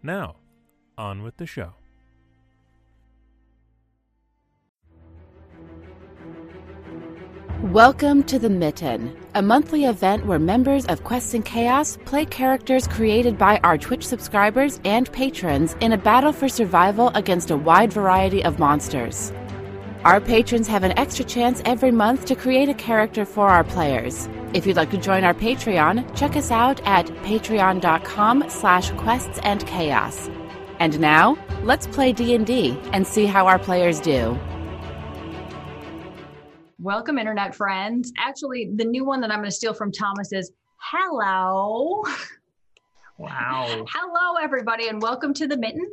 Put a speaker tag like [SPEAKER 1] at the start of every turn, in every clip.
[SPEAKER 1] Now, on with the show.
[SPEAKER 2] Welcome to The Mitten, a monthly event where members of Quests and Chaos play characters created by our Twitch subscribers and patrons in a battle for survival against a wide variety of monsters. Our patrons have an extra chance every month to create a character for our players. If you'd like to join our Patreon, check us out at patreon.com slash quests and chaos. And now, let's play D&D and see how our players do.
[SPEAKER 3] Welcome, internet friends. Actually, the new one that I'm going to steal from Thomas is hello.
[SPEAKER 4] Wow.
[SPEAKER 3] Hello, everybody, and welcome to the mitten.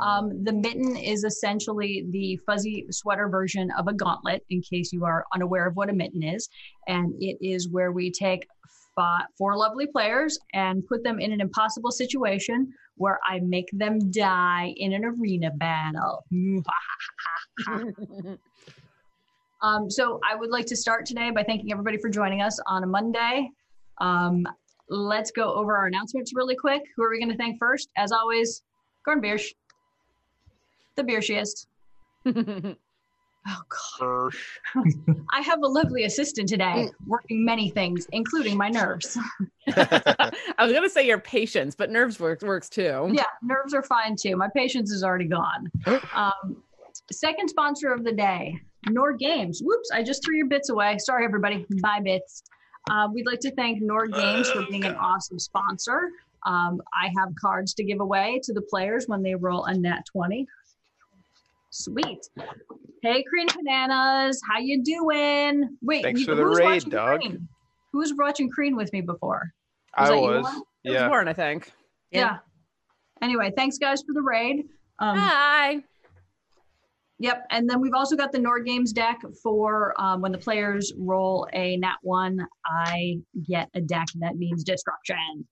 [SPEAKER 3] Um, the mitten is essentially the fuzzy sweater version of a gauntlet, in case you are unaware of what a mitten is. And it is where we take fi- four lovely players and put them in an impossible situation where I make them die in an arena battle. Hmm. Um, so I would like to start today by thanking everybody for joining us on a Monday. Um, let's go over our announcements really quick. Who are we going to thank first? As always, Gornbiersch, the beershiest. oh God!
[SPEAKER 4] Gersh.
[SPEAKER 3] I have a lovely assistant today, working many things, including my nerves.
[SPEAKER 5] I was gonna say your patience, but nerves works works too.
[SPEAKER 3] yeah, nerves are fine too. My patience is already gone. Um, second sponsor of the day, Nord Games. Whoops, I just threw your bits away. Sorry, everybody. Bye, bits. Uh, we'd like to thank Nord Games for being an awesome sponsor. Um, I have cards to give away to the players when they roll a nat 20. Sweet. Hey, Green Bananas, how you doing? Wait,
[SPEAKER 4] Thanks
[SPEAKER 3] you-
[SPEAKER 4] for the
[SPEAKER 3] who's
[SPEAKER 4] raid,
[SPEAKER 3] watching
[SPEAKER 4] dog.
[SPEAKER 3] Crean? Who was watching Crean with me before? Was
[SPEAKER 4] I
[SPEAKER 3] that you,
[SPEAKER 4] was.
[SPEAKER 3] Lauren?
[SPEAKER 5] It was
[SPEAKER 4] Yeah.
[SPEAKER 5] Warren, I think.
[SPEAKER 3] Yeah.
[SPEAKER 5] Yeah.
[SPEAKER 3] Anyway, thanks guys for the raid. Um,
[SPEAKER 5] Hi.
[SPEAKER 3] Yep, and then we've also got the Nord Games deck for um, when the players roll a nat one, I get a deck that means destruction.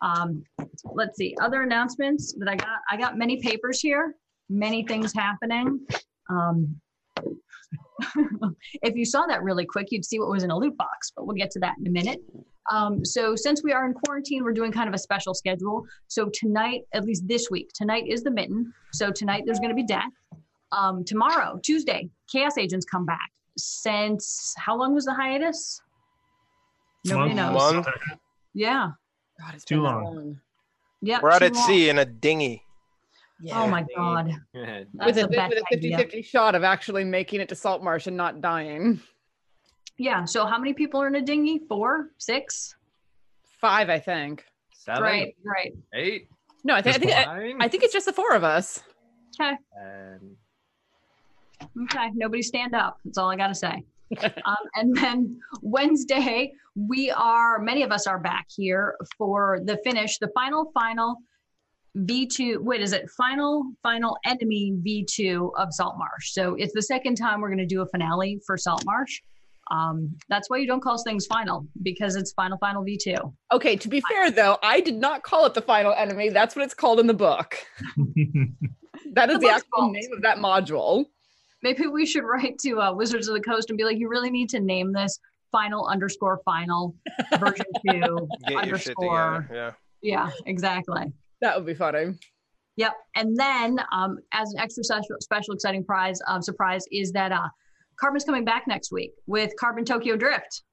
[SPEAKER 3] Um, let's see other announcements that I got. I got many papers here, many things happening. Um, if you saw that really quick, you'd see what was in a loot box, but we'll get to that in a minute. Um, so since we are in quarantine, we're doing kind of a special schedule. So tonight, at least this week, tonight is the mitten. So tonight there's going to be death um, tomorrow, Tuesday, chaos agents come back. Since how long was the hiatus? Nobody
[SPEAKER 4] Month.
[SPEAKER 3] knows.
[SPEAKER 4] Month.
[SPEAKER 3] Yeah.
[SPEAKER 5] God, it's
[SPEAKER 6] Too
[SPEAKER 5] been that
[SPEAKER 6] long.
[SPEAKER 3] Yeah.
[SPEAKER 4] We're out
[SPEAKER 3] too
[SPEAKER 4] at
[SPEAKER 3] long.
[SPEAKER 4] sea in a dinghy.
[SPEAKER 5] Yeah.
[SPEAKER 3] Oh my God. That's
[SPEAKER 5] with a,
[SPEAKER 3] the best
[SPEAKER 5] with a 50
[SPEAKER 3] idea.
[SPEAKER 5] 50 shot of actually making it to Salt Marsh and not dying.
[SPEAKER 3] Yeah. So how many people are in a dinghy? Four, six?
[SPEAKER 5] Five, I think.
[SPEAKER 6] Seven,
[SPEAKER 3] right, right.
[SPEAKER 6] eight,
[SPEAKER 5] No, I think I think I,
[SPEAKER 6] nine,
[SPEAKER 5] I think it's just the four of us.
[SPEAKER 3] Okay.
[SPEAKER 6] and
[SPEAKER 3] Okay, nobody stand up. That's all I got to say. um, and then Wednesday, we are, many of us are back here for the finish, the final, final V2. Wait, is it final, final enemy V2 of Salt Marsh? So it's the second time we're going to do a finale for Salt Marsh. Um, that's why you don't call things final because it's final, final V2.
[SPEAKER 5] Okay, to be fair though, I did not call it the final enemy. That's what it's called in the book. That is
[SPEAKER 3] The
[SPEAKER 5] the,
[SPEAKER 3] book's
[SPEAKER 5] actual
[SPEAKER 3] fault.
[SPEAKER 5] name of that module.
[SPEAKER 3] Maybe we should write to uh, Wizards of the Coast and be like, you really need to name this final underscore final version two
[SPEAKER 4] Get your shit together.
[SPEAKER 3] underscore.
[SPEAKER 4] Yeah.
[SPEAKER 3] Yeah, exactly.
[SPEAKER 5] That would be funny.
[SPEAKER 3] Yep. And then, um, as an extra special, special exciting prize um, surprise, is that uh, Carbon's coming back next week with Carbon Tokyo Drift.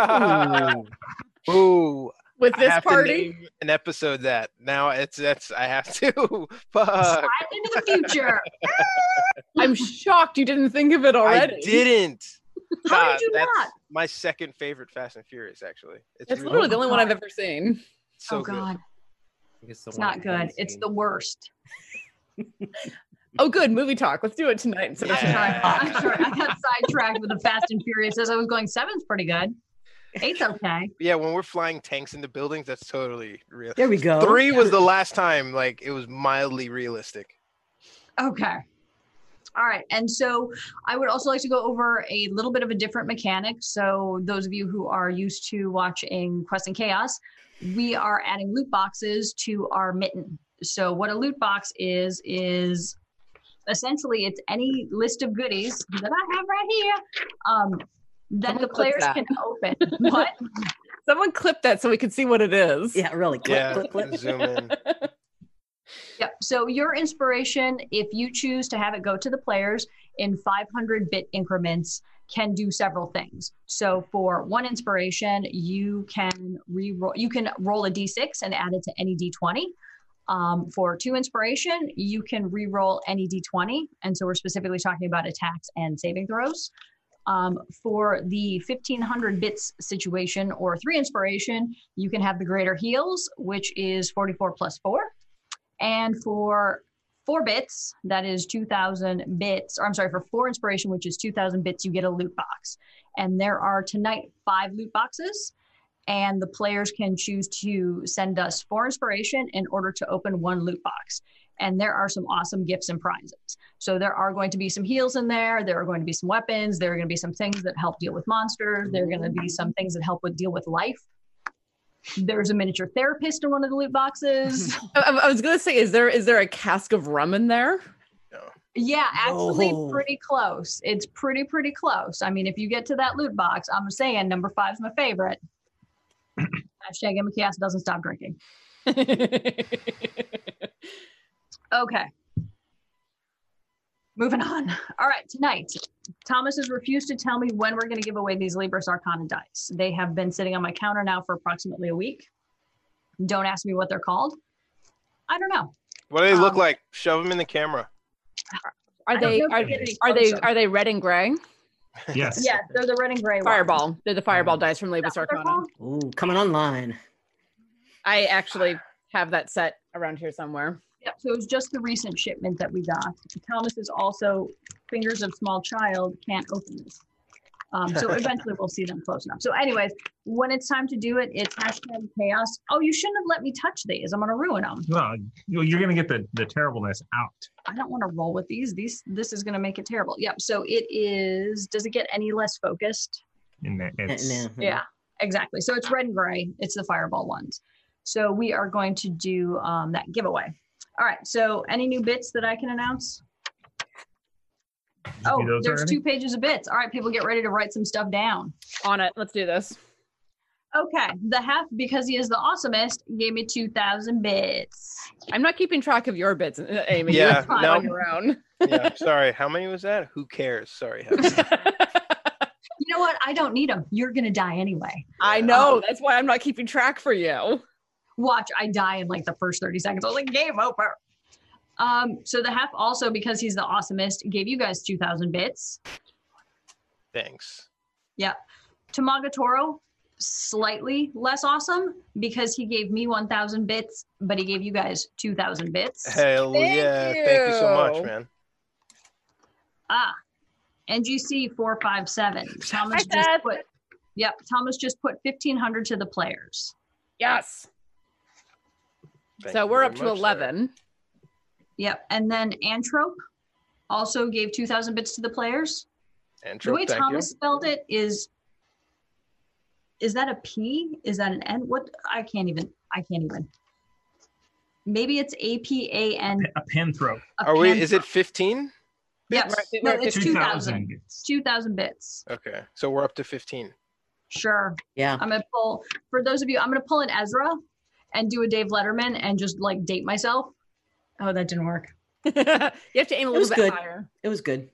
[SPEAKER 4] Ooh,
[SPEAKER 5] With
[SPEAKER 4] I
[SPEAKER 5] this
[SPEAKER 4] have to
[SPEAKER 5] party.
[SPEAKER 4] name an episode that now it's that's I have to. Fuck.
[SPEAKER 3] Slide into the future.
[SPEAKER 5] I'm shocked you didn't think of it
[SPEAKER 4] I
[SPEAKER 5] already.
[SPEAKER 4] didn't.
[SPEAKER 3] How did
[SPEAKER 4] God,
[SPEAKER 3] you
[SPEAKER 4] that's
[SPEAKER 3] not?
[SPEAKER 4] My second favorite Fast and Furious, actually.
[SPEAKER 5] It's
[SPEAKER 4] really
[SPEAKER 5] literally the only one
[SPEAKER 3] God.
[SPEAKER 5] I've ever seen.
[SPEAKER 4] so
[SPEAKER 3] oh
[SPEAKER 4] good.
[SPEAKER 3] God,
[SPEAKER 6] it's,
[SPEAKER 3] it's not good. It's the worst.
[SPEAKER 5] Oh, good movie talk. Let's do it tonight. So
[SPEAKER 3] I'm
[SPEAKER 4] Yeah.
[SPEAKER 3] sorry. I'm sorry. I got sidetracked with the Fast and Furious as I was going. Seven's pretty good. Eight's okay.
[SPEAKER 4] Yeah, when we're flying tanks into buildings, that's totally real.
[SPEAKER 6] There we go.
[SPEAKER 4] Three was the last time like it was mildly realistic.
[SPEAKER 3] Okay. All right. And so I would also like to go over a little bit of a different mechanic. So, those of you who are used to watching Quest and Chaos, we are adding loot boxes to our mitten. So, what a loot box is, is essentially it's any list of goodies that I have right here um, that
[SPEAKER 5] Someone
[SPEAKER 3] the
[SPEAKER 5] clip
[SPEAKER 3] players
[SPEAKER 5] that.
[SPEAKER 3] can open. What?
[SPEAKER 5] Someone clip that so we can see what it is.
[SPEAKER 6] Yeah, really. Click,
[SPEAKER 4] yeah,
[SPEAKER 6] click, click.
[SPEAKER 4] zoom in.
[SPEAKER 3] Yep. So your inspiration, if you choose to have it go to the players in 500 bit increments, can do several things. So for one inspiration, you can re-roll, you can roll a d6 and add it to any d20. Um, for two inspiration, you can re-roll any d20, and so we're specifically talking about attacks and saving throws. Um, for the 1500 bits situation or three inspiration, you can have the greater heals, which is 44 plus four. And for four bits, that is 2,000 bits, or I'm sorry, for four inspiration, which is 2,000 bits, you get a loot box. And there are tonight five loot boxes, and the players can choose to send us four inspiration in order to open one loot box. And there are some awesome gifts and prizes. So there are going to be some heals in there. There are going to be some weapons. There are going to be some things that help deal with monsters. There are going to be some things that help with deal with life. There's a miniature therapist in one of the loot boxes.
[SPEAKER 5] I, I was gonna say, is there is there a cask of rum in there?
[SPEAKER 3] Yeah, actually,
[SPEAKER 6] No.
[SPEAKER 3] pretty close. It's pretty, pretty close. I mean, if you get to that loot box, I'm saying number five's my favorite. Hashtag Emma Chaos doesn't stop drinking. Okay. Moving on. All right, tonight, Thomas has refused to tell me when we're going to give away these Libra Arcana dice. They have been sitting on my counter now for approximately a week. Don't ask me what they're called. I don't know.
[SPEAKER 4] What do they look
[SPEAKER 3] Um,
[SPEAKER 4] like? Shove them in the camera.
[SPEAKER 5] Are
[SPEAKER 3] I don't
[SPEAKER 5] they
[SPEAKER 3] know if
[SPEAKER 5] are,
[SPEAKER 3] we get any
[SPEAKER 5] are they
[SPEAKER 3] closer.
[SPEAKER 5] are they red and gray?
[SPEAKER 7] Yes.
[SPEAKER 3] Yeah, they're the red and gray ones.
[SPEAKER 5] Fireball. They're the fireball dice from
[SPEAKER 3] Is that
[SPEAKER 5] Labus
[SPEAKER 3] what they're
[SPEAKER 5] Arcana.
[SPEAKER 3] called?
[SPEAKER 6] Ooh, coming online.
[SPEAKER 5] I actually have that set around here somewhere.
[SPEAKER 3] Yep, so it was just the recent shipment that we got. Thomas is also fingers of small child can't open this. Um, so eventually we'll see them close enough. So, anyways, when it's time to do it, it's hashtag chaos. Oh, you shouldn't have let me touch these. I'm gonna ruin them.
[SPEAKER 7] Well, you- you're going to get the, the terribleness out.
[SPEAKER 3] I don't want to roll with these. These this is gonna make it terrible. Yep. So it is. Does it get any less focused?
[SPEAKER 7] In that it's,
[SPEAKER 6] Hmm.
[SPEAKER 3] Yeah, exactly. So it's red and gray. It's the fireball ones. So we are going to do um, that giveaway. All right. So any new bits that I can announce?
[SPEAKER 7] you
[SPEAKER 3] Oh,
[SPEAKER 7] do those
[SPEAKER 3] there's
[SPEAKER 7] already?
[SPEAKER 3] two pages of bits. All right, people, get ready to write some stuff down.
[SPEAKER 5] On it. Let's do this.
[SPEAKER 3] Okay, the half because he is the awesomest gave me two thousand bits.
[SPEAKER 5] I'm not keeping track of your bits, uh, Amy. You
[SPEAKER 4] Yeah,
[SPEAKER 5] have to do it
[SPEAKER 4] no.
[SPEAKER 5] on your own.
[SPEAKER 4] Yeah, sorry. How many was that? Who cares? Sorry.
[SPEAKER 3] You know what? I don't need them. You're gonna die anyway.
[SPEAKER 5] I know. That's why I'm not keeping track for you.
[SPEAKER 3] Watch, I die in like the first thirty seconds. I was like, game over. Um, so the half also because he's the awesomest gave you guys two thousand bits.
[SPEAKER 4] Thanks.
[SPEAKER 3] Tamaga Toro, slightly less awesome because he gave me 1,000 bits, but he gave you guys 2,000 bits.
[SPEAKER 4] Hell
[SPEAKER 5] Thank
[SPEAKER 4] yeah. Thank you so
[SPEAKER 5] you.
[SPEAKER 4] much, man.
[SPEAKER 3] ah, NGC 457. Thomas
[SPEAKER 5] Hi, Seth.
[SPEAKER 3] just put, yep, Thomas just put 1,500 to the players.
[SPEAKER 5] Yes.
[SPEAKER 4] Thank
[SPEAKER 5] so
[SPEAKER 4] you
[SPEAKER 5] we're
[SPEAKER 4] very
[SPEAKER 5] up to
[SPEAKER 4] much, sir.
[SPEAKER 5] 11.
[SPEAKER 3] Yep. And then Antrope also gave 2,000 bits to the players.
[SPEAKER 4] And
[SPEAKER 3] the way
[SPEAKER 4] Trope, thank
[SPEAKER 3] Thomas spelled it is. Is that a P? Is that an N? What I can't even. I can't even. Maybe it's A P A N.
[SPEAKER 7] A panthrope.
[SPEAKER 4] you. Are we? Is it 15?
[SPEAKER 3] Yes.
[SPEAKER 5] Right,
[SPEAKER 3] No,
[SPEAKER 5] right,
[SPEAKER 3] it's 2,000.
[SPEAKER 7] 2,000.
[SPEAKER 3] It's 2,000 bits.
[SPEAKER 4] Okay. So we're up to 15.
[SPEAKER 3] Sure.
[SPEAKER 6] Yeah.
[SPEAKER 3] I'm going to pull, for those of you, I'm going to pull an Ezra and do a Dave Letterman and just like date myself. Oh, that didn't work.
[SPEAKER 5] you have to aim a
[SPEAKER 6] It was
[SPEAKER 5] little bit
[SPEAKER 6] good.
[SPEAKER 5] higher.
[SPEAKER 6] It was good.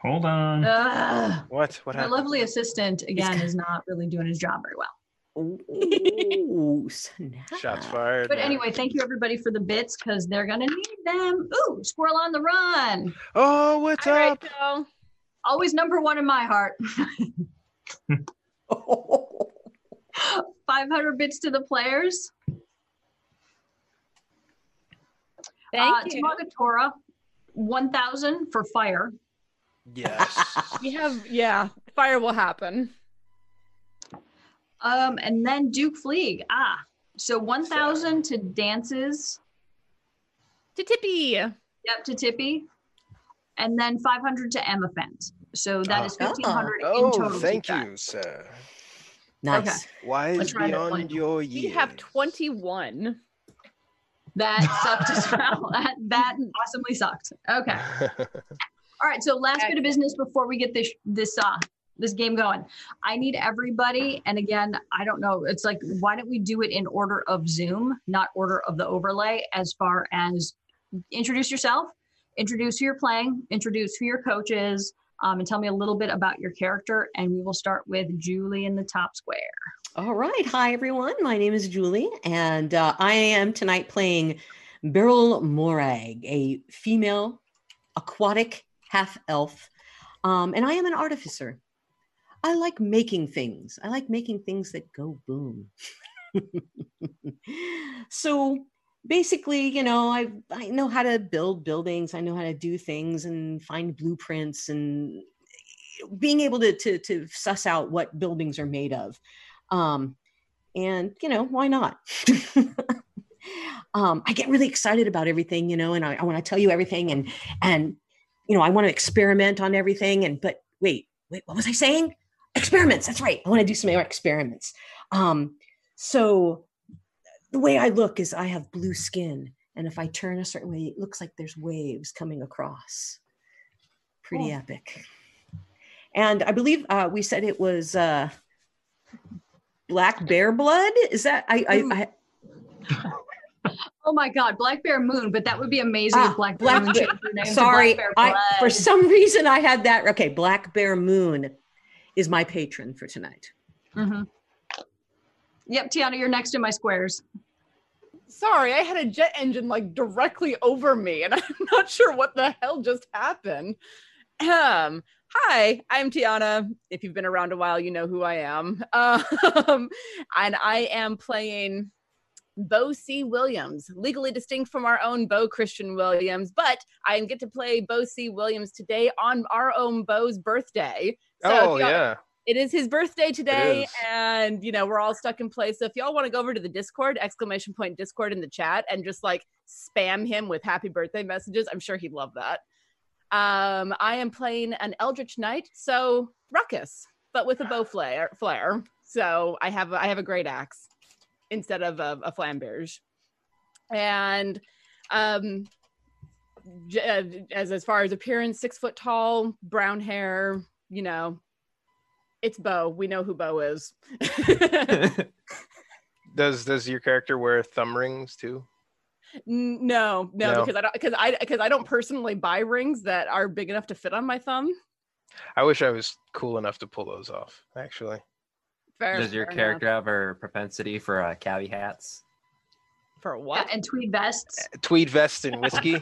[SPEAKER 7] Hold on.
[SPEAKER 3] Uh, Ugh.
[SPEAKER 4] What? What
[SPEAKER 3] My
[SPEAKER 4] happened?
[SPEAKER 3] lovely assistant, again, is not really doing his job very well.
[SPEAKER 6] Ooh, snap.
[SPEAKER 4] Shots fired.
[SPEAKER 3] But
[SPEAKER 4] man.
[SPEAKER 3] anyway, thank you everybody for the bits because they're going to need them. Ooh, squirrel on the run.
[SPEAKER 4] Oh, what's
[SPEAKER 5] All right,
[SPEAKER 4] up?
[SPEAKER 5] Joe.
[SPEAKER 3] Always number one in my heart. 500 bits to the players. Uh,
[SPEAKER 5] Thank you.
[SPEAKER 3] Tamagotora, 1,000 for fire.
[SPEAKER 4] Yes.
[SPEAKER 5] We have, yeah, fire will happen.
[SPEAKER 3] Um, and then Duke Fleeg. Ah, so 1,000 to dances.
[SPEAKER 8] To Tippy.
[SPEAKER 3] Yep, to Tippy. And then 500 to Amafent. So that is
[SPEAKER 6] Oh.
[SPEAKER 3] 1,500 in total.
[SPEAKER 4] Oh,
[SPEAKER 3] to
[SPEAKER 4] thank
[SPEAKER 3] that.
[SPEAKER 4] you, sir.
[SPEAKER 6] Nice.
[SPEAKER 3] Let's
[SPEAKER 4] Wise
[SPEAKER 3] try to
[SPEAKER 4] beyond
[SPEAKER 3] plan.
[SPEAKER 4] your
[SPEAKER 5] We
[SPEAKER 4] years.
[SPEAKER 5] have 21.
[SPEAKER 3] That sucked as well. That, that awesomely sucked. Okay.
[SPEAKER 4] Oh,
[SPEAKER 3] All right. So last bit of business before we get this this uh this game going. I need everybody. And again, I don't know. It's like why don't we do it in order of Zoom, not order of the overlay? As far as introduce yourself, introduce who you're playing, introduce who your coach is, um, and tell me a little bit about your character. And we will start with Julie in the top square.
[SPEAKER 6] All right. Hi, everyone. My name is Julie, and uh, I am tonight playing Beryl Morag, a female aquatic half elf. Um, and I am an artificer. I like making things, I like making things that go boom. so basically, you know, I, I know how to build buildings, I know how to do things and find blueprints and being able to, to, to suss out what buildings are made of um, and you know why not um, i get really excited about everything you know and i, I want to tell you everything and and you know i want to experiment on everything and but wait wait what was i saying experiments that's right i want to do some experiments um, so the way i look is i have blue skin and if i turn a certain way it looks like there's waves coming across pretty
[SPEAKER 3] Cool.
[SPEAKER 6] epic and i believe uh, we said it was uh, black bear blood is that i i, I
[SPEAKER 3] Oh my God, Black Bear Moon. But that would be amazing
[SPEAKER 6] Ah,
[SPEAKER 3] if Black Bear
[SPEAKER 6] Black
[SPEAKER 3] Moon
[SPEAKER 6] Bear-
[SPEAKER 3] changed their name to
[SPEAKER 6] sorry
[SPEAKER 3] Black Bear
[SPEAKER 6] i for
[SPEAKER 3] Blood.
[SPEAKER 6] some reason i had that okay black bear moon is my patron for tonight
[SPEAKER 3] Mhm. Yep, Tiana, you're next in my squares.
[SPEAKER 5] Sorry, I had a jet engine like directly over me, and I'm not sure what the hell just happened. Um, hi, I'm Tiana. If you've been around a while, you know who I am. Um, and I am playing Bo C. Williams, legally distinct from our own Bo Christian Williams, but I get to play Bo C. Williams today on our own Bo's birthday. So if
[SPEAKER 4] oh
[SPEAKER 5] y'all-
[SPEAKER 4] yeah.
[SPEAKER 5] it is his birthday today
[SPEAKER 4] is.
[SPEAKER 5] and you know we're all stuck in place so if y'all want to go over to the discord exclamation point discord in the chat and just like spam him with happy birthday messages i'm sure he'd love that um i am playing an eldritch knight so ruckus but with a bow flare flare so i have a, i have a great axe instead of a, a flamberge and um j- uh, as as far as appearance six foot tall brown hair you know it's Bo. We know who Bo is. N-
[SPEAKER 4] Does does your character wear thumb rings too?
[SPEAKER 5] no, no,
[SPEAKER 4] No.
[SPEAKER 5] because I don't because I because I don't personally buy rings that are big enough to fit on my thumb.
[SPEAKER 4] I wish I was cool enough to pull those off. Actually,
[SPEAKER 5] Fair.
[SPEAKER 9] Does your
[SPEAKER 5] fair enough.
[SPEAKER 9] character have a propensity for uh, cavi hats?
[SPEAKER 5] for
[SPEAKER 3] Yeah,
[SPEAKER 5] what? Uh,
[SPEAKER 3] and tweed vests.
[SPEAKER 4] tweed vest and whiskey.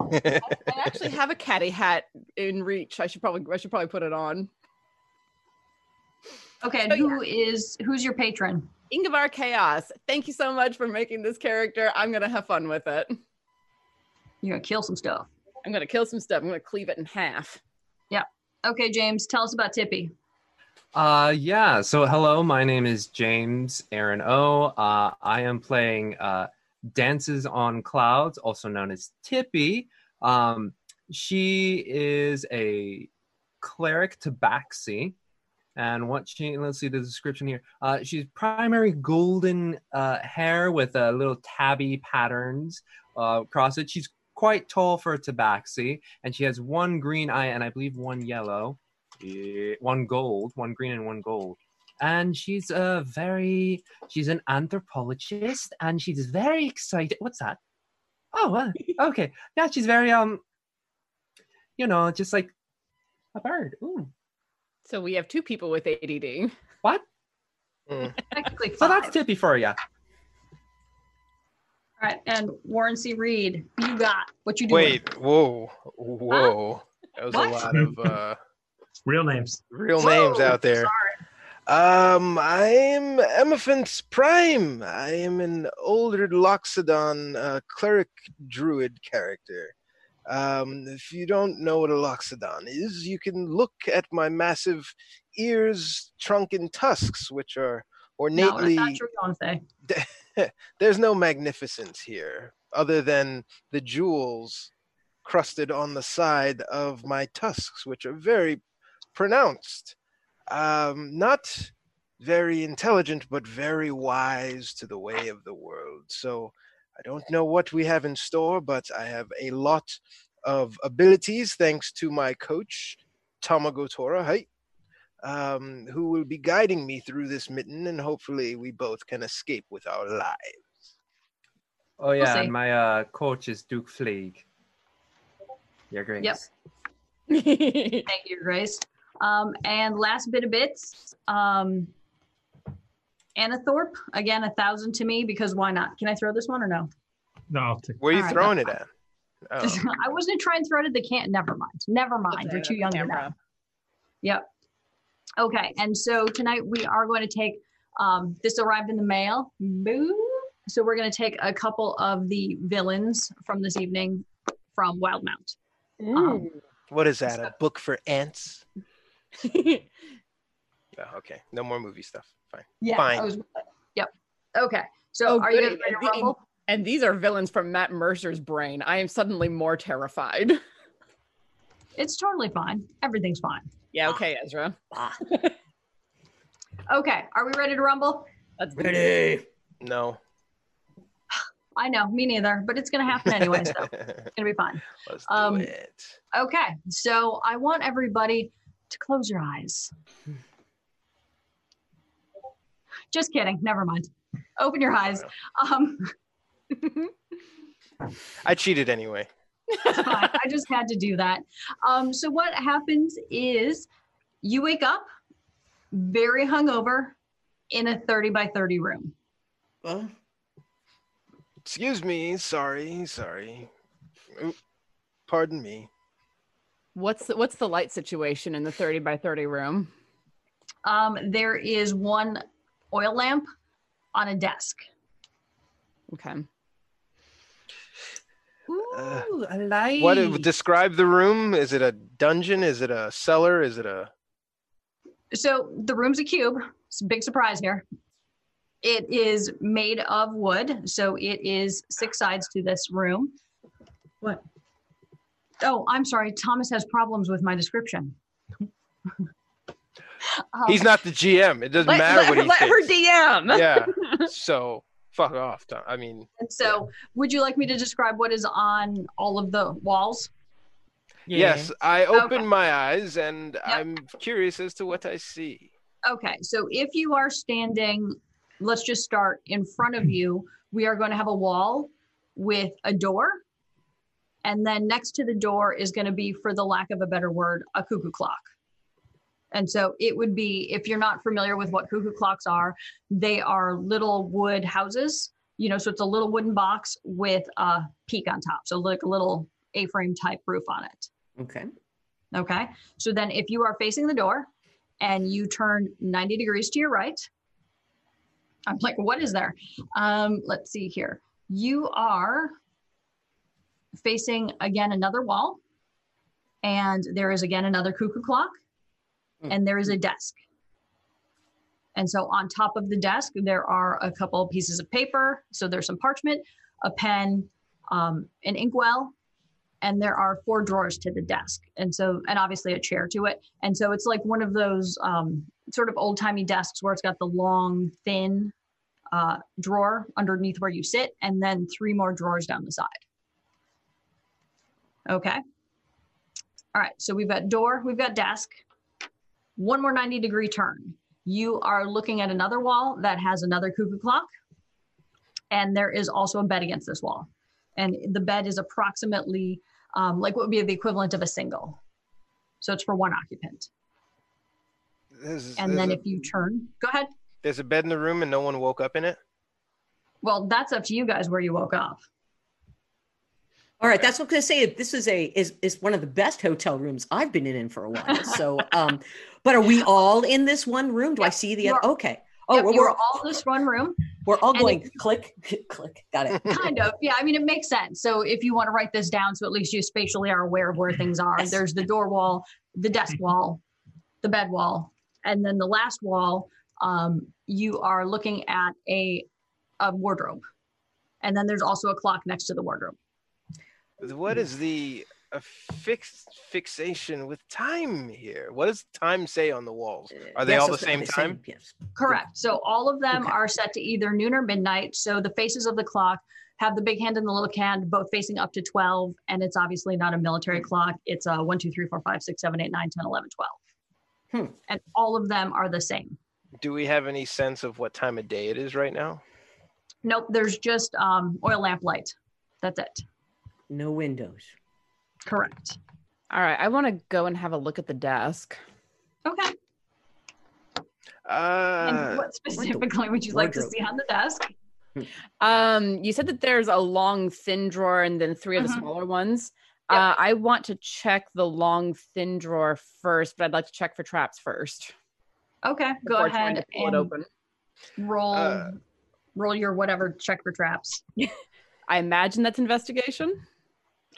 [SPEAKER 5] I actually have a caddy hat in reach. I should probably I should probably put it on.
[SPEAKER 3] Okay, and
[SPEAKER 5] So,
[SPEAKER 3] who is who's your patron?
[SPEAKER 5] Ingvar Chaos. Thank you so much for making this character. I'm gonna have fun with it.
[SPEAKER 3] You're gonna kill some stuff.
[SPEAKER 5] I'm gonna kill some stuff. I'm gonna cleave it in half.
[SPEAKER 3] Okay, James, tell us about Tippy.
[SPEAKER 9] Uh, yeah. So, hello. My name is James Aaron O. Uh, I am playing uh, Dances on Clouds, also known as Tippy. Um, she is a cleric tabaxi. And what she, let's see the description here. Uh, she's primary golden uh, hair with uh, little tabby patterns uh, across it. She's quite tall for a tabaxi, and she has one green eye and I believe one yellow. Yeah, one gold, one green, and one gold. And she's a very, she's an anthropologist, and she's very excited. What's that? Oh, well, okay. Yeah, she's very, um, you know, just like a bird. Ooh,
[SPEAKER 5] So we have two people with ADD.
[SPEAKER 9] what?
[SPEAKER 3] Technically
[SPEAKER 9] So
[SPEAKER 3] five.
[SPEAKER 9] that's tippy for you.
[SPEAKER 3] All right, and Warren C. Reed, you got what you do.
[SPEAKER 4] Wait, whoa, whoa. That was
[SPEAKER 3] What?
[SPEAKER 4] a lot of uh,
[SPEAKER 7] Real names.
[SPEAKER 4] real
[SPEAKER 3] Whoa,
[SPEAKER 4] names out there. Um, I'm Emephant's Prime. I am an older Loxodon uh, cleric druid character. Um, if you don't know what a Loxodon is, you can look at my massive ears, trunk, and tusks, which are
[SPEAKER 3] No, I
[SPEAKER 4] ornately
[SPEAKER 3] thought you were going to say.
[SPEAKER 4] there's no magnificence here other than the jewels crusted on the side of my tusks which are very pronounced um, not very intelligent but very wise to the way of the world so i don't know what we have in store but i have a lot of abilities thanks to my coach tamago tora hi um, who will be guiding me through this mitten, and hopefully we both can escape with our lives.
[SPEAKER 9] Oh yeah,
[SPEAKER 3] see.
[SPEAKER 9] and my uh, coach is Duke Fleeg. Your Grace.
[SPEAKER 3] Yep. Thank you, Grace. Um, and last bit of bits, um, Anna Thorpe again, a thousand to me because why not? Can I throw this one or no?
[SPEAKER 7] No, I'll take
[SPEAKER 4] Where are you
[SPEAKER 3] All right,
[SPEAKER 4] throwing it at? Oh.
[SPEAKER 3] I wasn't trying to throw it at the can. Never mind. Never mind. You're too young for that. Yep. Okay, and so tonight we are going to take, um, this arrived in the mail. Boo. So we're going to take a couple of the villains from this evening from Wild Mount. Um,
[SPEAKER 4] What is that? A book for ants? Oh, okay. No more movie stuff. Fine.
[SPEAKER 3] yeah.
[SPEAKER 4] Fine.
[SPEAKER 3] I was, yep. Okay. So
[SPEAKER 5] Oh,
[SPEAKER 3] are you
[SPEAKER 5] goody.
[SPEAKER 3] guys ready to
[SPEAKER 5] And the-
[SPEAKER 3] rumble?
[SPEAKER 5] And these are villains from Matt Mercer's brain. I am suddenly more terrified.
[SPEAKER 3] It's totally fine. Everything's fine.
[SPEAKER 5] Yeah, okay, Ezra.
[SPEAKER 3] Okay. Are we ready to rumble?
[SPEAKER 5] That's
[SPEAKER 6] Ready.
[SPEAKER 4] No.
[SPEAKER 3] I know, me neither, but it's going to happen anyway. So it's going to be fine.
[SPEAKER 4] Let's
[SPEAKER 3] Um,
[SPEAKER 4] do it.
[SPEAKER 3] Okay, so I want everybody to close your eyes. Just kidding. Never mind. Open your eyes. Um,
[SPEAKER 4] I cheated anyway.
[SPEAKER 3] it's fine. I just had to do that. Um, so what happens is you wake up very hungover in a 30 by 30 room.
[SPEAKER 6] Well,
[SPEAKER 4] Excuse me. Sorry. Sorry. Oop. Pardon me.
[SPEAKER 5] What's the, what's the light situation in the 30 by 30 room?
[SPEAKER 3] Um, there is one oil lamp on a desk.
[SPEAKER 5] Okay.
[SPEAKER 4] Uh,
[SPEAKER 9] Ooh, I like.
[SPEAKER 4] What describe the room? Is it a dungeon? Is it a cellar? Is it a
[SPEAKER 3] So the room's a cube. It's a big surprise here. It is made of wood, so it is six sides to this room. What? Oh, I'm sorry. Thomas has problems with my description. Um,
[SPEAKER 4] He's not the GM. It doesn't matter what he
[SPEAKER 5] let her
[SPEAKER 4] thinks.
[SPEAKER 5] DM.
[SPEAKER 4] yeah. So fuck off. Tom. I mean,
[SPEAKER 3] and so, would you like me to describe what is on all of the walls?
[SPEAKER 4] yes, I open
[SPEAKER 3] Okay.
[SPEAKER 4] my eyes and I'm curious as to what I see.
[SPEAKER 3] Okay, so if you are standing, let's just start in front of you. We are going to have a wall with a door. And then next to the door is going to be, for the lack of a better word, a cuckoo clock. And so it would be, if you're not familiar with what cuckoo clocks are, they are little wood houses, you know, so it's a little wooden box with a peak on top. So like a little A frame type roof on it.
[SPEAKER 6] okay.
[SPEAKER 3] Okay. So then if you are facing the door and you turn 90 degrees to your right, I'm like, what is there? Um, let's see here. You are facing again another wall, and there is again another cuckoo clock, and there is a desk. And so on top of the desk, there are a couple pieces of paper. So there's some parchment, a pen, um, an inkwell, and there are four drawers to the desk and so and obviously a chair to it and so it's like one of those um, sort of old timey desks where it's got the long thin uh, drawer underneath where you sit and then three more drawers down the side okay all right so we've got door we've got desk one more 90 degree turn you are looking at another wall that has another cuckoo clock and there is also a bed against this wall and the bed is approximately um, like what would be the equivalent of a single. So it's for one occupant.
[SPEAKER 4] There's,
[SPEAKER 3] And
[SPEAKER 4] there's
[SPEAKER 3] then
[SPEAKER 4] a,
[SPEAKER 3] if you turn, go ahead.
[SPEAKER 4] there's a bed in the room and no one woke up in it.
[SPEAKER 3] Well, that's up to you guys where you woke up.
[SPEAKER 6] All right, that's what I'm gonna say. This is a is is one of the best hotel rooms I've been in for a while. So, um, but are we all in this one room? Do I see the
[SPEAKER 3] you
[SPEAKER 6] other?
[SPEAKER 3] are.
[SPEAKER 6] Okay. Oh,
[SPEAKER 3] Yep,
[SPEAKER 6] we're,
[SPEAKER 3] you
[SPEAKER 6] we're
[SPEAKER 3] were all in this one room,
[SPEAKER 6] we're all
[SPEAKER 3] and
[SPEAKER 6] going click click. Got it.
[SPEAKER 3] kind of. Yeah, I mean, it makes sense. So if you want to write this down, so at least you spatially are aware of where things are.
[SPEAKER 6] Yes.
[SPEAKER 3] There's the door wall, the desk wall, the bed wall, and then the last wall um, you are looking at a, a wardrobe. And then there's also a clock next to the wardrobe.
[SPEAKER 4] What
[SPEAKER 3] Mm.
[SPEAKER 4] is the affix fixation with time here? What does time say on the walls?
[SPEAKER 3] Uh,
[SPEAKER 4] Are they
[SPEAKER 6] Yes,
[SPEAKER 4] all the
[SPEAKER 6] that's
[SPEAKER 4] same
[SPEAKER 6] right,
[SPEAKER 4] time?
[SPEAKER 6] Yes.
[SPEAKER 3] Correct. So all of them
[SPEAKER 6] Okay.
[SPEAKER 3] are set to either noon or midnight. So the faces of the clock have the big hand and the little hand both facing up to 12. And it's obviously not a military clock. It's a 1, 2, 3, 4, 5, 6, 7, 8, 9, 10, 11, 12.
[SPEAKER 6] Hmm.
[SPEAKER 3] And all of them are the same.
[SPEAKER 4] Do we have any sense of what time of day it is right now?
[SPEAKER 3] Nope, there's just um, oil lamp light. That's it.
[SPEAKER 6] No windows.
[SPEAKER 3] Correct.
[SPEAKER 5] All right, I want to go and have a look at the desk.
[SPEAKER 3] Okay. And
[SPEAKER 4] Uh,
[SPEAKER 3] what specifically would you like to see on the desk?
[SPEAKER 5] Um, you said that there's a long thin drawer and then three of the
[SPEAKER 3] Mhm.
[SPEAKER 5] smaller ones.
[SPEAKER 3] Yep.
[SPEAKER 5] Uh, I want to check the long thin drawer first, but I'd like to check for traps first.
[SPEAKER 3] Okay, go
[SPEAKER 5] before trying
[SPEAKER 3] ahead
[SPEAKER 5] to pull it
[SPEAKER 3] and
[SPEAKER 5] open.
[SPEAKER 3] roll
[SPEAKER 4] Uh,
[SPEAKER 3] roll your whatever check for traps.
[SPEAKER 5] I imagine that's investigation.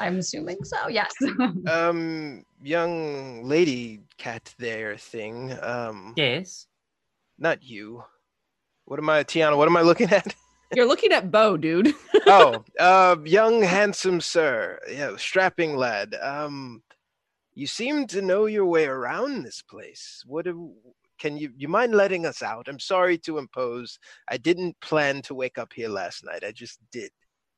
[SPEAKER 3] I'm assuming so. Yes.
[SPEAKER 4] um, young lady cat there thing. Um,
[SPEAKER 9] Yes.
[SPEAKER 4] not you. What am I, Tiana? What am I looking at?
[SPEAKER 5] You're looking at Bo, dude.
[SPEAKER 4] oh, uh, young, handsome sir, yeah, strapping lad. Um, you seem to know your way around this place. What do- can you? You mind letting us out? I'm sorry to impose. I didn't plan to wake up here last night. I just did.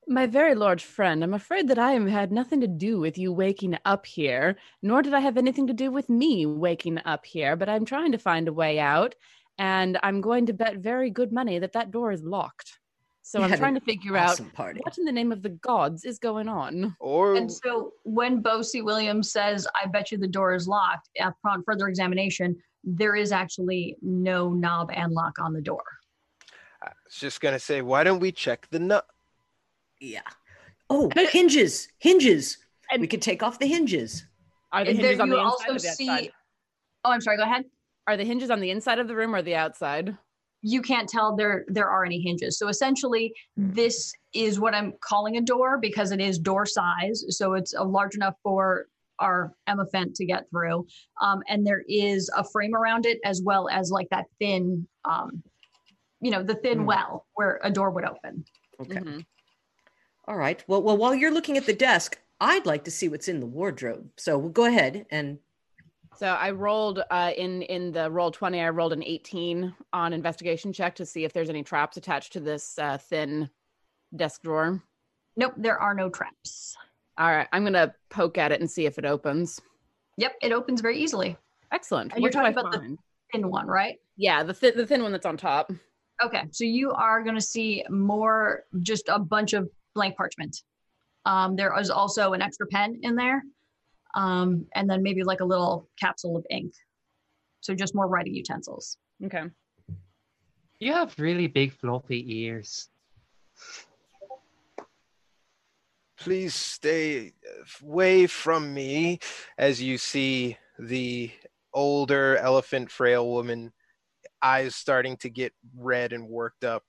[SPEAKER 5] My very large friend, I'm afraid that I am- had nothing to do with you waking up here, nor did I have anything to do with me waking up here, but I'm trying to find a way out, and I'm going to bet very good money that that door is locked. So
[SPEAKER 6] You
[SPEAKER 5] I'm
[SPEAKER 6] had
[SPEAKER 5] trying
[SPEAKER 6] an
[SPEAKER 5] to figure out
[SPEAKER 6] Awesome party.
[SPEAKER 5] what in the name of the gods is going on.
[SPEAKER 4] Or
[SPEAKER 3] and so when Bosie Williams says, "I bet you the door is locked," upon further examination, there is actually no knob and lock on the door.
[SPEAKER 4] I was just gonna say, why don't we check the nut?
[SPEAKER 6] Yeah. Oh, hinges. Hinges.
[SPEAKER 5] And-
[SPEAKER 6] we could take off the hinges.
[SPEAKER 5] Are the
[SPEAKER 3] And
[SPEAKER 5] hinges
[SPEAKER 3] there
[SPEAKER 5] on
[SPEAKER 3] you
[SPEAKER 5] the inside
[SPEAKER 3] also
[SPEAKER 5] or the outside?
[SPEAKER 3] see- Oh, I'm sorry. Go ahead.
[SPEAKER 5] Are the hinges on the inside of the room or the outside?
[SPEAKER 3] you can't tell there there are any hinges. So essentially, this is what I'm calling a door because it is door size, so it's uh, large enough for our emafent to get through. Um, and there is a frame around it as well as like that thin, um, you know, the thin
[SPEAKER 6] Mm.
[SPEAKER 3] well where a door would open.
[SPEAKER 6] Okay.
[SPEAKER 5] Mhm.
[SPEAKER 6] All right. Well, well, while you're looking at the desk, I'd like to see what's in the wardrobe. So we'll go ahead and
[SPEAKER 5] So I rolled uh, in in the roll twenty. I rolled an eighteen on investigation check to see if there's any traps attached to this uh, thin desk drawer.
[SPEAKER 3] Nope, there are no traps.
[SPEAKER 5] All right, I'm gonna poke at it and see if it opens.
[SPEAKER 3] Yep, it opens very easily.
[SPEAKER 5] Excellent.
[SPEAKER 3] And
[SPEAKER 5] What
[SPEAKER 3] you're
[SPEAKER 5] do I
[SPEAKER 3] talking about the-
[SPEAKER 5] find?
[SPEAKER 3] Thin one, right?
[SPEAKER 5] yeah, the thin the thin one that's on top.
[SPEAKER 3] Okay, so you are going to see more, just a bunch of blank parchment. Um, there is also an extra pen in there, um, and then maybe like a little capsule of ink. So just more writing utensils.
[SPEAKER 5] Okay.
[SPEAKER 9] You have really big floppy ears.
[SPEAKER 4] Please stay uh, away from me. As you see the older elephant frail woman, eyes starting to get red and worked up.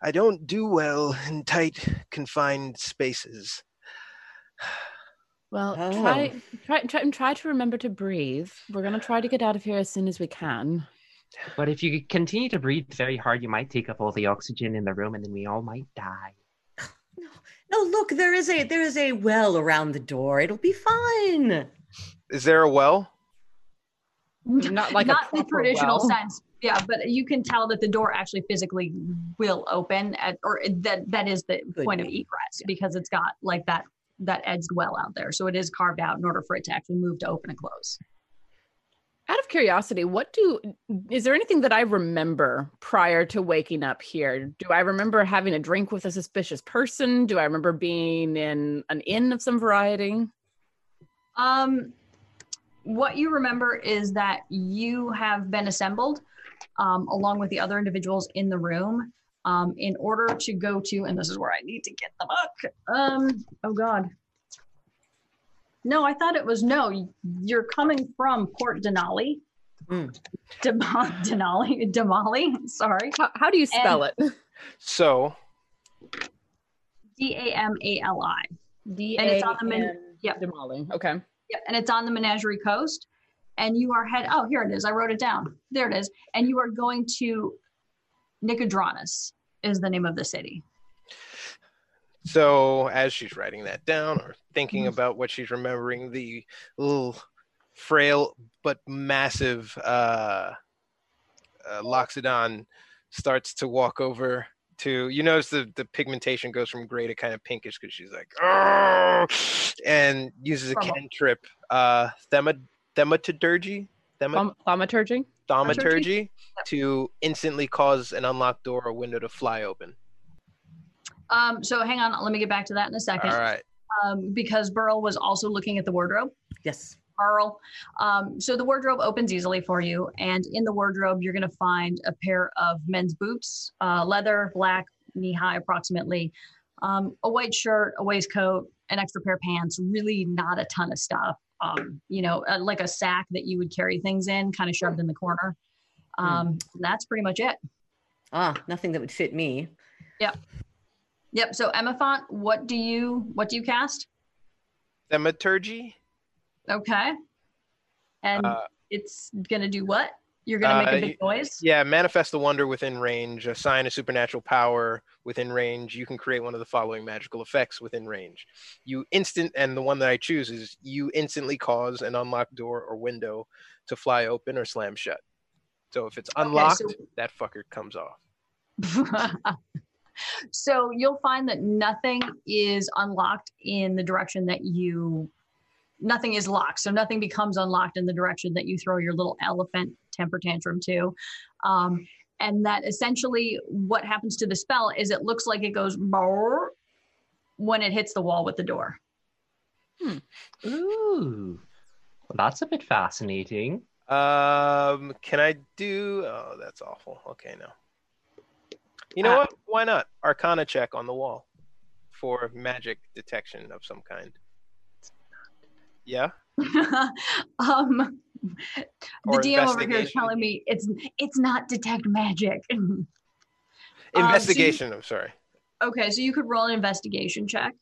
[SPEAKER 4] I don't do well in tight, confined spaces.
[SPEAKER 5] Well,
[SPEAKER 6] Oh.
[SPEAKER 5] try, try try and try to remember to breathe. We're gonna try to get out of here as soon as we can.
[SPEAKER 9] But if you continue to breathe very hard, you might take up all the oxygen in the room and then we all might die.
[SPEAKER 6] no look, there is a there is a well around the door. It'll be fine.
[SPEAKER 4] Is there a well?
[SPEAKER 5] Not like a
[SPEAKER 3] Not in the
[SPEAKER 5] proper
[SPEAKER 3] traditional
[SPEAKER 5] well.
[SPEAKER 3] sense. Yeah, but you can tell that the door actually physically will open, at, or that that is the
[SPEAKER 6] Good.
[SPEAKER 3] point of egress because it's got like that that edged well out there. So it is carved out in order for it to actually move to open and close.
[SPEAKER 5] Out of curiosity, what do is there anything that I remember prior to waking up here? Do I remember having a drink with a suspicious person? Do I remember being in an inn of some variety?
[SPEAKER 3] Um, what you remember is that you have been assembled um, along with the other individuals in the room um, in order to go to, and this is where I need to get the book. Um, oh God. No, I thought it was no. You're coming from Port Denali.
[SPEAKER 6] Hmm.
[SPEAKER 3] Dem- Denali, Damali, sorry.
[SPEAKER 5] How, how do you spell it?
[SPEAKER 4] So,
[SPEAKER 3] D A M A L I.
[SPEAKER 5] D
[SPEAKER 3] and it's on the men-
[SPEAKER 5] Yep. Damali. Okay.
[SPEAKER 3] Yep, and it's on the Menagerie Coast. and you are head. Oh, here it is. I wrote it down. There it is. And you are going to Nicodranus is the name of the city.
[SPEAKER 4] So as she's writing that down or thinking about what she's remembering, the little frail but massive uh, uh, Loxodon starts to walk over to. You notice the the pigmentation goes from gray to kind of pinkish because she's like, oh, and uses a
[SPEAKER 3] Bumble.
[SPEAKER 4] cantrip, uh, thema thaumaturgy, thema,
[SPEAKER 5] Thom- Thaumaturgy?
[SPEAKER 4] thaumaturgy, to instantly cause an unlocked door or window to fly open.
[SPEAKER 3] Um, so hang on, let me get back to that in a second.
[SPEAKER 4] All right.
[SPEAKER 3] Um, because Burl was also looking at the wardrobe.
[SPEAKER 6] Yes.
[SPEAKER 3] Burl. Um, so the wardrobe opens easily for you, and in the wardrobe you're going to find a pair of men's boots, uh, leather, black, knee high approximately, um, a white shirt, a waistcoat, an extra pair of pants. Really, not a ton of stuff. Um, you know, uh, like a sack that you would carry things in, kind of shoved in the corner.
[SPEAKER 4] Hmm.
[SPEAKER 3] Um, That's pretty much it.
[SPEAKER 6] Ah, nothing that would fit me.
[SPEAKER 3] Yep. So Emiphant, what do you what do you cast?
[SPEAKER 4] Thaumaturgy.
[SPEAKER 3] Okay. And
[SPEAKER 4] Uh,
[SPEAKER 3] it's gonna do what? You're gonna make
[SPEAKER 4] uh,
[SPEAKER 3] a big noise.
[SPEAKER 4] Yeah, manifest the wonder within range, assign a supernatural power within range. You can create one of the following magical effects within range. You instant, and the one that I choose is you instantly cause an unlocked door or window to fly open or slam shut. So if it's unlocked,
[SPEAKER 3] so-
[SPEAKER 4] that fucker comes off.
[SPEAKER 3] so you'll find that nothing is unlocked in the direction that you nothing is locked so nothing becomes unlocked in the direction that you throw your little elephant temper tantrum to um, and that essentially what happens to the spell is it looks like it goes brrr when it hits the wall with the door
[SPEAKER 9] Ooh. Well, that's a bit fascinating.
[SPEAKER 4] Um, can I do? Oh, that's awful. Okay, no. You know
[SPEAKER 3] Ah.
[SPEAKER 4] what? Why not? Arcana check on the wall for magic detection of some kind. Yeah.
[SPEAKER 3] um, the dm over here
[SPEAKER 4] Or
[SPEAKER 3] is
[SPEAKER 4] investigation.
[SPEAKER 3] telling me it's it's not detect magic Um, so you-
[SPEAKER 4] Investigation. I'm sorry.
[SPEAKER 3] okay so you could roll an investigation check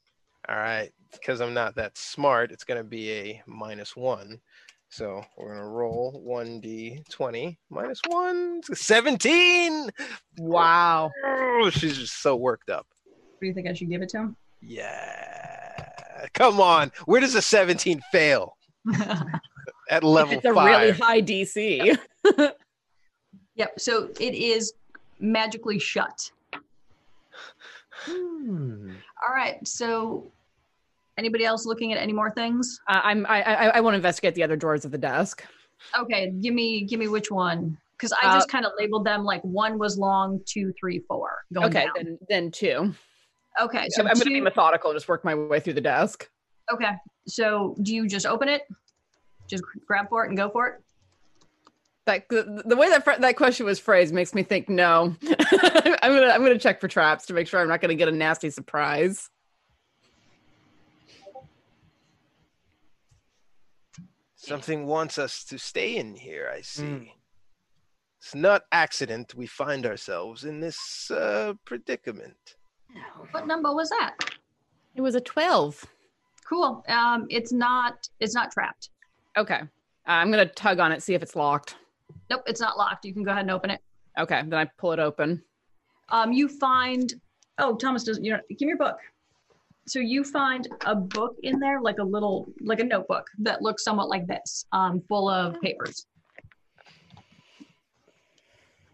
[SPEAKER 4] All right, because I'm not that smart, it's going to be a minus one. So we're going to roll 1d20 minus one. 17!
[SPEAKER 5] Wow.
[SPEAKER 4] Oh, she's just so worked up.
[SPEAKER 3] do you think i should give it to him
[SPEAKER 4] Yeah. Come on. Where does a 17 fail? At level
[SPEAKER 5] It's a
[SPEAKER 4] five.
[SPEAKER 5] really high DC.
[SPEAKER 3] Yep. So it is magically shut.
[SPEAKER 9] Hmm.
[SPEAKER 3] All right. So anybody else looking at any more things?
[SPEAKER 5] Uh, I'm. I, I. I want to investigate the other drawers of the desk.
[SPEAKER 3] Okay. Give me give me which one because I
[SPEAKER 5] Uh,
[SPEAKER 3] just kind of labeled them like one was long, two, three, four. Going
[SPEAKER 5] Okay,
[SPEAKER 3] down.
[SPEAKER 5] then then two.
[SPEAKER 3] Okay. So
[SPEAKER 5] I'm going to be
[SPEAKER 3] two-
[SPEAKER 5] methodical and just work my way through the desk.
[SPEAKER 3] okay. So do you just open it? Just grab for it and go for it.
[SPEAKER 5] That the, the way that fr- that question was phrased makes me think no. I'm gonna I'm gonna check for traps to make sure I'm not gonna get a nasty surprise.
[SPEAKER 4] Something wants us to stay in here, I see.
[SPEAKER 5] Hmm.
[SPEAKER 9] Mm.
[SPEAKER 4] It's not accident we find ourselves in this uh, predicament.
[SPEAKER 3] What number was that?
[SPEAKER 5] It was a twelve.
[SPEAKER 3] Cool. Um, it's not it's not trapped.
[SPEAKER 5] Okay, Uh, I'm gonna tug on it see if it's locked.
[SPEAKER 3] Nope. It's not locked. You can go ahead and open it.
[SPEAKER 5] Okay, then I pull it open.
[SPEAKER 3] um, you find oh thomas doesn't you know give me your book so you find a book in there like a little like a notebook that looks somewhat like this um, full of papers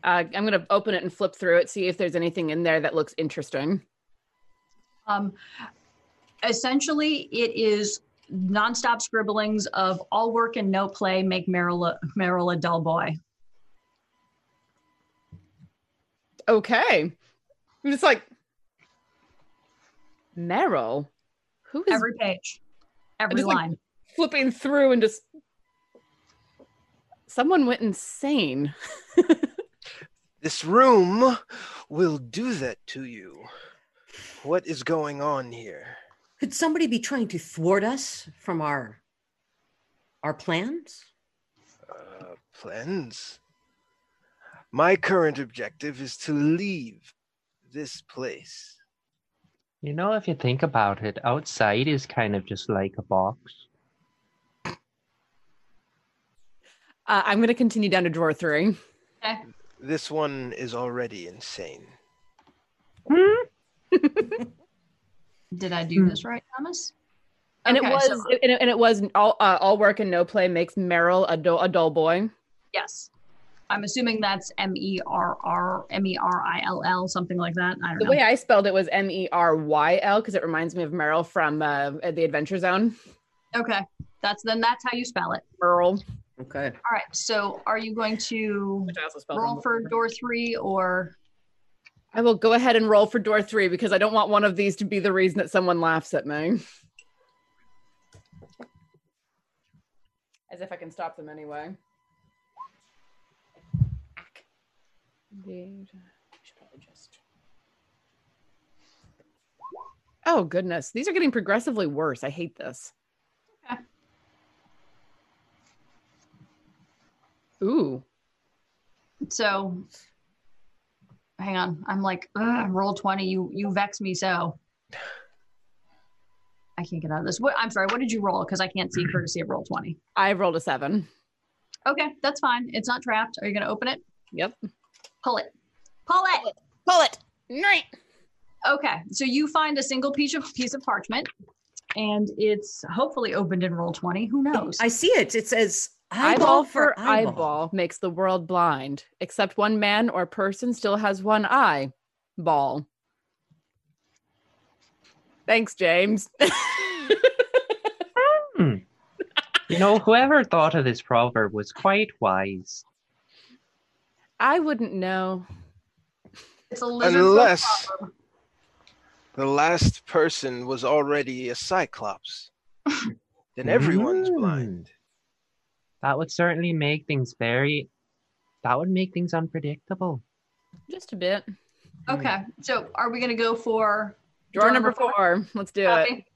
[SPEAKER 5] Uh, I'm gonna open it and flip through it see if there's anything in there that looks interesting.
[SPEAKER 3] um, essentially it is nonstop scribblings of all work and no play make merrill a, merrill a dull boy
[SPEAKER 5] Okay, I'm just like Meryl. Who is
[SPEAKER 3] every page every
[SPEAKER 5] just like-
[SPEAKER 3] line
[SPEAKER 5] flipping through and just someone went insane.
[SPEAKER 4] This room will do that to you. What is going on here?
[SPEAKER 6] Could somebody be trying to thwart us from our our plans?
[SPEAKER 4] Uh, plans? My current objective is to leave this place.
[SPEAKER 9] You know, if you think about it, outside is kind of just like a box.
[SPEAKER 5] Uh, I'm going to continue down to drawer three.
[SPEAKER 4] This one is already insane.
[SPEAKER 3] Did I do this right, Thomas?
[SPEAKER 5] Hmm. And it
[SPEAKER 3] Okay,
[SPEAKER 5] was,
[SPEAKER 3] so-
[SPEAKER 5] and, it, and it was all, uh, all work and no play makes Merrill a dull, a dull boy.
[SPEAKER 3] yes. I'm assuming that's M E R R M E R I L L, something like that. I don't
[SPEAKER 5] The
[SPEAKER 3] know.
[SPEAKER 5] way I spelled it was M E R Y L because it reminds me of Merrill from uh, the Adventure Zone.
[SPEAKER 3] okay, that's then that's how you spell it.
[SPEAKER 5] Merrill.
[SPEAKER 6] Okay.
[SPEAKER 3] All right. So are you going to
[SPEAKER 5] Which I also spelled
[SPEAKER 3] roll
[SPEAKER 5] wrong.
[SPEAKER 3] for door three or?
[SPEAKER 5] I will go ahead and roll for door three because I don't want one of these to be the reason that someone laughs at me. As if I can stop them anyway. Indeed. Should probably just- Oh goodness, these are getting progressively worse. I hate this.
[SPEAKER 3] Okay.
[SPEAKER 5] Ooh.
[SPEAKER 3] So hang on. I'm like, Ugh, roll 20. You you vex me so. I can't get out of this. What I'm sorry, what did you roll? Because I can't see courtesy of roll 20.
[SPEAKER 5] I rolled a seven.
[SPEAKER 3] Okay, that's fine. It's not trapped. Are you gonna open it?
[SPEAKER 5] Yep.
[SPEAKER 3] Pull it. Pull it.
[SPEAKER 5] Pull it. Night.
[SPEAKER 3] Okay. So you find a single piece of piece of parchment and it's hopefully opened in roll 20. Who knows?
[SPEAKER 6] I see it. It says
[SPEAKER 5] eyeball, for eyeball. makes the world blind except one man or person still has one eye ball thanks james
[SPEAKER 9] You know, whoever thought of this proverb was quite wise.
[SPEAKER 5] i wouldn't know
[SPEAKER 3] it's a lizard. for a
[SPEAKER 4] Unless
[SPEAKER 3] proverb.
[SPEAKER 4] the last person was already a cyclops. then everyone's
[SPEAKER 9] Mm.
[SPEAKER 4] blind.
[SPEAKER 9] That would certainly make things very. That would make things unpredictable.
[SPEAKER 5] just a bit
[SPEAKER 3] Okay. So are we gonna go for
[SPEAKER 5] drawer number 4 four let's do it
[SPEAKER 3] Copy.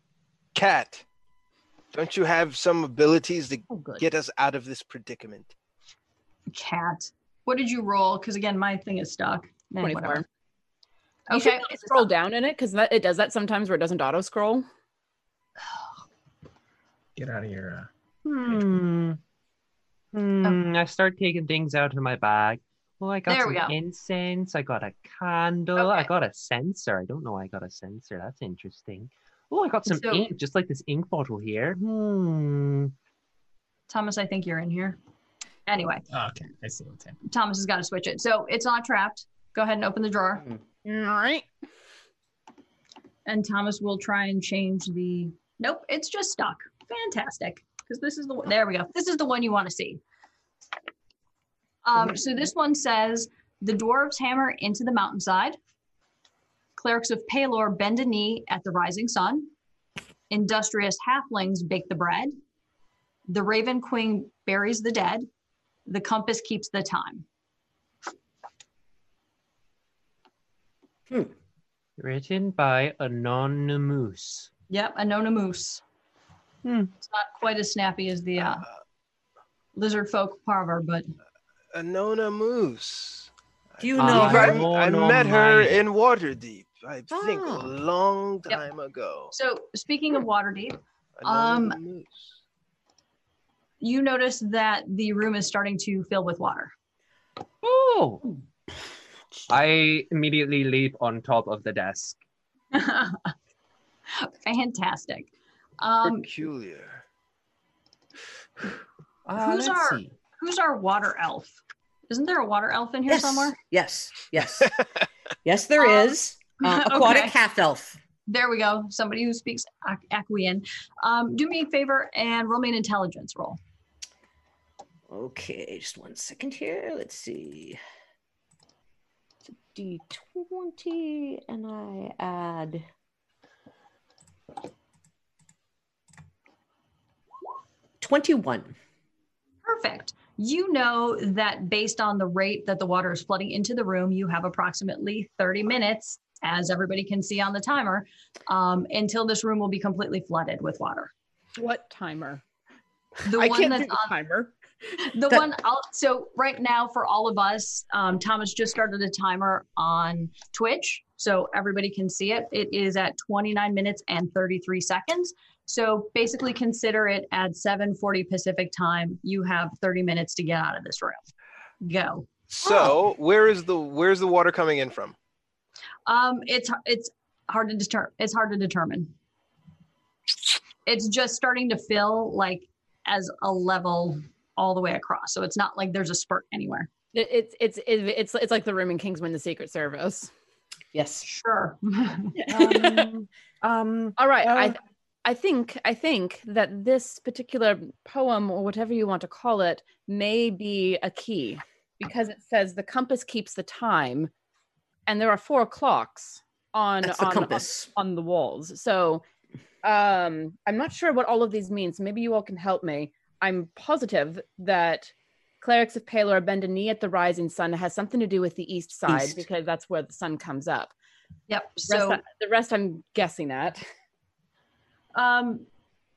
[SPEAKER 4] Cat, don't you have some abilities to
[SPEAKER 5] oh good
[SPEAKER 4] get us out of this predicament?
[SPEAKER 3] Cat. What did you roll? Because again, my thing is stuck. Eh,
[SPEAKER 5] 24
[SPEAKER 3] whatever.
[SPEAKER 5] You should
[SPEAKER 3] Okay.
[SPEAKER 5] be able to scroll down in it because it does that sometimes where it doesn't auto scroll.
[SPEAKER 7] Get out of here.
[SPEAKER 9] Hmm. Hmm. I start taking things out of my bag. Well, I got
[SPEAKER 3] There
[SPEAKER 9] some
[SPEAKER 3] we go.
[SPEAKER 9] incense. I got a candle. I
[SPEAKER 3] Okay.
[SPEAKER 9] got a sensor. I don't know. why I got a sensor. That's interesting. Oh, I got some
[SPEAKER 3] So-
[SPEAKER 9] ink, just like this ink bottle here. Hmm.
[SPEAKER 3] Thomas, I think you're in here. Anyway,
[SPEAKER 7] Uh, okay, I see what's happening.
[SPEAKER 3] Thomas has got to switch it. So it's not trapped. Go ahead and open the drawer.
[SPEAKER 5] Mm. All right.
[SPEAKER 3] And Thomas will try and change the. Nope, it's just stuck. Fantastic. Because this is the one. There we go. This is the one you want to see. Um, so this one says The dwarves hammer into the mountainside. Clerics of Palor bend a knee at the rising sun. Industrious halflings bake the bread. The Raven Queen buries the dead. The compass keeps the time.
[SPEAKER 9] Written by anonymous.
[SPEAKER 3] Yep, Anonymous.
[SPEAKER 9] Hmm.
[SPEAKER 3] It's not quite as snappy as the uh, lizard folk proverb, but
[SPEAKER 4] Anona Moose.
[SPEAKER 6] Do you know
[SPEAKER 9] Ah,
[SPEAKER 6] her?
[SPEAKER 9] yeah.
[SPEAKER 4] I
[SPEAKER 9] Anona
[SPEAKER 4] met her
[SPEAKER 9] Maya.
[SPEAKER 4] in Waterdeep, I think,
[SPEAKER 6] Oh.
[SPEAKER 4] a long
[SPEAKER 3] Yep.
[SPEAKER 4] time ago.
[SPEAKER 3] so speaking of Waterdeep,
[SPEAKER 4] Anona
[SPEAKER 3] Um,
[SPEAKER 4] Moose.
[SPEAKER 3] you notice that the room is starting to fill with water.
[SPEAKER 9] Oh. I immediately leap on top of the desk.
[SPEAKER 3] Fantastic. Um,
[SPEAKER 4] Peculiar.
[SPEAKER 9] Ah,
[SPEAKER 3] Who's
[SPEAKER 9] let's
[SPEAKER 3] our-
[SPEAKER 9] see.
[SPEAKER 3] who's our water elf? Isn't there a water elf in here
[SPEAKER 6] yes.
[SPEAKER 3] somewhere?
[SPEAKER 6] Yes. Yes. yes, There
[SPEAKER 3] Um,
[SPEAKER 6] is Uh, aquatic
[SPEAKER 3] Okay.
[SPEAKER 6] half elf.
[SPEAKER 3] There we go. Somebody who speaks Ak- Aquean. Um, do me a favor and roll me an intelligence roll.
[SPEAKER 6] Okay, just one second here. Let's see. D twenty, and I add. Twenty-one.
[SPEAKER 3] Perfect. You know that based on the rate that the water is flooding into the room, you have approximately 30 minutes, as everybody can see on the timer, um, until this room will be completely flooded with water.
[SPEAKER 5] What timer?
[SPEAKER 3] The
[SPEAKER 5] I
[SPEAKER 3] one
[SPEAKER 5] can't do
[SPEAKER 3] that's
[SPEAKER 5] the
[SPEAKER 3] on
[SPEAKER 5] timer.
[SPEAKER 3] the
[SPEAKER 6] That-
[SPEAKER 3] one. I'll, so right now, for all of us, um, Thomas just started a timer on Twitch. so everybody can see it. It is at 29 minutes and 33 seconds. So basically, consider it at 7:40 Pacific time. You have 30 minutes to get out of this room. Go.
[SPEAKER 4] So where is the where's the water coming in from?
[SPEAKER 3] Um, it's it's hard to deter. It's hard to determine. It's just starting to fill like as a level all the way across. So it's not like there's a spurt anywhere.
[SPEAKER 5] It- it's it's it, it's it's like the room in Kingsman: The Secret Service.
[SPEAKER 6] Yes.
[SPEAKER 3] Sure.
[SPEAKER 5] Um,
[SPEAKER 6] Um,
[SPEAKER 5] All right, I
[SPEAKER 6] Uh,
[SPEAKER 5] th- I think I think that this particular poem or whatever you want to call it may be a key because it says the compass keeps the time, and there are four clocks on
[SPEAKER 6] that's the
[SPEAKER 5] on, on
[SPEAKER 6] compass.
[SPEAKER 5] on the walls. So um, I'm not sure what all of these means. Maybe you all can help me. I'm positive that clerics of Palor bend a knee at the rising sun has something to do with the east side
[SPEAKER 6] East.
[SPEAKER 5] because that's where the sun comes up.
[SPEAKER 3] yep.
[SPEAKER 5] The rest-
[SPEAKER 3] So
[SPEAKER 5] the rest I'm guessing at.
[SPEAKER 3] um,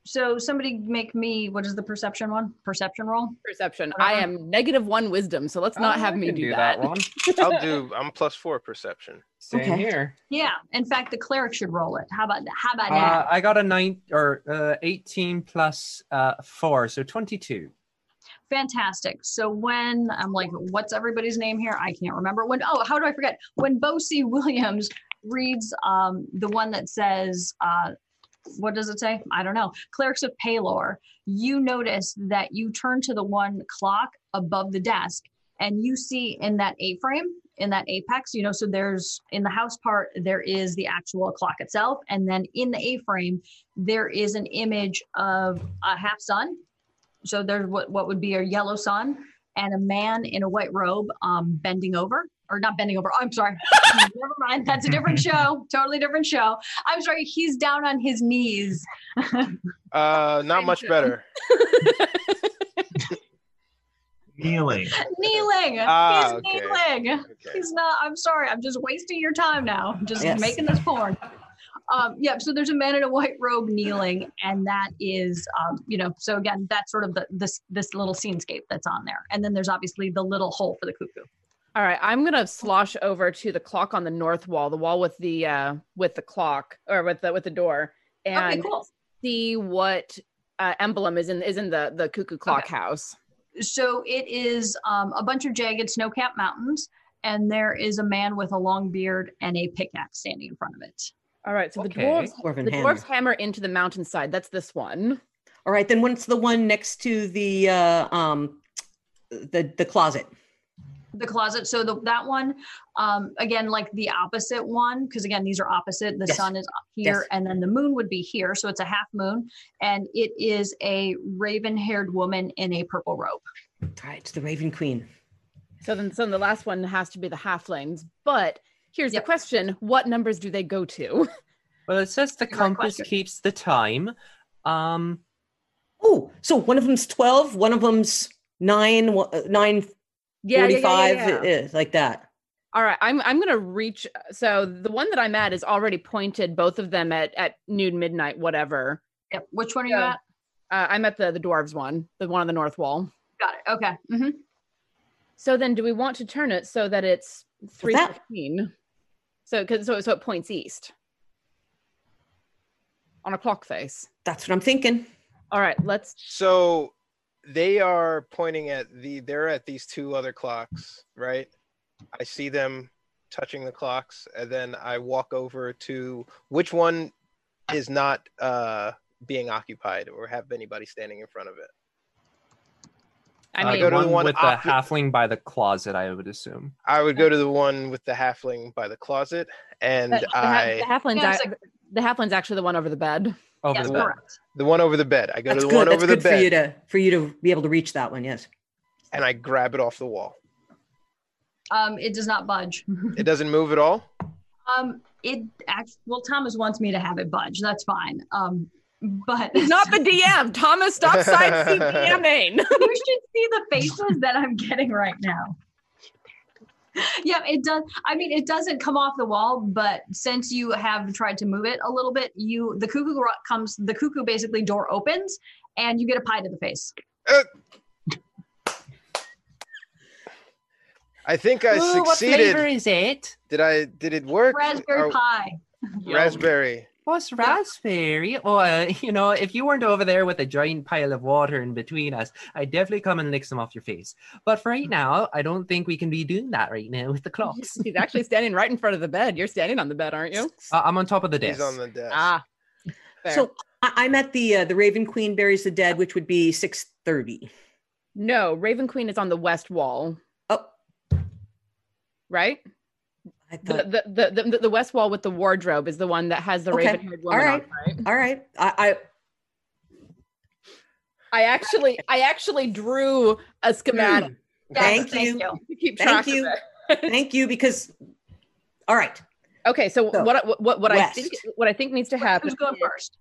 [SPEAKER 3] so somebody make me what is the perception one? Perception roll.
[SPEAKER 5] Perception. I am negative one wisdom, so let's not
[SPEAKER 9] Oh,
[SPEAKER 5] have
[SPEAKER 9] I
[SPEAKER 5] me
[SPEAKER 9] can
[SPEAKER 5] do, that.
[SPEAKER 9] one.
[SPEAKER 4] I'll do. I'm plus four perception.
[SPEAKER 9] Same
[SPEAKER 6] Okay.
[SPEAKER 9] here.
[SPEAKER 3] Yeah. In fact, the cleric should roll it. How about that? How about that?
[SPEAKER 9] Uh, I got a nine or uh, eighteen plus uh, four, so twenty-two.
[SPEAKER 3] Fantastic. So when I'm like, what's everybody's name here? I can't remember. When oh, how do I forget? When Bosie Williams reads um, the one that says, uh, what does it say? I don't know. Clerics of Palor. You notice that you turn to the one clock above the desk, and you see in that A frame, in that apex, you know. So there's in the house part, there is the actual clock itself, and then in the A frame, there is an image of a half sun so there's what, what would be a yellow sun and a man in a white robe um, bending over or not bending over i'm sorry never mind that's a different show totally different show i'm sorry he's down on his knees
[SPEAKER 4] Uh, not much better.
[SPEAKER 7] Kneeling.
[SPEAKER 3] kneeling
[SPEAKER 4] Ah,
[SPEAKER 3] he's
[SPEAKER 4] okay.
[SPEAKER 3] kneeling
[SPEAKER 4] Okay.
[SPEAKER 3] he's not i'm sorry i'm just wasting your time now I'm just
[SPEAKER 6] Yes.
[SPEAKER 3] making this porn um, yeah so there's a man in a white robe kneeling and that is um, you know so again that's sort of the this this little scenescape that's on there and then there's obviously the little hole for the cuckoo
[SPEAKER 5] All right, I'm gonna slosh over to the clock on the north wall, the wall with the uh, with the clock or with the with the door, and
[SPEAKER 3] okay cool
[SPEAKER 5] see what uh, emblem is in is in the the cuckoo clock house.
[SPEAKER 3] so it is um, a bunch of jagged snow-capped mountains and there is a man with a long beard and a pickaxe standing in front of it
[SPEAKER 5] All right, so the
[SPEAKER 9] Okay.
[SPEAKER 5] dwarves
[SPEAKER 6] Dwarven
[SPEAKER 5] the
[SPEAKER 6] hammer.
[SPEAKER 5] dwarves hammer into the mountainside. That's this one.
[SPEAKER 6] All right, then what's the one next to the uh, um, the the closet?
[SPEAKER 3] the closet so the, that one um, again like the opposite one because again these are opposite the
[SPEAKER 6] Yes.
[SPEAKER 3] sun is up here
[SPEAKER 6] Yes.
[SPEAKER 3] and then the moon would be here so it's a half moon and it is a raven-haired woman in a purple robe
[SPEAKER 6] All right, the Raven Queen.
[SPEAKER 5] So then, so the last one has to be the halflings. But here's
[SPEAKER 3] Yep.
[SPEAKER 5] the question: What numbers do they go to?
[SPEAKER 9] Well, it says the
[SPEAKER 3] Good
[SPEAKER 9] compass
[SPEAKER 3] question.
[SPEAKER 9] keeps the time. Um,
[SPEAKER 6] Oh, so one of them's twelve, one of them's nine, one- uh, nine forty-five, uh, like that.
[SPEAKER 5] All right, I'm I'm gonna reach. So the one that I'm at is already pointed. Both of them at at noon, midnight, whatever.
[SPEAKER 3] yep. which one are you
[SPEAKER 5] Yeah.
[SPEAKER 3] at
[SPEAKER 5] Uh, I'm at the the dwarves one, the one on the north wall.
[SPEAKER 3] got it okay hmm
[SPEAKER 5] So then, do we want to turn it so that it's three
[SPEAKER 6] that-
[SPEAKER 5] fifteen? So because so so it points east on a clock face.
[SPEAKER 6] That's what I'm thinking.
[SPEAKER 5] All right, let's.
[SPEAKER 4] So they are pointing at the. They're at these two other clocks, right? I see them touching the clocks, and then I walk over to which one is not uh, being occupied or have anybody standing in front of it.
[SPEAKER 5] I
[SPEAKER 9] uh,
[SPEAKER 5] mean,
[SPEAKER 4] go
[SPEAKER 9] the
[SPEAKER 4] to the
[SPEAKER 9] one
[SPEAKER 4] one
[SPEAKER 9] with
[SPEAKER 4] op-
[SPEAKER 9] the halfling by the closet, I would assume.
[SPEAKER 4] I would go to the one with the halfling by the closet, and
[SPEAKER 5] the, the ha-
[SPEAKER 4] I
[SPEAKER 5] the halfling's
[SPEAKER 3] Yeah, it's
[SPEAKER 5] ac- the halfling's actually the one over the bed.
[SPEAKER 9] Over
[SPEAKER 3] yes
[SPEAKER 9] the bed.
[SPEAKER 3] correct
[SPEAKER 4] the one over the bed. I go
[SPEAKER 6] That's
[SPEAKER 4] to the
[SPEAKER 6] good.
[SPEAKER 4] one
[SPEAKER 6] That's
[SPEAKER 4] over the
[SPEAKER 6] good for you
[SPEAKER 4] bed,
[SPEAKER 6] to for you to be able to reach that one. Yes.
[SPEAKER 4] and I grab it off the wall.
[SPEAKER 3] um, it does not budge
[SPEAKER 4] It doesn't move at all.
[SPEAKER 3] Um, it act well, Thomas wants me to have it budge. That's fine. Um, but
[SPEAKER 5] Not the DM. Thomas, stop sign CPMing.
[SPEAKER 3] you should see the faces that I'm getting right now. Yeah, it does. I mean, it doesn't come off the wall, but since you have tried to move it a little bit, you the cuckoo ro- comes. The cuckoo basically door opens, and you get a pie to the face.
[SPEAKER 4] I think I
[SPEAKER 8] Ooh, what flavor
[SPEAKER 4] succeeded.
[SPEAKER 8] is it?
[SPEAKER 4] Did I? Did it work?
[SPEAKER 3] Raspberry
[SPEAKER 4] Or-
[SPEAKER 3] pie.
[SPEAKER 4] Raspberry.
[SPEAKER 9] What's raspberry? Or, uh, you know, if you weren't over there with a giant pile of water in between us, I'd definitely come and lick some off your face. But for right now, I don't think we can be doing that right now with the clocks.
[SPEAKER 5] He's actually standing right in front of the bed. You're standing on the bed, aren't you?
[SPEAKER 9] Uh, I'm on top of the desk.
[SPEAKER 4] He's on the desk.
[SPEAKER 5] Ah. Fair.
[SPEAKER 6] So I- I'm at the uh, the Raven Queen buries the dead, which would be six thirty.
[SPEAKER 5] no, Raven Queen is on the west wall,
[SPEAKER 6] Oh,
[SPEAKER 5] right?
[SPEAKER 6] I
[SPEAKER 5] The,
[SPEAKER 6] thought.
[SPEAKER 5] the, the, the, the west wall with the wardrobe is the one that has the
[SPEAKER 6] Okay.
[SPEAKER 5] raven haired woman
[SPEAKER 6] All
[SPEAKER 5] on, it, right?
[SPEAKER 6] all right, I,
[SPEAKER 5] I actually I actually drew a
[SPEAKER 6] I
[SPEAKER 5] schematic
[SPEAKER 3] Yes,
[SPEAKER 6] Hmm. Thank you.
[SPEAKER 5] to keep
[SPEAKER 6] Thank
[SPEAKER 5] track
[SPEAKER 6] you.
[SPEAKER 5] of it.
[SPEAKER 6] thank you because. All right,
[SPEAKER 5] Okay, so,
[SPEAKER 6] So,
[SPEAKER 5] what what what I think
[SPEAKER 6] west.
[SPEAKER 5] what I think needs to happen
[SPEAKER 3] Who's going
[SPEAKER 5] is-
[SPEAKER 3] first?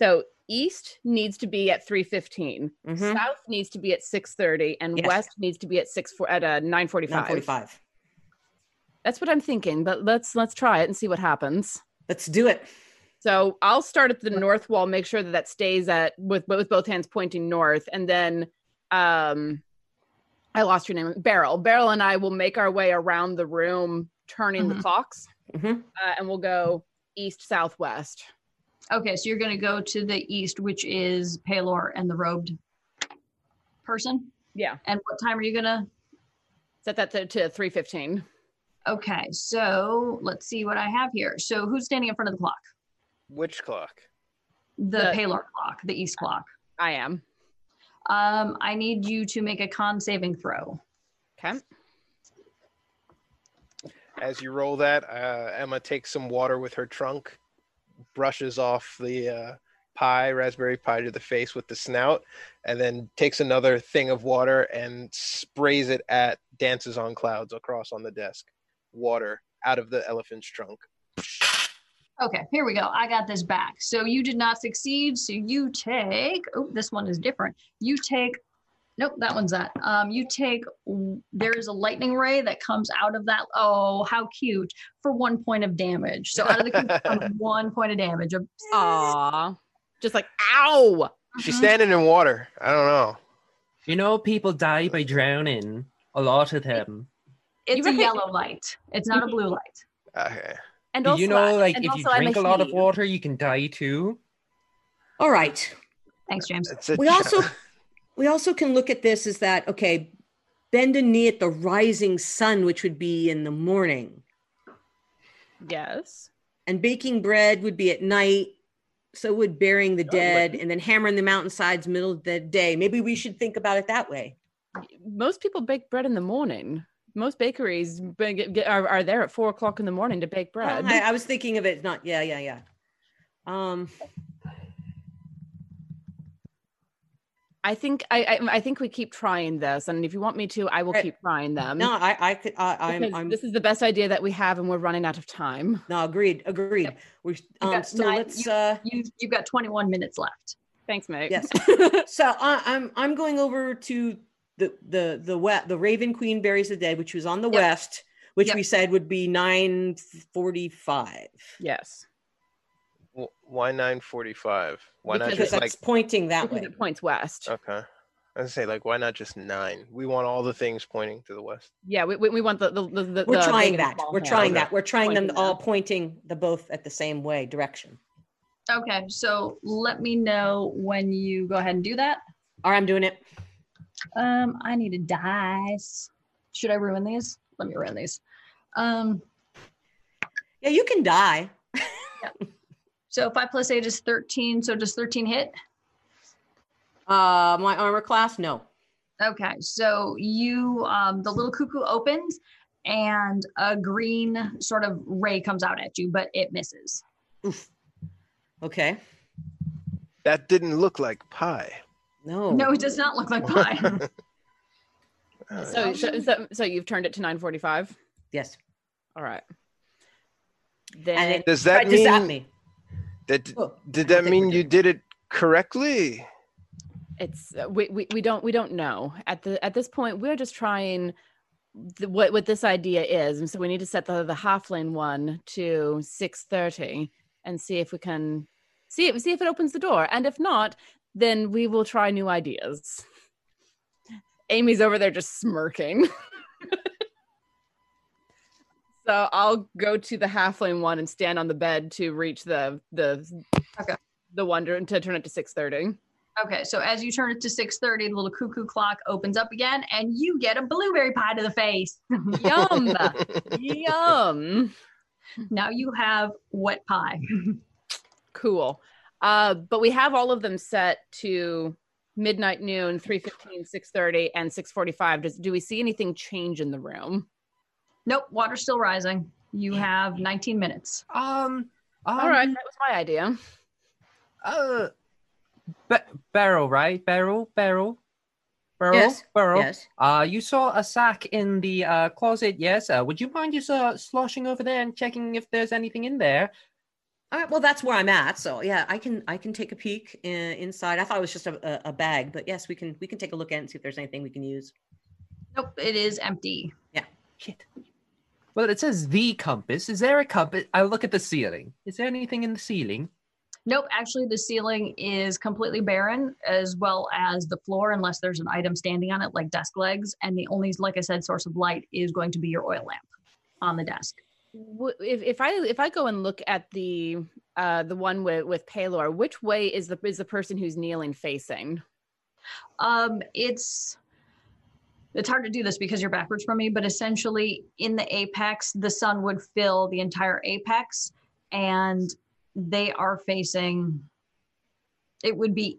[SPEAKER 5] So east needs to be at 315.
[SPEAKER 6] Mhm.
[SPEAKER 5] South needs to be at 630 and
[SPEAKER 6] Yes.
[SPEAKER 5] west needs to be at 6 at uh, 945.
[SPEAKER 6] nine forty-five.
[SPEAKER 5] That's what I'm thinking, but let's let's try it and see what happens.
[SPEAKER 6] Let's do it.
[SPEAKER 5] So I'll start at the north wall, make sure that that stays at with both both hands pointing north, and then um, I lost your name, Beryl. Beryl and I will make our way around the room, turning the
[SPEAKER 3] Mhm.
[SPEAKER 5] clocks,
[SPEAKER 6] Mhm.
[SPEAKER 5] uh, and we'll go east, south, west.
[SPEAKER 3] Okay, so you're going to go to the east, which is Palor and the robed person.
[SPEAKER 5] Yeah,
[SPEAKER 3] And what time are you going to?
[SPEAKER 5] set that to, to three fifteen.
[SPEAKER 3] Okay, so let's see what I have here. So who's standing in front of the clock?
[SPEAKER 4] Witch clock.
[SPEAKER 3] The,
[SPEAKER 5] The-
[SPEAKER 3] Palor clock, the east clock.
[SPEAKER 5] I am
[SPEAKER 3] Um, I need you to make a con saving throw.
[SPEAKER 5] okay.
[SPEAKER 4] As you roll that, uh, Emma takes some water with her trunk, brushes off the uh, pie, raspberry pie, to the face with the snout, and then takes another thing of water and sprays it at Dances on Clouds across on the desk. Water out of the elephant's trunk.
[SPEAKER 6] Uh-huh.
[SPEAKER 3] Okay, here we go. I got this back. So you did not succeed. So you take, oh, this one is different. You take, nope, that one's that. Um, you take, there is a lightning ray that comes out of that. Oh, how cute. For one point of damage. So out of the cube comes one point of damage. Of-
[SPEAKER 5] Aw, just like ow.
[SPEAKER 4] She's
[SPEAKER 3] Mhm.
[SPEAKER 4] standing in water. I don't know.
[SPEAKER 9] You know, people die by drowning. A lot of them.
[SPEAKER 3] It's
[SPEAKER 5] You
[SPEAKER 3] a
[SPEAKER 5] reckon-
[SPEAKER 3] yellow light. It's not a blue light.
[SPEAKER 4] Okay.
[SPEAKER 5] And
[SPEAKER 9] Do
[SPEAKER 5] also,
[SPEAKER 9] you know,
[SPEAKER 5] I-
[SPEAKER 9] like,
[SPEAKER 5] and
[SPEAKER 9] if you
[SPEAKER 5] also I'm
[SPEAKER 9] drink a lot of
[SPEAKER 5] heat.
[SPEAKER 9] water, you can die too?
[SPEAKER 6] All right.
[SPEAKER 3] Thanks, James.
[SPEAKER 4] It's a
[SPEAKER 6] We also we also can look at this as that okay. Bend a knee at the rising sun, which would be in the morning,
[SPEAKER 5] Yes.
[SPEAKER 6] and baking bread would be at night. So would burying the dead, and then hammering the mountainsides middle of the day. Maybe we should think about it that way.
[SPEAKER 5] Most people bake bread in the morning. Most bakeries ba- get, get- are, are there at four o'clock in the morning to bake
[SPEAKER 6] Well,
[SPEAKER 5] bread.
[SPEAKER 6] I, I was thinking of it not yeah yeah yeah. Um,
[SPEAKER 5] I think I, I I think we keep trying this, and if you want me to, I will
[SPEAKER 6] Right.
[SPEAKER 5] keep trying them.
[SPEAKER 6] Eh, no, I I could I,
[SPEAKER 5] because
[SPEAKER 6] I'm I'm
[SPEAKER 5] this is the best idea that we have, and we're running out of time.
[SPEAKER 6] no agreed agreed. We're um,
[SPEAKER 3] got
[SPEAKER 6] so
[SPEAKER 3] nine-
[SPEAKER 6] let's uh
[SPEAKER 3] You, you've got 21 minutes left.
[SPEAKER 5] Thanks, mate.
[SPEAKER 6] Yes. so I, I'm I'm going over to the the the west, the Raven Queen buries the dead, which was on the
[SPEAKER 5] Yep.
[SPEAKER 6] west, which
[SPEAKER 3] Yep.
[SPEAKER 6] we said would be nine forty five.
[SPEAKER 5] yes.
[SPEAKER 4] W- why 945? Why not
[SPEAKER 6] Because
[SPEAKER 4] just
[SPEAKER 6] that's
[SPEAKER 4] like
[SPEAKER 6] pointing that
[SPEAKER 5] Because
[SPEAKER 6] way.
[SPEAKER 5] it points west.
[SPEAKER 4] okay? I was gonna say like why not just nine? We want all the things pointing to the west.
[SPEAKER 5] Yeah, we, we, we want the the, the, the
[SPEAKER 6] We're
[SPEAKER 5] the
[SPEAKER 6] trying
[SPEAKER 5] big and
[SPEAKER 6] that.
[SPEAKER 5] small
[SPEAKER 6] We're
[SPEAKER 5] hand.
[SPEAKER 6] trying
[SPEAKER 4] Okay.
[SPEAKER 6] that. We're trying them
[SPEAKER 5] Pointing
[SPEAKER 6] all pointing the both at the same way direction.
[SPEAKER 3] Okay, so let me know when you go ahead and do that.
[SPEAKER 6] All right, I'm doing it.
[SPEAKER 3] Um, I need a dice. Should I ruin these? Let me ruin these. Um,
[SPEAKER 6] Yeah, you can die.
[SPEAKER 3] so five plus eight is thirteen. So does thirteen hit?
[SPEAKER 6] Uh, my armor class, no.
[SPEAKER 3] Okay, so you um, the little cuckoo opens and a green sort of ray comes out at you, but it misses.
[SPEAKER 6] Okay,
[SPEAKER 4] That didn't look like pie.
[SPEAKER 6] no.
[SPEAKER 3] No, it does not look like pie.
[SPEAKER 4] Uh,
[SPEAKER 5] So so, so so you've turned it to nine forty five.
[SPEAKER 6] Yes.
[SPEAKER 5] All right. Then
[SPEAKER 6] And it
[SPEAKER 4] does that
[SPEAKER 6] tried to
[SPEAKER 4] mean
[SPEAKER 6] zap me.
[SPEAKER 4] that
[SPEAKER 6] Oh,
[SPEAKER 4] did
[SPEAKER 6] I
[SPEAKER 4] that
[SPEAKER 6] think
[SPEAKER 4] mean
[SPEAKER 6] we're
[SPEAKER 4] you did it correctly?
[SPEAKER 5] it's uh, we, we we don't we don't know at the at this point we're just trying the, what what this idea is and so we need to set the the halfling one to 6:30 and see if we can see if see if it opens the door and if not then we will try new ideas Amy's over there just smirking So I'll go to the halfling one and stand on the bed to reach the the
[SPEAKER 3] Okay.
[SPEAKER 5] the wonder to turn it to six thirty.
[SPEAKER 3] Okay, so as you turn it to 6:30, the little cuckoo clock opens up again and you get a blueberry pie to the face.
[SPEAKER 5] Yum, yum,
[SPEAKER 3] now you have wet pie.
[SPEAKER 5] cool. Uh, but we have all of them set to midnight, noon, 3.15, 6.30, and 6.45. Does, do we see anything change in the room?
[SPEAKER 3] Nope, water's still rising. You have 19 minutes.
[SPEAKER 9] Um,
[SPEAKER 5] all right, that was my idea.
[SPEAKER 9] Uh, ba- barrel, right? Barrel, barrel, barrel,
[SPEAKER 6] Yes,
[SPEAKER 9] barrel.
[SPEAKER 6] yes.
[SPEAKER 9] Uh, you saw a sack in the uh, closet. Yes. Uh, would you mind just uh, sloshing over there and checking if there's anything in there?
[SPEAKER 6] All right. Well, that's where I'm at. So yeah, I can I can take a peek uh, inside. I thought it was just a, a, a bag, but yes, we can we can take a look at it and see if there's anything we can use.
[SPEAKER 3] Nope, it is empty.
[SPEAKER 9] Shit. Well, it says the compass. Is there a compass? I look at the ceiling. Is there anything in the ceiling?
[SPEAKER 3] Nope, actually the ceiling is completely barren as well as the floor unless there's an item standing on it like desk legs and the only like I said source of light is going to be your oil lamp on the desk.
[SPEAKER 5] W- If, if I if I go and look at the uh, the one with, with Paylor, which way is the is the person who's kneeling facing?
[SPEAKER 3] Um, it's it's hard to do this because you're backwards from me, but essentially in the apex, the sun would fill the entire apex, and they are facing. It would be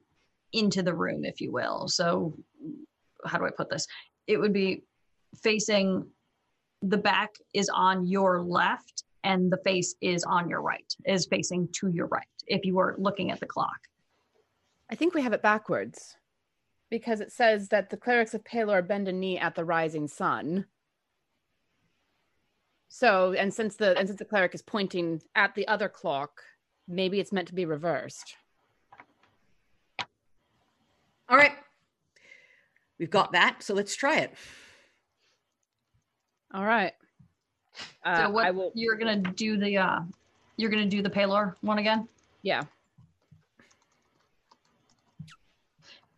[SPEAKER 3] into the room, if you will. So, how do I put this? It would be facing. The back is on your left, and the face is on your right. Is facing to your right if you were looking at the clock.
[SPEAKER 5] I think we have it backwards because it says that the clerics of Palor bend a knee at the rising sun. So, and since the and since the cleric is pointing at the other clock, maybe it's meant to be reversed.
[SPEAKER 6] All right. We've got that. So let's try it.
[SPEAKER 5] All right. Uh,
[SPEAKER 3] so what
[SPEAKER 5] I will.
[SPEAKER 3] you're gonna do the uh you're gonna do the Palor one again?
[SPEAKER 5] Yeah.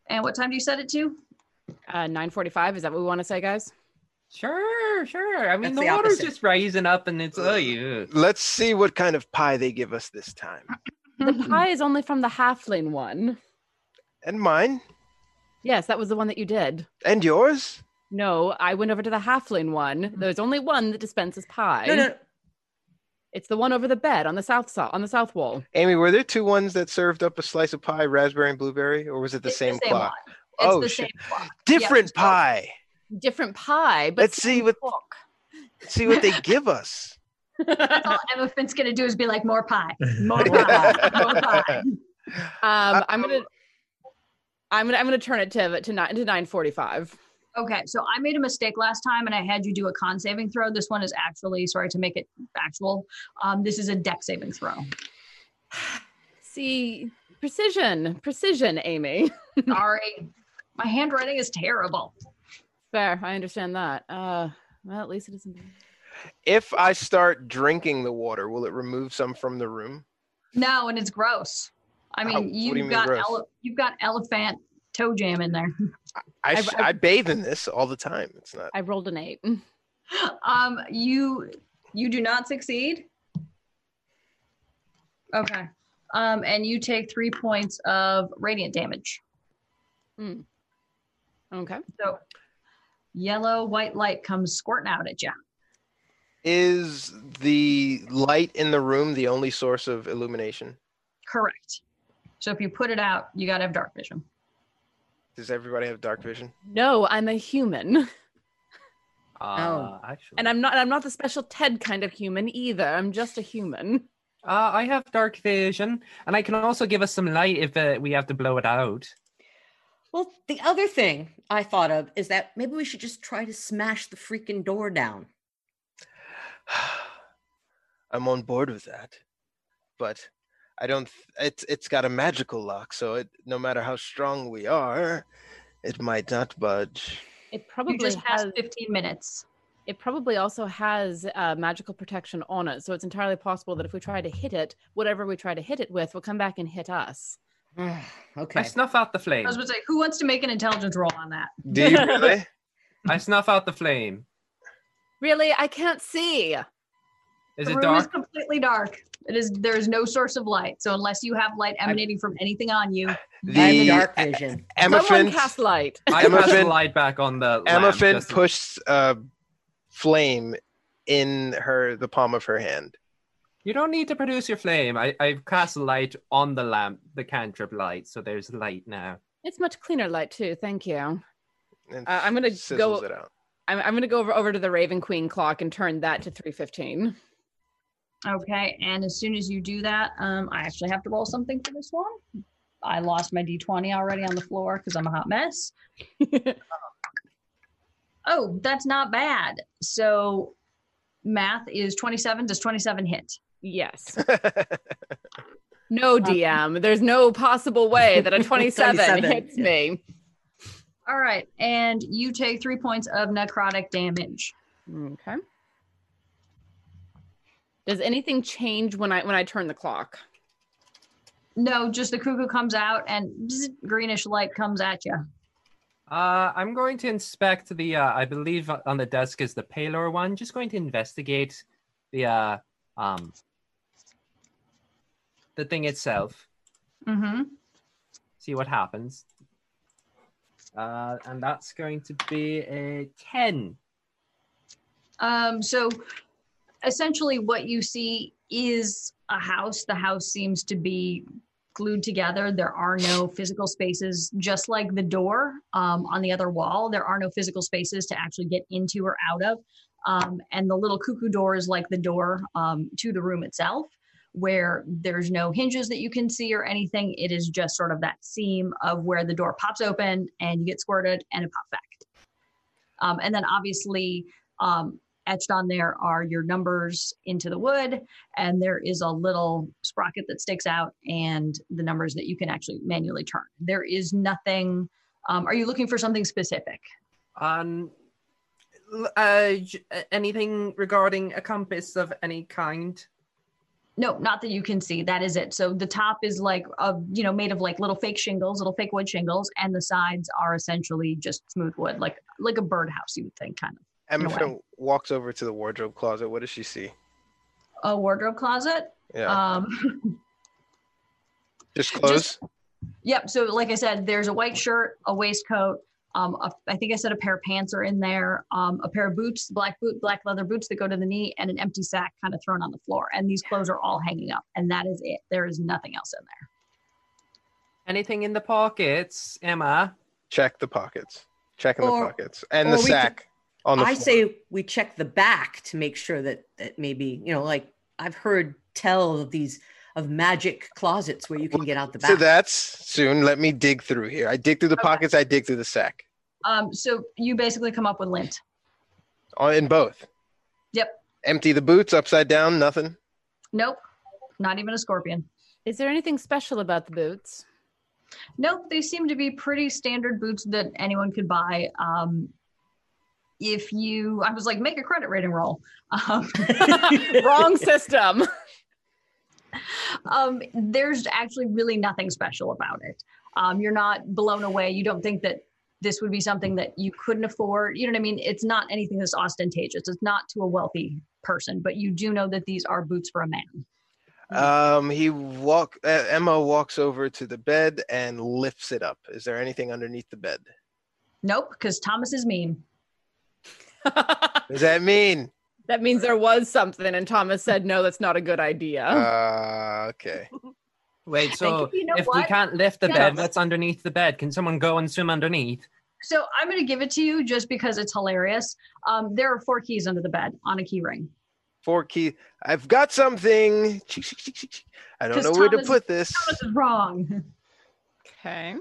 [SPEAKER 3] And what time do you set it to?
[SPEAKER 5] Uh, Nine forty-five. Is that what we want to say, guys?
[SPEAKER 9] Sure, sure. I mean, the,
[SPEAKER 6] That's the
[SPEAKER 9] water's
[SPEAKER 6] opposite.
[SPEAKER 9] just rising up, and it's oh, yeah.
[SPEAKER 4] Let's see what kind of pie they give us this time.
[SPEAKER 5] The pie is only from the halfling one.
[SPEAKER 4] And mine.
[SPEAKER 5] Yes, that was the one that you did.
[SPEAKER 4] And yours.
[SPEAKER 5] No, I went over to the halfling one. There's only one that dispenses pie.
[SPEAKER 6] No, no.
[SPEAKER 5] It's the one over the bed on the south side, on the south wall.
[SPEAKER 4] Amy, were there two ones that served up a slice of pie, raspberry and blueberry, or was it the
[SPEAKER 3] It's the
[SPEAKER 4] same
[SPEAKER 3] same
[SPEAKER 4] clock?
[SPEAKER 3] It's
[SPEAKER 4] Oh,
[SPEAKER 3] the
[SPEAKER 4] shit.
[SPEAKER 3] same clock.
[SPEAKER 4] Different
[SPEAKER 3] Yeah.
[SPEAKER 4] pie.
[SPEAKER 5] Different pie, but
[SPEAKER 4] Let's see what
[SPEAKER 5] clock.
[SPEAKER 4] see what they give us.
[SPEAKER 3] That's all Emma Finn's gonna do is be like more pie. More pie. more pie.
[SPEAKER 4] All
[SPEAKER 5] Um, I'm gonna, I'm gonna, I'm gonna turn it to to nine to nine forty-five.
[SPEAKER 3] Okay, so I made a mistake last time and I had you do a con saving throw. This one is actually sorry to make it actual. Um, this is a deck saving throw.
[SPEAKER 5] See, precision, precision, Amy.
[SPEAKER 3] Sorry. My handwriting is terrible.
[SPEAKER 5] Fair, I understand that. Uh, well, at least it isn't.
[SPEAKER 4] If I start drinking the water, will it remove some from the room?
[SPEAKER 3] No, and it's gross. I mean,
[SPEAKER 4] How- what do you
[SPEAKER 3] you've
[SPEAKER 4] mean
[SPEAKER 3] got
[SPEAKER 4] gross?
[SPEAKER 3] ele- you've got elephant toe jam in there.
[SPEAKER 4] I,
[SPEAKER 5] I-
[SPEAKER 4] sh-
[SPEAKER 5] I-
[SPEAKER 4] I bathe in this all the time. It's not.
[SPEAKER 5] I rolled an eight.
[SPEAKER 3] um you you do not succeed okay um and you take three points of radiant damage
[SPEAKER 5] Okay.
[SPEAKER 3] so yellow white light comes squirting out at you
[SPEAKER 4] Is the light in the room the only source of illumination?
[SPEAKER 3] correct so if you put it out you got to have dark vision
[SPEAKER 4] Does everybody have dark vision?
[SPEAKER 5] No, I'm a human,
[SPEAKER 3] Oh.
[SPEAKER 9] Uh, actually,
[SPEAKER 5] and I'm not. I'm not the special Ted kind of human either. I'm just a human.
[SPEAKER 9] Uh, I have dark vision, and I can also give us some light if uh, we have to blow it out.
[SPEAKER 6] Well, the other thing I thought of is that maybe we should just try to smash the freaking door down.
[SPEAKER 4] I'm on board with that, but I don't. Th- it's it's got a magical lock, so it no matter how strong we are, it might not budge.
[SPEAKER 5] It probably
[SPEAKER 3] you just
[SPEAKER 5] has.
[SPEAKER 3] passed 15 minutes
[SPEAKER 5] It probably also has uh, magical protection on it, so it's entirely possible that if we try to hit it, whatever we try to hit it with will come back and hit us.
[SPEAKER 9] I
[SPEAKER 6] okay.
[SPEAKER 9] snuff out the
[SPEAKER 3] i
[SPEAKER 9] flame.
[SPEAKER 3] was gonna say who wants to make an intelligence roll on that
[SPEAKER 4] Do you really?
[SPEAKER 9] I snuff out the flame.
[SPEAKER 5] Really, I can't see.
[SPEAKER 9] Is
[SPEAKER 3] the
[SPEAKER 9] it
[SPEAKER 3] room is
[SPEAKER 9] dark?
[SPEAKER 3] completely dark. It is. There is no source of light. So unless you have light emanating from anything on you,
[SPEAKER 6] I have a
[SPEAKER 4] The
[SPEAKER 6] dark vision.
[SPEAKER 5] Someone
[SPEAKER 4] Amaphint,
[SPEAKER 5] cast light.
[SPEAKER 9] I must
[SPEAKER 4] Amafin-
[SPEAKER 9] light back on the lamp
[SPEAKER 4] Amaphint
[SPEAKER 9] just-
[SPEAKER 4] pushed uh, flame in her the palm of her hand.
[SPEAKER 9] You don't need to produce your flame. I, I've cast light on the lamp, the cantrip light, so there's light now.
[SPEAKER 5] It's much cleaner light too. Thank you.
[SPEAKER 4] And
[SPEAKER 5] Uh, I'm gonna
[SPEAKER 4] sizzles
[SPEAKER 5] go-
[SPEAKER 4] It out.
[SPEAKER 5] I'm, I'm going to go over, over to the Raven Queen clock and turn that to 315.
[SPEAKER 3] okay. And as soon as you do that, um, I actually have to roll something for this one. I lost my d20 already on the floor because I'm a hot mess. Oh, that's not bad. So math is 27. Does 27 hit?
[SPEAKER 5] yes. No DM. There's no possible way that a 27,
[SPEAKER 6] 27,
[SPEAKER 5] hits me.
[SPEAKER 3] All right. And you take three points of necrotic damage.
[SPEAKER 5] Okay. Does anything change when I when I turn the clock?
[SPEAKER 3] No, just the cuckoo comes out and bzz, greenish light comes at you.
[SPEAKER 9] Uh, I'm going to inspect the. Uh, I believe on the desk is the paler one. Just going to investigate the uh, um, the thing itself.
[SPEAKER 3] Mm-hmm.
[SPEAKER 9] See what happens. Uh, and that's going to be a ten.
[SPEAKER 3] Um, so essentially, what you see is a house. The house seems to be glued together. There are no physical spaces, just like the door um, on the other wall. There are no physical spaces to actually get into or out of. Um, and the little cuckoo door is like the door um, to the room itself, where there's no hinges that you can see or anything. It is just sort of that seam of where the door pops open and you get squirted and it pops back. Um, and then obviously, um, etched on there are your numbers into the wood and there is a little sprocket that sticks out and the numbers that you can actually manually turn there is nothing um, are you looking for something specific
[SPEAKER 9] Um, l- uh, j- uh, anything regarding a compass of any kind?
[SPEAKER 3] no not that you can see that is it so the top is like of you know made of like little fake shingles little fake wood shingles and the sides are essentially just smooth wood like like a birdhouse you would think kind of
[SPEAKER 4] Amaphint walks over to the wardrobe closet. What does she see?
[SPEAKER 3] a wardrobe closet
[SPEAKER 4] Yeah,
[SPEAKER 6] Uh,
[SPEAKER 3] um
[SPEAKER 4] just clothes.
[SPEAKER 3] Yep. So, like I said, there's a white shirt, a waistcoat. Um, a, I think I said a pair of pants are in there, um, a pair of boots, black boot, black leather boots that go to the knee, and an empty sack kind of thrown on the floor. And these clothes are all hanging up, and that is it. There is nothing else in there.
[SPEAKER 9] Anything in the pockets, Emma?
[SPEAKER 4] Check the pockets. Checking
[SPEAKER 6] Or-
[SPEAKER 4] the pockets and
[SPEAKER 6] or
[SPEAKER 4] the
[SPEAKER 6] we
[SPEAKER 4] sack on the.
[SPEAKER 6] I
[SPEAKER 4] floor.
[SPEAKER 6] say we check the back to make sure that that maybe you know, like I've heard tell of these of magic closets where you can get out the back.
[SPEAKER 4] So that's soon. Let me dig through here. I dig through the pockets. I dig through the sack.
[SPEAKER 3] Um, so you basically come up with lint.
[SPEAKER 4] Oh, In both.
[SPEAKER 3] Yep.
[SPEAKER 4] Empty the boots upside down. Nothing.
[SPEAKER 3] Nope. Not even a scorpion.
[SPEAKER 5] Is there anything special about the boots?
[SPEAKER 3] Nope, they seem to be pretty standard boots that anyone could buy. Um, if you, I was like, make a credit rating roll. Um,
[SPEAKER 5] Wrong system.
[SPEAKER 3] um, there's actually really nothing special about it. Um, you're not blown away. You don't think that this would be something that you couldn't afford. You know what I mean? It's not anything that's ostentatious. It's not to a wealthy person, but you do know that these are boots for a man.
[SPEAKER 6] Mm.
[SPEAKER 4] Um, he walk. Uh, Emma walks over to the bed and lifts it up. Is there anything underneath the bed?
[SPEAKER 3] Nope, because Thomas is mean.
[SPEAKER 5] that
[SPEAKER 4] Does that mean?
[SPEAKER 5] means there was something, and Thomas said, no, that's not a good idea.
[SPEAKER 6] Oh.
[SPEAKER 4] Uh, okay.
[SPEAKER 9] Wait, so
[SPEAKER 3] you know
[SPEAKER 9] if we
[SPEAKER 3] what?
[SPEAKER 9] can't lift the
[SPEAKER 3] Yeah.
[SPEAKER 9] bed, what's underneath the bed? Can someone go and swim underneath?
[SPEAKER 3] So I'm going to give it to you just because it's hilarious. Um, there are four keys under the bed on a key ring.
[SPEAKER 4] Four key. I've got something. Cheek, cheek, cheek, cheek, cheek. I don't
[SPEAKER 3] 'Cause
[SPEAKER 4] know where to
[SPEAKER 3] Thomas-
[SPEAKER 4] put this.
[SPEAKER 3] Thomas is wrong.
[SPEAKER 5] okay.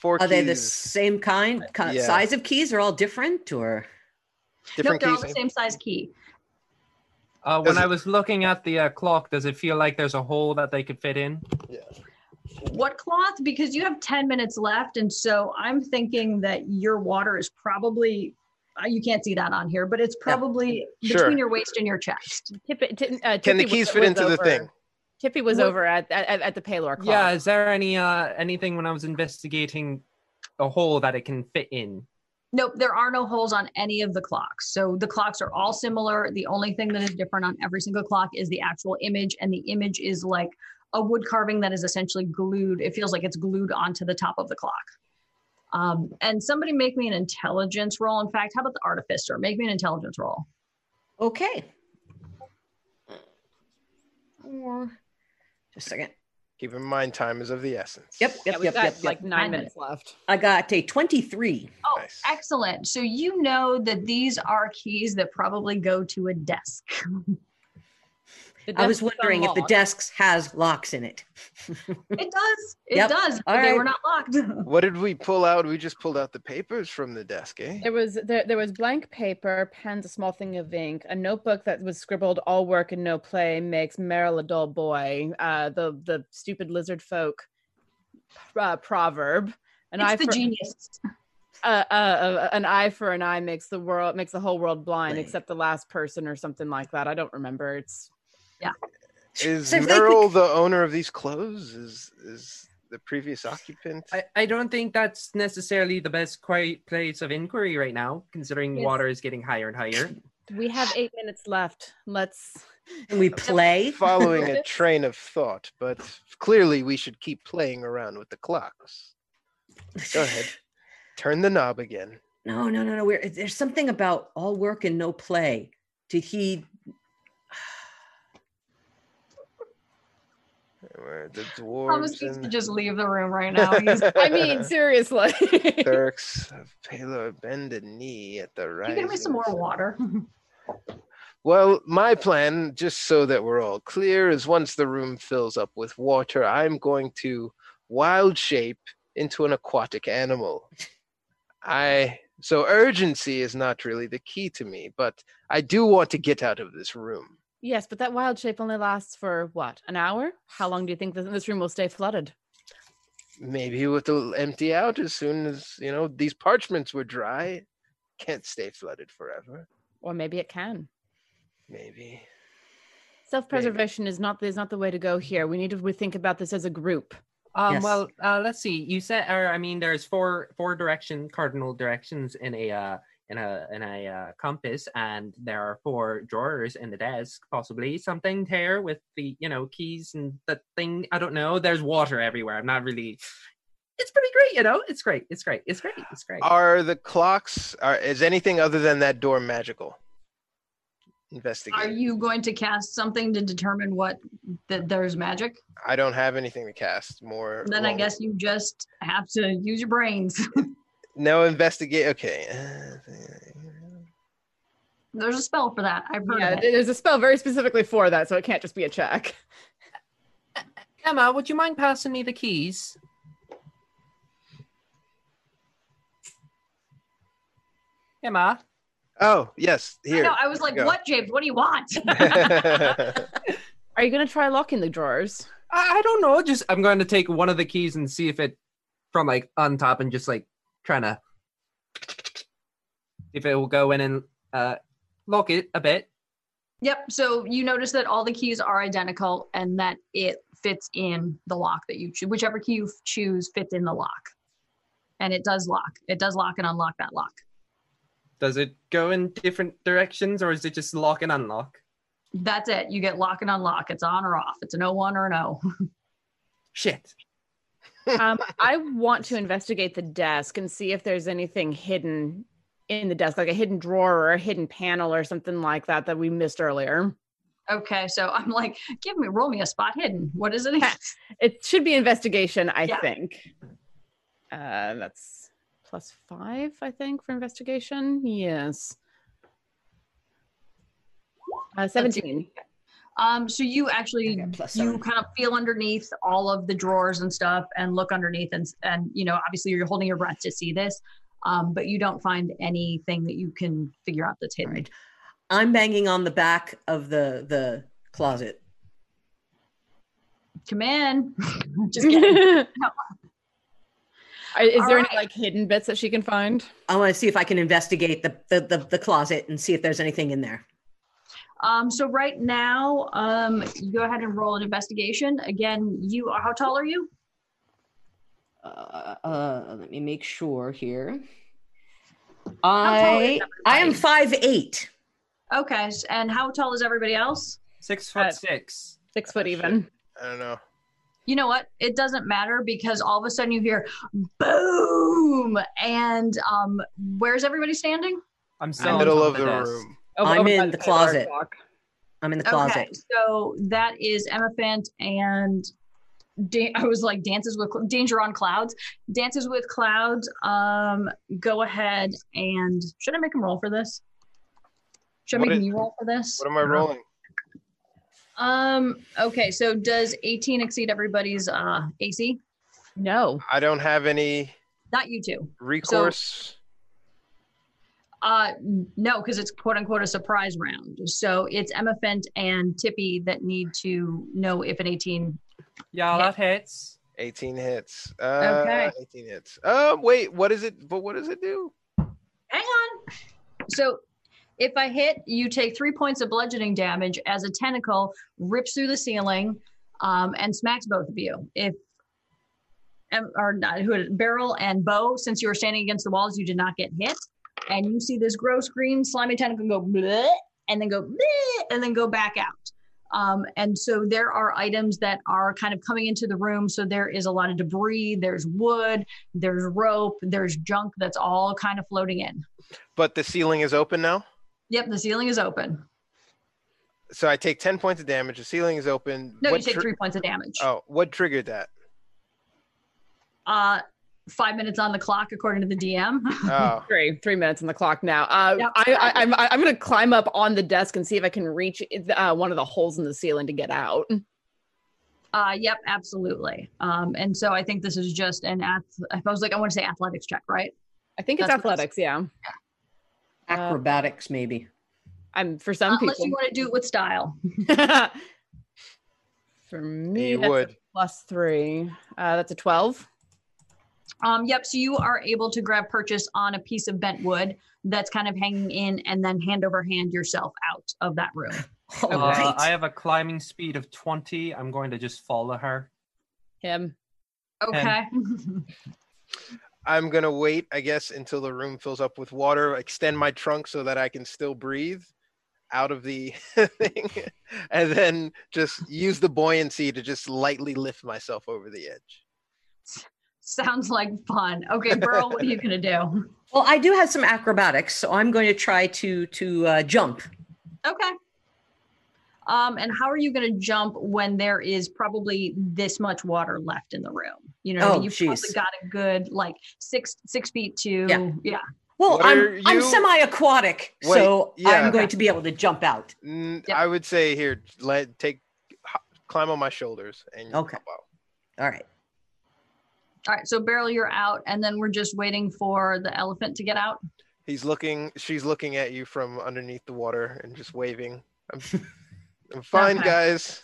[SPEAKER 4] Four
[SPEAKER 9] Oh,
[SPEAKER 4] keys.
[SPEAKER 6] Are they the same kind? ki-
[SPEAKER 4] Yeah.
[SPEAKER 6] Size of keys are all different, or
[SPEAKER 3] nope,
[SPEAKER 4] different
[SPEAKER 3] they're all the
[SPEAKER 4] keys. eh?
[SPEAKER 3] same size key.
[SPEAKER 9] Uh, when
[SPEAKER 4] Does
[SPEAKER 9] I
[SPEAKER 4] it-
[SPEAKER 9] was looking at the uh, clock, does it feel like there's a hole that they could fit in?
[SPEAKER 3] What cloth? Because you have 10 minutes left. And so I'm thinking that your water is probably, uh, you can't see that on here, but it's probably
[SPEAKER 4] Sure.
[SPEAKER 3] between your waist and your chest.
[SPEAKER 5] Tippy, t- uh,
[SPEAKER 4] Can the
[SPEAKER 5] Tippy
[SPEAKER 4] keys
[SPEAKER 5] was-
[SPEAKER 4] fit
[SPEAKER 5] was
[SPEAKER 4] into the
[SPEAKER 5] over-
[SPEAKER 4] thing?
[SPEAKER 5] Tippy was
[SPEAKER 3] What-
[SPEAKER 5] over at, at at the Palor Club.
[SPEAKER 9] Yeah. Is there any uh, anything when I was investigating a hole that it can fit in?
[SPEAKER 3] Nope, there are no holes on any of the clocks. So the clocks are all similar. The only thing that is different on every single clock is the actual image, and the image is like a wood carving that is essentially glued. It feels like it's glued onto the top of the clock. Um, and somebody make me an intelligence roll. In fact, how about the artificer? Make me an intelligence roll.
[SPEAKER 6] Okay. Or just a second.
[SPEAKER 4] Keep in mind, time is of the essence.
[SPEAKER 6] Yep, yep,
[SPEAKER 5] yeah, we've
[SPEAKER 6] yep,
[SPEAKER 5] got
[SPEAKER 6] yep,
[SPEAKER 5] uh, like
[SPEAKER 6] yep.
[SPEAKER 5] nine
[SPEAKER 3] Nine
[SPEAKER 5] minutes left.
[SPEAKER 6] I got a 23.
[SPEAKER 3] Oh,
[SPEAKER 4] Nice.
[SPEAKER 3] excellent. So you know that these are keys that probably go to a desk.
[SPEAKER 5] The
[SPEAKER 6] I was
[SPEAKER 5] desk is
[SPEAKER 6] wondering if the
[SPEAKER 5] unlocked.
[SPEAKER 6] desks has locks in it.
[SPEAKER 3] It does. It
[SPEAKER 6] Yep.
[SPEAKER 3] does.
[SPEAKER 6] All
[SPEAKER 3] they
[SPEAKER 6] right.
[SPEAKER 3] were not locked.
[SPEAKER 4] What did we pull out? We just pulled out the papers from the desk, eh?
[SPEAKER 5] There was there, there was blank paper, pens, a small thing of ink, a notebook that was scribbled "All work and no play makes Merrill a dull boy." Uh, the the stupid lizard folk uh, proverb. An
[SPEAKER 3] it's
[SPEAKER 5] eye
[SPEAKER 3] the
[SPEAKER 5] for
[SPEAKER 3] genius.
[SPEAKER 5] uh, uh, uh, an eye for an eye makes the world makes the whole world blind,
[SPEAKER 6] Right.
[SPEAKER 5] except the last person or something like that. I don't remember. It's
[SPEAKER 4] Is
[SPEAKER 6] So if they could-
[SPEAKER 4] Merle the owner of these clothes? Is is the previous occupant?
[SPEAKER 9] I, I don't think that's necessarily the best qui- place of inquiry right now, considering
[SPEAKER 3] Yes.
[SPEAKER 9] water is getting higher and higher.
[SPEAKER 5] we have eight minutes left. Let's
[SPEAKER 6] Can we play?
[SPEAKER 4] Following a train of thought, but clearly we should keep playing around with the clocks. Go ahead. Turn the knob again.
[SPEAKER 6] No, no, no, no. We're, there's something about all work and no play. Did he?
[SPEAKER 4] Where The
[SPEAKER 3] Thomas
[SPEAKER 4] dwarves
[SPEAKER 3] needs to
[SPEAKER 4] and
[SPEAKER 3] just leave the room right now. He's, you're
[SPEAKER 5] I mean, seriously.
[SPEAKER 4] Dirks of Palor bend a knee at the right.
[SPEAKER 3] gonna miss some more water.
[SPEAKER 4] Well, my plan, just so that we're all clear, is once the room fills up with water, I'm going to wild shape into an aquatic animal. I so urgency is not really the key to me, but I do want to get out of this room.
[SPEAKER 5] yes, but that wild shape only lasts for what? An hour? How long do you think this, this room will stay flooded?
[SPEAKER 4] Maybe it'll empty out as soon as you know these parchments were dry. Can't stay flooded forever.
[SPEAKER 5] Or maybe it can.
[SPEAKER 4] Maybe.
[SPEAKER 5] Self-preservation is not is not the way to go here. We need to think about this as a group.
[SPEAKER 9] Um,
[SPEAKER 6] Yes.
[SPEAKER 9] Well, uh, let's see. You said, or I mean, there's four four direction cardinal directions in a uh, in a in a uh, compass, and there are four drawers in the desk, possibly something there with the you know keys and the thing. I don't know. There's water everywhere. I'm not really. It's pretty great, you know. It's great. It's great. It's great. It's great.
[SPEAKER 4] Are the clocks? Are, is anything other than that door magical? Investigate.
[SPEAKER 3] Are you going to cast something to determine what that there's magic?
[SPEAKER 4] I don't have anything to cast more.
[SPEAKER 3] Then I
[SPEAKER 4] well,
[SPEAKER 3] guess you just have to use your brains.
[SPEAKER 4] no investigate. Okay, Uh,
[SPEAKER 3] there's a spell for that. I've heard
[SPEAKER 5] Yeah,
[SPEAKER 3] of it.
[SPEAKER 5] there's a spell very specifically for that, so it can't just be a check.
[SPEAKER 9] Emma, would you mind passing me the keys? Emma.
[SPEAKER 4] oh yes,
[SPEAKER 3] I,
[SPEAKER 4] here.
[SPEAKER 3] know, I was like,
[SPEAKER 4] Go.
[SPEAKER 3] what, James? What do you want?
[SPEAKER 5] Are you gonna try locking the drawers?
[SPEAKER 9] I, I don't know. Just I'm going to take one of the keys and see if it from like on top and just like trying to if it will go in and uh lock it a bit.
[SPEAKER 3] Yep. So you notice that all the keys are identical and that it fits in the lock that you choose. Whichever key you f- choose fits in the lock. And it does lock. It does lock and unlock that lock.
[SPEAKER 9] Does it go in different directions or is it just lock and unlock?
[SPEAKER 3] That's it. You get lock and unlock. It's on or off. It's an 01 or an O.
[SPEAKER 9] Shit.
[SPEAKER 5] Um, I want to investigate the desk and see if there's anything hidden in the desk, like a hidden drawer or a hidden panel or something like that that we missed earlier.
[SPEAKER 3] Okay. So I'm like, give me, roll me a spot hidden. What is it?
[SPEAKER 5] It should be investigation, I
[SPEAKER 3] Yeah.
[SPEAKER 5] think. Uh, that's plus five, I think, for investigation. Yes. Uh, 17.
[SPEAKER 3] Um, so you actually
[SPEAKER 6] Plus
[SPEAKER 3] you
[SPEAKER 6] seven.
[SPEAKER 3] kind of feel underneath all of the drawers and stuff and look underneath and and you know obviously you're holding your breath to see this um, but you don't find anything that you can figure out that's hidden
[SPEAKER 6] Right. I'm banging on the back of the the closet.
[SPEAKER 3] come in just kidding
[SPEAKER 5] Is
[SPEAKER 3] All
[SPEAKER 5] Uh, there
[SPEAKER 3] right.
[SPEAKER 5] any like hidden bits that she can find?
[SPEAKER 6] I want to see if I can investigate the the, the the closet and see if there's anything in there.
[SPEAKER 3] um, so right now um, you go ahead and roll an investigation again you are how tall are you
[SPEAKER 6] Uh, uh, let me make sure here.
[SPEAKER 3] tall is
[SPEAKER 6] I I am
[SPEAKER 3] everybody?
[SPEAKER 6] five eight.
[SPEAKER 3] Okay, s- and how tall is everybody else?
[SPEAKER 9] Six foot
[SPEAKER 5] Uh,
[SPEAKER 9] six.
[SPEAKER 5] Six foot even.
[SPEAKER 4] I don't know.
[SPEAKER 3] You know what? It doesn't matter because all of a sudden you hear boom, and um, where's everybody standing?
[SPEAKER 9] I'm
[SPEAKER 4] In the
[SPEAKER 9] still
[SPEAKER 4] middle
[SPEAKER 9] on
[SPEAKER 4] of
[SPEAKER 9] top
[SPEAKER 4] the
[SPEAKER 9] desk.
[SPEAKER 4] room.
[SPEAKER 5] Over-
[SPEAKER 6] I'm
[SPEAKER 5] over
[SPEAKER 6] in
[SPEAKER 5] by
[SPEAKER 6] the
[SPEAKER 5] firework
[SPEAKER 6] closet.
[SPEAKER 5] walk.
[SPEAKER 6] I'm in the closet.
[SPEAKER 3] Okay, so that is Emma Fent and Dan- I was like Dances with Cl- Danger on Clouds. Dances with Clouds. Um, go ahead and should I make him roll for this? Should I
[SPEAKER 4] What
[SPEAKER 3] make
[SPEAKER 4] is-
[SPEAKER 3] me roll for this?
[SPEAKER 4] What am I rolling?
[SPEAKER 3] Um. Okay. So does 18 exceed everybody's uh AC?
[SPEAKER 5] No.
[SPEAKER 4] I don't have any
[SPEAKER 3] Not you two.
[SPEAKER 4] recourse.
[SPEAKER 3] Uh, no, because it's quote unquote a surprise round. So it's Emma Fent and Tippy that need to know if an 18.
[SPEAKER 9] Yeah, that hits.
[SPEAKER 4] 18 hits. Uh,
[SPEAKER 3] Okay.
[SPEAKER 4] 18 hits. Um, wait, what is it? But what does it do?
[SPEAKER 3] Hang on. So if I hit, you take three points of bludgeoning damage as a tentacle rips through the ceiling, um, and smacks both of you. If em- or not who barrel and bow since you were standing against the walls you did not get hit and you see this gross green slimy tentacle go bleh, and then go bleh, and then go back out um, and so there are items that are kind of coming into the room so there is a lot of debris there's wood there's rope there's junk that's all kind of floating in
[SPEAKER 4] But the ceiling is open now.
[SPEAKER 3] yep the ceiling is open
[SPEAKER 4] So I take 10 points of damage. The ceiling is open.
[SPEAKER 3] no
[SPEAKER 4] What
[SPEAKER 3] you take
[SPEAKER 4] tri-
[SPEAKER 3] three points of damage
[SPEAKER 4] Oh, what triggered that?
[SPEAKER 3] uh, five minutes on the clock according to the dm
[SPEAKER 4] Oh,
[SPEAKER 5] Three, three minutes on the clock now. Uh,
[SPEAKER 3] Yep.
[SPEAKER 5] I, I, I'm, I'm going to climb up on the desk and see if I can reach uh, one of the holes in the ceiling to get out.
[SPEAKER 3] Uh, yep, absolutely. Um, and so I think this is just an ath- I was like, I want to say athletics check, right?
[SPEAKER 5] I think it's
[SPEAKER 3] That's what it's-
[SPEAKER 5] athletics. Yeah. Uh,
[SPEAKER 6] Acrobatics, maybe.
[SPEAKER 5] I'm for some
[SPEAKER 3] Uh, Unless you
[SPEAKER 5] people.
[SPEAKER 3] want to do it with style.
[SPEAKER 5] for me,
[SPEAKER 4] You
[SPEAKER 5] that's a
[SPEAKER 4] would.
[SPEAKER 5] plus three. Uh, that's a 12.
[SPEAKER 3] Um, yep. So you are able to grab purchase on a piece of bent wood that's kind of hanging in, and then hand over hand yourself out of that room.
[SPEAKER 4] Oh,
[SPEAKER 6] All
[SPEAKER 9] Uh,
[SPEAKER 6] right.
[SPEAKER 9] I have a climbing speed of 20. I'm going to just follow her.
[SPEAKER 5] Him.
[SPEAKER 3] Okay.
[SPEAKER 4] I'm gonna wait, I guess, until the room fills up with water. Extend my trunk so that I can still breathe out of the thing, and then just use the buoyancy to just lightly lift myself over the edge.
[SPEAKER 3] Sounds like fun. Okay, Burl, what are you gonna do?
[SPEAKER 6] well, I do have some acrobatics, so I'm going to try to to uh, jump.
[SPEAKER 3] Okay. Um, and how are you gonna jump when there is probably this much water left in the room? You know,
[SPEAKER 6] Oh,
[SPEAKER 3] you've
[SPEAKER 6] jeez.
[SPEAKER 3] probably got a good like six six feet to
[SPEAKER 6] Yeah.
[SPEAKER 3] yeah.
[SPEAKER 6] Well,
[SPEAKER 4] What are
[SPEAKER 6] I'm I'm
[SPEAKER 4] you-
[SPEAKER 6] semi-aquatic,
[SPEAKER 4] Wait,
[SPEAKER 6] so
[SPEAKER 4] yeah.
[SPEAKER 6] I'm going to be able to jump out.
[SPEAKER 4] N-
[SPEAKER 3] Yep.
[SPEAKER 4] I would say here, let take ho- climb on my shoulders and you
[SPEAKER 6] Okay.
[SPEAKER 4] hop out.
[SPEAKER 6] All right.
[SPEAKER 3] All right, so Beryl, you're out, and then we're just waiting for the elephant to get out.
[SPEAKER 4] He's looking. She's looking at you from underneath the water and just waving. I'm, I'm fine,
[SPEAKER 3] Okay.
[SPEAKER 4] guys.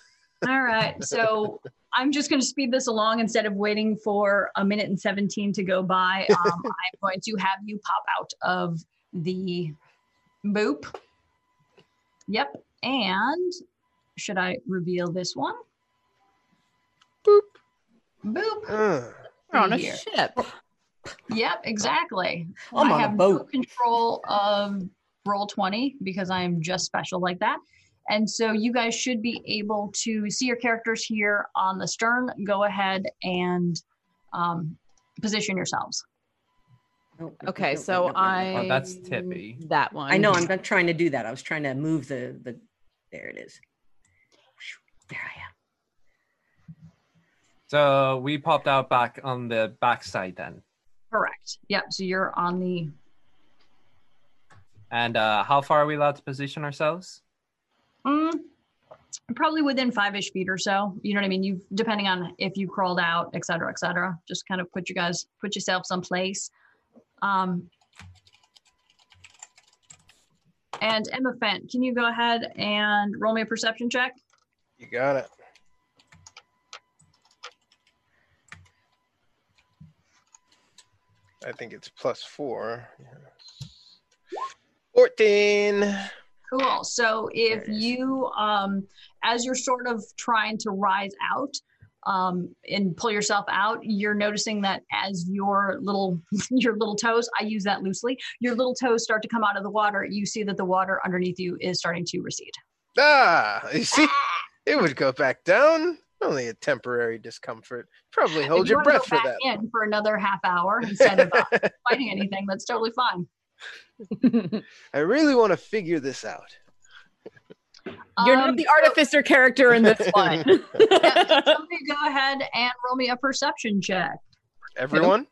[SPEAKER 3] All right, so I'm just going to speed this along instead of waiting for a minute and 17 to go by. Um, I'm going to have you pop out of the boop. Yep, and should I reveal this one? Boop. Boop.
[SPEAKER 4] Ugh.
[SPEAKER 5] We're on a
[SPEAKER 3] Here.
[SPEAKER 5] ship.
[SPEAKER 3] Yep, exactly.
[SPEAKER 6] I'm
[SPEAKER 3] I
[SPEAKER 6] on a
[SPEAKER 3] have no
[SPEAKER 6] boat.
[SPEAKER 3] control of roll 20 because I am just special like that. And so you guys should be able to see your characters here on the stern. Go ahead and um, position yourselves.
[SPEAKER 6] Oh,
[SPEAKER 5] Okay, so I.
[SPEAKER 9] Oh, that's tippy.
[SPEAKER 5] That one.
[SPEAKER 6] I know I'm not trying to do that. I was trying to move the the. There it is. There I am.
[SPEAKER 9] So we popped out back on the backside then.
[SPEAKER 3] Correct. Yep. So you're on the.
[SPEAKER 9] And uh, how far are we allowed to position ourselves?
[SPEAKER 3] Mm, probably within five ish feet or so. You know what I mean? You depending on if you crawled out, et cetera, et cetera. Just kind of put you guys put yourself someplace. Um, and Emma Fent, can you go ahead and roll me a perception check?
[SPEAKER 4] You got it. I think it's plus four. Yes. Fourteen.
[SPEAKER 3] Cool. So if
[SPEAKER 4] There it is.
[SPEAKER 3] you, um, as you're sort of trying to rise out, um, and pull yourself out, you're noticing that as your little your little toes, I use that loosely, your little toes start to come out of the water, you see that the water underneath you is starting to recede.
[SPEAKER 4] Ah, you see, it would go back down. Only a temporary discomfort. Probably hold
[SPEAKER 3] If
[SPEAKER 4] your
[SPEAKER 3] wanna go
[SPEAKER 4] breath for
[SPEAKER 3] back
[SPEAKER 4] that.
[SPEAKER 3] in for another half hour instead of uh, fighting anything. That's totally fine.
[SPEAKER 4] I really want to figure this out.
[SPEAKER 5] You're
[SPEAKER 3] Um,
[SPEAKER 5] not the artificer character in this one.
[SPEAKER 3] Somebody go ahead and roll me a perception check.
[SPEAKER 4] Everyone,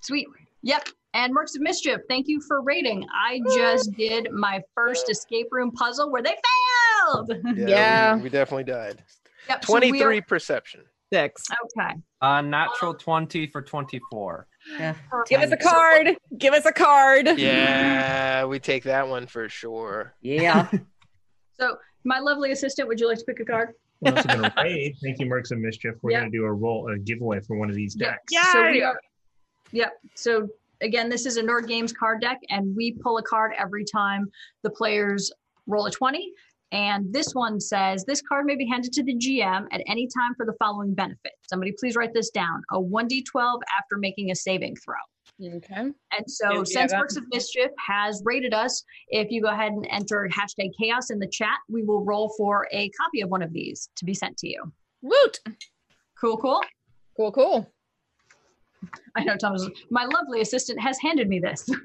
[SPEAKER 3] Sweet. Yep. And Mercs of Mischief, thank you for rating. I just did my first escape room puzzle where they failed.
[SPEAKER 4] we-
[SPEAKER 5] Yeah.
[SPEAKER 4] we, definitely died.
[SPEAKER 3] Yep, so we are-
[SPEAKER 4] Twenty-three perception.
[SPEAKER 5] Six.
[SPEAKER 3] okay.
[SPEAKER 9] Uh, natural 20 for 24.
[SPEAKER 3] perfect.
[SPEAKER 5] Give us a card. Give us a card.
[SPEAKER 4] Yeah, we take that one for sure.
[SPEAKER 6] Yeah.
[SPEAKER 3] So, my lovely assistant, would you like to pick a card?
[SPEAKER 7] We're also going to raid. Thank you, Mercs of Mischief. We're
[SPEAKER 3] Yeah.
[SPEAKER 7] going to do a roll, a giveaway for one of these
[SPEAKER 3] Yep.
[SPEAKER 7] decks.
[SPEAKER 3] So we are- yep. So again, this is a Nord Games card deck, and we pull a card every time the players roll a 20. And this one says this card may be handed to the GM at any time for the following benefit. Somebody please write this down a 1d12 after making a saving throw.
[SPEAKER 5] Okay.
[SPEAKER 3] And so,
[SPEAKER 5] Yeah,
[SPEAKER 3] since
[SPEAKER 5] that-
[SPEAKER 3] Works of Mischief has rated us, if you go ahead and enter hashtag chaos in the chat, we will roll for a copy of one of these to be sent to you.
[SPEAKER 5] Woot.
[SPEAKER 3] Cool, cool.
[SPEAKER 5] Cool, cool.
[SPEAKER 3] I know Thomas. My lovely assistant has handed me this.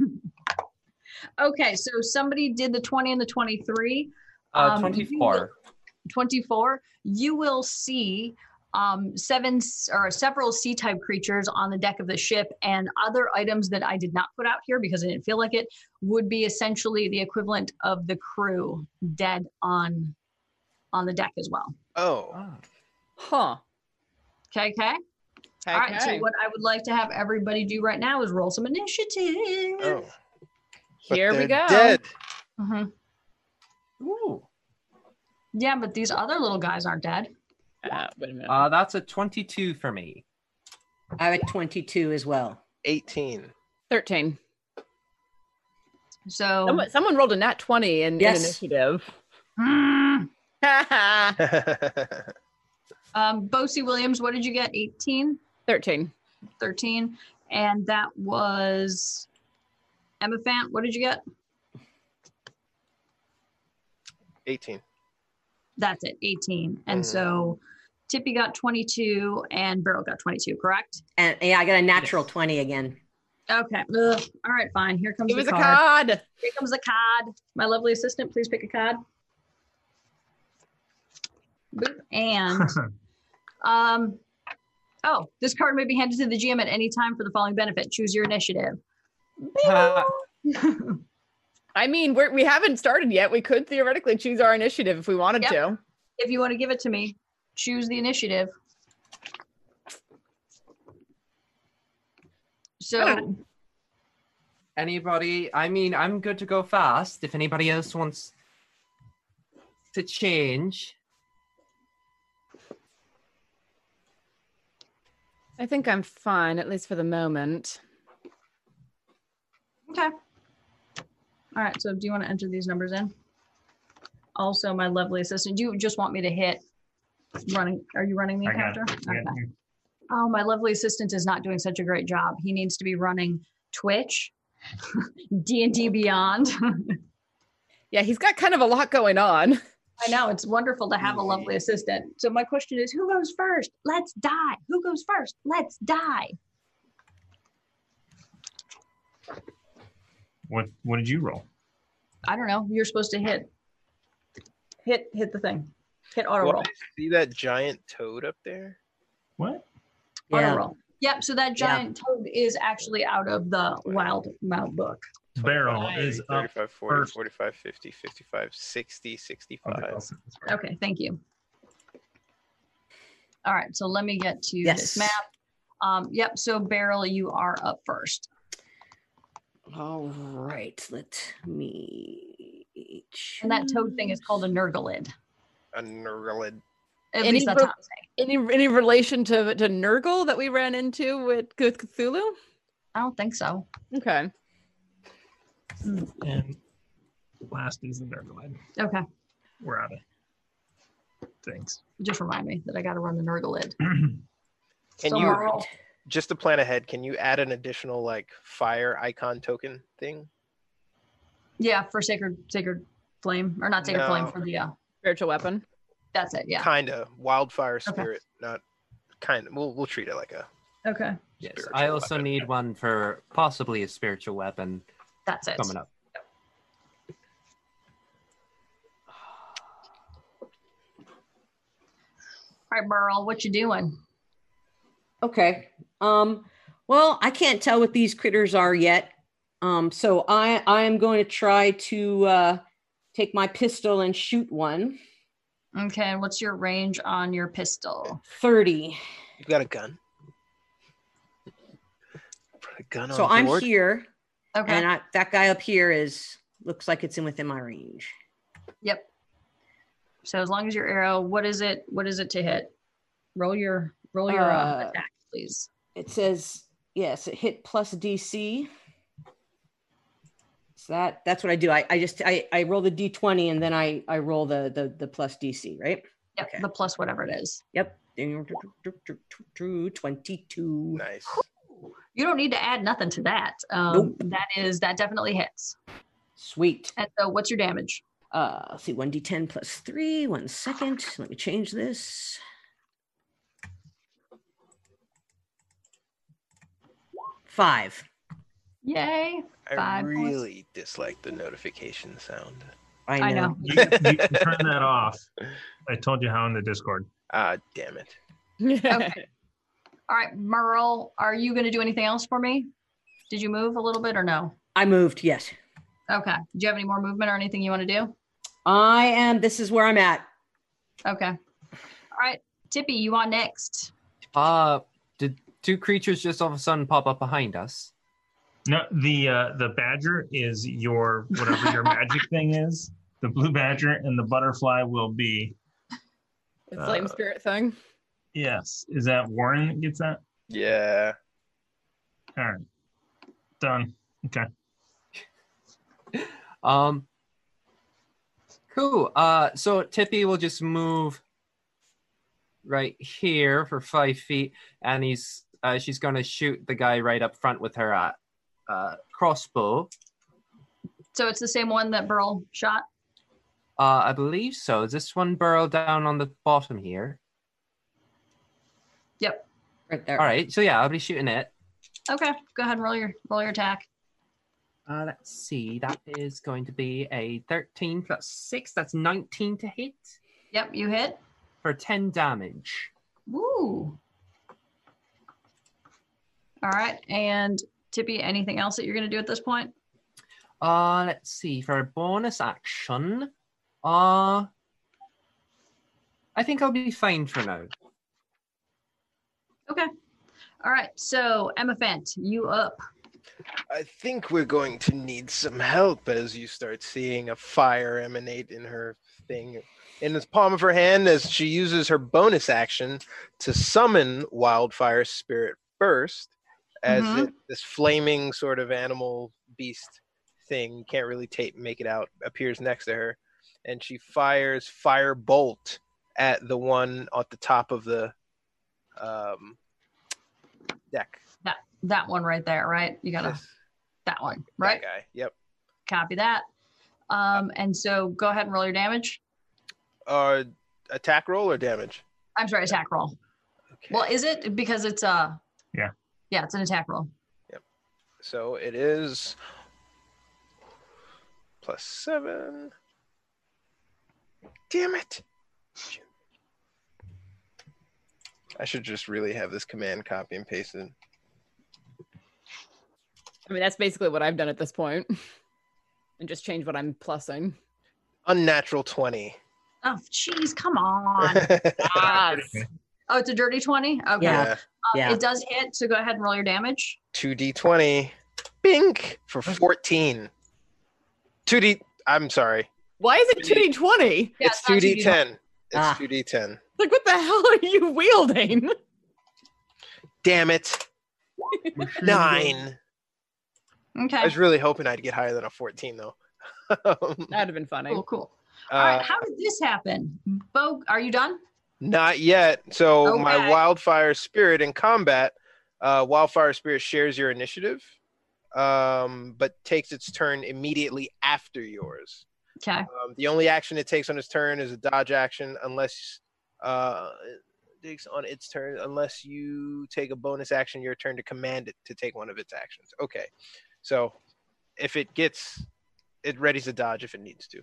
[SPEAKER 3] okay, so somebody did the 20 and the 23.
[SPEAKER 9] Uh,
[SPEAKER 3] Um,
[SPEAKER 9] 24.
[SPEAKER 3] 24, you will see um, seven s- or several sea type creatures on the deck of the ship, and other items that I did not put out here because I didn't feel like it would be essentially the equivalent of the crew dead on on the deck as well.
[SPEAKER 4] Oh,
[SPEAKER 9] Ah.
[SPEAKER 5] Huh.
[SPEAKER 3] Okay, okay. All right. So what I would like to have everybody do right now is roll some initiative.
[SPEAKER 4] oh. But
[SPEAKER 5] Here we
[SPEAKER 4] they're
[SPEAKER 5] go.
[SPEAKER 4] Dead.
[SPEAKER 3] Mhm.
[SPEAKER 9] Ooh.
[SPEAKER 3] Yeah, but these other little guys aren't dead.
[SPEAKER 5] Uh, wait a minute.
[SPEAKER 9] Uh, that's a 22 for me.
[SPEAKER 6] I had 22 as well.
[SPEAKER 4] 18.
[SPEAKER 5] 13.
[SPEAKER 3] So
[SPEAKER 5] Someone, someone rolled a nat 20 in, in
[SPEAKER 6] Yes.
[SPEAKER 5] initiative.
[SPEAKER 3] Mm.
[SPEAKER 4] I
[SPEAKER 3] um, Bosie Williams, what did you get? 18,
[SPEAKER 5] 13.
[SPEAKER 3] 13. And that was Emma Fant. What did you get?
[SPEAKER 4] 18.
[SPEAKER 3] That's it, 18. And
[SPEAKER 4] Mhm.
[SPEAKER 3] so Tippy got 22 and Beryl got 22, correct?
[SPEAKER 6] And yeah, I got a natural 20 again.
[SPEAKER 3] Okay. Ugh. All right, fine. Here comes
[SPEAKER 5] It
[SPEAKER 3] the
[SPEAKER 5] was a
[SPEAKER 3] card.
[SPEAKER 5] card.
[SPEAKER 3] Here comes the card. My lovely assistant, please pick a card. Boop. And Um, oh, this card may be handed to the GM at any time for the following benefit. Choose your initiative.
[SPEAKER 9] Ha.
[SPEAKER 5] I mean, we're, we haven't started yet. We could theoretically choose our initiative if we wanted
[SPEAKER 3] Yep.
[SPEAKER 5] to.
[SPEAKER 3] If you want to give it to me, choose the initiative. So,
[SPEAKER 9] Anybody? I mean, I'm good to go fast. If anybody else wants to change,
[SPEAKER 5] I think I'm fine, at least for the moment.
[SPEAKER 3] okay. All right. So, do you want to enter these numbers in? Also, my lovely assistant, do you just want me to hit running? Are you running the
[SPEAKER 7] I got
[SPEAKER 3] encounter?
[SPEAKER 7] Yeah.
[SPEAKER 3] Okay. Oh, my lovely assistant is not doing such a great job. He needs to be running Twitch, D and D Beyond.
[SPEAKER 5] Yeah, he's got kind of a lot going on.
[SPEAKER 3] I know it's wonderful to have a lovely assistant. So my question is, who goes first? Let's die. Who goes first? Let's die.
[SPEAKER 7] What What did you roll?
[SPEAKER 3] I don't know. You're supposed to hit, hit, hit the thing. Hit auto roll.
[SPEAKER 4] What? See that giant toad up there?
[SPEAKER 7] What?
[SPEAKER 3] Auto
[SPEAKER 6] Yeah.
[SPEAKER 3] roll. Yep. So that
[SPEAKER 6] Yeah.
[SPEAKER 3] giant toad is actually out of the wild mount book.
[SPEAKER 7] Barrel is up.
[SPEAKER 4] 35, 40,
[SPEAKER 7] first.
[SPEAKER 4] 45, 50, 55, 60,
[SPEAKER 7] Oh,
[SPEAKER 4] 65.
[SPEAKER 7] Okay.
[SPEAKER 3] Okay. Thank you. All right. So let me get to this
[SPEAKER 6] Yes.
[SPEAKER 3] map. Um, yep. So Beryl, you are up first.
[SPEAKER 6] All right. Let me.
[SPEAKER 3] And that toad thing is called a nergalid.
[SPEAKER 4] A Nerlid.
[SPEAKER 3] At
[SPEAKER 5] Any
[SPEAKER 3] least that's
[SPEAKER 5] ro-
[SPEAKER 3] how I'm saying. it.
[SPEAKER 5] Any any relation to to Nurgle that we ran into with, with Cthulhu?
[SPEAKER 3] I don't think so.
[SPEAKER 5] Okay.
[SPEAKER 7] And last is the Nergalid.
[SPEAKER 3] Okay.
[SPEAKER 7] We're out of Thanks.
[SPEAKER 3] Just remind me that I got to run the Nurgle
[SPEAKER 4] Can
[SPEAKER 3] So
[SPEAKER 4] you
[SPEAKER 3] I'll roll.
[SPEAKER 4] just to plan ahead? Can you add an additional like fire icon token thing?
[SPEAKER 3] Yeah, for sacred sacred flame or not sacred
[SPEAKER 4] No.
[SPEAKER 3] flame for the uh,
[SPEAKER 5] Spiritual weapon.
[SPEAKER 3] that's it. Yeah.
[SPEAKER 4] Kinda wildfire
[SPEAKER 3] Okay.
[SPEAKER 4] spirit, not kind. We'll we'll treat it like a
[SPEAKER 3] Okay.
[SPEAKER 9] Yes,
[SPEAKER 4] Spiritual
[SPEAKER 9] I also
[SPEAKER 4] weapon.
[SPEAKER 9] need one for possibly a spiritual weapon
[SPEAKER 3] That's it.
[SPEAKER 9] coming up.
[SPEAKER 3] All right, Burl, what you doing?
[SPEAKER 6] Okay. Um, well, I can't tell what these critters are yet. Um, so I I am going to try to uh, take my pistol and shoot one.
[SPEAKER 3] Okay, and what's your range on your pistol?
[SPEAKER 6] 30.
[SPEAKER 4] You got a gun. Put a gun
[SPEAKER 6] So
[SPEAKER 4] on
[SPEAKER 6] I'm
[SPEAKER 4] board.
[SPEAKER 6] here
[SPEAKER 3] Okay.
[SPEAKER 6] and I, that guy up here is looks like it's in within my range.
[SPEAKER 3] yep. So as long as your arrow, what is it? What is it to hit? Roll your roll your uh,
[SPEAKER 6] Uh,
[SPEAKER 3] attack, please.
[SPEAKER 6] It says yes, it hit plus DC. So that that's what I do. I, I just I, I roll the D20 and then I I roll the the the plus DC, right?
[SPEAKER 3] Yep,
[SPEAKER 6] okay.
[SPEAKER 3] the plus whatever it is.
[SPEAKER 6] Yep. 22.
[SPEAKER 4] Nice.
[SPEAKER 3] You don't need to add nothing to that. Um, That is that definitely hits.
[SPEAKER 6] Sweet.
[SPEAKER 3] And so, what's your damage?
[SPEAKER 6] Uh, let's see, 1d10 plus 3. One second. Let me change this. Five.
[SPEAKER 3] Yay!
[SPEAKER 4] I
[SPEAKER 3] Five points.
[SPEAKER 4] really dislike the notification sound.
[SPEAKER 6] I know.
[SPEAKER 3] I know.
[SPEAKER 7] You, you turn that off. I told you how in the Discord.
[SPEAKER 4] Ah, damn it.
[SPEAKER 3] Okay. All right, Merle, are you going to do anything else for me? Did you move a little bit or no?
[SPEAKER 6] I moved. Yes.
[SPEAKER 3] Okay. Do you have any more movement or anything you want to do?
[SPEAKER 6] I am. This is where I'm at.
[SPEAKER 3] Okay. All right, Tippy, you on next?
[SPEAKER 9] Uh, did two creatures just all of a sudden pop up behind us?
[SPEAKER 7] No, the uh, the badger is your whatever your magic thing is. The blue badger and the butterfly will be.
[SPEAKER 5] The flame
[SPEAKER 7] Uh,
[SPEAKER 5] spirit thing.
[SPEAKER 7] Yes, is that Warren that gets that?
[SPEAKER 4] Yeah.
[SPEAKER 7] All right, done. Okay.
[SPEAKER 9] Um, cool. Uh, so Tippy will just move right here for five feet, and he's uh, she's gonna shoot the guy right up front with her uh, uh, crossbow.
[SPEAKER 3] So it's the same one that Burl shot.
[SPEAKER 9] Uh, I believe so. Is this one burrow down on the bottom here?
[SPEAKER 6] Right there.
[SPEAKER 9] All right. So yeah, I'll be shooting it.
[SPEAKER 3] Okay, go ahead and roll your roll your attack.
[SPEAKER 9] Uh, let's see. That is going to be a 13 plus 6. That's 19 to hit
[SPEAKER 3] Yep, you hit.
[SPEAKER 9] for 10 damage.
[SPEAKER 3] Woo. All right, and Tippy, anything else that you're going to do at this point?
[SPEAKER 9] Uh, let's see. For a bonus action, uh, I think I'll be fine for now.
[SPEAKER 3] All right, so Emma Fent, you up?
[SPEAKER 4] I think we're going to need some help as you start seeing a fire emanate in her thing in the palm of her hand as she uses her bonus action to summon wildfire spirit first as
[SPEAKER 3] Mhm.
[SPEAKER 4] it, this flaming sort of animal beast thing can't really tape make it out appears next to her and she fires fire bolt at the one at the top of the um, deck
[SPEAKER 3] That one right there, right? You got to
[SPEAKER 4] This-
[SPEAKER 3] that one,
[SPEAKER 4] that
[SPEAKER 3] right?
[SPEAKER 4] guy yep
[SPEAKER 3] Copy that. Um, and so go ahead and roll your damage.
[SPEAKER 4] uh attack roll or damage
[SPEAKER 3] I'm sorry, attack roll.
[SPEAKER 4] okay
[SPEAKER 3] Well, is it because it's a?
[SPEAKER 7] Yeah.
[SPEAKER 3] Yeah, it's an attack roll.
[SPEAKER 4] so it is plus seven damn it i should just really have this command copy and pasted
[SPEAKER 5] I mean, that's basically what I've done at this point. And just change what I'm plussing.
[SPEAKER 4] unnatural 20
[SPEAKER 3] Oh, jeez, come on.
[SPEAKER 4] yeah.
[SPEAKER 5] Ah,
[SPEAKER 3] oh, it's a dirty twenty. Okay.
[SPEAKER 6] Yeah. Yeah.
[SPEAKER 3] It does hit. So go ahead and roll your damage.
[SPEAKER 4] 2d20 bink for 14 2d i'm sorry
[SPEAKER 5] Why is it 2d20?
[SPEAKER 3] Yeah,
[SPEAKER 4] it's
[SPEAKER 3] it's not 2D10.
[SPEAKER 4] 2d10 it's
[SPEAKER 6] Ah.
[SPEAKER 4] 2d10
[SPEAKER 5] Like, what the hell are you wielding?
[SPEAKER 4] damn it nine I
[SPEAKER 3] Okay.
[SPEAKER 4] was really hoping I'd get higher than a 14, though. Um,
[SPEAKER 5] That'd have been funny.
[SPEAKER 3] Cool. Cool. All right.
[SPEAKER 4] Uh,
[SPEAKER 3] How did this happen? Bo, are you done?
[SPEAKER 4] Not yet. So my
[SPEAKER 3] Okay.
[SPEAKER 4] wildfire spirit in combat, uh, wildfire spirit shares your initiative, um, but takes its turn immediately after yours.
[SPEAKER 3] Okay.
[SPEAKER 4] Um, the only action it takes on its turn is a dodge action, unless uh, it takes on its turn unless you take a bonus action your turn to command it to take one of its actions. Okay. So if it gets, it readies a dodge if it needs to.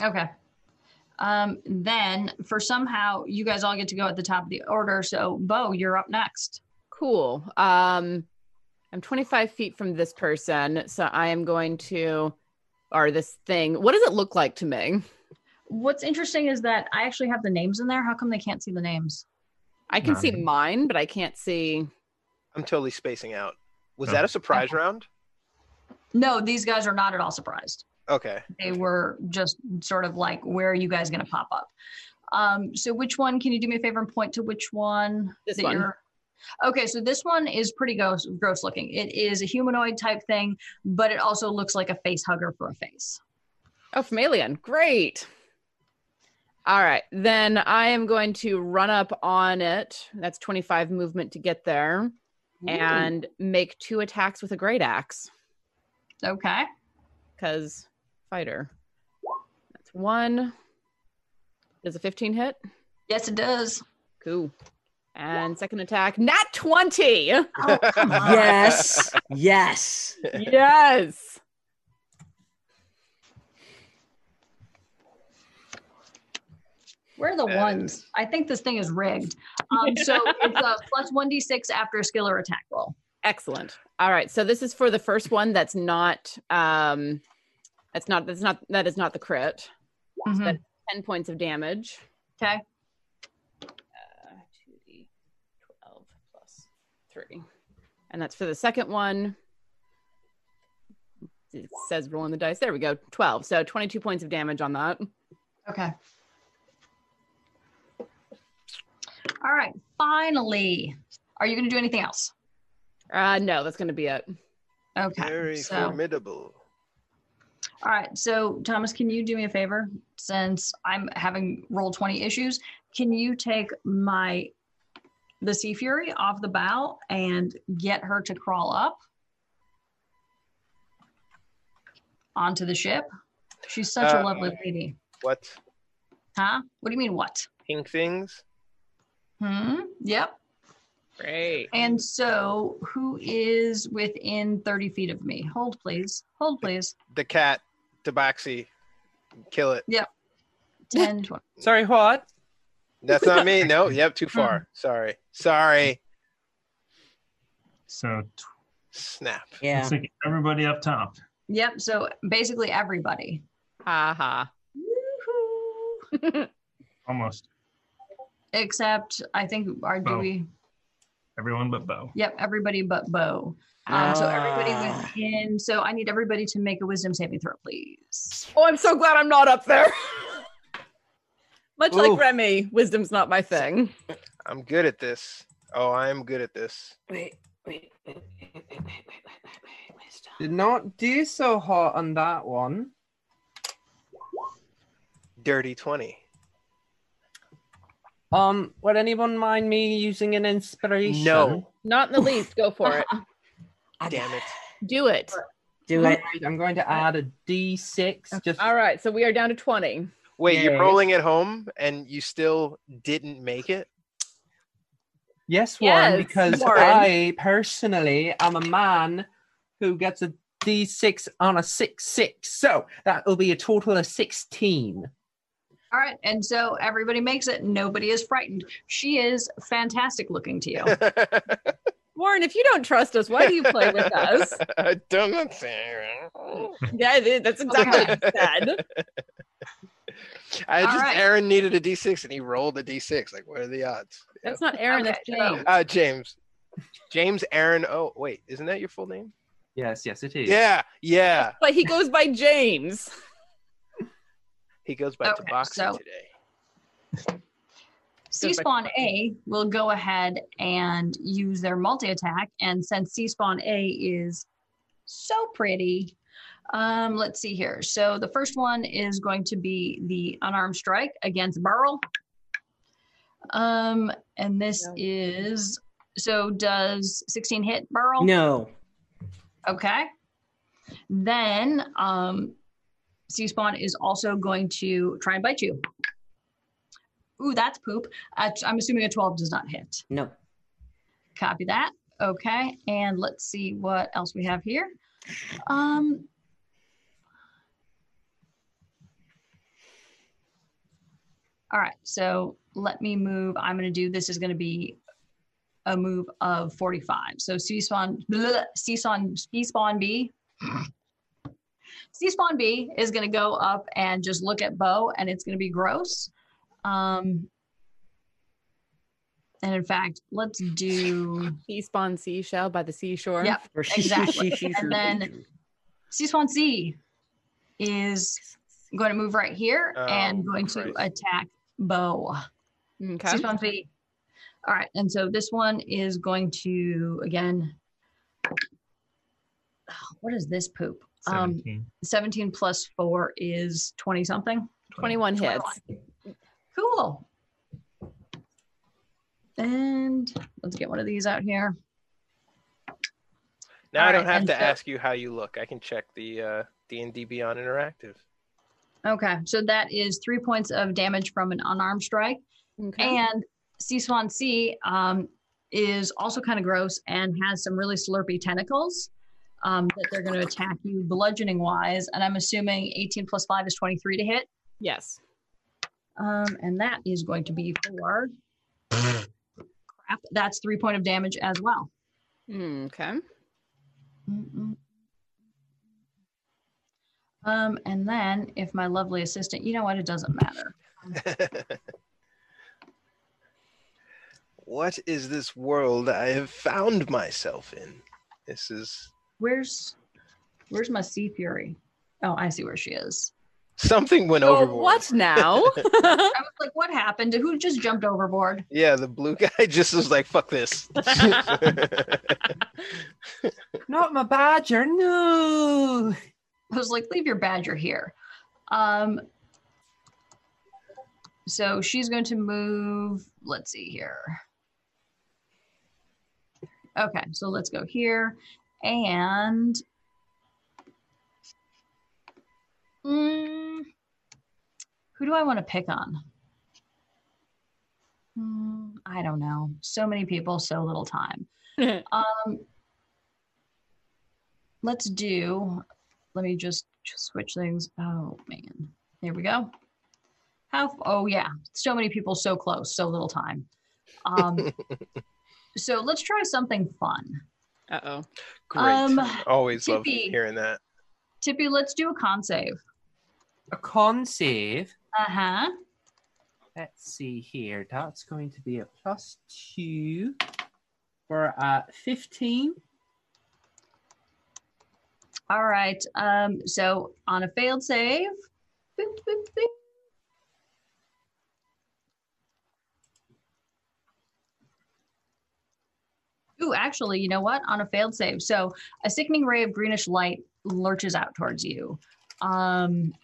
[SPEAKER 3] Okay. Um, then for somehow you guys all get to go at the top of the order. So Bo, you're up next.
[SPEAKER 5] Cool. Um, I'm 25 feet from this person, so I am going to, or this thing. What does it look like to me?
[SPEAKER 3] What's interesting is that I actually have the names in there. How come they can't see the names?
[SPEAKER 5] I can see
[SPEAKER 7] Nice.
[SPEAKER 5] mine, but I can't see.
[SPEAKER 4] I'm totally spacing out. Was that a surprise round?
[SPEAKER 3] No, these guys are not at all surprised.
[SPEAKER 4] Okay.
[SPEAKER 3] They were just sort of like, where are you guys going to pop up? Um, so which one can you do me a favor and point to which one
[SPEAKER 5] This one.
[SPEAKER 3] Okay, so this one is pretty gross, gross looking. It is a humanoid type thing, but it also looks like a face hugger for a face.
[SPEAKER 5] Oh, from Alien. Great. All right. Then I am going to run up on it. That's 25 movement to get there and make two attacks with a great axe
[SPEAKER 3] Okay.
[SPEAKER 5] because fighter. That's one. Does a 15 hit?
[SPEAKER 3] Yes, it does.
[SPEAKER 5] Cool. And second attack, nat 20.
[SPEAKER 3] Oh, come on.
[SPEAKER 6] Yes. yes.
[SPEAKER 5] yes.
[SPEAKER 3] Where are the
[SPEAKER 4] Yes.
[SPEAKER 3] ones? I think this thing is rigged. Um, so it's a plus 1d6 after a skill or attack roll.
[SPEAKER 5] Excellent. All right. So this is for the first one that's not um that's not that's not that is not the crit.
[SPEAKER 3] Mhm.
[SPEAKER 5] 10 points of damage.
[SPEAKER 3] Okay.
[SPEAKER 5] Uh, 2d 12 plus 3. And that's for the second one. It says rolling the dice. There we go. 12. So 22 points of damage on that.
[SPEAKER 3] Okay. All right. Finally, are you going to do anything else?
[SPEAKER 5] Uh no, that's going to be it.
[SPEAKER 3] Okay.
[SPEAKER 4] Very
[SPEAKER 3] so,
[SPEAKER 4] formidable.
[SPEAKER 3] all right. So, Thomas, can you do me a favor? Since I'm having roll 20 issues, can you take my the Sea Fury off the bow and get her to crawl up onto the ship? She's such a
[SPEAKER 4] Uh,
[SPEAKER 3] lovely lady.
[SPEAKER 4] What?
[SPEAKER 3] Huh? What do you mean, what?
[SPEAKER 4] Pink things?
[SPEAKER 3] Hmm? Yep.
[SPEAKER 5] Great.
[SPEAKER 3] And so, who is within 30 feet of me? Hold, please. Hold, please.
[SPEAKER 4] The cat, Tabaxi. Kill it.
[SPEAKER 3] 10, 20.
[SPEAKER 9] Sorry, what?
[SPEAKER 4] That's not me. No, yep, too far. Sorry. Sorry.
[SPEAKER 7] So
[SPEAKER 4] Snap.
[SPEAKER 6] Yeah.
[SPEAKER 7] it's like everybody up top.
[SPEAKER 3] Yep. So, basically, everybody.
[SPEAKER 5] Ha ha.
[SPEAKER 7] Almost
[SPEAKER 3] Except, I think, are do
[SPEAKER 7] Bo.
[SPEAKER 3] we?
[SPEAKER 7] everyone but Bo.
[SPEAKER 3] Yep. Everybody but Bo. Um, so, everybody
[SPEAKER 6] Ah.
[SPEAKER 3] within. So, I need everybody to make a wisdom saving throw, please.
[SPEAKER 5] Oh, I'm so glad I'm not up there. Much
[SPEAKER 9] Ooh.
[SPEAKER 5] like Remy, wisdom's not my thing.
[SPEAKER 4] I'm good at this. Oh, I am good at this.
[SPEAKER 6] Wait, wait, wait, wait, wait, wait, wait, wait, wait, wait, stop.
[SPEAKER 9] Did not do so hot on that one.
[SPEAKER 4] Dirty 20.
[SPEAKER 9] Um, would anyone mind me using an inspiration?
[SPEAKER 4] No.
[SPEAKER 5] Not in the least. Go for it.
[SPEAKER 6] I
[SPEAKER 4] Damn
[SPEAKER 6] got
[SPEAKER 4] it.
[SPEAKER 5] Uh-huh. Do it.
[SPEAKER 6] Do it.
[SPEAKER 9] I'm going to add a D6. Just
[SPEAKER 5] All right. So we are down to 20.
[SPEAKER 4] Wait, you're
[SPEAKER 9] Yes.
[SPEAKER 4] rolling at home and you still didn't make it?
[SPEAKER 9] yes, Warren,
[SPEAKER 5] Yes,
[SPEAKER 9] because
[SPEAKER 5] Warren.
[SPEAKER 9] I personally am a man who gets a D6 on a six six. So that will be a total of sixteen.
[SPEAKER 3] All right. And so, everybody makes it. Nobody is frightened. She is fantastic looking to you.
[SPEAKER 5] Warren, if you don't trust us, why do you play with us?
[SPEAKER 4] I don't know.
[SPEAKER 5] Yeah, th- that's exactly what I said.
[SPEAKER 4] I
[SPEAKER 3] All
[SPEAKER 4] just
[SPEAKER 3] right.
[SPEAKER 4] Aaron needed a D6 and he rolled a D6. Like, what are the odds? Yeah.
[SPEAKER 5] That's not Aaron.
[SPEAKER 3] Okay,
[SPEAKER 5] That's James.
[SPEAKER 4] Uh, James. James Aaron. Oh, wait, isn't that your full name?
[SPEAKER 9] Yes, yes, it is.
[SPEAKER 4] Yeah, yeah.
[SPEAKER 5] But he goes by James.
[SPEAKER 4] He goes by
[SPEAKER 3] Okay,
[SPEAKER 4] Tabaxi
[SPEAKER 3] so-
[SPEAKER 4] today.
[SPEAKER 3] C spawn A will go ahead and use their multi attack. And since C spawn A is so pretty, Um, let's see here. So the first one is going to be the unarmed strike against Burl. Um, and this
[SPEAKER 5] No.
[SPEAKER 3] is so does 16 hit Burl?
[SPEAKER 6] No.
[SPEAKER 3] Okay. Then um, C Spawn is also going to try and bite you. Ooh, that's poop. Uh, I'm assuming a 12 does not hit.
[SPEAKER 6] No.
[SPEAKER 3] Copy that. Okay, and let's see what else we have here. Um, all right, so let me move. I'm going to do this is going to be a move of 45. So C spawn, C spawn, C spawn B. C spawn B is going to go up and just look at Bo, and it's going to be gross. Um, and in fact, let's do.
[SPEAKER 5] He spawns seashell by the seashore.
[SPEAKER 3] Yep.
[SPEAKER 6] Or she-
[SPEAKER 3] Exactly.
[SPEAKER 6] she-
[SPEAKER 3] And then- C Swan C is going to move right here and
[SPEAKER 4] Oh,
[SPEAKER 3] going
[SPEAKER 4] Christ.
[SPEAKER 3] to attack Bo.
[SPEAKER 5] Okay.
[SPEAKER 3] C Swan C. All right, and so this one is going to again. What is this poop? Um,
[SPEAKER 7] 17.
[SPEAKER 3] 17 plus 4 is 20 something.
[SPEAKER 5] 21 hits.
[SPEAKER 3] Cool. And let's get one of these out here.
[SPEAKER 4] Now I
[SPEAKER 3] All
[SPEAKER 4] don't
[SPEAKER 3] right,
[SPEAKER 4] have
[SPEAKER 3] and
[SPEAKER 4] to
[SPEAKER 3] so-
[SPEAKER 4] ask you how you look. I can check the uh, D&D Beyond Interactive.
[SPEAKER 3] Okay, so that is three points of damage from an unarmed strike.
[SPEAKER 5] Okay.
[SPEAKER 3] And Sea Swan C um, is also kind of gross and has some really slurpy tentacles um, that they're going to attack you bludgeoning wise. And I'm assuming 18 plus 5 is 23 to hit.
[SPEAKER 5] yes.
[SPEAKER 3] Um, and that is going to be four. Crap, that's three point of damage as well.
[SPEAKER 5] Okay.
[SPEAKER 3] Mm-mm. Um, and then if my lovely assistant, you know what, it doesn't matter.
[SPEAKER 4] what is this world I have found myself in? This is
[SPEAKER 3] Where's where's my Sea Fury? Oh, I see where she is.
[SPEAKER 4] something went
[SPEAKER 5] So
[SPEAKER 4] overboard.
[SPEAKER 5] what now?
[SPEAKER 3] I was like, what happened? Who just jumped overboard?
[SPEAKER 4] Yeah, the blue guy just was like, "Fuck this."
[SPEAKER 9] Not my badger, no.
[SPEAKER 3] I was like, leave your badger here. Um, so she's going to move. Let's see here. Okay, so let's go here. And. Mm, who do I want to pick on? Mm, I don't know. So many people, so little time. Um, let's do. Let me just, just switch things. Oh man, there we go. How? Oh yeah, so many people, so close, so little time. Um, so let's try something fun.
[SPEAKER 5] uh oh.
[SPEAKER 4] Great.
[SPEAKER 3] Um,
[SPEAKER 4] Always love
[SPEAKER 3] Tippy.
[SPEAKER 4] hearing that.
[SPEAKER 3] Tippy, let's do a con save.
[SPEAKER 9] A con save.
[SPEAKER 3] Uh huh.
[SPEAKER 9] Let's see here. That's going to be a plus two for uh, 15.
[SPEAKER 3] All right. Um, so on a failed save. boop, boop, boop. Ooh, actually, you know what? On a failed save. So a sickening ray of greenish light lurches out towards you. Um,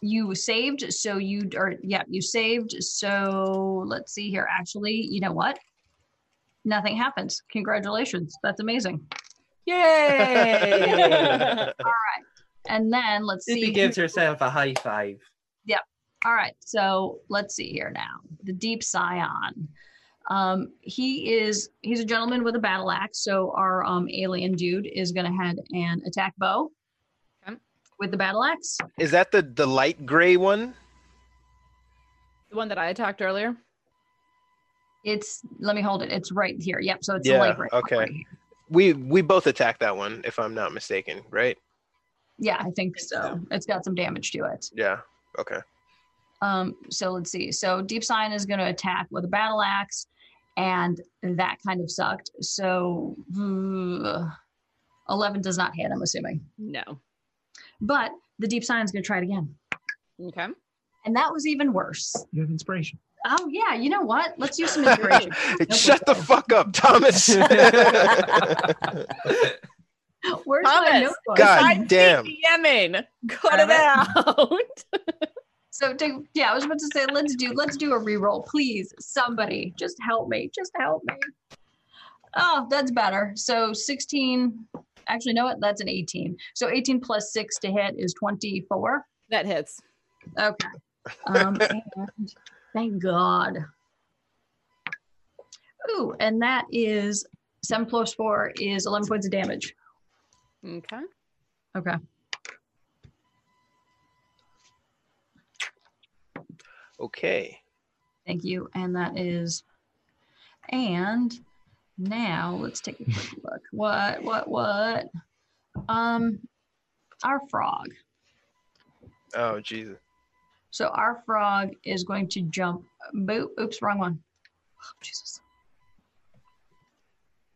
[SPEAKER 3] you saved, so you, or yeah, you saved. So let's see here. Actually, you know what? Nothing happens. Congratulations. That's amazing.
[SPEAKER 9] Yay!
[SPEAKER 3] And then let's see.
[SPEAKER 9] Sippy
[SPEAKER 3] who-
[SPEAKER 9] gives herself a high five.
[SPEAKER 3] All right, so let's see here now. The Deep Scion. Um, he is he's a gentleman with a battle axe. So our um, alien dude is going to head and attack Bo
[SPEAKER 5] Okay.
[SPEAKER 3] with the battle axe.
[SPEAKER 4] Is that the the light gray one?
[SPEAKER 5] The one that I attacked earlier.
[SPEAKER 3] It's let me hold it. It's right here. Yep. So it's
[SPEAKER 4] Yeah,
[SPEAKER 3] the light right,
[SPEAKER 4] okay.
[SPEAKER 3] right here.
[SPEAKER 4] We we both attacked that one, if I'm not mistaken, right?
[SPEAKER 3] Yeah, I think so. It's got some damage to it.
[SPEAKER 4] Yeah. Okay.
[SPEAKER 3] Um, so let's see. So Deep Sign is going to attack with a battle axe, and that kind of sucked. So mm, eleven does not hit. I'm assuming,
[SPEAKER 5] No.
[SPEAKER 3] but the Deep Sign is going to try it again,
[SPEAKER 5] Okay.
[SPEAKER 3] and that was even worse.
[SPEAKER 7] You have inspiration.
[SPEAKER 3] Oh yeah, you know what? Let's use some inspiration.
[SPEAKER 4] Shut the fuck up, Thomas.
[SPEAKER 3] Where's my
[SPEAKER 5] Thomas.
[SPEAKER 3] notebook.
[SPEAKER 4] God
[SPEAKER 5] Besides
[SPEAKER 4] damn.
[SPEAKER 5] DMing. Cut
[SPEAKER 3] Damn
[SPEAKER 5] it
[SPEAKER 3] it.
[SPEAKER 5] out.
[SPEAKER 3] So to, yeah, I was about to say let's do let's do a reroll, please. Somebody, just help me, just help me. Oh, that's better. So sixteen. Actually, no, what? That's an eighteen. So eighteen plus six to hit is twenty-four.
[SPEAKER 5] that hits.
[SPEAKER 3] Okay. Um, and thank God. Ooh, and that is seven plus four is eleven points of damage.
[SPEAKER 5] Okay.
[SPEAKER 3] Okay.
[SPEAKER 4] Okay.
[SPEAKER 3] Thank you. And that is, and now let's take a quick look. What, what, what? Um, our frog.
[SPEAKER 4] Oh Jesus.
[SPEAKER 3] So our frog is going to jump. Boop, oops, wrong one. Oh, Jesus.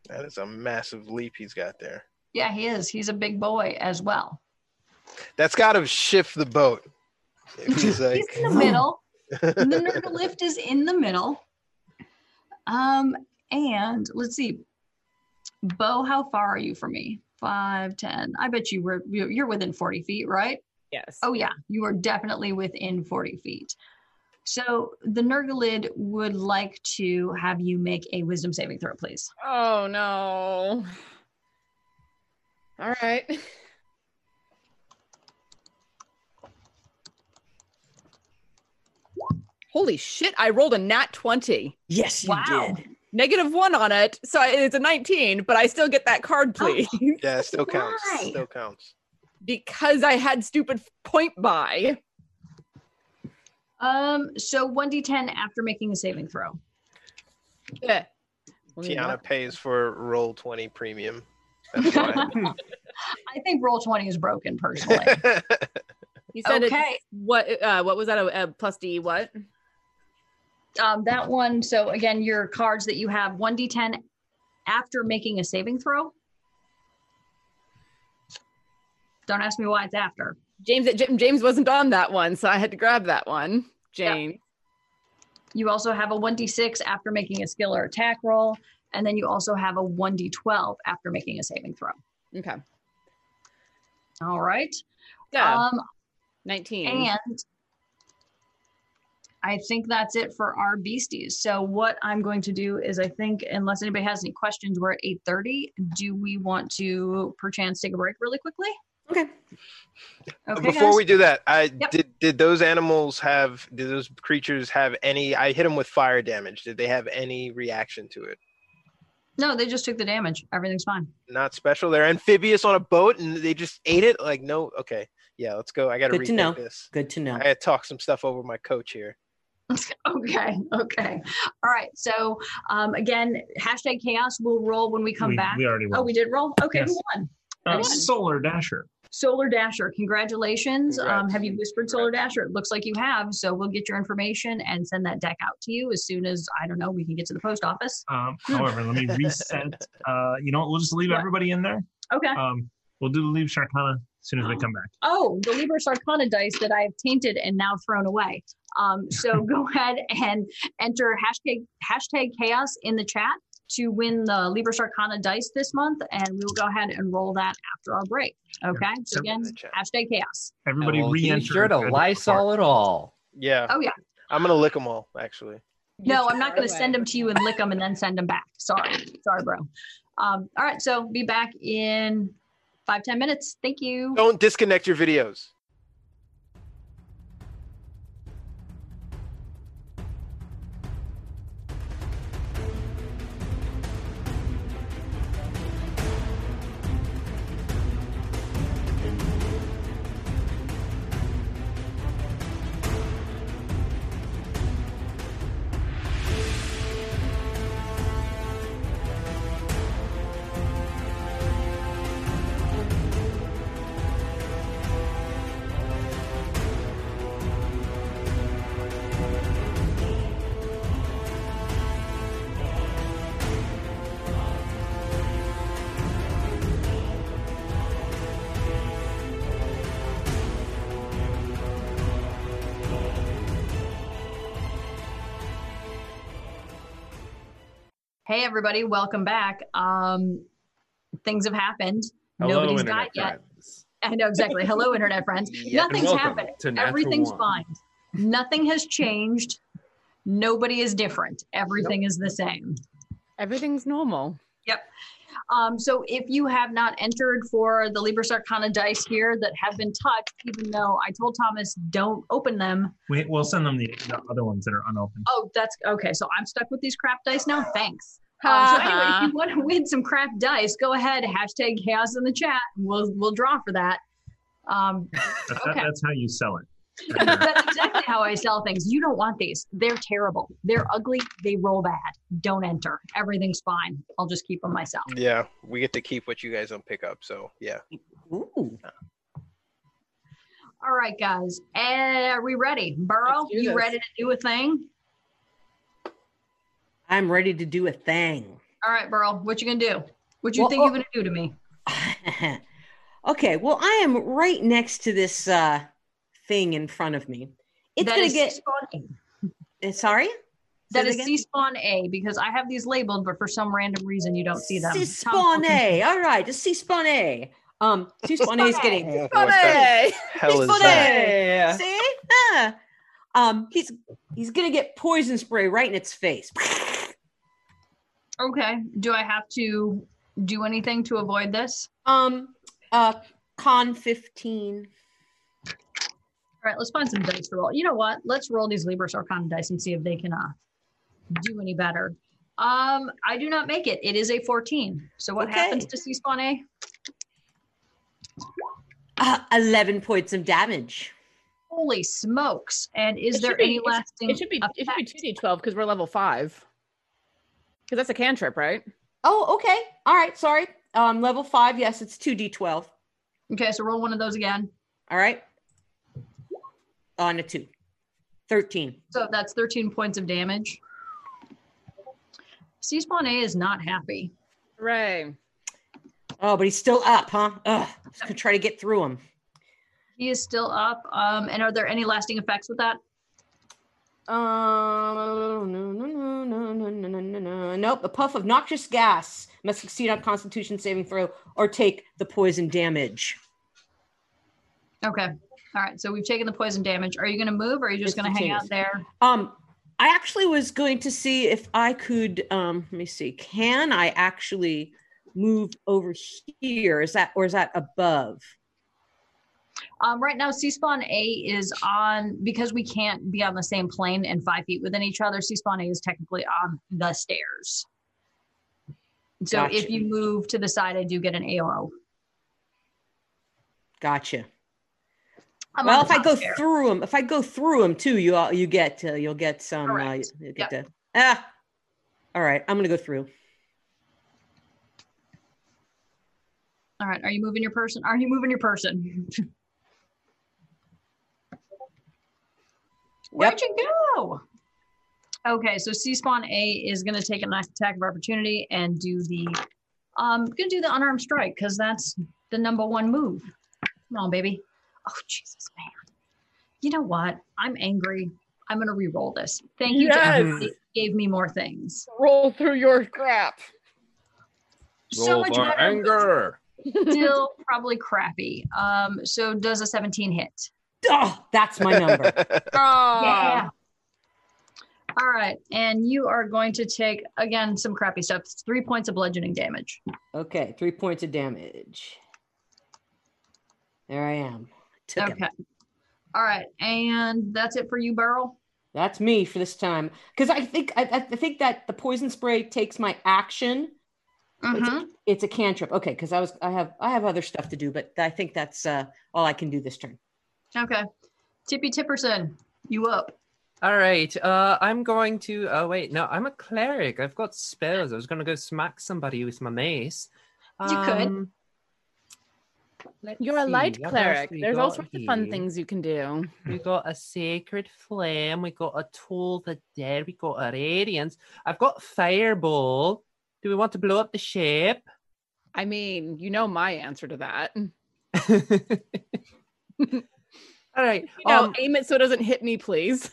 [SPEAKER 4] That is a massive leap he's got there.
[SPEAKER 3] Yeah, he is. He's a big boy as well.
[SPEAKER 4] That's gotta shift the boat. If he's like
[SPEAKER 3] He's in the middle. the nerd lift is in the middle. Um, and let's see. Bo, how far are you from me? Five, ten. I bet you were you- you're within 40 feet, right?
[SPEAKER 5] Yes.
[SPEAKER 3] Oh yeah, you are definitely within 40 feet. So the Nurgalid would like to have you make a wisdom saving throw, please.
[SPEAKER 5] Oh no. All right. Holy shit, I rolled a nat 20.
[SPEAKER 6] Yes, you
[SPEAKER 3] Wow.
[SPEAKER 6] did.
[SPEAKER 5] Negative one on it. So it's a 19, but I still get that card,
[SPEAKER 3] Oh.
[SPEAKER 5] please.
[SPEAKER 4] Yeah, it still counts.
[SPEAKER 3] Why?
[SPEAKER 4] Still counts.
[SPEAKER 5] because I had stupid point buy.
[SPEAKER 3] Um, so 1d10 after making a saving throw.
[SPEAKER 5] Yeah.
[SPEAKER 4] Tiana pays for roll twenty premium. That's
[SPEAKER 6] Oh,
[SPEAKER 4] why.
[SPEAKER 3] I think roll 20 is broken personally.
[SPEAKER 5] You said it.
[SPEAKER 3] Okay.
[SPEAKER 5] What uh, what was that? A, a plus D what?
[SPEAKER 3] um, that one so again your cards that you have 1d10 after making a saving throw don't ask me why it's after
[SPEAKER 5] James Jam- James wasn't on that one, so I had to grab that one. James.
[SPEAKER 3] you also have a 1d6 after making a skill or attack roll and then you also have a 1d12 after making a saving throw
[SPEAKER 5] Okay.
[SPEAKER 3] all right
[SPEAKER 5] Go.
[SPEAKER 3] um
[SPEAKER 5] 19.
[SPEAKER 3] and i think that's it for our beasties so what i'm going to do is i think unless anybody has any questions we're at 8.30 do we want to perchance take a break really quickly
[SPEAKER 6] Okay.
[SPEAKER 3] Okay,
[SPEAKER 4] Before
[SPEAKER 3] guys.
[SPEAKER 4] we do that, I
[SPEAKER 3] Yep.
[SPEAKER 4] did. Did those animals have? Did those creatures have any? I hit them with fire damage. Did they have any reaction to it?
[SPEAKER 3] No, they just took the damage. Everything's fine.
[SPEAKER 4] Not special. They're amphibious on a boat, and they just ate it. Like no. Okay. Yeah. Let's go. I got to
[SPEAKER 6] Good to know.
[SPEAKER 4] rethink this.
[SPEAKER 6] Good to know.
[SPEAKER 4] I had talked some stuff over with my coach here.
[SPEAKER 3] Okay. Okay. All right. So um, again, hashtag chaos will roll when we come
[SPEAKER 7] we,
[SPEAKER 3] back.
[SPEAKER 7] we already won.
[SPEAKER 3] oh, we did roll. Okay,
[SPEAKER 7] Yes.
[SPEAKER 3] who won?
[SPEAKER 7] uh,
[SPEAKER 3] won.
[SPEAKER 7] Solar Dasher.
[SPEAKER 3] Solar Dasher. Congratulations. Um,
[SPEAKER 4] Congrats.
[SPEAKER 3] have you whispered Solar Dasher? It looks like you have. So we'll get your information and send that deck out to you as soon as I don't know we can get to the post office.
[SPEAKER 7] Um, however, let me reset. Uh, you know, what, we'll just leave
[SPEAKER 3] What?
[SPEAKER 7] everybody in there.
[SPEAKER 3] Okay.
[SPEAKER 7] Um, we'll do the leave Sharkana as soon as they come back.
[SPEAKER 3] Oh, the Libra Sarcana dice that I have tainted and now thrown away. Um, so go ahead and enter hashtag, hashtag chaos in the chat to win the Libra Sarcana dice this month, and we will go ahead and roll that after our break. Okay, so again,
[SPEAKER 4] In the chat.
[SPEAKER 3] hashtag chaos.
[SPEAKER 7] Everybody
[SPEAKER 9] Well,
[SPEAKER 7] re-enter.
[SPEAKER 9] Be sure to
[SPEAKER 7] Frederick
[SPEAKER 9] Lysol it all.
[SPEAKER 4] Yeah.
[SPEAKER 3] Oh yeah,
[SPEAKER 4] I'm gonna lick them all. Actually.
[SPEAKER 3] no, I'm not going to send them to you and lick them and then send them back. Sorry, sorry, bro. Um, all right, so be back in five ten minutes. Thank you.
[SPEAKER 4] Don't disconnect your videos.
[SPEAKER 3] Hey everybody, welcome back. Um, things have happened.
[SPEAKER 9] Hello,
[SPEAKER 3] Nobody's
[SPEAKER 9] Internet
[SPEAKER 3] got yet.
[SPEAKER 9] friends.
[SPEAKER 3] I know exactly. Hello, internet friends.
[SPEAKER 9] Yeah, and
[SPEAKER 3] Nothing's
[SPEAKER 9] welcome
[SPEAKER 3] happened.
[SPEAKER 9] to Natural
[SPEAKER 3] Everything's
[SPEAKER 9] One.
[SPEAKER 3] fine. Nothing has changed. Nobody is different. Everything is the same.
[SPEAKER 5] Everything's normal.
[SPEAKER 3] Um, so if you have not entered for the Libra Arcana dice here that have been touched, even though I told Thomas don't open them.
[SPEAKER 7] We, we'll send them the, the other ones that are unopened.
[SPEAKER 3] Oh, that's okay. So I'm stuck with these crap dice now. Thanks. Um, so anyway, if you want to win some crap dice, go ahead hashtag chaos in the chat. We'll we'll draw for that. Um,
[SPEAKER 7] That's,
[SPEAKER 3] okay.
[SPEAKER 7] that's how you sell it.
[SPEAKER 3] that's exactly how I sell things. You don't want these. They're terrible. They're ugly. They roll bad. Don't enter. Everything's fine. I'll just keep them myself.
[SPEAKER 4] Yeah, we get to keep what you guys don't pick up. So yeah,
[SPEAKER 6] Ooh.
[SPEAKER 3] All right, guys. Eh, Are we ready? Burrow,
[SPEAKER 6] Let's do
[SPEAKER 3] you
[SPEAKER 6] this.
[SPEAKER 3] ready to do a thing?
[SPEAKER 6] I'm ready to do a thing.
[SPEAKER 3] All right, Burl, what you gonna do? What you
[SPEAKER 6] Well,
[SPEAKER 3] think
[SPEAKER 6] oh.
[SPEAKER 3] you're gonna do to me?
[SPEAKER 6] okay, well, I am right next to this uh, thing in front of me. It's
[SPEAKER 3] That
[SPEAKER 6] gonna
[SPEAKER 3] is
[SPEAKER 6] get.
[SPEAKER 3] C-spawn A.
[SPEAKER 6] uh, Sorry.
[SPEAKER 3] That
[SPEAKER 6] Say
[SPEAKER 3] is
[SPEAKER 6] again?
[SPEAKER 3] C-spawn A because I have these labeled, but for some random reason you don't see them.
[SPEAKER 6] C-spawn A. All right, it's C-spawn A. Um, C-spawn A is getting
[SPEAKER 4] what the
[SPEAKER 5] Funny.
[SPEAKER 4] hell is
[SPEAKER 6] Funny.
[SPEAKER 4] that?
[SPEAKER 5] Yeah.
[SPEAKER 4] uh,
[SPEAKER 6] See? Ah. Um, he's he's gonna get poison spray right in its face.
[SPEAKER 3] Tom. Okay. Do I have to do anything to avoid this?
[SPEAKER 6] Um, uh, con fifteen.
[SPEAKER 3] All right, let's find some dice to roll. You know what? Let's roll these Libras Arcana dice and see if they can uh, do any better. Um, I do not make it. It is a 14. So what
[SPEAKER 6] Okay.
[SPEAKER 3] happens to C-spawn A?
[SPEAKER 6] Uh, Eleven points of damage.
[SPEAKER 3] Holy smokes. And is
[SPEAKER 5] It
[SPEAKER 3] there
[SPEAKER 5] should be-
[SPEAKER 3] any
[SPEAKER 5] it should-
[SPEAKER 3] lasting
[SPEAKER 5] It should be it should be
[SPEAKER 3] effect?
[SPEAKER 5] two d twelve because we're level five. Because that's a cantrip, right?
[SPEAKER 6] Oh, okay. All right. Sorry. Um, level five. Yes, it's two d twelve.
[SPEAKER 3] Okay, so roll one of those again.
[SPEAKER 6] All right. On a two. 13.
[SPEAKER 3] So that's 13 points of damage. C spawn A is not happy.
[SPEAKER 5] Hooray.
[SPEAKER 6] Oh, but he's still up, huh? Ugh. I'm just gonna try to get through him.
[SPEAKER 3] He is still up. Um, and are there any lasting effects with that?
[SPEAKER 6] Um, no, no, no, no, no, no, no, no, no. Nope. A puff of noxious gas must succeed on Constitution saving throw or take the poison damage.
[SPEAKER 3] Okay. All right. So we've taken the poison damage. Are you going to move or are you just
[SPEAKER 6] It's
[SPEAKER 3] going to hang out
[SPEAKER 6] continuous.
[SPEAKER 3] there?
[SPEAKER 6] Um, I actually was going to see if I could. Um, let me see. Can I actually move over here? Is that or is that above?
[SPEAKER 3] Um, right now, C spawn A is on, because we can't be on the same plane and five feet within each other, C spawn A is technically on the stairs. So if
[SPEAKER 6] Gotcha.
[SPEAKER 3] you move to the side, I do get an AO.
[SPEAKER 6] Gotcha.
[SPEAKER 3] I'm on
[SPEAKER 6] well,
[SPEAKER 3] the
[SPEAKER 6] if I
[SPEAKER 3] top
[SPEAKER 6] go
[SPEAKER 3] stair.
[SPEAKER 6] through them, if I go through them too, you all you get uh, you'll get some. Uh,
[SPEAKER 3] Correct.
[SPEAKER 6] you'll get the, ah. All right, I'm gonna go through.
[SPEAKER 3] All right. Are you moving your person? Are you moving your person? Where'd you go? Okay, so C spawn A is going to take a nice attack of opportunity and do the, um, going to do the unarmed strike because that's the number one move. Come on, baby. Oh Jesus, man. You know what? I'm angry. I'm going to re-roll this. Thank you.
[SPEAKER 5] Yes.
[SPEAKER 3] To everybody that gave me more things.
[SPEAKER 5] Roll through your crap.
[SPEAKER 3] so
[SPEAKER 9] Roll
[SPEAKER 3] much
[SPEAKER 9] for
[SPEAKER 3] better.
[SPEAKER 9] anger.
[SPEAKER 3] Still probably crappy. Um, so does a 17 hit?
[SPEAKER 6] Oh, that's my number.
[SPEAKER 5] Oh.
[SPEAKER 3] Yeah. All right. And you are going to take, again, some crappy stuff. It's three points of bludgeoning damage.
[SPEAKER 6] okay, three points of damage. There I am. Took 'em.
[SPEAKER 3] Okay. All right. And that's it for you, Burl.
[SPEAKER 6] That's me for this time because I think I, I think that the poison spray takes my action.
[SPEAKER 3] Mhm.
[SPEAKER 6] It's a cantrip. Okay, because I was I have I have other stuff to do, but I think that's uh, all I can do this turn.
[SPEAKER 3] Okay. Tippy Tipperson, you up.
[SPEAKER 9] All right. Uh, I'm going to. Oh wait, no, I'm a cleric. I've got spells. I was gonna go smack somebody with my mace.
[SPEAKER 3] You could.
[SPEAKER 9] could. Let's
[SPEAKER 5] You're a
[SPEAKER 9] see,
[SPEAKER 5] light
[SPEAKER 9] what else
[SPEAKER 5] cleric.
[SPEAKER 9] we
[SPEAKER 5] There's all
[SPEAKER 9] got
[SPEAKER 5] sorts of fun
[SPEAKER 9] here?
[SPEAKER 5] things you can do.
[SPEAKER 9] We got a sacred flame. We got a toll the dead. We got a radiance. I've got fireball. Do we want to blow up the ship?
[SPEAKER 5] I mean, you know my answer to that. You
[SPEAKER 9] All right.
[SPEAKER 5] know,
[SPEAKER 9] um,
[SPEAKER 5] aim it so it doesn't hit me, please.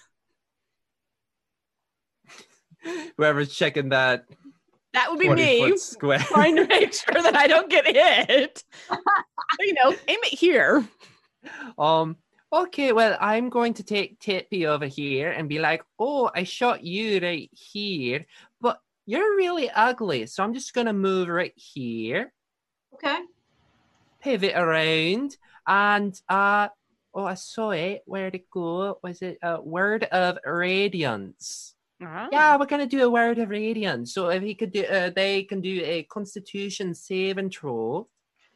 [SPEAKER 9] whoever's checking that
[SPEAKER 5] That would be
[SPEAKER 9] 40
[SPEAKER 5] me
[SPEAKER 9] foot square.
[SPEAKER 5] trying to make sure that I don't get hit. you know, aim it here.
[SPEAKER 9] Um. Okay, well, I'm going to take Tippy over here and be like, "Oh, I shot you right here, but you're really ugly, so I'm just gonna move right here,
[SPEAKER 3] Okay.
[SPEAKER 9] pivot around, and uh, oh, I saw it. Where'd it go? Was it a word of radiance? Yeah, we're gonna do a word of radiance. So if he could do, uh, they can do a Constitution saving throw.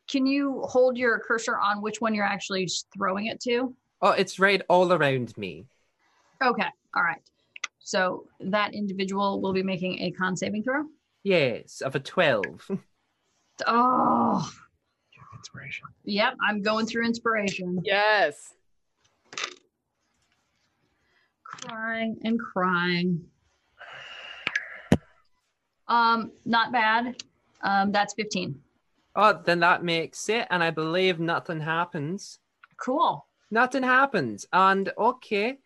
[SPEAKER 3] Can you hold your cursor on which one you're actually throwing it to?
[SPEAKER 9] Oh, it's right all around me.
[SPEAKER 3] Okay. All right. So that individual will be making a con saving throw.
[SPEAKER 9] Yes, of a twelve.
[SPEAKER 3] Oh,
[SPEAKER 7] Inspiration.
[SPEAKER 3] yep. I'm going through inspiration.
[SPEAKER 5] Yes.
[SPEAKER 3] Crying and crying. Um, not bad. Um, that's 15.
[SPEAKER 9] Oh, then that makes it, and I believe nothing happens.
[SPEAKER 3] Cool.
[SPEAKER 9] Nothing happens, and okay.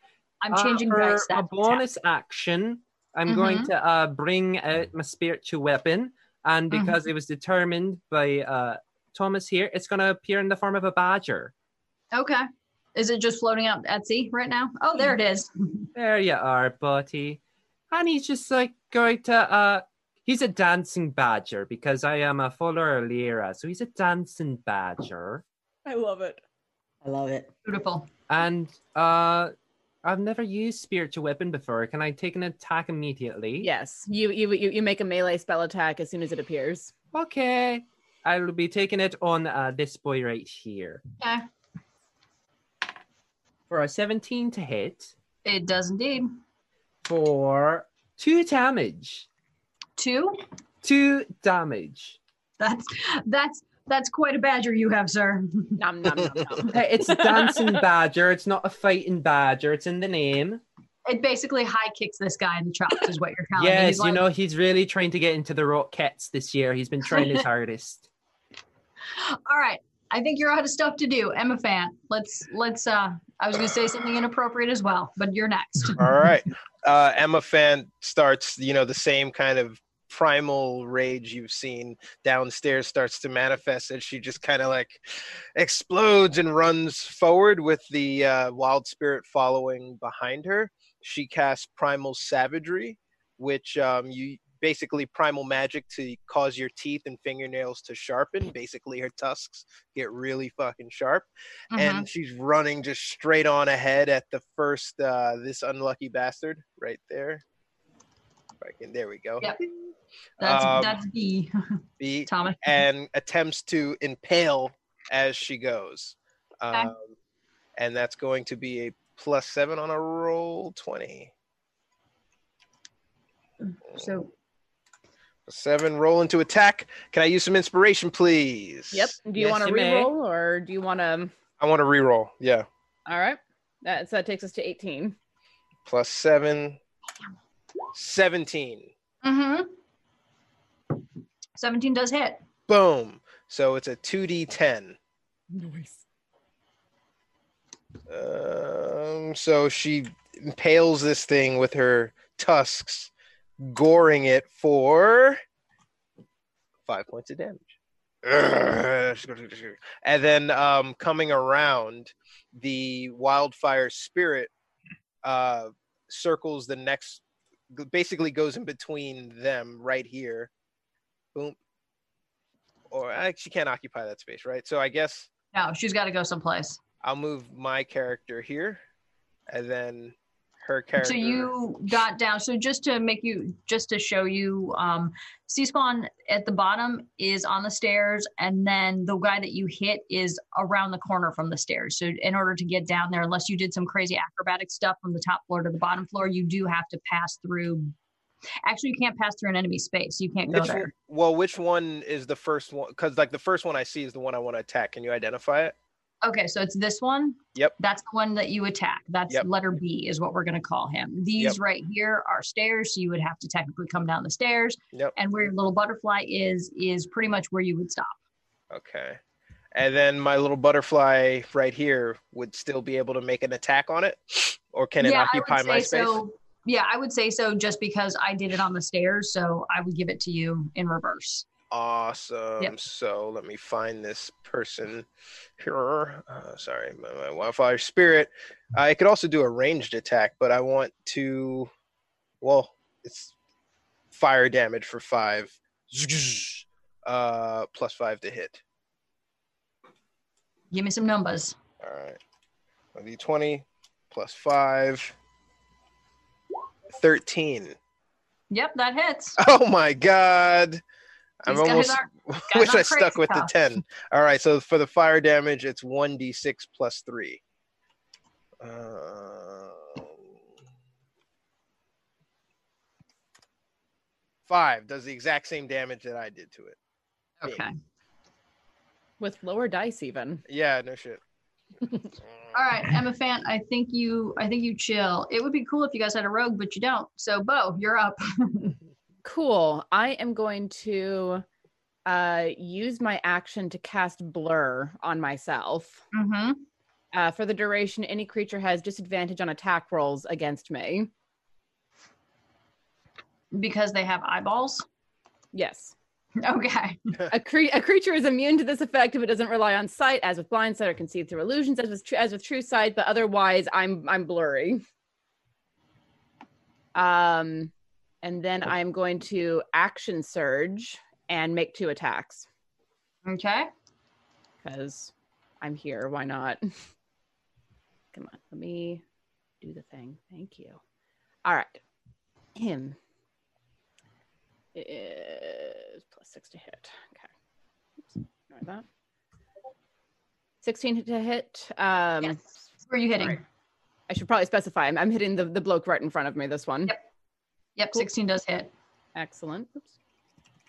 [SPEAKER 3] I'm
[SPEAKER 9] uh,
[SPEAKER 3] changing
[SPEAKER 9] for
[SPEAKER 3] dice.
[SPEAKER 9] a
[SPEAKER 3] That's what's Mm-hmm.
[SPEAKER 9] bonus action. I'm going to uh, bring out my spiritual weapon, and
[SPEAKER 3] Mhm.
[SPEAKER 9] because it was determined by uh, Thomas here, it's going to appear in the form of a badger.
[SPEAKER 3] happening. Okay. Is it just floating up Etsy right now? Oh, there it is.
[SPEAKER 9] There you are, buddy. And he's just like going to uh he's a dancing badger because I am a follower of Lyra, so he's a dancing badger.
[SPEAKER 5] I love it.
[SPEAKER 6] I love it.
[SPEAKER 3] Beautiful.
[SPEAKER 9] And uh I've never used spiritual weapon before. Can I take an attack immediately?
[SPEAKER 5] Yes. You you you, you make a melee spell attack as soon as it appears.
[SPEAKER 9] Okay. I will be taking it on uh, this boy right here.
[SPEAKER 3] Okay.
[SPEAKER 9] For a 17 to hit
[SPEAKER 3] It does indeed.
[SPEAKER 9] for two damage.
[SPEAKER 3] Two.
[SPEAKER 9] Two damage.
[SPEAKER 3] That's that's that's quite a badger you have, sir.
[SPEAKER 5] Nom nom nom nom.
[SPEAKER 9] Okay, it's a dancing badger. It's not a fighting badger. It's in the name.
[SPEAKER 3] It basically high kicks this guy in the chops, is what you're telling me.
[SPEAKER 9] yes,
[SPEAKER 3] He's
[SPEAKER 9] you
[SPEAKER 3] like,
[SPEAKER 9] know he's really trying to get into the Rockettes this year. He's been trying his hardest.
[SPEAKER 3] All right. I think you're out of stuff to do, Emma Fan. Let's let's uh I was gonna say something inappropriate as well, but you're next.
[SPEAKER 4] All right. Uh, Emma Fan starts, you know, the same kind of primal rage you've seen downstairs starts to manifest and she just kind of like explodes and runs forward with the uh, wild spirit following behind her. She casts primal savagery, which um, you basically primal magic to cause your teeth and fingernails to sharpen. Basically, her tusks get really fucking sharp
[SPEAKER 3] Mhm.
[SPEAKER 4] and she's running just straight on ahead at the first uh this unlucky bastard right there Fucking- there we go
[SPEAKER 3] Yep. That's
[SPEAKER 4] Um,
[SPEAKER 3] that's B,
[SPEAKER 4] Be-
[SPEAKER 3] Thomas.
[SPEAKER 4] and attempts to impale as she goes um, and that's going to be a plus seven on a roll 20
[SPEAKER 3] So
[SPEAKER 4] seven roll into attack can i use some inspiration please
[SPEAKER 5] Yep. Do you
[SPEAKER 9] Yes,
[SPEAKER 5] want to
[SPEAKER 9] you may.
[SPEAKER 5] re-roll or do you want to?
[SPEAKER 4] i want to re-roll yeah
[SPEAKER 5] All right. That so that takes us to eighteen.
[SPEAKER 4] plus seven 17
[SPEAKER 3] mm-hmm. 17 does hit.
[SPEAKER 4] boom so it's a 2d10
[SPEAKER 5] Nice.
[SPEAKER 4] Um, so she impales this thing with her tusks, goring it for five points of damage. Ugh. And then um, coming around, the wildfire spirit uh, circles the next, basically goes in between them right here. Boom. Or I, she can't occupy that space, right? So I guess
[SPEAKER 3] No, she's gotta go someplace.
[SPEAKER 4] I'll move my character here, and then her character.
[SPEAKER 3] So you got down. So just to make you, just to show you, um, C spawn at the bottom is on the stairs, and then the guy that you hit is around the corner from the stairs. So in order to get down there, unless you did some crazy acrobatic stuff from the top floor to the bottom floor, you do have to pass through. Actually, you can't pass through an enemy space. You can't go
[SPEAKER 4] Which
[SPEAKER 3] there.
[SPEAKER 4] one- well, which one is the first one? Because like the first one I see is the one I want to attack. Can you identify it?
[SPEAKER 3] Okay, so it's this one.
[SPEAKER 4] Yep.
[SPEAKER 3] That's the one that you attack. That's
[SPEAKER 4] Yep.
[SPEAKER 3] letter B is what we're going to call him. These
[SPEAKER 4] Yep.
[SPEAKER 3] right here are stairs, so you would have to technically come down the stairs.
[SPEAKER 4] Yep.
[SPEAKER 3] And where your little butterfly is is pretty much where you would stop.
[SPEAKER 4] Okay. And then my little butterfly right here would still be able to make an attack on it, or can it
[SPEAKER 3] yeah, I would
[SPEAKER 4] occupy my
[SPEAKER 3] say
[SPEAKER 4] space?
[SPEAKER 3] So Yeah, I would say so just because I did it on the stairs. So I would give it to you in reverse.
[SPEAKER 4] Awesome.
[SPEAKER 3] Yep.
[SPEAKER 4] So let me find this person here. Uh, sorry, my, my wildfire spirit. I could also do a ranged attack, but I want to. Well, it's fire damage for five. Uh, plus five to hit.
[SPEAKER 3] Give me some numbers.
[SPEAKER 4] All right. A d20 plus five. 13.
[SPEAKER 3] Yep, that hits.
[SPEAKER 4] Oh my god. I'm
[SPEAKER 3] These guys
[SPEAKER 4] almost.
[SPEAKER 3] are- guys
[SPEAKER 4] wish
[SPEAKER 3] are
[SPEAKER 4] I stuck
[SPEAKER 3] crazy
[SPEAKER 4] with the
[SPEAKER 3] tough.
[SPEAKER 4] 10. All right, so for the fire damage, it's 1d6 plus Uh, 3. Uh, five does the exact same damage that I did to it.
[SPEAKER 3] Okay.
[SPEAKER 5] with lower dice even.
[SPEAKER 4] Yeah, no shit.
[SPEAKER 3] All right, Emma Fan, I think you I think you chill. It would be cool if you guys had a rogue, but you don't. So Bo, you're up.
[SPEAKER 5] Cool. I am going to uh, use my action to cast blur on myself.
[SPEAKER 3] mm-hmm.
[SPEAKER 5] Uh, for the duration, any creature has disadvantage on attack rolls against me.
[SPEAKER 3] Because they have eyeballs.
[SPEAKER 5] Yes.
[SPEAKER 3] Okay.
[SPEAKER 5] A, cre- a creature is immune to this effect if it doesn't rely on sight, as with blind sight, or can see through illusions, as with, tr- as with true sight. But otherwise, I'm I'm blurry. Um, and then I am going to action surge and make two attacks
[SPEAKER 3] Okay.
[SPEAKER 5] because I'm here. Why not? Come on, let me do the thing. Thank you. All right. Him is plus six to hit. Okay. Oops, ignore that. 16 to hit. Um,
[SPEAKER 3] yes. Who are you hitting?
[SPEAKER 5] sorry. I should probably specify. I'm, I'm hitting the, the bloke right in front of me this one.
[SPEAKER 3] Yep. Yep, 16 does hit.
[SPEAKER 5] Excellent. Oops.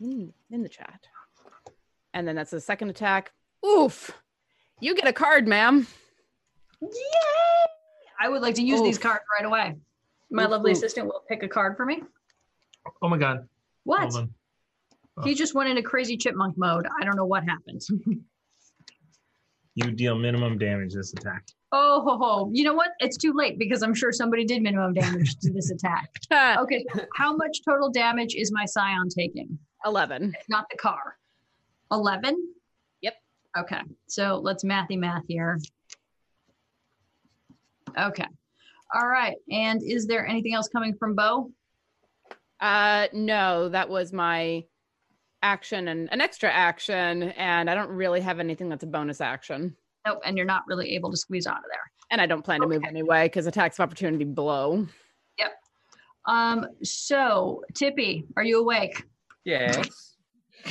[SPEAKER 5] Mm, in the chat. And then that's the second attack. Oof. You get a card, ma'am.
[SPEAKER 3] Yay! I would like to use these
[SPEAKER 5] Oof.
[SPEAKER 3] cards right away. My
[SPEAKER 5] Oof,
[SPEAKER 3] lovely
[SPEAKER 5] oof.
[SPEAKER 3] assistant will pick a card for me.
[SPEAKER 7] Oh my god.
[SPEAKER 3] What?
[SPEAKER 7] Hold on.
[SPEAKER 3] He just went into crazy chipmunk mode. I don't know what happened.
[SPEAKER 7] You deal minimum damage this attack.
[SPEAKER 3] Oh, ho, ho. you know what? It's too late because I'm sure somebody did minimum damage to this attack.
[SPEAKER 5] Ha,
[SPEAKER 3] Okay, how much total damage is my scion taking?
[SPEAKER 5] 11.
[SPEAKER 3] Not the car. 11?
[SPEAKER 5] Yep.
[SPEAKER 3] Okay, so let's mathy math here. Okay. All right. And is there anything else coming from Bo?
[SPEAKER 5] Uh, no, that was my action and an extra action. And I don't really have anything that's a bonus action.
[SPEAKER 3] Nope. And you're not really able to squeeze out of there.
[SPEAKER 5] And I don't plan to move
[SPEAKER 3] Okay.
[SPEAKER 5] anyway because attacks of opportunity blow.
[SPEAKER 3] Um, so Tippy, are you awake?
[SPEAKER 9] Yes.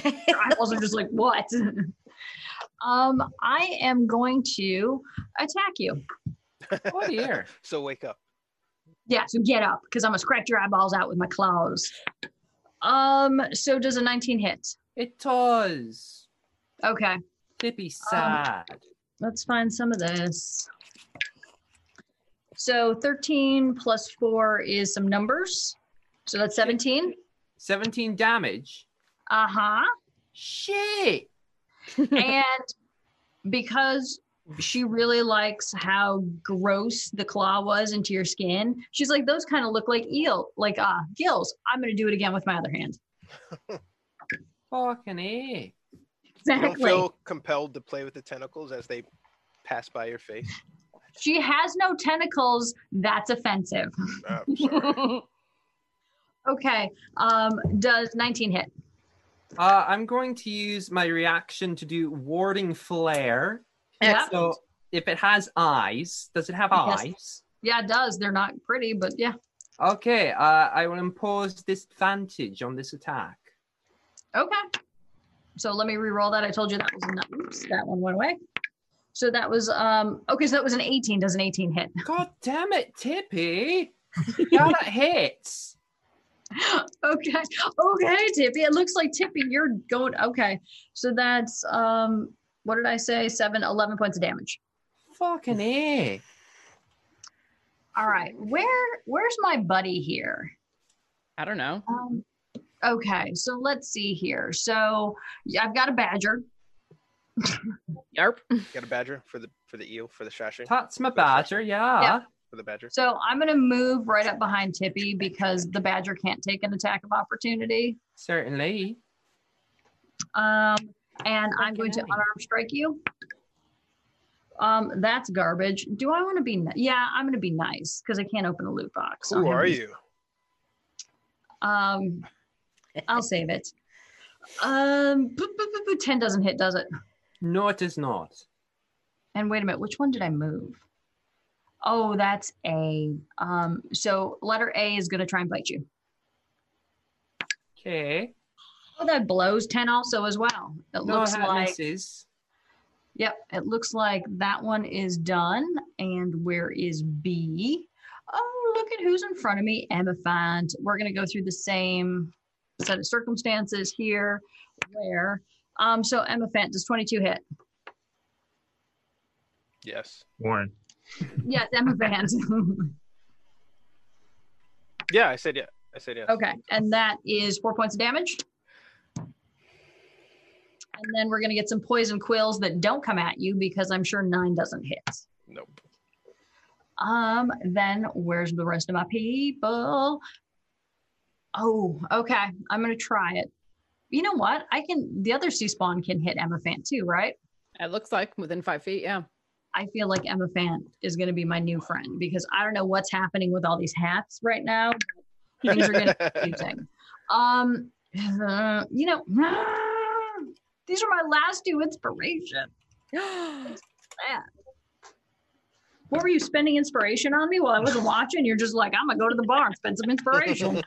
[SPEAKER 3] I wasn't just like, what? um, I am going to attack you.
[SPEAKER 9] Oh dear.
[SPEAKER 4] So wake up.
[SPEAKER 3] Yeah, so get up because I'm gonna scratch your eyeballs out with my claws. Um, so does a 19 hit?
[SPEAKER 9] It does.
[SPEAKER 3] Okay, Um,
[SPEAKER 9] Tippy sad.
[SPEAKER 3] let's find some of this. So 13 plus 4 is some numbers. So that's 17.
[SPEAKER 9] 17 damage.
[SPEAKER 3] Uh-huh.
[SPEAKER 9] Shit.
[SPEAKER 3] and because she really likes how gross the claw was into your skin, she's like, those kind of look like eel, like uh gills. I'm gonna do it again with my other hand.
[SPEAKER 9] Fucking A.
[SPEAKER 4] You don't
[SPEAKER 3] Exactly.
[SPEAKER 4] feel compelled to play with the tentacles as they pass by your face.
[SPEAKER 3] She has no tentacles. That's offensive.
[SPEAKER 4] Uh, sorry.
[SPEAKER 3] Okay. Um, does 19 hit?
[SPEAKER 9] Uh, I'm going to use my reaction to do warding flare.
[SPEAKER 3] Yeah.
[SPEAKER 9] So if it has eyes, does it have
[SPEAKER 3] Yes.
[SPEAKER 9] eyes?
[SPEAKER 3] Yeah, it does. They're not pretty, but yeah.
[SPEAKER 9] Okay, uh, I will impose disadvantage on this attack.
[SPEAKER 3] Okay. So let me re-roll that. I told you that was not, oops, that one went away. So that was um okay, so that was an 18. Does an 18 hit?
[SPEAKER 9] God damn it, Tippy! Yeah, that hits.
[SPEAKER 3] okay. Okay, Tippy. It looks like Tippy, you're going okay. So that's um what did I say? Seven, 11 points of damage.
[SPEAKER 9] Fucking A.
[SPEAKER 3] All right. Where where's my buddy here?
[SPEAKER 5] I don't know.
[SPEAKER 3] Um, okay, so let's see here. So yeah, I've got a badger.
[SPEAKER 5] Yarp.
[SPEAKER 4] Got a badger for the for the eel for the shashing.
[SPEAKER 9] That's my badger, yeah.
[SPEAKER 4] for the badger.
[SPEAKER 3] So I'm going to move right up behind Tippy because the badger can't take an attack of opportunity.
[SPEAKER 9] Certainly.
[SPEAKER 3] Um, and I'm going to unarmed strike you. Um, that's garbage. Do I want to be? Ni- yeah, I'm going to be nice because I can't open a loot box.
[SPEAKER 4] Who
[SPEAKER 3] I'll have
[SPEAKER 4] are
[SPEAKER 3] these-
[SPEAKER 4] you?
[SPEAKER 3] Um, I'll save it. Um, boop, boop, boop, boop, ten doesn't hit, does it?
[SPEAKER 9] No, it is not.
[SPEAKER 3] And wait a minute, which one did I move? Oh, that's A. Um, so letter A is going to try and bite you.
[SPEAKER 9] Okay.
[SPEAKER 3] Oh, that blows ten also as well. It
[SPEAKER 9] No,
[SPEAKER 3] looks
[SPEAKER 9] that
[SPEAKER 3] like
[SPEAKER 9] misses.
[SPEAKER 3] Yep, it looks like that one is done. And where is B? Oh, look at who's in front of me, Emiphant. We're going to go through the same set of circumstances here. Where? Um, so Emiphant, does 22 hit?
[SPEAKER 4] Yes.
[SPEAKER 7] Warren.
[SPEAKER 3] Yes, Emiphant.
[SPEAKER 4] Yeah, I said yeah. I said yeah.
[SPEAKER 3] okay, and that is four points of damage. And then we're going to get some poison quills that don't come at you because I'm sure nine doesn't hit.
[SPEAKER 4] Nope.
[SPEAKER 3] Um, then where's the rest of my people? Oh, okay. I'm gonna try it. You know what? I can the other sea spawn can hit Emma Fant too, right?
[SPEAKER 5] It looks like within five feet. Yeah.
[SPEAKER 3] I feel like Emma Fant is gonna be my new friend because I don't know what's happening with all these hats right now. but Things are getting confusing. Um uh, you know, these are my last two inspiration. Sad. What were you spending inspiration on me? Well, I wasn't watching. You're just like, I'm gonna go to the bar and spend some inspiration.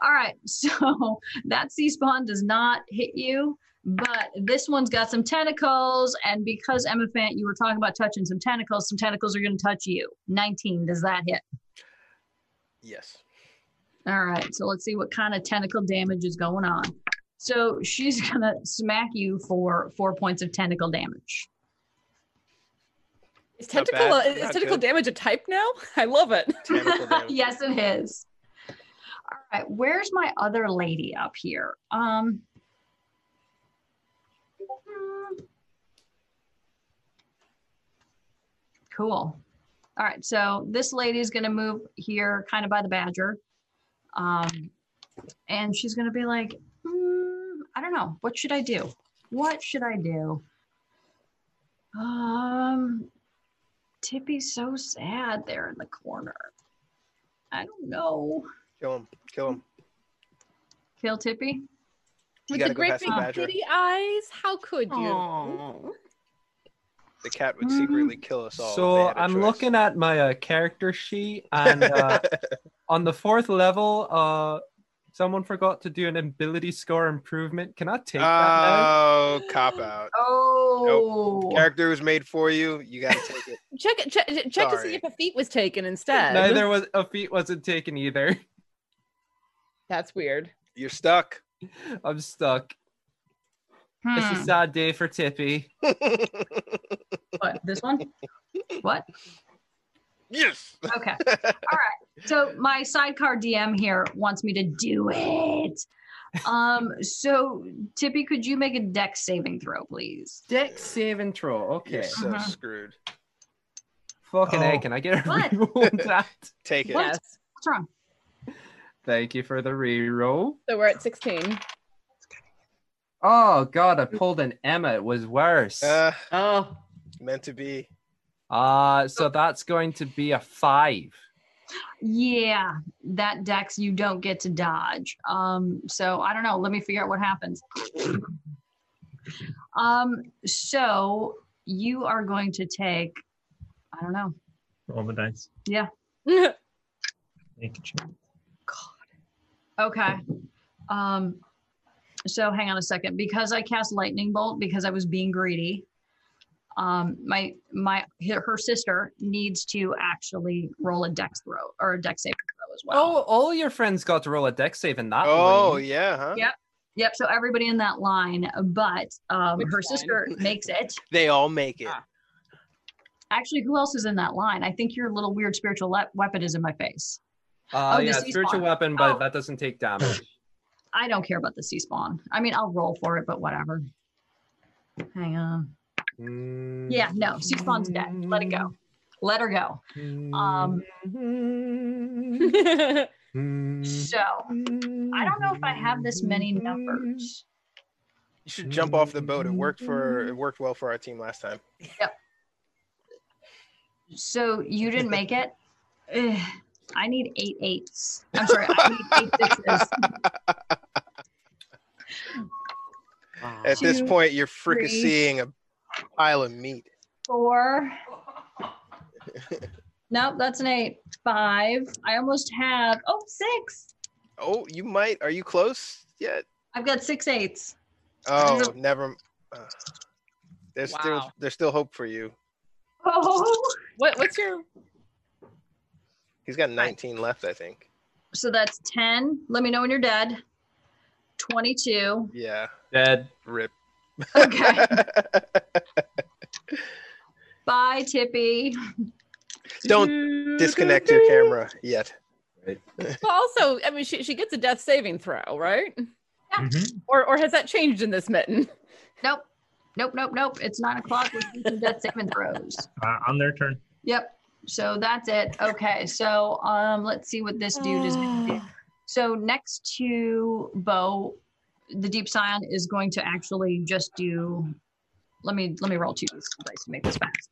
[SPEAKER 3] All right, so that sea spawn does not hit you, but this one's got some tentacles, and because Emma Fant, you were talking about touching some tentacles, some tentacles are gonna touch you. 19, does that hit?
[SPEAKER 4] Yes.
[SPEAKER 3] All right, so let's see what kind of tentacle damage is going on. So she's gonna smack you for four points of tentacle damage.
[SPEAKER 5] Is
[SPEAKER 4] Not
[SPEAKER 5] tentacle
[SPEAKER 4] bad,
[SPEAKER 5] uh, is
[SPEAKER 4] not
[SPEAKER 5] tentacle
[SPEAKER 4] good.
[SPEAKER 5] damage a type now? I love it.
[SPEAKER 4] Tentacle damage.
[SPEAKER 3] yes, it is. All right, where's my other lady up here? Um, mm. cool. All right, so this lady is going to move here, kind of by the badger, um, and she's going to be like, mm, I don't know, what should I do? What should I do? Um, Tippy's so sad there in the corner. I don't know.
[SPEAKER 4] Kill him. Kill him.
[SPEAKER 3] Kill Tippy.
[SPEAKER 4] You
[SPEAKER 5] With
[SPEAKER 4] gotta
[SPEAKER 5] the
[SPEAKER 4] go
[SPEAKER 5] great
[SPEAKER 4] past the
[SPEAKER 5] big
[SPEAKER 4] badger.
[SPEAKER 5] kitty eyes, how could you?
[SPEAKER 4] The cat would secretly kill us all. if they
[SPEAKER 9] So
[SPEAKER 4] had a
[SPEAKER 9] I'm
[SPEAKER 4] choice.
[SPEAKER 9] looking at my uh, character sheet, and uh, on the fourth level, uh, someone forgot to do an ability score improvement. Can I take that?
[SPEAKER 4] Oh, cop out.
[SPEAKER 3] Oh.
[SPEAKER 4] Character was made for you. You gotta take it.
[SPEAKER 5] Check it. Check, check to
[SPEAKER 4] Sorry.
[SPEAKER 5] see if a feat was taken
[SPEAKER 9] now?
[SPEAKER 4] Uh,
[SPEAKER 5] instead.
[SPEAKER 9] Neither was a feat wasn't taken either.
[SPEAKER 5] That's weird.
[SPEAKER 4] You're stuck.
[SPEAKER 9] I'm stuck. It's a
[SPEAKER 3] Hmm.
[SPEAKER 9] sad day for Tippy.
[SPEAKER 3] What, this one? what?
[SPEAKER 4] yes.
[SPEAKER 3] Okay. All right. So my sidecar DM here wants me to do it. Um, so Tippy, could you make a deck saving throw, please?
[SPEAKER 9] Deck saving throw.
[SPEAKER 4] You're
[SPEAKER 9] Okay.
[SPEAKER 4] so
[SPEAKER 3] Uh-huh.
[SPEAKER 4] screwed.
[SPEAKER 9] Fucking
[SPEAKER 7] Oh.
[SPEAKER 9] A, can I get a
[SPEAKER 3] What?
[SPEAKER 9] reroll on that?
[SPEAKER 4] Take it.
[SPEAKER 3] What?
[SPEAKER 5] Yes.
[SPEAKER 3] What's wrong?
[SPEAKER 9] Thank you for the reroll.
[SPEAKER 5] So we're at 16.
[SPEAKER 9] Oh god, I pulled an Emma. It was worse.
[SPEAKER 4] Uh,
[SPEAKER 6] Oh,
[SPEAKER 4] meant to be.
[SPEAKER 9] Uh, so that's going to be a five.
[SPEAKER 3] Yeah, that dex you don't get to dodge. Um, so I don't know. Let me figure out what happens. um, so you are going to take, I don't know,
[SPEAKER 7] Roll the dice. Make a check.
[SPEAKER 3] Okay. Um, so hang on a second. Because I cast lightning bolt because I was being greedy. Um, my my her her sister needs to actually roll a dex throw or a dex saving throw as well.
[SPEAKER 9] Oh, all your friends got to roll a deck save in that
[SPEAKER 4] Oh
[SPEAKER 9] lane.
[SPEAKER 4] yeah, huh?
[SPEAKER 3] Yeah. Yep. So everybody in that line, but um,
[SPEAKER 5] Which
[SPEAKER 3] her
[SPEAKER 5] line?
[SPEAKER 3] sister makes it.
[SPEAKER 4] They all make it.
[SPEAKER 5] Ah.
[SPEAKER 3] Actually, who else is in that line? I think your little weird spiritual le- weapon is in my face.
[SPEAKER 9] Uh,
[SPEAKER 3] oh, the
[SPEAKER 9] yeah,
[SPEAKER 3] sea
[SPEAKER 9] spiritual
[SPEAKER 3] spawn.
[SPEAKER 9] weapon, but
[SPEAKER 3] Oh.
[SPEAKER 9] that doesn't take damage.
[SPEAKER 3] I don't care about the sea spawn. I mean, I'll roll for it, but whatever.
[SPEAKER 9] Mm-hmm.
[SPEAKER 3] Hang on. Yeah, no, sea spawn's dead. Let it go. let her go. Um, so I don't know if I have this many
[SPEAKER 9] Mm-hmm.
[SPEAKER 3] numbers.
[SPEAKER 4] You should jump off the boat. It worked for it worked well for our team last time.
[SPEAKER 3] So you didn't make it. Ugh, I need eight eights. I'm sorry, I need eight sixes.
[SPEAKER 4] At this
[SPEAKER 3] Two,
[SPEAKER 4] point, you're
[SPEAKER 3] three.
[SPEAKER 4] fricasseeing a pile of meat.
[SPEAKER 3] Four. Nope, that's an eight. Five. I almost have. Oh, six.
[SPEAKER 4] Oh, you might. Are you close yet?
[SPEAKER 3] I've got six eights.
[SPEAKER 4] Oh, never. Uh, there's still
[SPEAKER 5] Wow.
[SPEAKER 4] there's still hope for you.
[SPEAKER 3] Oh.
[SPEAKER 5] What, what's your?
[SPEAKER 4] He's got 19 left, I think.
[SPEAKER 3] So that's 10. Let me know when you're dead. 22.
[SPEAKER 4] Yeah,
[SPEAKER 9] Dead.
[SPEAKER 4] rip.
[SPEAKER 3] Okay. Bye, Tippy.
[SPEAKER 4] Don't disconnect your camera yet.
[SPEAKER 5] Well, also, I mean, she, she gets a death saving throw, right?
[SPEAKER 7] Mhm.
[SPEAKER 5] Or or has that changed in this mitten?
[SPEAKER 3] Nope. Nope, nope, nope. It's nine o'clock. We're doing some death saving throws.
[SPEAKER 7] Uh, on their turn.
[SPEAKER 3] Yep. So that's it. Okay. So um, let's see what this dude is going to do. So next to Bo, the Deep Scion is going to actually just do. Let me let me roll two dice to make this fast.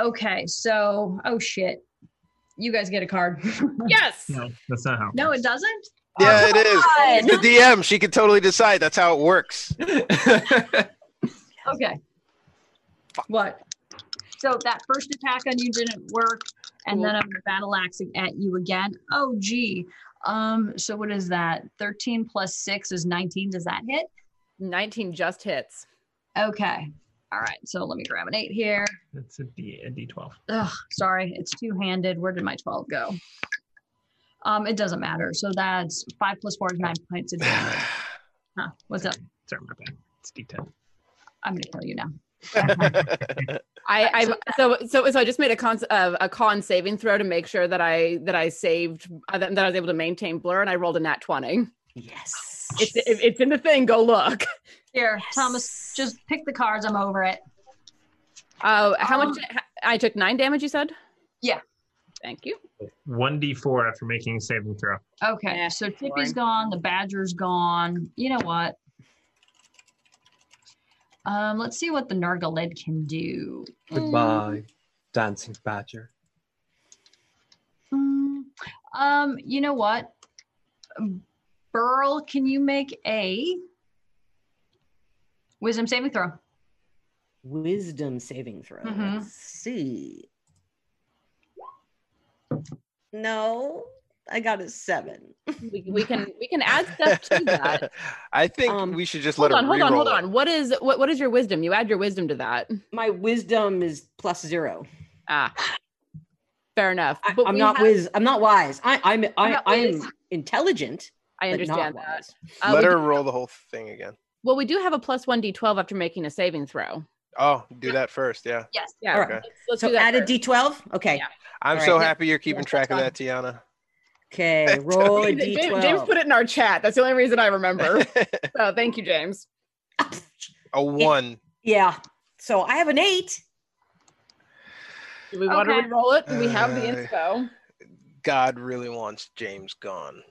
[SPEAKER 3] Okay. So oh shit, you guys get a card.
[SPEAKER 5] Yes.
[SPEAKER 7] No, that's not how.
[SPEAKER 3] no, it doesn't.
[SPEAKER 4] Yeah, it is.
[SPEAKER 3] God.
[SPEAKER 4] It's the DM. She could totally decide. That's how it works.
[SPEAKER 3] Okay. What? So that first attack on you didn't work, and then I'm battle axing at you again. Oh, gee. Um. So what is that? Thirteen plus six is nineteen. Does that hit?
[SPEAKER 5] Nineteen just hits.
[SPEAKER 3] Okay. All right. So let me grab an eight here.
[SPEAKER 7] It's a D a D12.
[SPEAKER 3] Ugh. Sorry, it's two handed. Where did my twelve go? Um. It doesn't matter. So that's five plus four is nine points of damage. Huh. What's up?
[SPEAKER 7] Sorry, my bad. It's D10.
[SPEAKER 3] I'm gonna kill you now.
[SPEAKER 5] I I so so so I just made a con uh, a con saving throw to make sure that I that I saved uh, that, that I was able to maintain blur, and I rolled a nat twenty.
[SPEAKER 6] Yes.
[SPEAKER 5] It's it, it's in the thing. Go look.
[SPEAKER 3] Here, Thomas. Just pick the cards. I'm over it.
[SPEAKER 5] Uh, how
[SPEAKER 3] Um,
[SPEAKER 5] much? did- I took nine damage. You said.
[SPEAKER 3] Yeah.
[SPEAKER 5] Thank you.
[SPEAKER 7] 1D4 after making a saving throw.
[SPEAKER 3] Okay,
[SPEAKER 5] Yeah,
[SPEAKER 3] so Tippy's
[SPEAKER 5] boring.
[SPEAKER 3] gone, the Badger's gone. You know what? Um, let's see what the Nargalid can do.
[SPEAKER 9] Goodbye, dancing badger.
[SPEAKER 3] Mm, Um, you know what? Burl, can you make a wisdom saving throw?
[SPEAKER 6] Wisdom saving throw.
[SPEAKER 3] Mhm.
[SPEAKER 6] Let's see. No, I got a seven.
[SPEAKER 5] We, we can we can add stuff to that.
[SPEAKER 4] I think
[SPEAKER 6] Um,
[SPEAKER 4] we should just
[SPEAKER 5] hold
[SPEAKER 4] let her
[SPEAKER 5] on, hold on,
[SPEAKER 4] re-roll
[SPEAKER 5] hold
[SPEAKER 4] it.
[SPEAKER 5] on. What is what what is your wisdom? You add your wisdom to that.
[SPEAKER 6] My wisdom is plus zero.
[SPEAKER 5] Ah. Fair enough.
[SPEAKER 6] I,
[SPEAKER 5] But
[SPEAKER 6] am
[SPEAKER 5] we
[SPEAKER 6] not
[SPEAKER 5] have-
[SPEAKER 6] wiz. I'm not wise. I, I'm. I,
[SPEAKER 3] not
[SPEAKER 6] I
[SPEAKER 3] wise.
[SPEAKER 6] am intelligent.
[SPEAKER 5] I
[SPEAKER 6] but not
[SPEAKER 5] understand that.
[SPEAKER 6] wise.
[SPEAKER 5] Uh,
[SPEAKER 4] let
[SPEAKER 5] we do-
[SPEAKER 4] her roll the whole thing again.
[SPEAKER 5] well, we do have a plus one d twelve after making a saving throw.
[SPEAKER 4] Oh, do that first. Yeah.
[SPEAKER 3] Yes.
[SPEAKER 5] Yeah.
[SPEAKER 6] All
[SPEAKER 4] right.
[SPEAKER 5] Let's, let's do
[SPEAKER 6] So
[SPEAKER 5] that.
[SPEAKER 6] add
[SPEAKER 5] first.
[SPEAKER 6] a d12. Okay.
[SPEAKER 5] Yeah.
[SPEAKER 4] I'm
[SPEAKER 6] All
[SPEAKER 4] so
[SPEAKER 6] right.
[SPEAKER 4] happy you're keeping
[SPEAKER 6] Yes,
[SPEAKER 4] track of that,
[SPEAKER 6] that's
[SPEAKER 4] Tiana.
[SPEAKER 6] Okay. Roll a
[SPEAKER 5] James,
[SPEAKER 6] d12.
[SPEAKER 5] James put it in our chat. That's the only reason I remember. so thank you, James.
[SPEAKER 4] a one.
[SPEAKER 6] yeah. So I have an eight.
[SPEAKER 5] Do we want to
[SPEAKER 3] Okay.
[SPEAKER 5] re-roll it? Do we have the
[SPEAKER 4] Uh,
[SPEAKER 5] info?
[SPEAKER 4] God really wants James gone.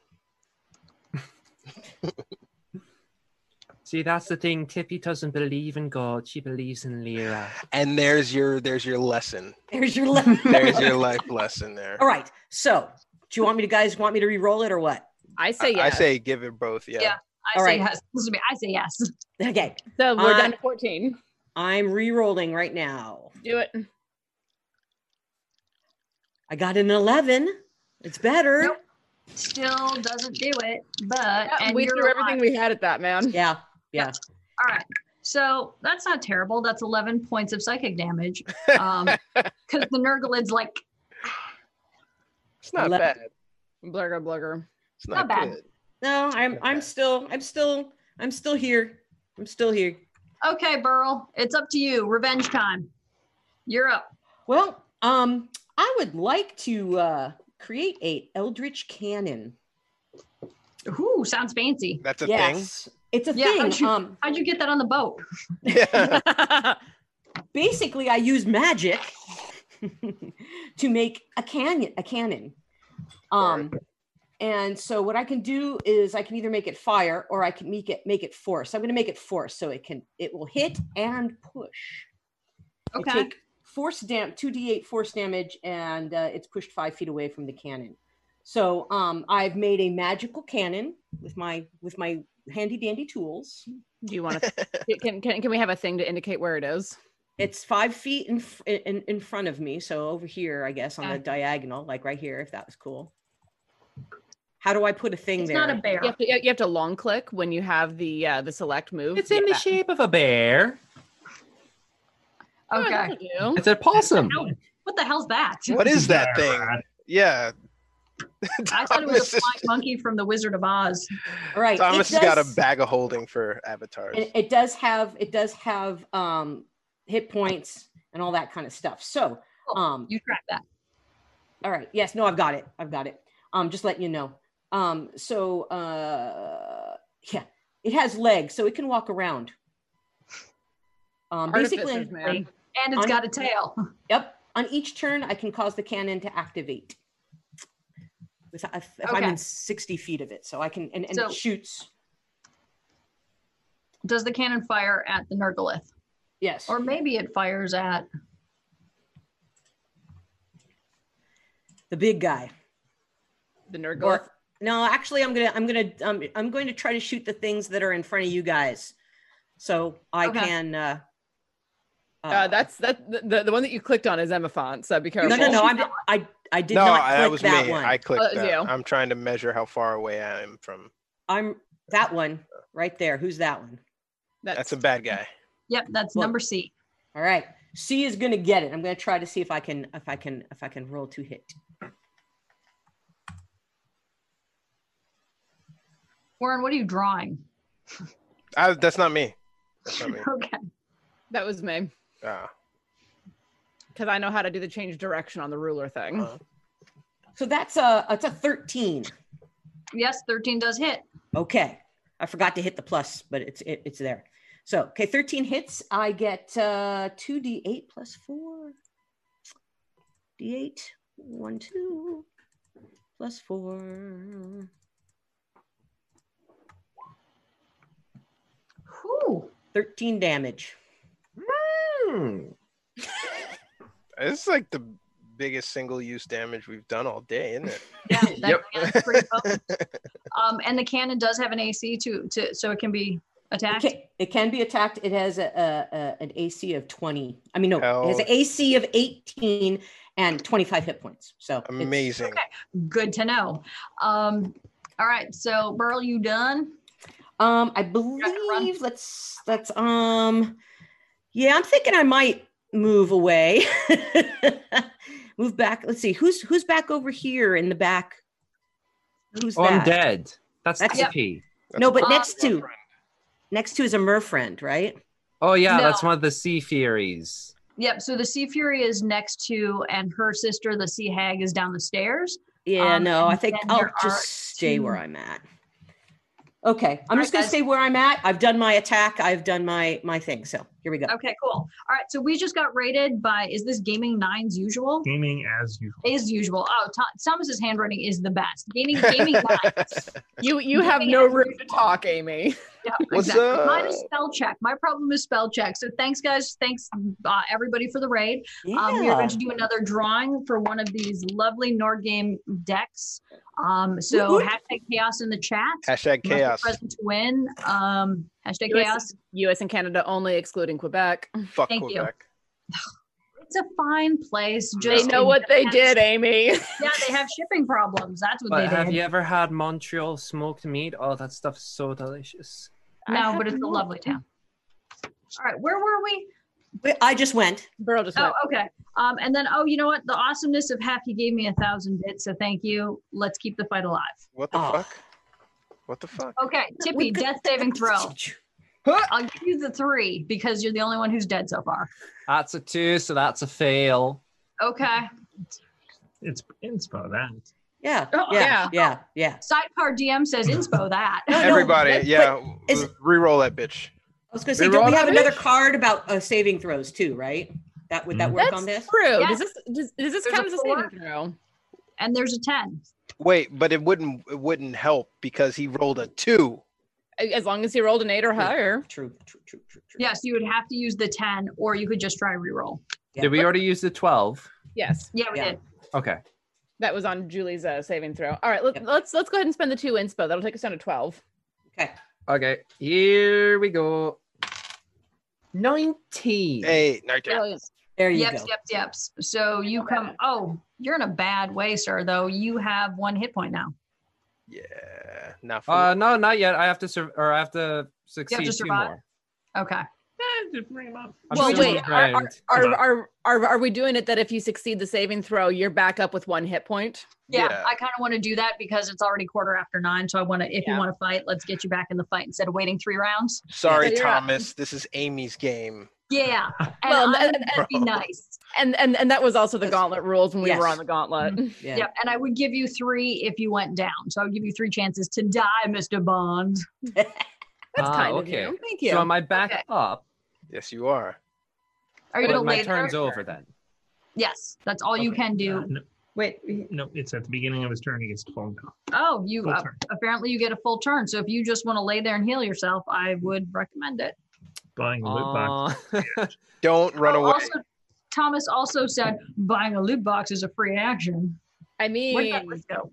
[SPEAKER 9] See, that's the thing. Tippy doesn't believe in God. She believes in Lyra.
[SPEAKER 4] And there's your there's your lesson.
[SPEAKER 6] There's your left.
[SPEAKER 4] There's your life lesson there.
[SPEAKER 6] All right. So do you want me to guys want me to re-roll it or what?
[SPEAKER 5] I
[SPEAKER 4] I,
[SPEAKER 5] say yes.
[SPEAKER 4] I say give it both. Yeah.
[SPEAKER 3] Yeah. I
[SPEAKER 6] All
[SPEAKER 3] say
[SPEAKER 6] right.
[SPEAKER 3] yes. Listen to me. I say yes.
[SPEAKER 6] Okay.
[SPEAKER 5] so we're
[SPEAKER 6] uh,
[SPEAKER 5] down to fourteen.
[SPEAKER 6] I'm re-rolling right now.
[SPEAKER 5] Do it.
[SPEAKER 6] I got an 11. It's better.
[SPEAKER 3] Nope. Still doesn't do it, but and
[SPEAKER 5] we
[SPEAKER 3] you're
[SPEAKER 5] threw everything
[SPEAKER 3] alive.
[SPEAKER 5] we had at that man.
[SPEAKER 6] Yeah. Yeah.
[SPEAKER 3] All right. So that's not terrible. That's 11 points of psychic damage. Um, because the Nurglid's like,
[SPEAKER 4] It's not
[SPEAKER 6] Let-
[SPEAKER 4] bad.
[SPEAKER 5] Blurger, blurger.
[SPEAKER 4] It's not,
[SPEAKER 3] not bad.
[SPEAKER 4] good.
[SPEAKER 6] No, I'm I'm still I'm still I'm still here. I'm still here.
[SPEAKER 3] okay, Burl, it's up to you. Revenge time. You're up.
[SPEAKER 6] Well, um I would like to uh create a eldritch cannon.
[SPEAKER 3] Ooh, sounds fancy.
[SPEAKER 4] That's a
[SPEAKER 6] yes. It's a
[SPEAKER 3] Yeah, how'd
[SPEAKER 6] thing.
[SPEAKER 3] you-
[SPEAKER 6] Um
[SPEAKER 3] How'd you get that on the boat?
[SPEAKER 4] thing. Yeah.
[SPEAKER 6] basically I use magic to make a canyon, a cannon. Um, and so what I can do is I can either make it fire or I can make it make it force. I'm going to make it force so it can it will hit and push. I
[SPEAKER 3] Okay.
[SPEAKER 6] take force damage, two d8 force damage, and uh, it's pushed five feet away from the cannon. So um, I've made a magical cannon with my with my handy dandy tools.
[SPEAKER 5] Do you want to? can, can can we have a thing to indicate where it is?
[SPEAKER 6] It's five feet in, f- in in front of me, so over here, I guess, on
[SPEAKER 3] Okay.
[SPEAKER 6] the diagonal, like right here, if that was cool. How do I put a thing
[SPEAKER 3] It's
[SPEAKER 6] there?
[SPEAKER 3] not a bear.
[SPEAKER 5] You have to, you have to long click when you have the uh, the select
[SPEAKER 3] Oh,
[SPEAKER 5] move.
[SPEAKER 9] It's in the
[SPEAKER 5] Yeah.
[SPEAKER 9] shape of a bear.
[SPEAKER 5] Oh,
[SPEAKER 3] Okay.
[SPEAKER 5] that'll do.
[SPEAKER 9] It's a possum.
[SPEAKER 3] What the hell's that?
[SPEAKER 4] What is that thing? Yeah.
[SPEAKER 3] I thought it was a flying monkey from the Wizard of Oz.
[SPEAKER 6] All right. it
[SPEAKER 4] Thomas has got a
[SPEAKER 6] does-
[SPEAKER 4] bag of holding for avatars.
[SPEAKER 6] It, it does have it does have um, hit points and all that kind of stuff. So,
[SPEAKER 3] Cool.
[SPEAKER 6] um,
[SPEAKER 3] You track that.
[SPEAKER 6] all right. Yes. No, I've got it. I've got it. Um, just letting you know. Um, so, uh, yeah, it has legs, so it can walk around. Um, basically,
[SPEAKER 5] Artificers, man.
[SPEAKER 3] And it's
[SPEAKER 6] On-
[SPEAKER 3] got a tail.
[SPEAKER 6] Yep. On each turn, I can cause the cannon to activate. With, if, if I'm
[SPEAKER 3] Okay.
[SPEAKER 6] in 60 feet of it, so I can, and, and
[SPEAKER 3] So-
[SPEAKER 6] it shoots.
[SPEAKER 3] Does the cannon fire at the Nurglith?
[SPEAKER 6] Yes.
[SPEAKER 3] Or maybe it fires at.
[SPEAKER 6] the big guy.
[SPEAKER 5] The Nurgle.
[SPEAKER 6] Or no, actually, I'm gonna, I'm gonna, um, I'm going to try to shoot the things that are in front of you guys, so I
[SPEAKER 3] Okay.
[SPEAKER 6] can. Uh, uh,
[SPEAKER 5] uh, that's that the- the, the one that you clicked on is Emophant. So be careful.
[SPEAKER 6] no, no, no. I'm, I, I did
[SPEAKER 4] no,
[SPEAKER 6] not
[SPEAKER 4] I-
[SPEAKER 6] click
[SPEAKER 4] that was
[SPEAKER 6] that
[SPEAKER 4] me.
[SPEAKER 6] one.
[SPEAKER 4] I clicked
[SPEAKER 5] Oh, that was
[SPEAKER 4] that.
[SPEAKER 5] you.
[SPEAKER 4] I'm trying to measure how far away I am from.
[SPEAKER 6] I'm that one right there. Who's that one?
[SPEAKER 4] That's a bad guy.
[SPEAKER 3] Yep, that's
[SPEAKER 6] Well-
[SPEAKER 3] number C.
[SPEAKER 6] All right. C is gonna get it. I'm gonna try to see if I can, if I can, if I can roll to hit.
[SPEAKER 3] Warren, what are you drawing?
[SPEAKER 4] I, that's not me. That's not me.
[SPEAKER 3] Okay.
[SPEAKER 5] that was me
[SPEAKER 4] Ah.
[SPEAKER 5] because I know how to do the change direction on the ruler thing.
[SPEAKER 4] Uh,
[SPEAKER 6] So that's a that's a 13.
[SPEAKER 3] Yes, 13 does hit.
[SPEAKER 6] Okay. I forgot to hit the plus, but it's it, it's there. So okay, 13 hits. I get uh 2d8 plus 4. D8, 1, 2, plus 4.
[SPEAKER 3] Whew.
[SPEAKER 6] 13 damage.
[SPEAKER 9] Hmm.
[SPEAKER 4] this is like the biggest single use damage we've done all day, isn't it?
[SPEAKER 3] Yeah, that,
[SPEAKER 9] Yep.
[SPEAKER 3] that's pretty potent. um, and the cannon does have an AC too, to, so it can be
[SPEAKER 6] It
[SPEAKER 3] attacked.
[SPEAKER 6] can, it can be attacked. It has a, a, a an AC of 20. I mean no, it has
[SPEAKER 4] Hell.
[SPEAKER 6] an AC of 18 and 25 hit points. So it's-
[SPEAKER 4] Amazing.
[SPEAKER 3] Good to know. Um, all right, so Burl, you done?
[SPEAKER 6] Um, I
[SPEAKER 3] gonna run?
[SPEAKER 6] believe let's let's um yeah, I'm thinking I might move away. move back. Let's see. Who's who's back over here in the back? Who's
[SPEAKER 9] Oh,
[SPEAKER 6] that?
[SPEAKER 9] I'm dead. That's,
[SPEAKER 6] That's-
[SPEAKER 9] Tippy.
[SPEAKER 4] That's
[SPEAKER 6] No,
[SPEAKER 4] a
[SPEAKER 6] but
[SPEAKER 4] problem.
[SPEAKER 6] next to next to is a merfriend, right?
[SPEAKER 9] Oh yeah,
[SPEAKER 3] No.
[SPEAKER 9] that's one of the sea furies.
[SPEAKER 3] Yep. So the Sea Fury is next to, and her sister, the Sea Hag, is down the stairs.
[SPEAKER 6] Yeah,
[SPEAKER 3] Um,
[SPEAKER 6] no, I
[SPEAKER 3] and
[SPEAKER 6] think
[SPEAKER 3] then
[SPEAKER 6] I'll
[SPEAKER 3] there are
[SPEAKER 6] just stay where
[SPEAKER 3] two-
[SPEAKER 6] I'm at. Okay. I'm
[SPEAKER 3] right,
[SPEAKER 6] just gonna
[SPEAKER 3] guys.
[SPEAKER 6] stay where I'm at. I've done my attack, I've done my my thing. So here we go.
[SPEAKER 3] Okay, cool. All right. So we just got rated by, is this Gaming Nine's usual?
[SPEAKER 4] Hmm.
[SPEAKER 7] Gaming as usual.
[SPEAKER 3] Is usual. Oh, Tom, Thomas's handwriting is the best. Gaming, gaming nine.
[SPEAKER 5] You you have no room to talk, Amy.
[SPEAKER 3] Yeah,
[SPEAKER 4] What's
[SPEAKER 3] exactly.
[SPEAKER 4] up?
[SPEAKER 3] Mine is spell check. My problem is spell check. So thanks, guys. Thanks, uh, everybody, for the raid. Um, we are going to do another drawing for one of these lovely Nord game decks. Um, so
[SPEAKER 6] Woot woot.
[SPEAKER 3] hashtag chaos in the chat.
[SPEAKER 4] Hashtag
[SPEAKER 3] Must be
[SPEAKER 4] chaos.
[SPEAKER 3] Present to win. Um, hashtag
[SPEAKER 5] US
[SPEAKER 3] chaos.
[SPEAKER 5] U.S. and Canada only, excluding Quebec.
[SPEAKER 4] Fuck
[SPEAKER 3] Thank you.
[SPEAKER 4] Quebec.
[SPEAKER 3] It's a fine place.
[SPEAKER 5] They
[SPEAKER 3] Just
[SPEAKER 5] know what they did, Amy.
[SPEAKER 3] Yeah, they have shipping problems. That's what
[SPEAKER 9] But
[SPEAKER 3] they
[SPEAKER 9] have
[SPEAKER 3] did.
[SPEAKER 9] you ever had Montreal smoked meat? Oh, that stuff's so delicious.
[SPEAKER 5] I
[SPEAKER 3] No,
[SPEAKER 5] have
[SPEAKER 3] but it's a
[SPEAKER 5] not.
[SPEAKER 3] lovely town. All right, where were we?
[SPEAKER 6] Wait, I just went.
[SPEAKER 5] Burl just
[SPEAKER 3] Oh,
[SPEAKER 5] went.
[SPEAKER 3] okay. Um, and then, oh, you know what? The awesomeness of Happy gave me a thousand bits, so thank you. Let's keep the fight alive.
[SPEAKER 4] What the
[SPEAKER 6] Oh.
[SPEAKER 4] fuck? What the fuck?
[SPEAKER 3] Okay, Tippy,
[SPEAKER 6] We got-
[SPEAKER 3] death saving throw. I'll give you the three because you're the only one who's dead so far.
[SPEAKER 9] That's a two, so that's a fail.
[SPEAKER 3] Okay.
[SPEAKER 7] It's inspo that.
[SPEAKER 6] Yeah.
[SPEAKER 3] Oh,
[SPEAKER 6] Yeah. Yeah. Yeah.
[SPEAKER 3] Sidecar DM says inspo that.
[SPEAKER 6] no,
[SPEAKER 4] Everybody,
[SPEAKER 6] but-
[SPEAKER 4] yeah,
[SPEAKER 6] is-
[SPEAKER 4] reroll that bitch.
[SPEAKER 6] I was going to say,
[SPEAKER 4] They
[SPEAKER 6] don't we
[SPEAKER 4] rolled
[SPEAKER 6] have
[SPEAKER 4] a
[SPEAKER 6] another card about uh, saving throws too, right? That would that
[SPEAKER 7] Mm.
[SPEAKER 6] work
[SPEAKER 5] That's
[SPEAKER 6] on this?
[SPEAKER 5] True.
[SPEAKER 3] Yeah.
[SPEAKER 5] Does this does, does this
[SPEAKER 3] There's
[SPEAKER 5] count
[SPEAKER 3] a
[SPEAKER 5] as a
[SPEAKER 3] four.
[SPEAKER 5] saving throw?
[SPEAKER 3] and there's a 10.
[SPEAKER 4] Wait, but it wouldn't it wouldn't help because he rolled a two.
[SPEAKER 5] As long as he rolled an eight or higher.
[SPEAKER 6] True, true, true, true, true.
[SPEAKER 3] Yes, you would have to use the 10, or you could just try and reroll.
[SPEAKER 9] Did we already use the 12?
[SPEAKER 5] Yes,
[SPEAKER 3] Yeah, we
[SPEAKER 6] Yeah.
[SPEAKER 3] did.
[SPEAKER 9] Okay.
[SPEAKER 5] that was on Julie's uh, saving throw. All right, let,
[SPEAKER 6] Yep.
[SPEAKER 5] let's let's go ahead and spend the two inspo. That'll take us down to twelve.
[SPEAKER 6] Okay.
[SPEAKER 9] Okay. Here we go. 19.
[SPEAKER 4] Hey, Narcan.
[SPEAKER 5] Brilliant.
[SPEAKER 6] There you
[SPEAKER 3] Yeps,
[SPEAKER 6] go.
[SPEAKER 3] yeps, yeps. So you come, oh, you're in a bad way, sir, though. You have one hit point now.
[SPEAKER 4] Yeah, not for
[SPEAKER 9] Uh, no, not yet. I have to sur- or I have to succeed two
[SPEAKER 3] survive?
[SPEAKER 9] more.
[SPEAKER 3] Okay.
[SPEAKER 9] I'm
[SPEAKER 5] well,
[SPEAKER 9] still
[SPEAKER 5] wait.
[SPEAKER 9] on the
[SPEAKER 5] Are, are,
[SPEAKER 9] grind.
[SPEAKER 5] are, are, are, are we doing it that if you succeed the saving throw, you're back up with one hit point?
[SPEAKER 3] Yeah,
[SPEAKER 4] Yeah.
[SPEAKER 3] I kind of want to do that because it's already quarter after nine. So I want to, if you
[SPEAKER 5] Yeah.
[SPEAKER 3] want to fight, let's get you back in the fight instead of waiting three rounds.
[SPEAKER 4] Sorry,
[SPEAKER 5] Yeah, you're up.
[SPEAKER 4] Thomas. This is Amy's game.
[SPEAKER 3] Yeah. And
[SPEAKER 5] Well,
[SPEAKER 3] I
[SPEAKER 5] and-
[SPEAKER 3] would
[SPEAKER 4] and-
[SPEAKER 3] be nice.
[SPEAKER 5] And and and that was also the
[SPEAKER 6] That's-
[SPEAKER 5] gauntlet rules when we were
[SPEAKER 6] Yes. Mm-hmm.
[SPEAKER 5] on the gauntlet.
[SPEAKER 6] Yeah.
[SPEAKER 3] Yeah. And I would give you three if you went down. So I would give you three chances to die, Mr. Bond.
[SPEAKER 5] That's
[SPEAKER 9] Ah,
[SPEAKER 5] kind
[SPEAKER 9] okay.
[SPEAKER 5] of you. Thank you.
[SPEAKER 9] So am I back
[SPEAKER 3] Okay.
[SPEAKER 9] up?
[SPEAKER 4] Yes, you are.
[SPEAKER 3] Are you
[SPEAKER 9] But
[SPEAKER 3] going to
[SPEAKER 9] my
[SPEAKER 3] lay
[SPEAKER 9] turn's
[SPEAKER 3] there?
[SPEAKER 9] over then.
[SPEAKER 3] Yes. That's all you
[SPEAKER 7] Okay.
[SPEAKER 3] can
[SPEAKER 5] Oh,
[SPEAKER 3] do.
[SPEAKER 7] Uh, no,
[SPEAKER 6] Wait. we-
[SPEAKER 7] no, it's at the beginning of his turn. He gets pulled down.
[SPEAKER 3] Oh, you
[SPEAKER 7] Full
[SPEAKER 3] uh,
[SPEAKER 7] turn.
[SPEAKER 3] apparently you get a full turn. So if you just want to lay there and heal yourself, I would recommend it.
[SPEAKER 7] Buying a loot box.
[SPEAKER 9] Aw.
[SPEAKER 4] Don't run
[SPEAKER 3] Oh,
[SPEAKER 4] away.
[SPEAKER 3] Also, Thomas also said buying a loot box is a free action.
[SPEAKER 5] I
[SPEAKER 3] Where'd
[SPEAKER 5] mean,
[SPEAKER 3] that list go?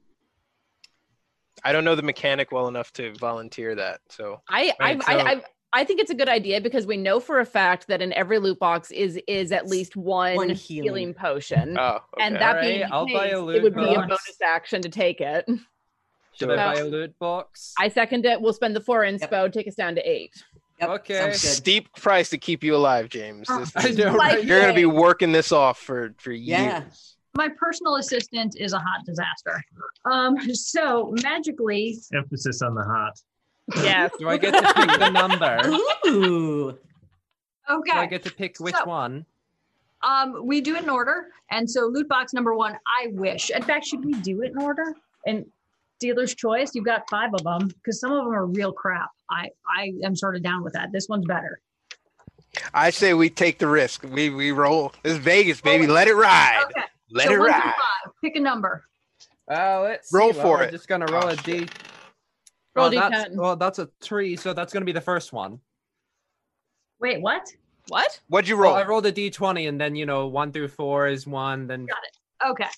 [SPEAKER 4] I don't know the mechanic well enough to volunteer that. So
[SPEAKER 5] I I
[SPEAKER 4] Right,
[SPEAKER 5] I,
[SPEAKER 4] so-
[SPEAKER 5] I I think it's a good idea because we know for a fact that in every loot box is is at least one,
[SPEAKER 6] One
[SPEAKER 5] healing.
[SPEAKER 6] healing.
[SPEAKER 5] potion.
[SPEAKER 4] oh, okay.
[SPEAKER 5] And that
[SPEAKER 9] Alright,
[SPEAKER 5] being the
[SPEAKER 9] I'll buy a
[SPEAKER 5] case,
[SPEAKER 9] loot
[SPEAKER 5] it would be a
[SPEAKER 3] box.
[SPEAKER 5] bonus action to take it.
[SPEAKER 9] Should
[SPEAKER 5] No.
[SPEAKER 9] I buy a loot box?
[SPEAKER 5] I second it. We'll spend the four inspo, take us down to eight.
[SPEAKER 6] Yep,
[SPEAKER 9] Okay.
[SPEAKER 6] Sounds good.
[SPEAKER 4] steep price to keep you alive, James.
[SPEAKER 3] Uh,
[SPEAKER 4] This
[SPEAKER 9] I
[SPEAKER 4] is-
[SPEAKER 9] know,
[SPEAKER 5] Like-
[SPEAKER 9] right?
[SPEAKER 4] You're gonna be working this off for for years.
[SPEAKER 6] Yeah.
[SPEAKER 3] My personal assistant is a hot disaster. Um, so magically,
[SPEAKER 4] Oh.
[SPEAKER 7] Emphasis on the hot.
[SPEAKER 5] Yeah.
[SPEAKER 9] Do I get to pick the number? Do
[SPEAKER 6] Ooh.
[SPEAKER 3] okay.
[SPEAKER 9] I get to pick which
[SPEAKER 3] So-
[SPEAKER 9] one?
[SPEAKER 3] Um, we do it in order, and so loot box number one. I wish. In fact, should we do it in order? And dealer's choice. You've got five of them because some of them are real crap. I I am sort of down with that. This one's better.
[SPEAKER 4] I say we take the risk. We we roll. This is Vegas, baby. Let it ride.
[SPEAKER 3] Okay.
[SPEAKER 4] Let
[SPEAKER 3] so
[SPEAKER 4] it
[SPEAKER 3] one through
[SPEAKER 4] ride.
[SPEAKER 3] five. Pick a number.
[SPEAKER 9] Uh, let's
[SPEAKER 4] Roll
[SPEAKER 9] see.
[SPEAKER 4] for
[SPEAKER 9] we're
[SPEAKER 4] it.
[SPEAKER 9] just gonna roll
[SPEAKER 4] Oh,
[SPEAKER 9] a D.
[SPEAKER 5] Roll
[SPEAKER 9] oh, that's,
[SPEAKER 5] D10.
[SPEAKER 9] well, that's a three, so that's gonna be the first one.
[SPEAKER 3] Wait, what?
[SPEAKER 5] What?
[SPEAKER 4] What'd you
[SPEAKER 9] Well,
[SPEAKER 4] roll?
[SPEAKER 9] I rolled a D twenty, and then you know one through four is one. Then
[SPEAKER 3] Got Okay.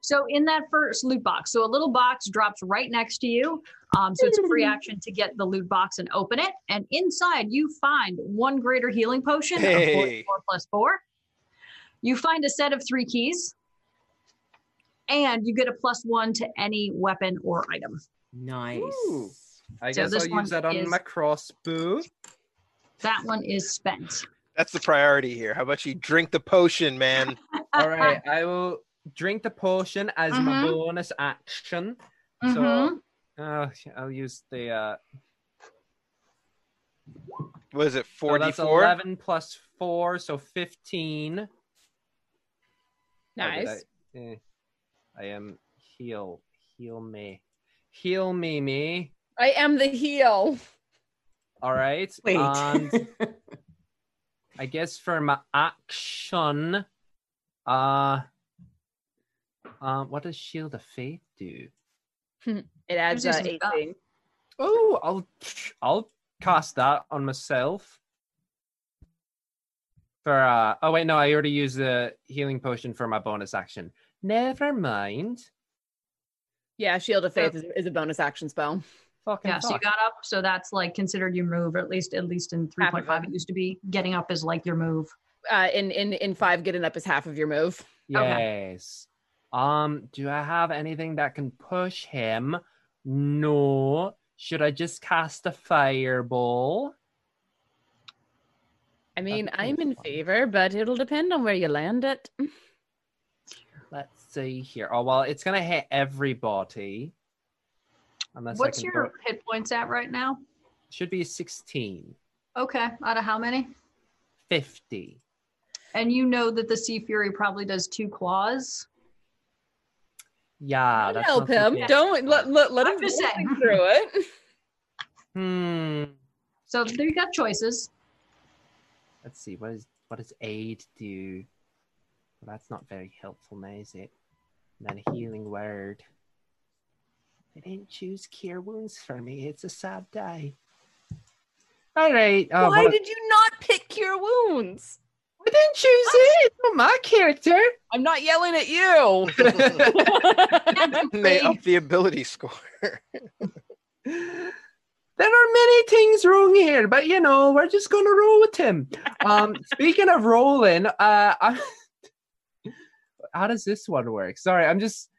[SPEAKER 3] So in that first loot box, so a little box drops right next to you. Um, so it's a free action to get the loot box and open it. And inside you find one greater healing potion, of
[SPEAKER 4] Hey.
[SPEAKER 3] four plus four. You find a set of three keys, and you get a plus one to any weapon or item.
[SPEAKER 6] Nice.
[SPEAKER 9] Ooh. I
[SPEAKER 3] So
[SPEAKER 9] guess
[SPEAKER 3] this
[SPEAKER 9] I'll
[SPEAKER 3] one
[SPEAKER 9] use that on
[SPEAKER 3] is-
[SPEAKER 9] my crossbow.
[SPEAKER 3] That one is spent.
[SPEAKER 4] That's the priority here. How about you drink the potion, man?
[SPEAKER 3] Ah,
[SPEAKER 9] All right, I will drink the potion as my
[SPEAKER 3] Mhm.
[SPEAKER 9] bonus action.
[SPEAKER 3] Mhm.
[SPEAKER 9] So uh, I'll use the. Uh,
[SPEAKER 4] Was it
[SPEAKER 9] so that's
[SPEAKER 4] 44?
[SPEAKER 9] eleven plus four, so fifteen. How did
[SPEAKER 5] Nice.
[SPEAKER 9] I, eh, I am heal, heal me, heal me, me.
[SPEAKER 5] I am the heel.
[SPEAKER 9] All right.
[SPEAKER 6] Wait.
[SPEAKER 9] And I guess for my action, uh, um, what does Shield of Faith do?
[SPEAKER 5] It adds
[SPEAKER 3] There's
[SPEAKER 5] uh,
[SPEAKER 3] just-
[SPEAKER 5] 18.
[SPEAKER 9] Oh, I'll I'll cast that on myself. For uh, oh wait, no, I already used the healing potion for my bonus action. Never mind.
[SPEAKER 5] Yeah, Shield of
[SPEAKER 9] Oh.
[SPEAKER 5] Faith is, is a bonus action spell.
[SPEAKER 9] Fucking
[SPEAKER 3] Yeah, so you
[SPEAKER 9] fuck.
[SPEAKER 3] got up, so that's like considered your move, or at least at least in three
[SPEAKER 5] Half of
[SPEAKER 3] point five. It used to be getting up is like your move.
[SPEAKER 5] Uh, in, in, in five, getting up is half of your move.
[SPEAKER 9] Yes. Um, do I have anything that can push him? No. Should I just cast a fireball?
[SPEAKER 5] I mean,
[SPEAKER 9] think
[SPEAKER 5] I'm
[SPEAKER 9] it's
[SPEAKER 5] in
[SPEAKER 9] fine.
[SPEAKER 5] favor, but it'll depend on where you land it.
[SPEAKER 9] Let's see here. Oh well, it's gonna hit everybody. Unless I
[SPEAKER 3] What's
[SPEAKER 9] can
[SPEAKER 3] your
[SPEAKER 9] go-
[SPEAKER 3] hit points at right now?
[SPEAKER 9] should be 16.
[SPEAKER 3] Okay, out of how many?
[SPEAKER 9] 50.
[SPEAKER 3] And you know that the Sea Fury probably does two claws.
[SPEAKER 4] Ah,
[SPEAKER 9] Yeah,
[SPEAKER 5] Don't
[SPEAKER 9] that's
[SPEAKER 5] help
[SPEAKER 9] not
[SPEAKER 5] him.
[SPEAKER 9] something-
[SPEAKER 5] Don't let let, let
[SPEAKER 3] I'm
[SPEAKER 5] him
[SPEAKER 3] just
[SPEAKER 5] think
[SPEAKER 3] saying.
[SPEAKER 5] through it.
[SPEAKER 9] Hmm.
[SPEAKER 3] So there you got choices.
[SPEAKER 9] Let's see. What is what does aid do? Well, that's not very helpful now, is it? Not a healing word. They didn't choose cure wounds for me. It's a sad day. All right.
[SPEAKER 4] Ah,
[SPEAKER 9] uh,
[SPEAKER 8] Why
[SPEAKER 9] what-
[SPEAKER 8] did you not pick cure wounds?
[SPEAKER 9] I didn't choose it? It's not my character.
[SPEAKER 5] I'm not yelling at you.
[SPEAKER 4] May up the ability score.
[SPEAKER 9] There are many things wrong here, but you know, we're just gonna roll with him. Um, speaking of rolling, uh, I, how does this one work? Sorry, I'm just,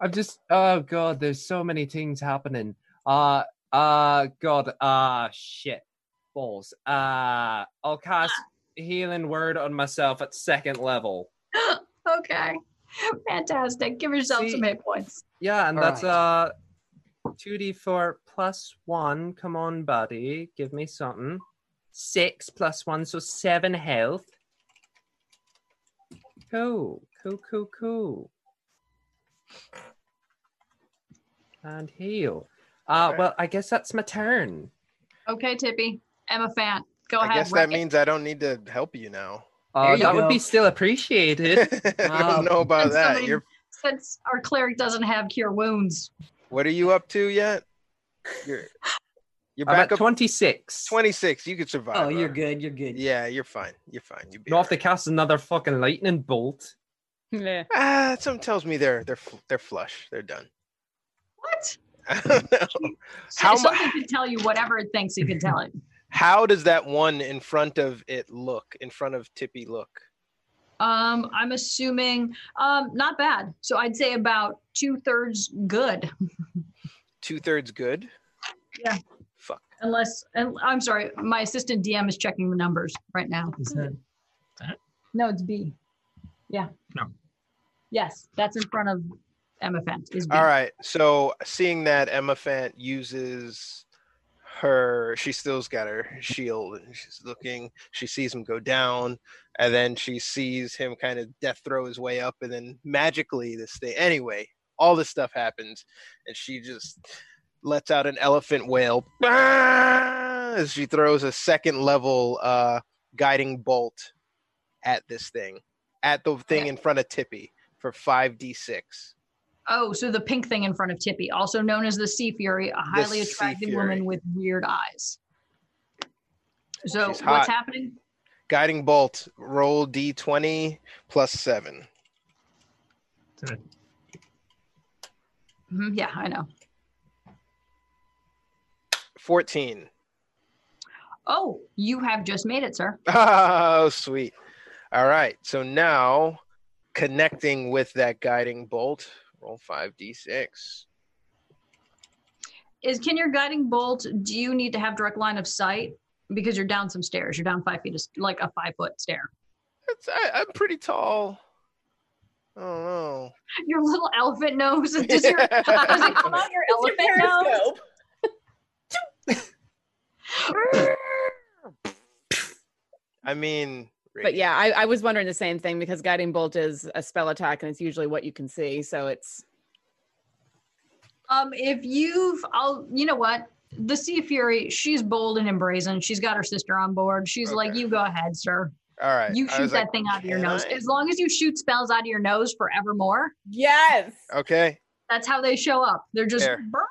[SPEAKER 9] I'm just, oh god, there's so many things happening. Uh, uh, god, ah, shit, balls. Uh, I'll cast healing word on myself at second level.
[SPEAKER 3] okay. Fantastic. Give yourself
[SPEAKER 9] See-
[SPEAKER 3] some hit points.
[SPEAKER 9] Yeah, and
[SPEAKER 6] All
[SPEAKER 9] that's
[SPEAKER 6] right.
[SPEAKER 9] uh, two d four plus one. Come on, buddy, give me something. Six plus one, so seven health. Cool, cool, cool, cool. And heal. Uh,
[SPEAKER 4] Okay.
[SPEAKER 9] well, I guess that's my turn.
[SPEAKER 3] Okay, Tippy. Emma Fant. Go
[SPEAKER 4] I
[SPEAKER 3] ahead.
[SPEAKER 4] guess
[SPEAKER 3] wreck
[SPEAKER 4] that
[SPEAKER 3] it.
[SPEAKER 4] means I don't need to help you now.
[SPEAKER 9] Uh,
[SPEAKER 6] There you
[SPEAKER 9] that would
[SPEAKER 6] go.
[SPEAKER 9] be still appreciated.
[SPEAKER 4] I
[SPEAKER 9] Wow.
[SPEAKER 4] don't know about
[SPEAKER 3] Since
[SPEAKER 4] that.
[SPEAKER 3] somebody-
[SPEAKER 4] You're,
[SPEAKER 3] Since our cleric doesn't have cure wounds.
[SPEAKER 4] what are you up to yet? You're, you're
[SPEAKER 9] I'm
[SPEAKER 4] back
[SPEAKER 9] at
[SPEAKER 4] up
[SPEAKER 9] twenty six.
[SPEAKER 4] 26. You could survive.
[SPEAKER 6] Oh,
[SPEAKER 4] her.
[SPEAKER 6] you're good. You're good.
[SPEAKER 4] Yeah, you're fine. You're fine. You
[SPEAKER 9] Not if they cast another fucking lightning bolt.
[SPEAKER 8] Meh.
[SPEAKER 4] Ah, something tells me they're they're fl- they're flush. They're done.
[SPEAKER 3] What?
[SPEAKER 4] I don't know. How mu-
[SPEAKER 3] So, something can tell you whatever it thinks it can tell it.
[SPEAKER 4] How does that one in front of it look? In front of Tippy look?
[SPEAKER 3] Um, I'm assuming um, not bad. So I'd say about two thirds good,
[SPEAKER 4] Two thirds good.
[SPEAKER 3] Yeah.
[SPEAKER 4] Fuck.
[SPEAKER 3] unless and I'm sorry, my assistant DM is checking the numbers right now.
[SPEAKER 7] Is that
[SPEAKER 3] No, it's B. Yeah.
[SPEAKER 7] No.
[SPEAKER 3] Yes, that's in front of Emma Fent. Is B.
[SPEAKER 4] All right. So seeing that Emma Fant uses her, she still's got her shield and she's looking. She sees him go down, and then she sees him kind of death throw his way up, and then magically this thing. Anyway, all this stuff happens, and she just lets out an elephant wail "Ah!" as she throws a second level uh, guiding bolt at this thing, at the thing in front of Tippy for five d six.
[SPEAKER 3] Oh, so the pink thing in front of Tippy, also known as the Sea Fury, a highly
[SPEAKER 4] Sea
[SPEAKER 3] attractive
[SPEAKER 4] Fury.
[SPEAKER 3] woman with weird eyes. So
[SPEAKER 4] She's hot.
[SPEAKER 3] what's happening?
[SPEAKER 4] Guiding Bolt, roll d20 plus 7.
[SPEAKER 3] Mhm, yeah, I know.
[SPEAKER 4] 14.
[SPEAKER 3] Oh, you have just made it, sir.
[SPEAKER 4] Oh, sweet. All right. So now connecting with that Guiding Bolt, roll 5d6.
[SPEAKER 3] Is can your guiding bolt? Do you need to have direct line of sight because you're down some stairs? You're down five feet, of s- like a five foot stair.
[SPEAKER 4] That's, I, I'm pretty tall. I don't know.
[SPEAKER 3] Your little elephant nose. Does, your, does it come out your elephant nose?
[SPEAKER 4] I mean,
[SPEAKER 5] But yeah, I, I was wondering the same thing because guiding bolt is a spell attack and it's usually what you can see. So it's
[SPEAKER 3] Um, if you've, I'll, you know what? The Sea Fury, she's bold and embrazen. She's got her sister on board. She's like,
[SPEAKER 4] Okay.
[SPEAKER 3] you go ahead, sir.
[SPEAKER 4] All right.
[SPEAKER 3] You
[SPEAKER 4] I
[SPEAKER 3] shoot
[SPEAKER 4] was
[SPEAKER 3] that
[SPEAKER 4] like,
[SPEAKER 3] thing out of your
[SPEAKER 4] "Can
[SPEAKER 3] nose.
[SPEAKER 4] I?"
[SPEAKER 3] As long as you shoot spells out of your nose forevermore,
[SPEAKER 5] yes.
[SPEAKER 4] Okay.
[SPEAKER 3] that's how they show up. They're just,
[SPEAKER 4] Fair.
[SPEAKER 3] "Brr."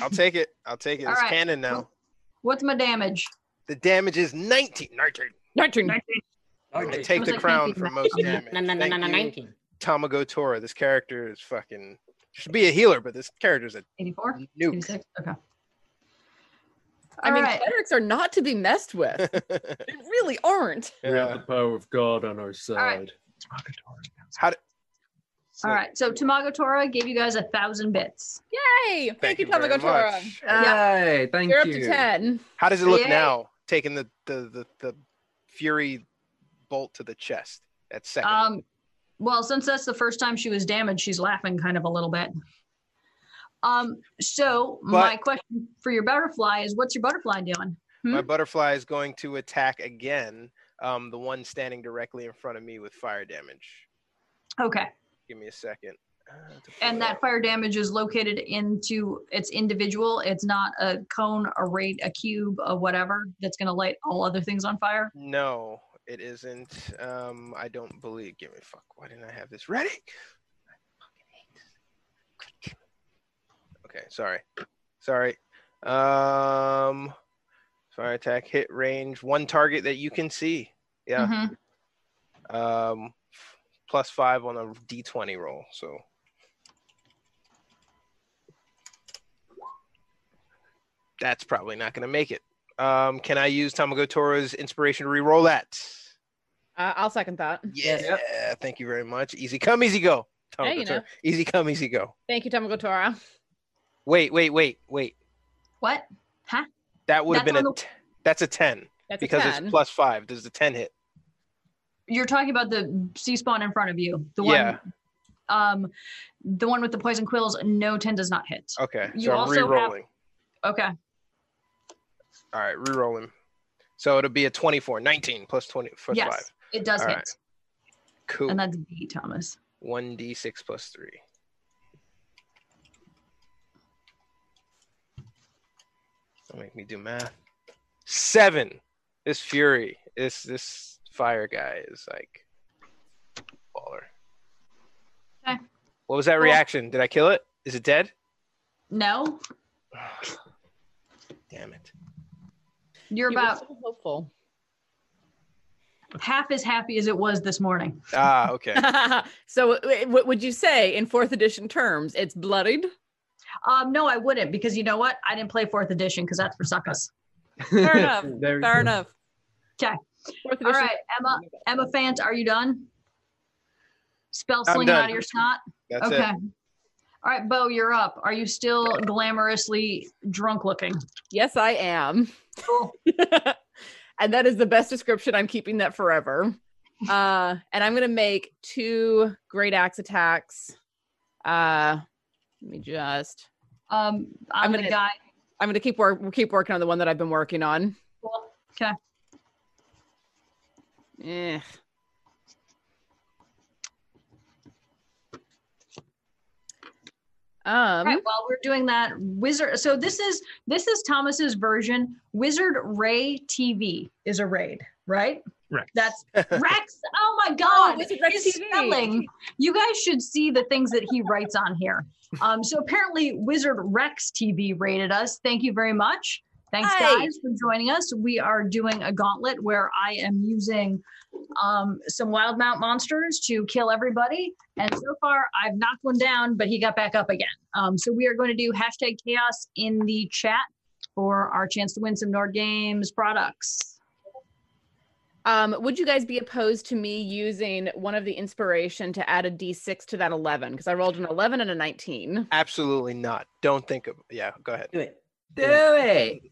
[SPEAKER 4] I'll take it. I'll take it.
[SPEAKER 3] All
[SPEAKER 4] it's
[SPEAKER 3] right.
[SPEAKER 4] canon now.
[SPEAKER 3] what's my damage?
[SPEAKER 4] The damage is 19. 19.
[SPEAKER 5] Nurturing.
[SPEAKER 4] I
[SPEAKER 6] Okay.
[SPEAKER 4] take
[SPEAKER 3] was
[SPEAKER 4] the
[SPEAKER 3] like
[SPEAKER 4] crown
[SPEAKER 3] thinking
[SPEAKER 4] for
[SPEAKER 3] that.
[SPEAKER 4] most damage.
[SPEAKER 6] No, no, no,
[SPEAKER 4] Thank
[SPEAKER 6] no, no,
[SPEAKER 4] you,
[SPEAKER 6] nineteen.
[SPEAKER 4] Tamago Tora. This character is fucking should be a healer, but this character's a
[SPEAKER 3] 84?
[SPEAKER 4] nuke.
[SPEAKER 3] 86? Okay.
[SPEAKER 5] I
[SPEAKER 3] All
[SPEAKER 5] mean,
[SPEAKER 3] right.
[SPEAKER 5] clerics are not to be messed with. they really aren't.
[SPEAKER 9] We have the power of God on our side.
[SPEAKER 4] How do,
[SPEAKER 3] All right. So Tamago Tora gave you guys a thousand bits.
[SPEAKER 5] Yay!
[SPEAKER 4] Thank, you, very
[SPEAKER 5] Tamago Tora.
[SPEAKER 4] much.
[SPEAKER 9] Yay! Thank
[SPEAKER 5] You're up
[SPEAKER 9] you.
[SPEAKER 5] to ten.
[SPEAKER 4] How does it look
[SPEAKER 3] Yay.
[SPEAKER 4] now? Taking the, the the the fury bolt to the chest at second.
[SPEAKER 3] Um, well, since that's the first time she was damaged, she's laughing kind of a little bit. Um, so my
[SPEAKER 4] But-
[SPEAKER 3] question for your butterfly is, what's your butterfly doing?
[SPEAKER 4] My butterfly is going to attack again. Um, the one standing directly in front of me with fire damage.
[SPEAKER 3] Okay,
[SPEAKER 4] Give me a second. Uh, to pull it
[SPEAKER 3] and that
[SPEAKER 4] up.
[SPEAKER 3] fire damage is located into its individual. It's not a cone, a rate, a cube, a whatever that's going to light all other things on fire.
[SPEAKER 4] No, It isn't. Um, I don't believe. Give me a fuck. Why didn't I have this ready? Okay, sorry, sorry. Um, fire attack hit range one target that you can see. Yeah.
[SPEAKER 3] Mhm.
[SPEAKER 4] Um, f- plus five on a d20 roll. So that's probably not going to make it. Um, can I use Tamago Tora's inspiration to re-roll that?
[SPEAKER 5] Uh, I'll second that.
[SPEAKER 4] Yeah. Thank you very much. Easy come, easy go.
[SPEAKER 5] Yeah,
[SPEAKER 4] Tamago
[SPEAKER 5] you
[SPEAKER 4] Tora.
[SPEAKER 5] know.
[SPEAKER 4] Easy come, easy go.
[SPEAKER 5] Thank you, Tamagotora.
[SPEAKER 4] Wait, wait, wait, wait.
[SPEAKER 3] What?
[SPEAKER 4] That would have
[SPEAKER 3] That's
[SPEAKER 4] been a.
[SPEAKER 3] on the-
[SPEAKER 4] t- that's a ten
[SPEAKER 5] That's
[SPEAKER 4] because
[SPEAKER 5] a 10.
[SPEAKER 4] it's plus five. Does the ten hit?
[SPEAKER 3] You're talking about the sea spawn in front of you. The one
[SPEAKER 4] Yeah.
[SPEAKER 3] um the one with the poison quills, no 10 does not hit.
[SPEAKER 4] Okay.
[SPEAKER 3] You
[SPEAKER 4] so I'm
[SPEAKER 3] also have-
[SPEAKER 4] re-rolling.
[SPEAKER 3] Okay.
[SPEAKER 4] All right, re-roll him. So it'll be a 24, 19 plus 20 plus
[SPEAKER 3] yes.
[SPEAKER 4] five.
[SPEAKER 3] It does
[SPEAKER 4] All
[SPEAKER 3] hit.
[SPEAKER 4] right. Cool.
[SPEAKER 3] And that's B, Thomas.
[SPEAKER 4] One d six plus three. Don't make me do math. Seven. This fury. This this fire guy is like baller.
[SPEAKER 3] Okay.
[SPEAKER 4] What was that reaction? Did I kill it? Is it dead?
[SPEAKER 3] No,
[SPEAKER 4] Damn it.
[SPEAKER 3] you're
[SPEAKER 5] You were
[SPEAKER 3] about
[SPEAKER 5] so hopeful.
[SPEAKER 3] half as happy as it was this morning.
[SPEAKER 4] Ah, okay.
[SPEAKER 5] so, w- w- would you say in fourth edition terms, it's bloodied?
[SPEAKER 3] Um, no, I wouldn't because you know what? I didn't play fourth edition because that's for suckers.
[SPEAKER 8] Fair enough.
[SPEAKER 9] There-
[SPEAKER 4] Mm-hmm.
[SPEAKER 8] Fair enough.
[SPEAKER 5] Fourth
[SPEAKER 3] All
[SPEAKER 5] edition.
[SPEAKER 3] right, Emma, Emma Fant, are you done? Spell
[SPEAKER 4] I'm
[SPEAKER 3] slinging out of
[SPEAKER 4] done.
[SPEAKER 3] your snot.
[SPEAKER 4] That's
[SPEAKER 3] okay.
[SPEAKER 4] it.
[SPEAKER 3] All right, Bo, you're up. Are you still glamorously drunk looking?
[SPEAKER 5] Yes, I am.
[SPEAKER 3] Cool.
[SPEAKER 5] and that is the best description. I'm keeping that forever. Uh, and I'm going to make two great axe attacks. Uh, let me just.
[SPEAKER 3] Um, I'm,
[SPEAKER 5] I'm
[SPEAKER 3] gonna,
[SPEAKER 5] gonna-
[SPEAKER 3] guy.
[SPEAKER 5] I'm going to keep work. Keep working on the one that I've been working on.
[SPEAKER 3] Cool.
[SPEAKER 5] Eh. Um. Um,
[SPEAKER 3] All right, while we're doing that, wizard. So this is this is Thomas's version. Wizard Ray TV is a raid, right?
[SPEAKER 7] Rex.
[SPEAKER 3] That's Rex. Oh my
[SPEAKER 5] Oh,
[SPEAKER 3] God!
[SPEAKER 5] Wizard Rex
[SPEAKER 3] his
[SPEAKER 5] TV.
[SPEAKER 3] spelling. You guys should see the things that he writes on here. Um, so apparently, Wizard Rex TV rated us. Thank you very much. Thanks,
[SPEAKER 5] Hi.
[SPEAKER 3] guys, for joining us. We are doing a gauntlet where I am using um, some wild mount monsters to kill everybody. And so far, I've knocked one down, but he got back up again. Um, so we are going to do hashtag chaos in the chat for our chance to win some Nord Games products.
[SPEAKER 5] Um, would you guys be opposed to me using one of the inspiration to add a d6 to that 11? Because I rolled an 11 and a 19.
[SPEAKER 4] Absolutely not. Don't think of yeah, go ahead.
[SPEAKER 6] Do it.
[SPEAKER 5] Do it.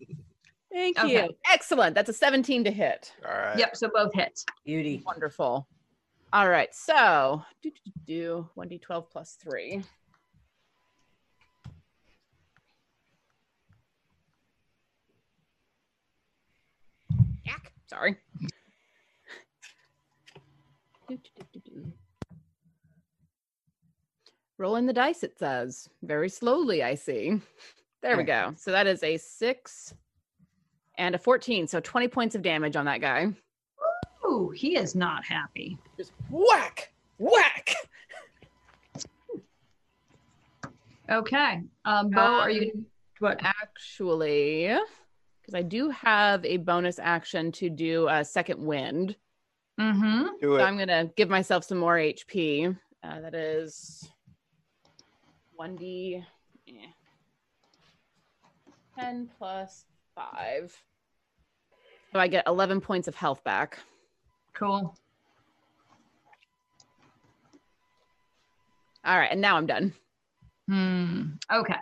[SPEAKER 5] Thank
[SPEAKER 3] Okay.
[SPEAKER 5] you. Excellent. That's a 17 to hit.
[SPEAKER 4] All right.
[SPEAKER 3] Yep, so both hit.
[SPEAKER 6] Beauty.
[SPEAKER 5] Wonderful. All right. So do, do, do, do 1d12 plus 3. Yuck. Sorry. Do, do, do, do, do. Rolling the dice, it says. Very slowly, I see. There we go. So that is a six and a 14. So 20 points of damage on that guy.
[SPEAKER 3] Ooh, he is not happy.
[SPEAKER 5] Just whack, whack.
[SPEAKER 3] Okay. Um, Bo, are you what?
[SPEAKER 5] Actually, because I do have a bonus action to do a second wind.
[SPEAKER 3] Mm-hmm.
[SPEAKER 4] Do
[SPEAKER 5] So
[SPEAKER 4] it.
[SPEAKER 5] I'm going to give myself some more HP. Uh, that is 1D eh, 10 plus 5. So I get 11 points of health back.
[SPEAKER 3] Cool.
[SPEAKER 5] All right. And now I'm done.
[SPEAKER 3] Hmm. Okay.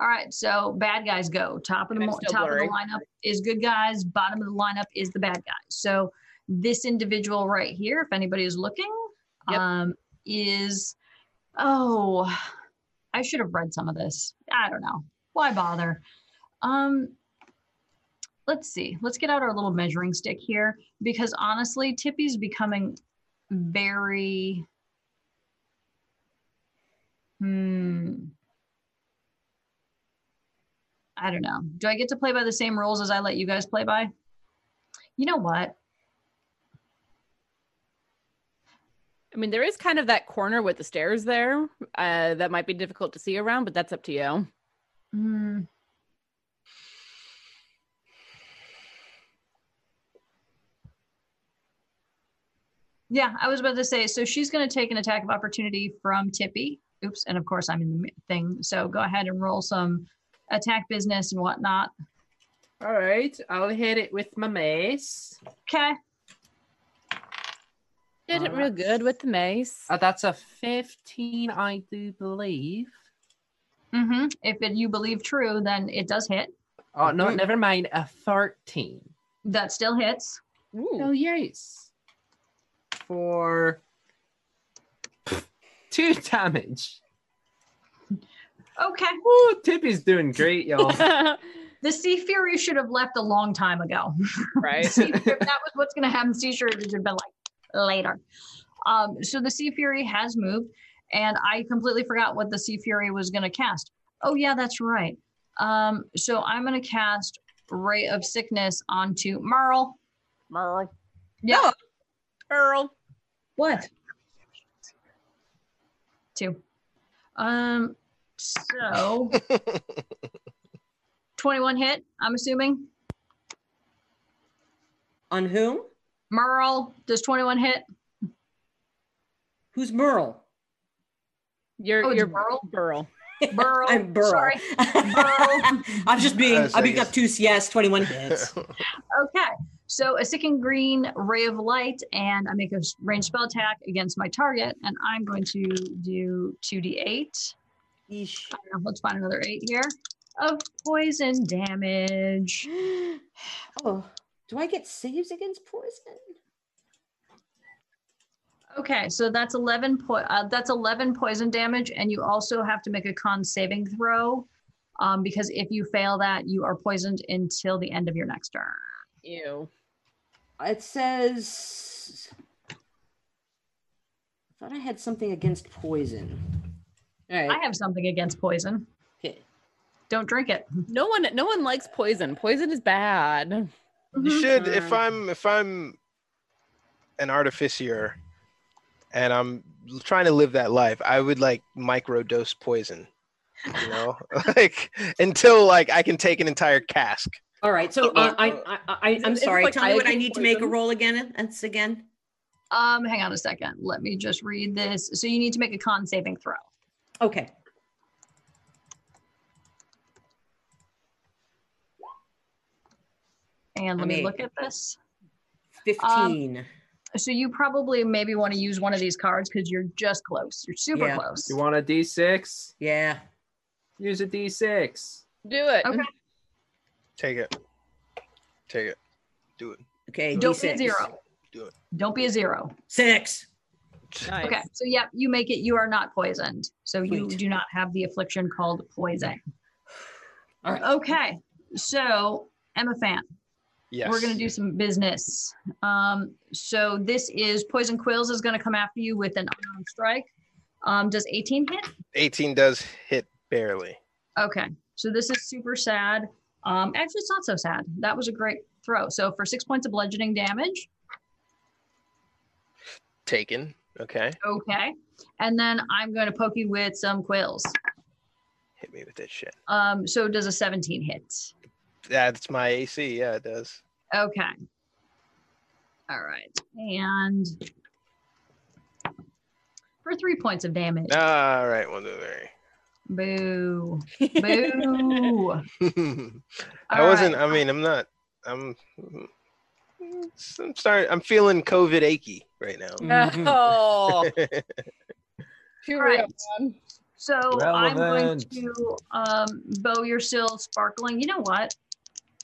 [SPEAKER 3] All right. So bad guys go. Top of the
[SPEAKER 5] And I'm
[SPEAKER 3] mo-
[SPEAKER 5] still
[SPEAKER 3] top
[SPEAKER 5] blurry.
[SPEAKER 3] of the lineup is good guys. Bottom of the lineup is the bad guys. So this individual right here, if anybody is looking,
[SPEAKER 5] Yep.
[SPEAKER 3] um, is oh, I should have read some of this. I don't know why bother. Um, let's see. Let's get out our little measuring stick here because honestly, Tippy's becoming very. Hmm. I don't know. Do I get to play by the same rules as I let you guys play by? You know what?
[SPEAKER 5] I mean, there is kind of that corner with the stairs there uh, that might be difficult to see around, but that's up to you.
[SPEAKER 3] Hmm. Yeah, I was about to say. So she's going to take an attack of opportunity from Tippy. Oops, and of course I'm in the mi- thing. So go ahead and roll some attack business and whatnot.
[SPEAKER 8] All right, I'll hit it with my mace.
[SPEAKER 3] Okay.
[SPEAKER 5] Did it
[SPEAKER 8] All
[SPEAKER 5] real good with the mace.
[SPEAKER 9] Uh, that's a 15, I do believe.
[SPEAKER 3] Mm-hmm. If it, you believe true, then it does hit.
[SPEAKER 9] Oh, no, never mind. A 13.
[SPEAKER 3] That still hits.
[SPEAKER 9] Oh,
[SPEAKER 8] Ooh.
[SPEAKER 9] yes. For two damage.
[SPEAKER 3] Okay.
[SPEAKER 9] Woo, Tippy's doing great, y'all.
[SPEAKER 3] The Sea Fury should have left a long time ago.
[SPEAKER 5] right.
[SPEAKER 3] Sea Fury- that was what's going to happen. Sea Fury should have been like later. Um, so the Sea Fury has moved, and I completely forgot what the Sea Fury was going to cast. Oh, yeah, that's right. Um, so I'm going to cast Ray of Sickness onto Merle.
[SPEAKER 5] Merle.
[SPEAKER 3] Yeah.
[SPEAKER 5] Earl.
[SPEAKER 3] What? Two. Um, so 21 hit, I'm assuming.
[SPEAKER 6] On whom?
[SPEAKER 3] Merle, does 21 hit?
[SPEAKER 6] Who's Merle?
[SPEAKER 5] You're
[SPEAKER 3] Oh, it's
[SPEAKER 5] you're
[SPEAKER 3] Burl?
[SPEAKER 5] Burl.
[SPEAKER 3] Burl.
[SPEAKER 6] I'm Burl.
[SPEAKER 3] Sorry.
[SPEAKER 6] I'm just being.
[SPEAKER 4] Uh, so
[SPEAKER 6] I'm
[SPEAKER 4] I
[SPEAKER 6] being
[SPEAKER 4] guess-
[SPEAKER 6] obtuse. Yes, 21 hits.
[SPEAKER 3] Okay. So a second green ray of light, and I make a s- ranged spell attack against my target, and I'm going to do 2d8.
[SPEAKER 6] Yeesh.
[SPEAKER 3] I don't know, Let's find another eight here of poison damage.
[SPEAKER 6] Oh, do I get saves against poison?
[SPEAKER 3] Okay, so that's eleven po- uh, that's eleven poison damage, and you also have to make a con saving throw, um, because if you fail that, you are poisoned until the end of your next turn.
[SPEAKER 5] Ew.
[SPEAKER 6] It says. I thought I had something against poison. All right.
[SPEAKER 3] I have something against poison.
[SPEAKER 6] Okay.
[SPEAKER 3] Don't drink it.
[SPEAKER 5] No one no one likes poison. Poison is bad.
[SPEAKER 3] Mhm.
[SPEAKER 4] You should if I'm if I'm an artificer and I'm l- trying to live that life, I would like microdose poison. You know? like until like I can take an entire cask.
[SPEAKER 6] All right. So uh, I, I, I, I'm
[SPEAKER 5] It's
[SPEAKER 6] sorry.
[SPEAKER 5] like
[SPEAKER 6] Tell me what I
[SPEAKER 5] Iowa
[SPEAKER 6] need to make a
[SPEAKER 5] poison.
[SPEAKER 6] roll again. That's again.
[SPEAKER 3] Um, hang on a second. Let me just read this. So you need to make a con saving throw.
[SPEAKER 6] Okay.
[SPEAKER 3] And let
[SPEAKER 6] I
[SPEAKER 3] me
[SPEAKER 6] mean-
[SPEAKER 3] look at this.
[SPEAKER 6] 15.
[SPEAKER 3] So you probably maybe want to use one of these cards because you're just close. You're super
[SPEAKER 6] Yeah.
[SPEAKER 3] close.
[SPEAKER 9] you want a d6?
[SPEAKER 6] yeah.
[SPEAKER 9] Use a d6.
[SPEAKER 5] Do it.
[SPEAKER 3] Okay.
[SPEAKER 4] Take it. Take it. Do it.
[SPEAKER 6] Okay.
[SPEAKER 3] Don't
[SPEAKER 6] D6.
[SPEAKER 3] be a zero.
[SPEAKER 4] Do it.
[SPEAKER 3] Don't be a zero.
[SPEAKER 6] Six.
[SPEAKER 5] Nice.
[SPEAKER 3] Okay, so yeah, you make it. You are not poisoned, so you
[SPEAKER 6] Sweet.
[SPEAKER 3] do not have the affliction called poison.
[SPEAKER 6] All right.
[SPEAKER 3] Okay, so Emma Fan,
[SPEAKER 4] Yes.
[SPEAKER 3] we're gonna do some business. Um, so this is Poison Quills is gonna come after you with an unarmed strike. Um, does 18 hit?
[SPEAKER 4] 18 does hit barely.
[SPEAKER 3] Okay, so this is super sad. Um, actually, it's not so sad. That was a great throw. So for six points of bludgeoning damage,
[SPEAKER 4] Taken. Okay.
[SPEAKER 3] okay, and then I'm gonna poke you with some quills.
[SPEAKER 4] Hit me with that shit.
[SPEAKER 3] Um, so does a 17 hit?
[SPEAKER 4] That's my AC. Yeah, it does.
[SPEAKER 3] Okay. All right. And for three points of damage.
[SPEAKER 4] All right, one, two, three.
[SPEAKER 3] Boo. Boo. All
[SPEAKER 4] I wasn't. I mean, I'm not. I'm. I'm starting. I'm feeling COVID achy right now.
[SPEAKER 8] Mm-hmm.
[SPEAKER 5] Oh, too
[SPEAKER 3] All right.
[SPEAKER 5] real, man.
[SPEAKER 3] So I'm going
[SPEAKER 9] Relevant.
[SPEAKER 3] to um, bow you're still sparkling. You know what?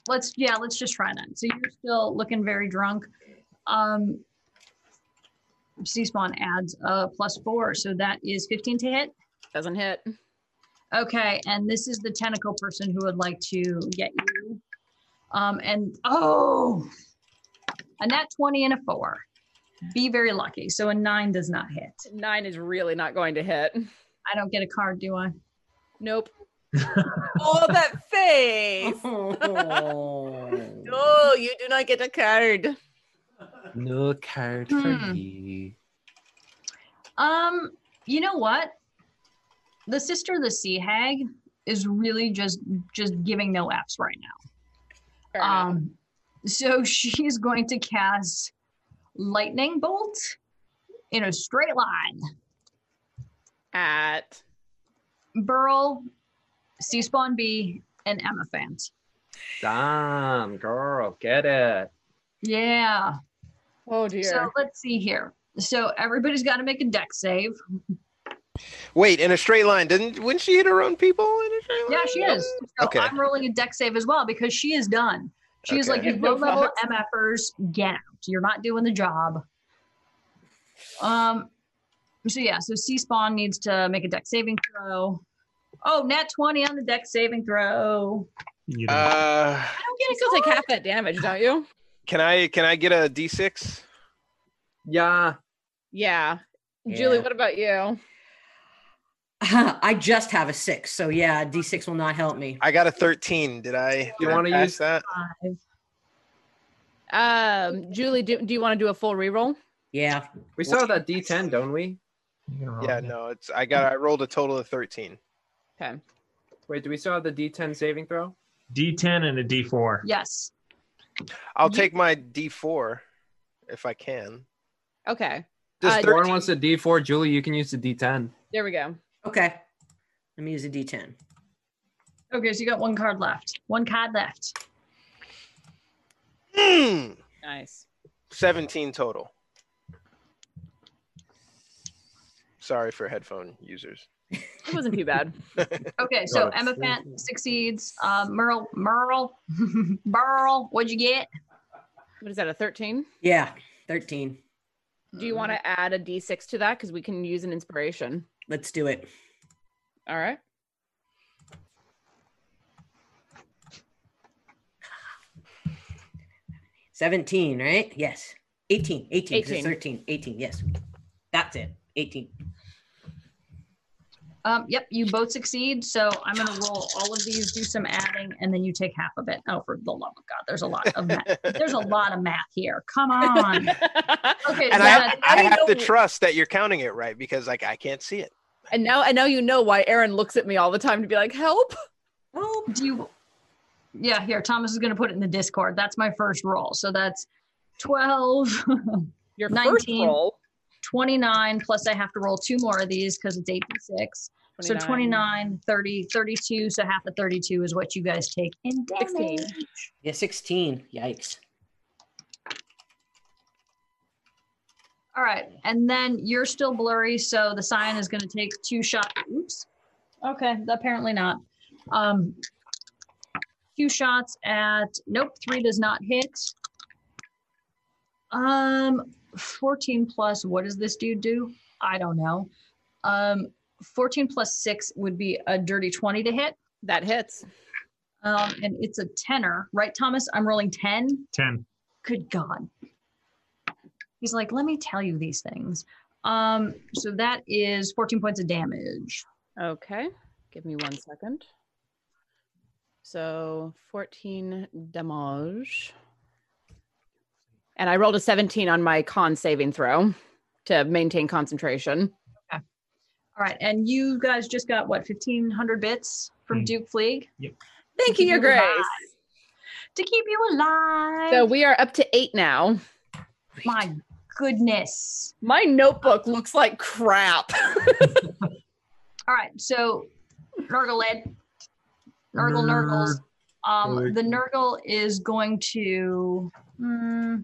[SPEAKER 3] Let's yeah, let's just try that. So you're still looking very drunk. Um C spawn adds a plus four, so that is 15 to hit.
[SPEAKER 5] Doesn't hit.
[SPEAKER 3] Okay, and this is the tentacle person who would like to get you. Um, and oh, a nat 20 and a four. Be very lucky. So a nine does not hit.
[SPEAKER 5] Nine is really not going to hit.
[SPEAKER 3] I don't get a card, do I?
[SPEAKER 5] Nope. oh, that face.
[SPEAKER 6] Oh.
[SPEAKER 5] No, you do not get a card.
[SPEAKER 9] No card
[SPEAKER 3] Hmm.
[SPEAKER 9] you.
[SPEAKER 3] Um, you know what? The sister of the sea hag is really just just giving no f's right now.
[SPEAKER 5] Fair enough.
[SPEAKER 3] Um, so she's going to cast lightning bolt in a straight line.
[SPEAKER 5] At
[SPEAKER 3] Burl, Sea Spawn B, and Emma
[SPEAKER 9] Damn, girl, get it.
[SPEAKER 3] Yeah.
[SPEAKER 5] oh dear.
[SPEAKER 3] So let's see here. So everybody's got to make a deck save.
[SPEAKER 4] Wait, in a straight line, didn't? Wouldn't she hit her own people in a straight line?
[SPEAKER 3] Yeah, she is. So
[SPEAKER 4] Okay.
[SPEAKER 3] I'm rolling a deck save as well because she is done. She is
[SPEAKER 4] Okay.
[SPEAKER 3] like, you
[SPEAKER 5] No
[SPEAKER 3] low level
[SPEAKER 5] fucks.
[SPEAKER 3] MFers, get out. You're not doing the job. Um, so yeah, so C spawn needs to make a deck saving throw. Oh, nat 20 on the deck saving throw.
[SPEAKER 7] You don't-
[SPEAKER 4] Uh,
[SPEAKER 3] I don't get
[SPEAKER 5] you
[SPEAKER 3] it.
[SPEAKER 5] still take half that damage, don't you?
[SPEAKER 4] can I can I get a d6?
[SPEAKER 9] Yeah.
[SPEAKER 5] Yeah. Julie,
[SPEAKER 9] Yeah.
[SPEAKER 5] what about you?
[SPEAKER 6] I just have a six, so yeah, D6 will not help me.
[SPEAKER 4] I got a 13. Did I?
[SPEAKER 9] You
[SPEAKER 4] did I
[SPEAKER 9] wanna
[SPEAKER 4] pass
[SPEAKER 9] use-
[SPEAKER 4] that?
[SPEAKER 5] Um, Julie, do, do you want to do a full reroll?
[SPEAKER 6] Yeah.
[SPEAKER 9] We saw that D10, don't we?
[SPEAKER 7] you can roll
[SPEAKER 4] Yeah,
[SPEAKER 7] it.
[SPEAKER 4] no, it's I got I rolled a total of 13.
[SPEAKER 9] Wait, do we still have the D10 saving throw?
[SPEAKER 7] D10 and a D4.
[SPEAKER 3] Yes.
[SPEAKER 4] I'll
[SPEAKER 3] You-
[SPEAKER 4] take my d4 if I can.
[SPEAKER 5] Okay,
[SPEAKER 4] Does
[SPEAKER 5] Uh,
[SPEAKER 9] Lauren
[SPEAKER 4] 13
[SPEAKER 9] wants a D4. Julie, you can use the D10.
[SPEAKER 5] there we go.
[SPEAKER 6] Okay. Let me use a D10.
[SPEAKER 3] Okay, so you got one card left. One card left.
[SPEAKER 4] Hmm,
[SPEAKER 5] Nice.
[SPEAKER 4] 17 total. Sorry for headphone users.
[SPEAKER 5] It wasn't too bad.
[SPEAKER 3] Okay, so
[SPEAKER 9] Got it.
[SPEAKER 3] Emma Fant succeeds. Um, Merle, Merle, Burl, what'd you get?
[SPEAKER 5] What is that? A thirteen?
[SPEAKER 6] Yeah. 13.
[SPEAKER 5] Do you want to add a d6 to that? Because we can use an inspiration.
[SPEAKER 6] Let's do it.
[SPEAKER 5] All right.
[SPEAKER 6] Seventeen, right? Yes. Eighteen. Eighteen. 'cause it's
[SPEAKER 5] 18.
[SPEAKER 6] Thirteen. Eighteen. Yes. That's it. Eighteen.
[SPEAKER 3] Um, yep, you both succeed. So I'm going to roll all of these, do some adding, and then you take half of it. Oh, for the love of God, there's a lot of math. there's a lot of math here. Come on. Okay, so
[SPEAKER 4] And I,
[SPEAKER 3] that-
[SPEAKER 4] I have to
[SPEAKER 5] know-
[SPEAKER 4] trust that you're counting it right because like I can't see it.
[SPEAKER 5] and now I know you know why Aaron looks at me all the time to be like, "Help!"
[SPEAKER 6] Oh,
[SPEAKER 3] do you? Yeah, here Thomas is going to put it in the Discord. That's my first roll. So that's 12,
[SPEAKER 5] Your first
[SPEAKER 3] 19.
[SPEAKER 5] roll.
[SPEAKER 3] 29 plus I have to roll two more of these because it's 86. So 29, 30, 32. So half of 32 is what you guys take in
[SPEAKER 5] Sixteen.
[SPEAKER 3] damage.
[SPEAKER 6] yeah. Sixteen. Yikes.
[SPEAKER 3] All right. And then you're still blurry. So the sign is going to take two shots. Oops. Okay. Apparently not. Um, two shots at, nope, three does not hit. Um, 14 plus, what does this dude do? I don't know. Um, 14 plus six would be a dirty 20 to hit.
[SPEAKER 5] That hits.
[SPEAKER 3] Um, and it's a tenor, right, Thomas? I'm rolling 10.
[SPEAKER 7] 10.
[SPEAKER 3] Good God. He's like, let me tell you these things. Um, so that is 14 points of damage.
[SPEAKER 5] Okay. Give me one second. So 14 damage. And I rolled a 17 on my con saving throw to maintain concentration.
[SPEAKER 3] All right. And you guys just got what, 1500 bits from
[SPEAKER 7] Mm.
[SPEAKER 3] Duke Fleeg
[SPEAKER 5] Thank you, Your
[SPEAKER 3] You're
[SPEAKER 5] Grace.
[SPEAKER 3] right. to keep you alive.
[SPEAKER 5] So we are up to eight now.
[SPEAKER 3] My goodness.
[SPEAKER 5] My notebook looks like crap.
[SPEAKER 3] All right. So Nurgled, Nurgle Nurgles. Um, the Nurgle is going to. mm,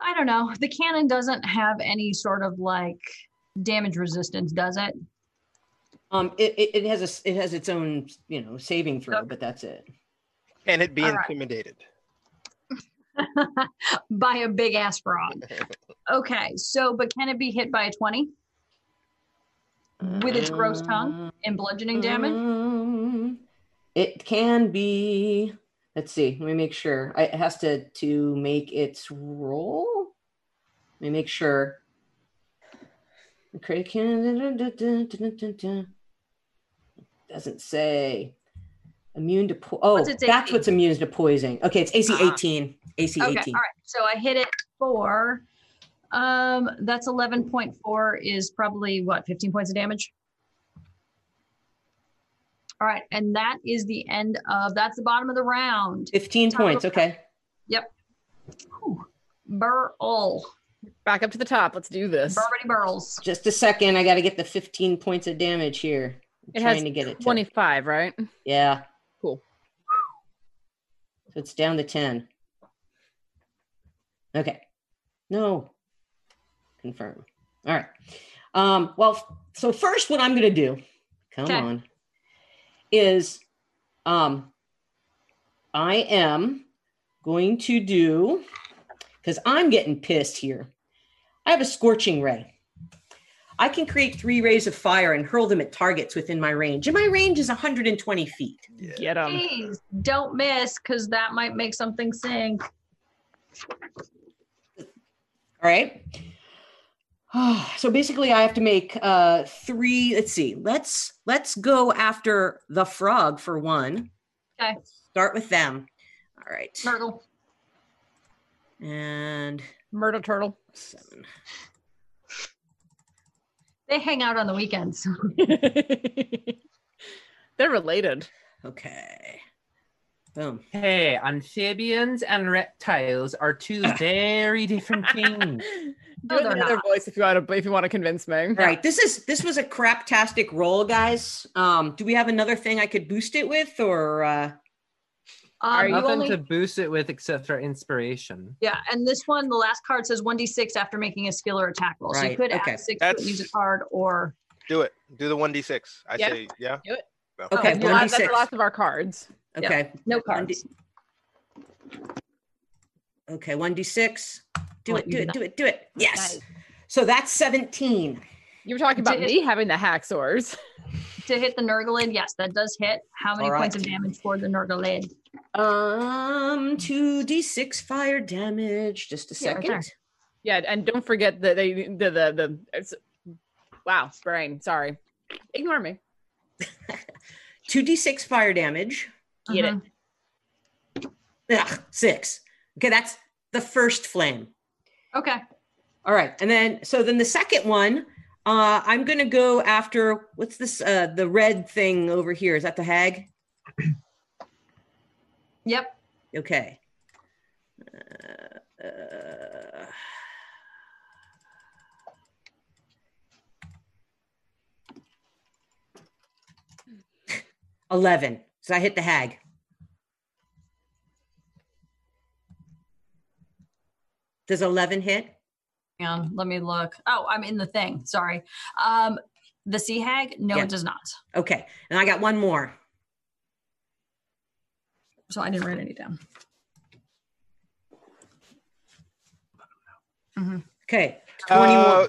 [SPEAKER 3] I don't know. The cannon doesn't have any sort of like damage resistance, does it?
[SPEAKER 6] Um. It, it, it has a. s- It has its own. You know, saving throw,
[SPEAKER 3] Okay.
[SPEAKER 6] but that's it.
[SPEAKER 4] Can it be
[SPEAKER 3] All right.
[SPEAKER 4] intimidated?
[SPEAKER 3] by a big ass frog. Okay, so but can it be hit by a 20 with its gross tongue and bludgeoning damage?
[SPEAKER 6] Um, It can be. Let's see. Let me make sure. I, it has to to make its roll. Let me make sure. Create can doesn't say immune to po- oh
[SPEAKER 3] What's its
[SPEAKER 6] that's
[SPEAKER 3] AC?
[SPEAKER 6] what's immune to poison. Okay, it's AC
[SPEAKER 3] Ah.
[SPEAKER 6] eighteen. AC
[SPEAKER 3] Okay, all right.
[SPEAKER 6] eighteen.
[SPEAKER 3] So I hit it for Um, that's eleven point four is probably what fifteen points of damage. All right, and that is the end of that's the bottom of the round.
[SPEAKER 6] 15
[SPEAKER 3] Top of-
[SPEAKER 6] points. Okay.
[SPEAKER 3] Burl,
[SPEAKER 5] Back up to the top. Let's do this.
[SPEAKER 3] Burlity Burls.
[SPEAKER 6] Just a second. I got to get the 15 points of damage here. I'm
[SPEAKER 5] It has
[SPEAKER 6] trying to get it. to-
[SPEAKER 5] 25, right?
[SPEAKER 6] Yeah.
[SPEAKER 5] Cool.
[SPEAKER 6] So it's down to 10. Okay. No. Confirm. All right. Um, well, f- so first, what I'm going to do, come
[SPEAKER 3] Okay.
[SPEAKER 6] on, is um, I am going to do, because I'm getting pissed here. I have a scorching ray. I can create three rays of fire and hurl them at targets within my range. And my range is 120 feet.
[SPEAKER 5] Get
[SPEAKER 6] Um,
[SPEAKER 5] him.
[SPEAKER 3] Please don't miss because that might make something sing.
[SPEAKER 6] All right. So basically, I have to make uh, three. Let's see. Let's let's go after the frog for one.
[SPEAKER 3] Okay.
[SPEAKER 6] Start with them. All right.
[SPEAKER 3] Nurgle.
[SPEAKER 6] And
[SPEAKER 5] Myrtle turtle.
[SPEAKER 6] seven.
[SPEAKER 3] They hang out on the weekends.
[SPEAKER 5] They're related.
[SPEAKER 6] Okay. Boom.
[SPEAKER 9] Hey, amphibians and reptiles are two very different
[SPEAKER 5] Do
[SPEAKER 9] things.
[SPEAKER 3] No,
[SPEAKER 5] it
[SPEAKER 3] they're
[SPEAKER 5] in another
[SPEAKER 3] not.
[SPEAKER 5] voice if you want to if you want to convince me.
[SPEAKER 6] All right. This is this was a craptastic roll, guys. Um, do we have another thing I could boost it with, or uh,
[SPEAKER 3] Um, you
[SPEAKER 9] Nothing
[SPEAKER 3] only,
[SPEAKER 9] to boost it with except for inspiration.
[SPEAKER 3] yeah, and this one, the last card says 1d6 after making a skill or attack roll. So you
[SPEAKER 6] Right,
[SPEAKER 3] could
[SPEAKER 6] okay.
[SPEAKER 3] add six to it and use a
[SPEAKER 4] That's-
[SPEAKER 3] card or.
[SPEAKER 4] Do it. Do the 1d6. I
[SPEAKER 5] Yeah.
[SPEAKER 4] say, yeah.
[SPEAKER 6] okay,
[SPEAKER 5] Oh, that's, the
[SPEAKER 6] one d
[SPEAKER 5] last, that's
[SPEAKER 6] six.
[SPEAKER 5] the last of our cards.
[SPEAKER 3] yeah.
[SPEAKER 6] Okay.
[SPEAKER 3] No
[SPEAKER 6] One d-
[SPEAKER 3] cards.
[SPEAKER 6] Okay. One d six. Do
[SPEAKER 3] I'll
[SPEAKER 6] it.
[SPEAKER 3] let
[SPEAKER 6] Do
[SPEAKER 3] you
[SPEAKER 6] it.
[SPEAKER 3] do
[SPEAKER 6] Do it. Do it. Yes.
[SPEAKER 3] Nice.
[SPEAKER 6] So that's seventeen.
[SPEAKER 5] You were talking about
[SPEAKER 3] Did-
[SPEAKER 5] me having the hacksaws.
[SPEAKER 3] To hit the Nurglid, yes, that does hit. How many
[SPEAKER 6] All
[SPEAKER 3] points of
[SPEAKER 6] right.
[SPEAKER 3] damage for the Nurglid?
[SPEAKER 6] Um, two d six fire damage. Just a
[SPEAKER 3] Yeah, right
[SPEAKER 6] second.
[SPEAKER 3] there.
[SPEAKER 5] Yeah, and don't forget that they the the the. It's, wow, brain. Sorry, ignore me.
[SPEAKER 6] Two d six fire damage.
[SPEAKER 5] Get
[SPEAKER 3] Mhm.
[SPEAKER 6] Ugh, six. Okay, that's the first flame.
[SPEAKER 3] Uh-huh. Okay.
[SPEAKER 6] All right, and then so then the second one. Uh, I'm gonna go after what's this? Uh, the red thing over here. Is that the hag?
[SPEAKER 3] Yep.
[SPEAKER 6] Okay. Uh, uh, Eleven. So I hit the hag. Does eleven hit?
[SPEAKER 3] Hang on. Let me look. Oh, I'm in the thing. Sorry. Um, the Sea Hag? No,
[SPEAKER 6] Yeah.
[SPEAKER 3] it does not.
[SPEAKER 6] Okay, and I got one more.
[SPEAKER 3] So I didn't write any down.
[SPEAKER 6] Okay, twenty-one.
[SPEAKER 4] Uh,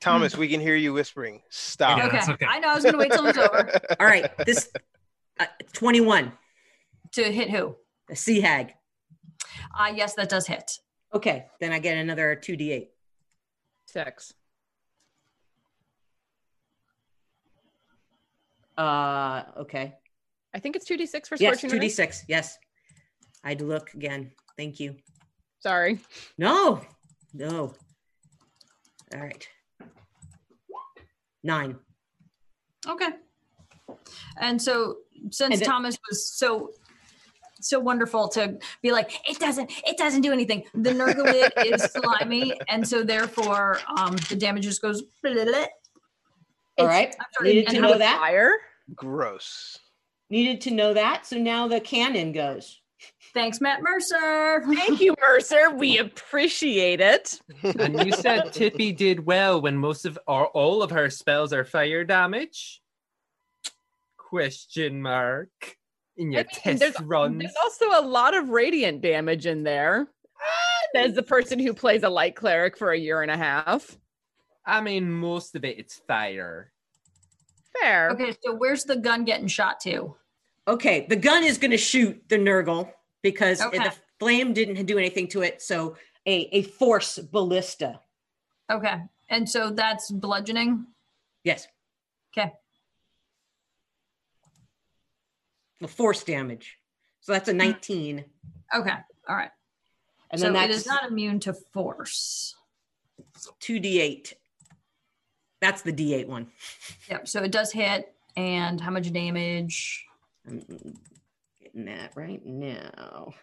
[SPEAKER 4] Thomas, we can hear you whispering. Stop.
[SPEAKER 7] Yeah,
[SPEAKER 3] okay.
[SPEAKER 7] that's okay.
[SPEAKER 3] I know. I was going to wait till it was over
[SPEAKER 6] All right, this uh, twenty-one.
[SPEAKER 3] to hit who?
[SPEAKER 6] A sea hag.
[SPEAKER 3] Uh, yes, that does hit.
[SPEAKER 6] Okay, then I get another two d eight.
[SPEAKER 5] Six.
[SPEAKER 6] Uh, okay.
[SPEAKER 5] I think it's two d six for
[SPEAKER 6] Yes,
[SPEAKER 5] scorching.
[SPEAKER 6] two d
[SPEAKER 5] Ray.
[SPEAKER 6] six. Yes, I'd look again. Thank you.
[SPEAKER 5] Sorry.
[SPEAKER 6] No, no. All right. Nine.
[SPEAKER 3] Okay. And so since
[SPEAKER 6] And it-
[SPEAKER 3] Thomas was so so wonderful to be like, it doesn't, it doesn't do anything. The Nurgolid is slimy, and so therefore um the damage just goes. bleh.
[SPEAKER 6] All
[SPEAKER 5] It's-
[SPEAKER 6] right.
[SPEAKER 3] I'm sorry,
[SPEAKER 6] Needed
[SPEAKER 3] and
[SPEAKER 6] to
[SPEAKER 3] how
[SPEAKER 6] know
[SPEAKER 3] it-
[SPEAKER 6] that.
[SPEAKER 5] Fire.
[SPEAKER 4] Gross.
[SPEAKER 6] Needed to know that. So now the cannon goes.
[SPEAKER 3] Thanks, Matt Mercer.
[SPEAKER 5] Thank you, Mercer. We appreciate it.
[SPEAKER 9] And you said Tippy did well when most of or all of her spells are fire damage? Question mark. In your
[SPEAKER 5] I mean,
[SPEAKER 9] test runs.
[SPEAKER 5] There's also a lot of radiant damage in there. Says the person who plays a light cleric for a year and a half.
[SPEAKER 9] I mean most of it it's fire.
[SPEAKER 5] Fair.
[SPEAKER 3] Okay, so where's the gun getting shot to?
[SPEAKER 6] Okay, the gun is going to shoot the Nurgle because
[SPEAKER 3] Okay.
[SPEAKER 6] the flame didn't do anything to it. So a, a force ballista.
[SPEAKER 3] Okay, and so that's bludgeoning.
[SPEAKER 6] Yes,
[SPEAKER 3] Okay,
[SPEAKER 6] the force damage. So that's a 19.
[SPEAKER 3] okay, all right.
[SPEAKER 6] And
[SPEAKER 3] so
[SPEAKER 6] then
[SPEAKER 3] it
[SPEAKER 6] that's
[SPEAKER 3] is not immune to force.
[SPEAKER 6] 2d8. That's the d8 one.
[SPEAKER 3] Yep. So it does hit. And how much damage?
[SPEAKER 6] I'm getting that right now.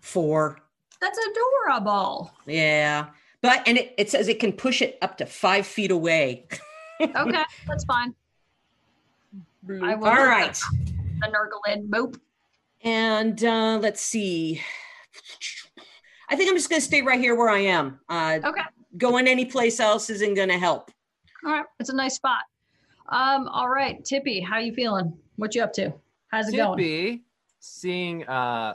[SPEAKER 6] Four.
[SPEAKER 3] That's adorable.
[SPEAKER 6] Yeah. But, and it, it says it can push it up to five feet away.
[SPEAKER 3] Okay, that's fine. I will
[SPEAKER 6] All right.
[SPEAKER 3] The Nurglid. Boop.
[SPEAKER 6] And uh, let's see. I think I'm just going to stay right here where I am. Uh,
[SPEAKER 3] Okay.
[SPEAKER 6] Going anyplace else isn't going to help.
[SPEAKER 3] All right. It's a nice spot. Um, all right, Tippy, how you feeling? What you up to? How's it going?
[SPEAKER 9] Tippy, seeing uh,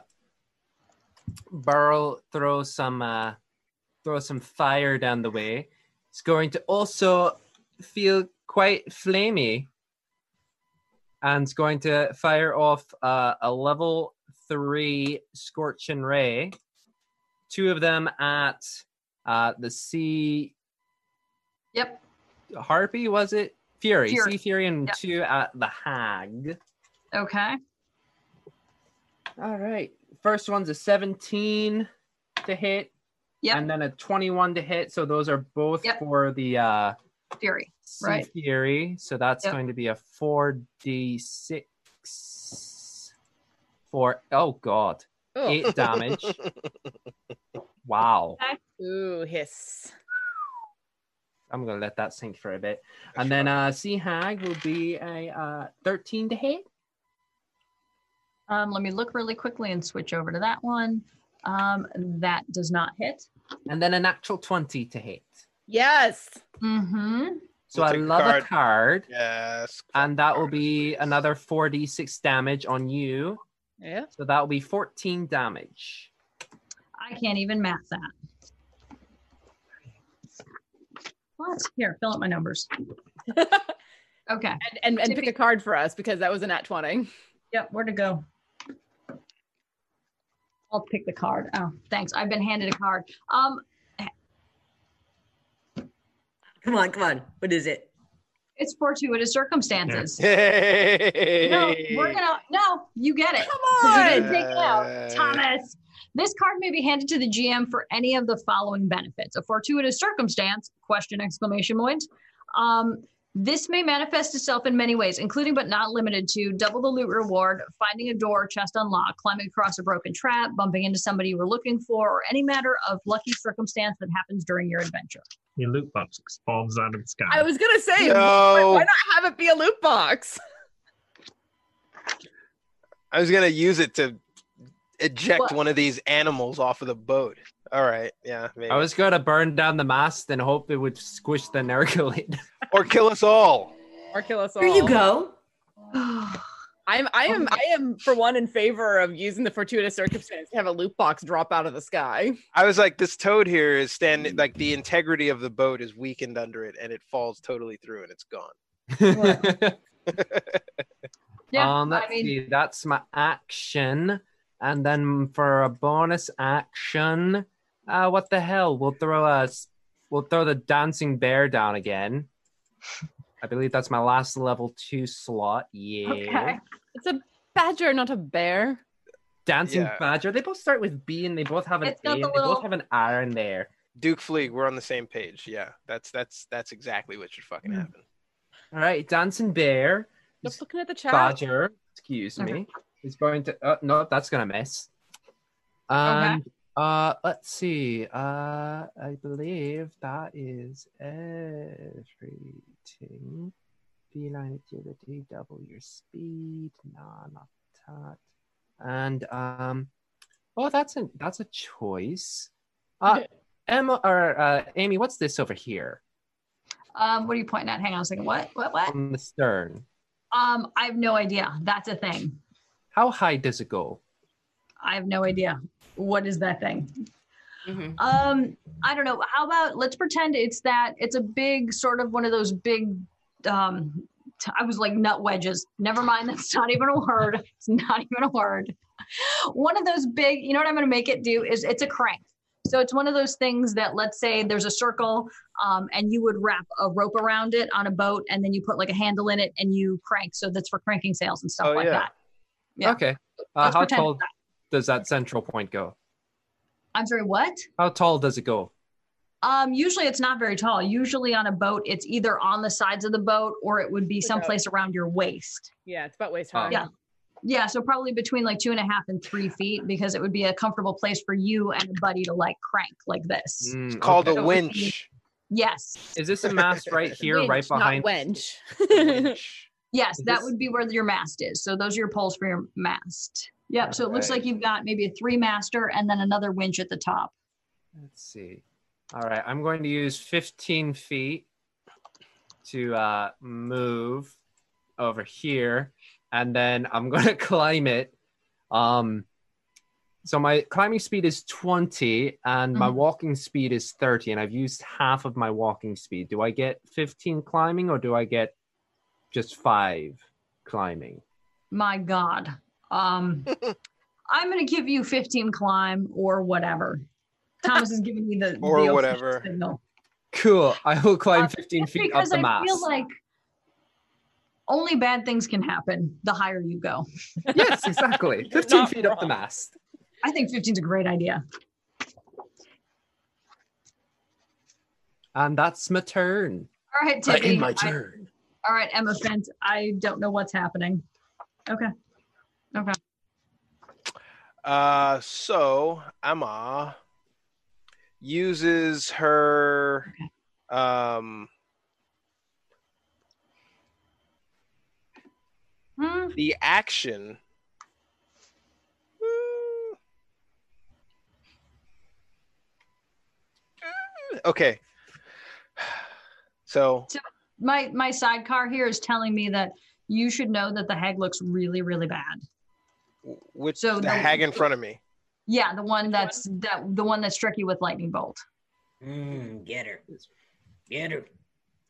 [SPEAKER 9] Burl throw some uh, throw some fire down the way, is going to also feel quite flamey, and is going to fire off uh, a level three scorching ray, two of them at uh, the sea
[SPEAKER 3] Yep.
[SPEAKER 9] harpy. Was it Fury?
[SPEAKER 3] Fury.
[SPEAKER 9] Sea Fury and
[SPEAKER 3] Yeah.
[SPEAKER 9] two at the hag.
[SPEAKER 3] Okay.
[SPEAKER 9] All right. First one's a 17 to hit.
[SPEAKER 3] Yep.
[SPEAKER 9] And then a 21 to hit. So those are both
[SPEAKER 3] Yep.
[SPEAKER 9] for the uh
[SPEAKER 3] Fury.
[SPEAKER 9] sea
[SPEAKER 3] Right.
[SPEAKER 9] fury. So that's
[SPEAKER 3] Yep.
[SPEAKER 9] going to be a 4d6 for oh god.
[SPEAKER 5] Oh.
[SPEAKER 9] 8 damage. wow.
[SPEAKER 5] Ooh, hiss.
[SPEAKER 9] I'm going to let that sink for a bit. And then uh sea hag will be a uh 13 to hit.
[SPEAKER 3] Um, let me look really quickly and switch over to that one. Um, that does not hit.
[SPEAKER 9] And then a natural 20 to hit.
[SPEAKER 5] Yes.
[SPEAKER 3] Mm-hmm.
[SPEAKER 9] So
[SPEAKER 4] We'll
[SPEAKER 9] I
[SPEAKER 4] take the
[SPEAKER 9] love
[SPEAKER 4] card.
[SPEAKER 9] a card.
[SPEAKER 4] Yes.
[SPEAKER 9] and that will be another 4d6 damage on you.
[SPEAKER 5] Yeah.
[SPEAKER 9] So that will be 14 damage.
[SPEAKER 3] I can't even math that. What? Here, fill out my numbers.
[SPEAKER 5] and
[SPEAKER 3] Okay.
[SPEAKER 5] and, and pick a card for us because that was a nat 20.
[SPEAKER 3] Yep, where to go? I'll pick the card. Oh, thanks. I've been handed a card. Um,
[SPEAKER 6] Come on, come on. What is it?
[SPEAKER 3] it's fortuitous circumstances.
[SPEAKER 4] Hey.
[SPEAKER 3] No, we're gonna no, you get it.
[SPEAKER 5] Come
[SPEAKER 3] 'Cause you
[SPEAKER 5] on.
[SPEAKER 3] didn't take it out. Thomas. This card may be handed to the GM for any of the following benefits. A fortuitous circumstance, question exclamation point. Um, this may manifest itself in many ways, including but not limited to double the loot reward, finding a door or chest unlocked, climbing across a broken trap, bumping into somebody you were looking for, or any matter of lucky circumstance that happens during your adventure.
[SPEAKER 7] Your loot box falls out of the sky.
[SPEAKER 5] I was going to say,
[SPEAKER 4] No.
[SPEAKER 5] why not have it be a loot box?
[SPEAKER 4] I was gonna use it to eject
[SPEAKER 3] What?
[SPEAKER 4] one of these animals off of the boat. All right, yeah, maybe.
[SPEAKER 9] I was going to burn down the mast and hope it would squish the narcolid.
[SPEAKER 4] or kill us all.
[SPEAKER 5] Or kill us all.
[SPEAKER 6] Here you go.
[SPEAKER 5] I'm I am I am for one in favor of using the fortuitous circumstance to have a loot box drop out of the sky.
[SPEAKER 4] I was like, this toad here is
[SPEAKER 9] Mm.
[SPEAKER 4] standing like the integrity of the boat is weakened under it, and it falls totally through, and it's gone.
[SPEAKER 9] um, let's see. That's my action. And then for a bonus action, uh, what the hell? We'll throw a, s- we'll throw the dancing bear down again. I believe that's my last level two slot. Yeah.
[SPEAKER 3] okay.
[SPEAKER 5] It's a badger, not a bear.
[SPEAKER 9] Dancing
[SPEAKER 4] Yeah.
[SPEAKER 9] Badger. They both start with B and they both have an
[SPEAKER 3] It's
[SPEAKER 9] A.
[SPEAKER 3] got
[SPEAKER 9] And
[SPEAKER 3] the
[SPEAKER 9] They both
[SPEAKER 3] little-
[SPEAKER 9] have an R in there.
[SPEAKER 4] Duke Fleeg, we're on the same page. Yeah, that's that's that's exactly what should fucking happen.
[SPEAKER 9] All right, Dancing Bear,
[SPEAKER 5] Just looking at the chat.
[SPEAKER 9] Badger. Excuse
[SPEAKER 3] Okay.
[SPEAKER 9] me. Is going to. Oh, no, that's gonna miss. And uh, let's see. Uh, I believe that is everything. Feline agility, double your speed. Nah, not that. And um, oh, that's a that's a choice. Uh, Emma or uh, Amy, what's this over here
[SPEAKER 3] Um, what are you pointing at? Hang on a second. What? What? What?
[SPEAKER 9] on the stern?
[SPEAKER 3] Um, I have no idea. That's a thing.
[SPEAKER 9] How high does it go?
[SPEAKER 3] I have no idea. What is that thing?
[SPEAKER 6] Mhm.
[SPEAKER 3] Um, I don't know. How about let's pretend it's that it's a big sort of one of those big um t- I was like nut wedges. Never mind, that's not even a word. It's not even a word. One of those big, you know what I'm going to make it do is it's a crank. So it's one of those things that let's say there's a circle um, and you would wrap a rope around it on a boat and then you put like a handle in it and you crank. So that's for cranking sails and stuff
[SPEAKER 4] Oh,
[SPEAKER 3] like
[SPEAKER 4] yeah.
[SPEAKER 3] that. Yeah.
[SPEAKER 9] Okay. Uh,
[SPEAKER 3] Let's
[SPEAKER 9] how
[SPEAKER 3] pretend
[SPEAKER 9] tall
[SPEAKER 3] that-
[SPEAKER 9] does that central point go?
[SPEAKER 3] I'm sorry, what?
[SPEAKER 9] How tall does it go?
[SPEAKER 3] Um, usually it's not very tall. Usually on a boat, it's either on the sides of the boat or it would be
[SPEAKER 5] Without-
[SPEAKER 3] someplace around your waist.
[SPEAKER 5] Yeah, it's about waist
[SPEAKER 9] Uh,
[SPEAKER 5] high.
[SPEAKER 3] Yeah. Yeah, so probably between like two and a half and three feet because it would be a comfortable place for you and a buddy to like crank like this.
[SPEAKER 9] Mm,
[SPEAKER 4] It's called
[SPEAKER 9] okay.
[SPEAKER 4] a winch.
[SPEAKER 3] Yes,
[SPEAKER 9] Is this a mast right here, right
[SPEAKER 5] Winch,
[SPEAKER 9] behind?
[SPEAKER 5] Not wench.
[SPEAKER 9] Winch.
[SPEAKER 3] yes, that
[SPEAKER 9] This-
[SPEAKER 3] would be where your mast is. So those are your poles for your mast. Yep. So it looks
[SPEAKER 9] Alright.
[SPEAKER 3] like you've got maybe a three master and then another winch at the top.
[SPEAKER 9] Let's see. All right, I'm going to use 15 feet to uh, move over here, and then I'm going to climb it. Um, so my climbing speed is 20, and my
[SPEAKER 3] Mhm.
[SPEAKER 9] walking speed is 30, and I've used half of my walking speed. Do I get 15 climbing, or do I get just five climbing?
[SPEAKER 3] My God. Um, I'm going to give you 15 climb or whatever. Thomas is giving me the
[SPEAKER 4] Or
[SPEAKER 3] the official
[SPEAKER 4] whatever.
[SPEAKER 3] signal.
[SPEAKER 9] Cool. I will climb
[SPEAKER 3] Uh,
[SPEAKER 9] 15
[SPEAKER 3] Just
[SPEAKER 9] feet up
[SPEAKER 3] because
[SPEAKER 9] the
[SPEAKER 3] I
[SPEAKER 9] mast.
[SPEAKER 3] feel like only bad things can happen the higher you go.
[SPEAKER 9] yes, exactly. 15 feet up the mast.
[SPEAKER 3] I think 15 is a great idea.
[SPEAKER 9] And that's my turn.
[SPEAKER 3] All right, Tiffy. I- all right, Emma Fent. I don't know what's happening. Okay. Okay.
[SPEAKER 4] Uh, so Emma uses her um
[SPEAKER 3] Hmm.
[SPEAKER 4] the action. Mm. Okay. So
[SPEAKER 3] My my sidecar here is telling me that you should know that the hag looks really really bad.
[SPEAKER 4] which
[SPEAKER 3] So
[SPEAKER 4] the
[SPEAKER 3] the-
[SPEAKER 4] hag in front of me.
[SPEAKER 3] Yeah, the one that's that the one that struck you with lightning bolt.
[SPEAKER 6] Mm, get her. Get her.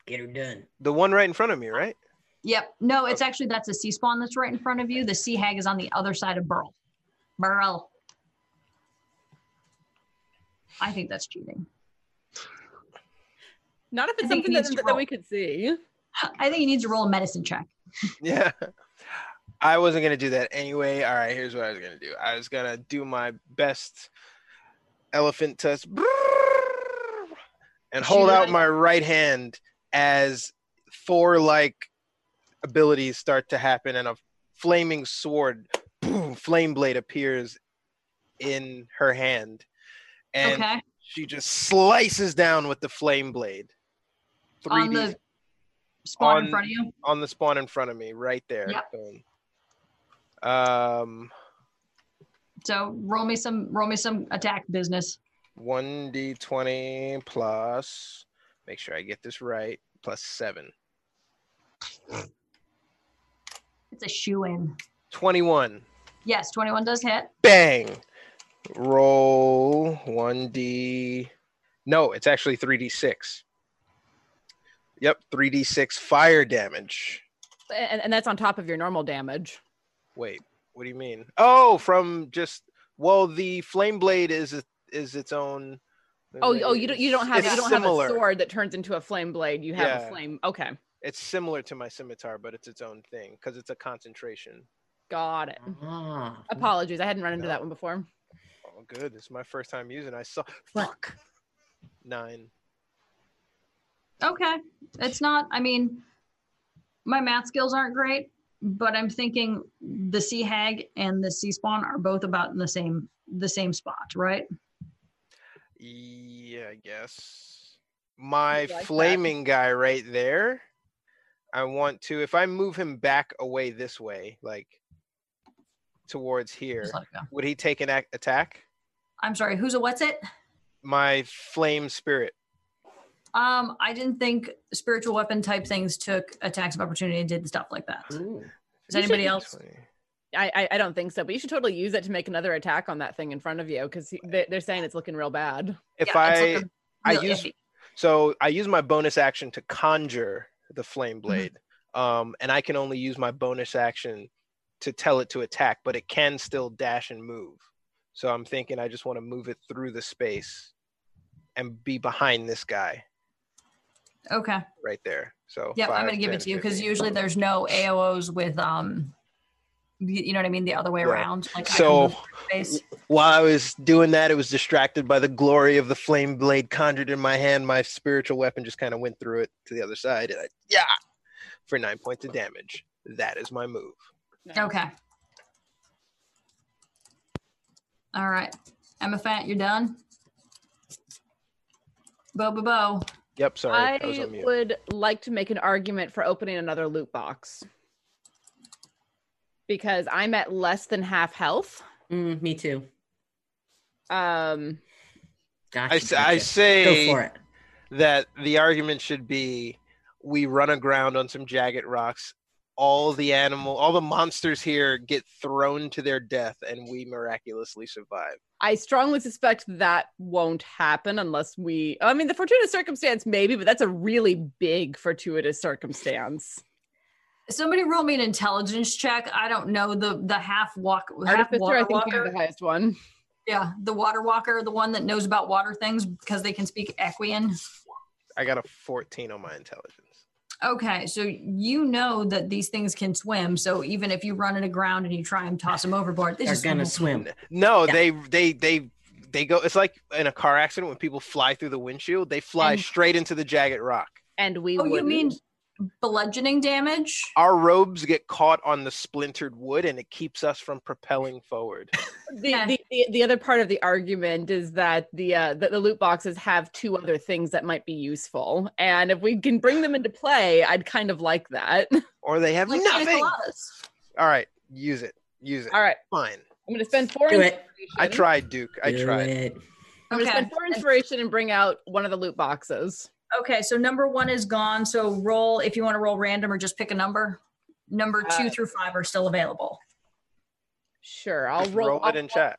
[SPEAKER 6] Get her done.
[SPEAKER 4] The one right in front of me, right?
[SPEAKER 3] Yep. No, it's actually that's a sea spawn that's right in front of you. The sea hag is on the other side of Burl. Burl. I think that's cheating.
[SPEAKER 5] Not
[SPEAKER 3] I
[SPEAKER 5] if it's
[SPEAKER 3] think
[SPEAKER 5] something
[SPEAKER 3] it
[SPEAKER 5] that,
[SPEAKER 3] needs to
[SPEAKER 5] that we
[SPEAKER 3] roll.
[SPEAKER 5] could see.
[SPEAKER 3] I think you need to roll a medicine check.
[SPEAKER 4] Yeah. I wasn't gonna do that anyway. All right, here's what I was gonna do. I was gonna do my best elephant test and hold out my right hand as four like abilities start to happen and a flaming sword boom flame blade appears in her hand and
[SPEAKER 3] okay.
[SPEAKER 4] she just slices down with the flame blade 3d
[SPEAKER 3] On the spawn
[SPEAKER 4] on-
[SPEAKER 3] in front of you.
[SPEAKER 4] on the spawn in front of me right there.
[SPEAKER 3] Yep.
[SPEAKER 4] Boom. Um,
[SPEAKER 3] So roll me some roll me some attack business.
[SPEAKER 4] 1d20 plus, make sure I get this right, plus 7.
[SPEAKER 3] It's a shoe in.
[SPEAKER 4] 21.
[SPEAKER 3] Yes, 21 does hit.
[SPEAKER 4] Bang! Roll 1d. No, it's actually 3d6. Yep, 3d6 fire damage.
[SPEAKER 5] And, and that's on top of your normal damage.
[SPEAKER 4] Wait, what do you mean? Oh, from just well, the flame blade is a, is its own.
[SPEAKER 5] Oh, oh, you don't you don't have
[SPEAKER 4] It's
[SPEAKER 5] you don't
[SPEAKER 4] similar.
[SPEAKER 5] have a sword that turns into a flame blade. You have
[SPEAKER 4] Yeah.
[SPEAKER 5] a flame. Okay,
[SPEAKER 4] It's similar to my scimitar, but it's its own thing because it's a concentration.
[SPEAKER 5] got it.
[SPEAKER 6] Ah.
[SPEAKER 5] Apologies, I hadn't run into
[SPEAKER 4] No.
[SPEAKER 5] that one before.
[SPEAKER 4] Oh, good. This is my first time using. it. I saw
[SPEAKER 6] Fuck.
[SPEAKER 4] nine.
[SPEAKER 3] Okay. It's not, I mean, my math skills aren't great, but I'm thinking the sea hag and the sea spawn are both about in the same the same spot, right?
[SPEAKER 4] Yeah, I guess. My
[SPEAKER 5] like that.
[SPEAKER 4] flaming guy right there. I want to. If I move him back away this way, like towards here,
[SPEAKER 3] Just let it go.
[SPEAKER 4] would he take an ac- attack?
[SPEAKER 3] I'm sorry, who's a what's it?
[SPEAKER 4] My flame spirit.
[SPEAKER 3] Um, I didn't think spiritual weapon type things took attacks of opportunity and did stuff like that.
[SPEAKER 6] Ooh.
[SPEAKER 3] Does anybody else?
[SPEAKER 4] 20.
[SPEAKER 5] I, I I don't think so, but you should totally use it to make another attack on that thing in front of you because they, they're saying it's looking real bad.
[SPEAKER 4] If
[SPEAKER 3] Yeah, it's
[SPEAKER 4] I
[SPEAKER 3] looking
[SPEAKER 4] I
[SPEAKER 3] real
[SPEAKER 4] use
[SPEAKER 3] iffy.
[SPEAKER 4] so I use my bonus action to conjure the flame
[SPEAKER 3] Mm-hmm.
[SPEAKER 4] blade, um, and I can only use my bonus action to tell it to attack, but it can still dash and move. So I'm thinking I just want to move it through the space and be behind this guy
[SPEAKER 3] Okay.
[SPEAKER 4] right there. So
[SPEAKER 3] Yep, I'm
[SPEAKER 4] five,
[SPEAKER 3] gonna give
[SPEAKER 4] 10,
[SPEAKER 3] it to you because
[SPEAKER 4] 15.
[SPEAKER 3] usually there's no AOs with um you you know what I mean? The other way
[SPEAKER 4] Right.
[SPEAKER 3] around. Like I can
[SPEAKER 4] So-
[SPEAKER 3] move through space.
[SPEAKER 4] While I was doing that, it was distracted by the glory of the flame blade conjured in my hand. My spiritual weapon just kind of went through it to the other side, and I, yeah, for nine points of damage. That is my move.
[SPEAKER 3] Okay. All right. Emma Fant, you're done. Bo bo bo.
[SPEAKER 4] Yep, sorry, I, was
[SPEAKER 5] I
[SPEAKER 4] on mute.
[SPEAKER 5] would like to make an argument for opening another loot box because I'm at less than half health.
[SPEAKER 6] Mm, me too.
[SPEAKER 5] Um,
[SPEAKER 6] Gotcha,
[SPEAKER 4] I, s-
[SPEAKER 6] gotcha.
[SPEAKER 4] I say
[SPEAKER 6] go for it.
[SPEAKER 4] that the argument should be we run aground on some jagged rocks. All the animal, all the monsters here get thrown to their death, and we miraculously survive.
[SPEAKER 5] I strongly suspect that won't happen unless we. I mean, the fortuitous circumstance, maybe, but that's a really big fortuitous circumstance.
[SPEAKER 3] Somebody roll me an intelligence check. I don't know the the half walk half
[SPEAKER 5] Artificer, I
[SPEAKER 3] water
[SPEAKER 5] think you have
[SPEAKER 3] walker.
[SPEAKER 5] the highest one.
[SPEAKER 3] Yeah, the water walker, the one that knows about water things because they can speak Equian.
[SPEAKER 4] I got a 14 on my intelligence.
[SPEAKER 3] Okay, so you know that these things can swim. So even if you run it aground and you try and toss them overboard, they
[SPEAKER 6] They're
[SPEAKER 3] just
[SPEAKER 6] gonna swim.
[SPEAKER 4] No,
[SPEAKER 6] Yeah.
[SPEAKER 4] they they they they go. It's like in a car accident when people fly through the windshield. They fly
[SPEAKER 5] And-
[SPEAKER 4] straight into the jagged rock.
[SPEAKER 5] And we
[SPEAKER 3] Oh, you
[SPEAKER 5] wouldn't.
[SPEAKER 3] mean bludgeoning damage?
[SPEAKER 4] Our robes get caught on the splintered wood, and it keeps us from propelling forward.
[SPEAKER 5] the,
[SPEAKER 3] Yeah.
[SPEAKER 5] the, the, the other part of the argument is that the, uh, the the loot boxes have two other things that might be useful, and if we can bring them into play, I'd kind of like that.
[SPEAKER 4] Or they have
[SPEAKER 3] Like pina
[SPEAKER 4] nothing.
[SPEAKER 3] coladas.
[SPEAKER 4] All right, use it. Use it.
[SPEAKER 5] All right,
[SPEAKER 4] Fine.
[SPEAKER 5] I'm going to spend four.
[SPEAKER 6] Do it.
[SPEAKER 5] inspiration-
[SPEAKER 4] I tried, Duke. I
[SPEAKER 6] Do
[SPEAKER 4] tried.
[SPEAKER 6] it.
[SPEAKER 5] I'm going to spend four inspiration and bring out one of the loot boxes.
[SPEAKER 3] Okay, so number one is gone. So roll if you want to roll random or just pick a number. Number two
[SPEAKER 5] Uh,
[SPEAKER 3] through five are still available.
[SPEAKER 5] Sure, I'll
[SPEAKER 4] Just
[SPEAKER 5] roll,
[SPEAKER 4] roll,
[SPEAKER 5] I'll
[SPEAKER 4] it in chat.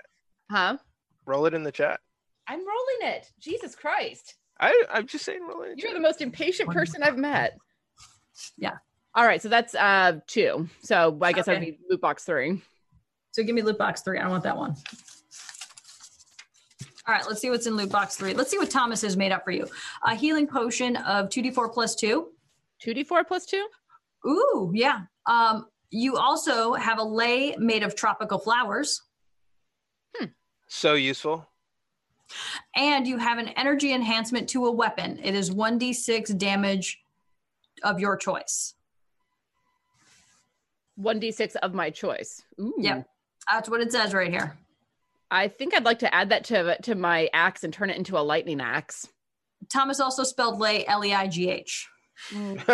[SPEAKER 5] Huh?
[SPEAKER 4] Roll it in the chat.
[SPEAKER 5] I'm rolling it. Jesus Christ,
[SPEAKER 4] I I'm just saying, roll it in
[SPEAKER 5] you're
[SPEAKER 4] chat.
[SPEAKER 5] the most impatient person I've met.
[SPEAKER 3] Yeah.
[SPEAKER 5] All right, so that's uh two. So I guess I'd
[SPEAKER 3] Okay.
[SPEAKER 5] be loot box three.
[SPEAKER 3] So give me loot box three. I don't want that one. All right, let's see what's in loot box three. Let's see what Thomas has made up for you. A healing potion of 2d4 plus two.
[SPEAKER 5] Two D four plus two.
[SPEAKER 3] Ooh, yeah. Um, you also have a lei made of tropical flowers,
[SPEAKER 4] so useful.
[SPEAKER 3] and you have an energy enhancement to a weapon. It is 1d6 damage of your choice.
[SPEAKER 5] One D six of my choice. Ooh.
[SPEAKER 3] Yep. That's what it says right here.
[SPEAKER 5] I think I'd like to add that to to my axe and turn it into a lightning axe.
[SPEAKER 3] Thomas also spelled lei, L E I G H.
[SPEAKER 4] Mm.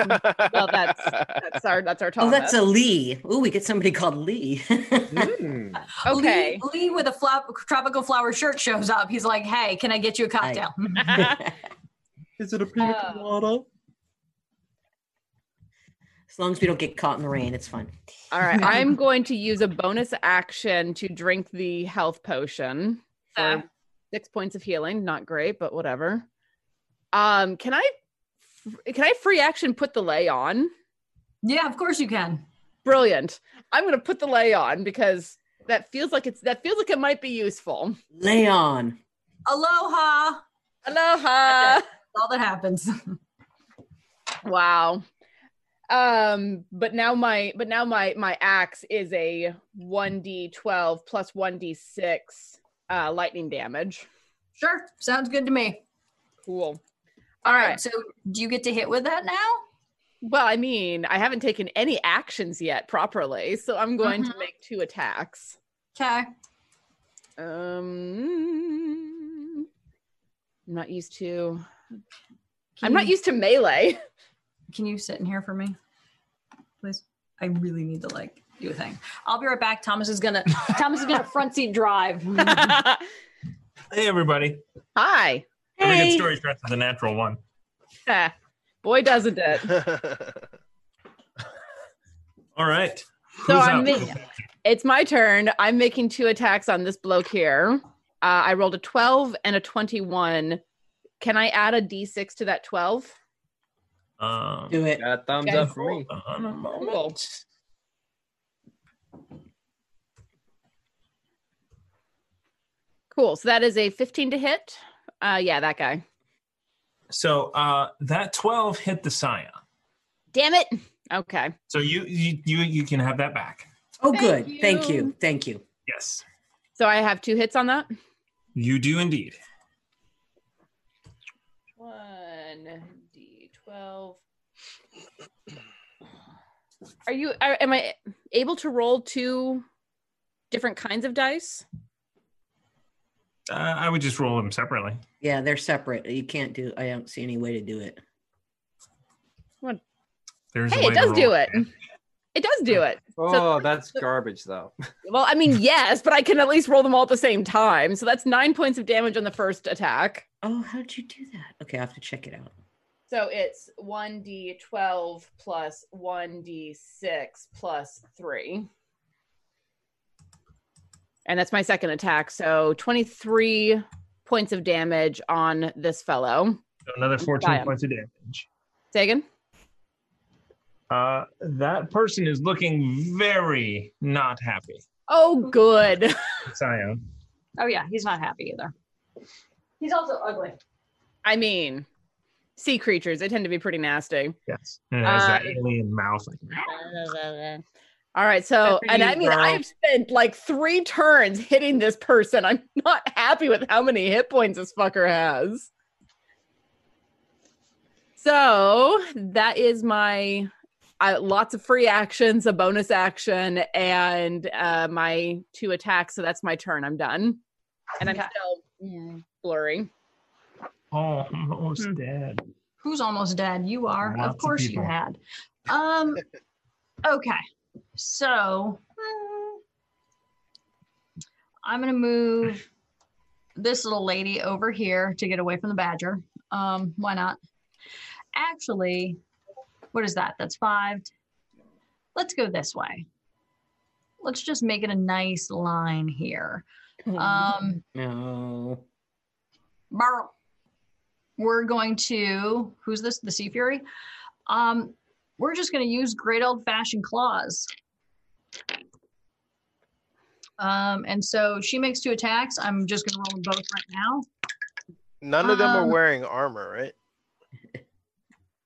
[SPEAKER 5] Well, that's that's our that's our
[SPEAKER 6] Oh,
[SPEAKER 5] Thomas.
[SPEAKER 6] that's a Lee. Ooh, we get somebody called Lee.
[SPEAKER 9] Hmm.
[SPEAKER 5] okay.
[SPEAKER 3] Lee, Lee with a flop, tropical flower shirt shows up. He's like, hey, can I get you a cocktail?
[SPEAKER 6] as
[SPEAKER 9] Is it a pina
[SPEAKER 5] Oh.
[SPEAKER 9] colada?
[SPEAKER 6] long as we don't get caught in the rain, it's fine.
[SPEAKER 5] All right. I'm going to use a bonus action to drink the health potion for
[SPEAKER 3] Uh,
[SPEAKER 5] six points of healing. Not great, but whatever. Um, can I can I free action put the lay on?
[SPEAKER 3] yeah, of course you can.
[SPEAKER 5] Brilliant. I'm gonna put the lay on because that feels like it's that feels like it might be useful.
[SPEAKER 6] Lay on.
[SPEAKER 3] Aloha. That's
[SPEAKER 5] Aloha.
[SPEAKER 3] all that happens.
[SPEAKER 5] Wow. Um, but now my but now my my axe is a 1d12 plus 1d6 uh lightning damage.
[SPEAKER 3] sure. Sounds good to me.
[SPEAKER 5] Cool. All right.
[SPEAKER 3] So do you get to hit with that now?
[SPEAKER 5] Well, I mean, I haven't taken any actions yet properly, so I'm going to
[SPEAKER 3] Mhm.
[SPEAKER 5] make two attacks.
[SPEAKER 3] Okay.
[SPEAKER 5] Um I'm not used to I'm not used to melee.
[SPEAKER 3] Can you sit in here for me? Please. I really need to like do a thing. I'll be right back. Thomas is gonna Thomas is gonna front seat drive.
[SPEAKER 7] Hey, everybody.
[SPEAKER 5] Hi.
[SPEAKER 7] Every good
[SPEAKER 6] Hey.
[SPEAKER 7] story starts with a natural one.
[SPEAKER 5] Eh, Boy doesn't it.
[SPEAKER 7] All right.
[SPEAKER 5] So
[SPEAKER 7] Who's
[SPEAKER 5] I'm
[SPEAKER 7] up?
[SPEAKER 5] ma- it's my turn. I'm making two attacks on this bloke here. Uh, I rolled a 12 and a 21. Can I add a d6 to that 12?
[SPEAKER 7] Um,
[SPEAKER 6] Do it.
[SPEAKER 9] Got thumbs
[SPEAKER 5] Okay.
[SPEAKER 9] up for me.
[SPEAKER 7] on a moment.
[SPEAKER 3] Oh,
[SPEAKER 5] Cool. Cool. So that is a 15 to hit. Uh, yeah, that guy.
[SPEAKER 7] So uh, that 12 hit the Scion.
[SPEAKER 5] Damn it. Okay.
[SPEAKER 7] So you, you you you can have that back.
[SPEAKER 6] Oh,
[SPEAKER 5] Thank
[SPEAKER 6] good. Thank
[SPEAKER 5] you.
[SPEAKER 6] you. Thank you.
[SPEAKER 7] Yes,
[SPEAKER 5] So I have two hits on that.
[SPEAKER 7] you do indeed.
[SPEAKER 5] One d twelve. Are you? Are, am I able to roll two different kinds of dice?
[SPEAKER 7] Uh, I would just roll them separately.
[SPEAKER 6] Yeah, they're separate. You can't do. I don't see any way to do it.
[SPEAKER 7] There's
[SPEAKER 5] Hey,
[SPEAKER 7] a
[SPEAKER 5] it
[SPEAKER 7] way to
[SPEAKER 5] does
[SPEAKER 7] roll
[SPEAKER 5] do it. It does do it.
[SPEAKER 9] Oh, that's garbage though.
[SPEAKER 5] Well, I mean, yes, but I can at least roll them all at the same time. So that's nine points of damage on the first attack.
[SPEAKER 6] Oh, how'd you do that? Okay, I have to check it out.
[SPEAKER 5] So it's 1d12 plus 1d6 plus 3. And that's my second attack. So 23 points of damage on this fellow.
[SPEAKER 7] So Another 14
[SPEAKER 5] Got 'em.
[SPEAKER 7] points of damage.
[SPEAKER 5] Say again?
[SPEAKER 7] Uh, that person is looking very not happy.
[SPEAKER 5] Oh, good.
[SPEAKER 7] Sion.
[SPEAKER 3] Oh yeah, he's not happy either. He's also ugly.
[SPEAKER 5] I mean, sea creatures, they tend to be pretty nasty.
[SPEAKER 7] Yes. And it has that
[SPEAKER 5] Uh,
[SPEAKER 7] alien mouth. Like,
[SPEAKER 5] All right, so
[SPEAKER 8] Good for
[SPEAKER 5] and
[SPEAKER 8] you,
[SPEAKER 5] I mean
[SPEAKER 8] girl.
[SPEAKER 5] I've spent like three turns hitting this person. I'm not happy with how many hit points this fucker has. So that is my I, lots of free actions, a bonus action, and uh, my two attacks. So that's my turn. I'm done, and I'm
[SPEAKER 3] Okay.
[SPEAKER 5] still mm, blurry.
[SPEAKER 7] oh, I'm almost
[SPEAKER 5] Hmm.
[SPEAKER 7] dead.
[SPEAKER 3] Who's almost dead? You are. of
[SPEAKER 7] Lots of
[SPEAKER 3] course you
[SPEAKER 7] people.
[SPEAKER 3] had. Um okay. So mm, I'm gonna move this little lady over here to get away from the badger. Um, why not? Actually, what is that? That's five. Let's go this way. Let's just make it a nice line here. Um
[SPEAKER 6] no.
[SPEAKER 3] Burl. We're going to who's this? The Sea Fury. Um, we're just going to use great old fashioned claws. Um, and so she makes two attacks. I'm just going to roll them both right now.
[SPEAKER 4] None of them are
[SPEAKER 3] Um,
[SPEAKER 4] wearing armor, right?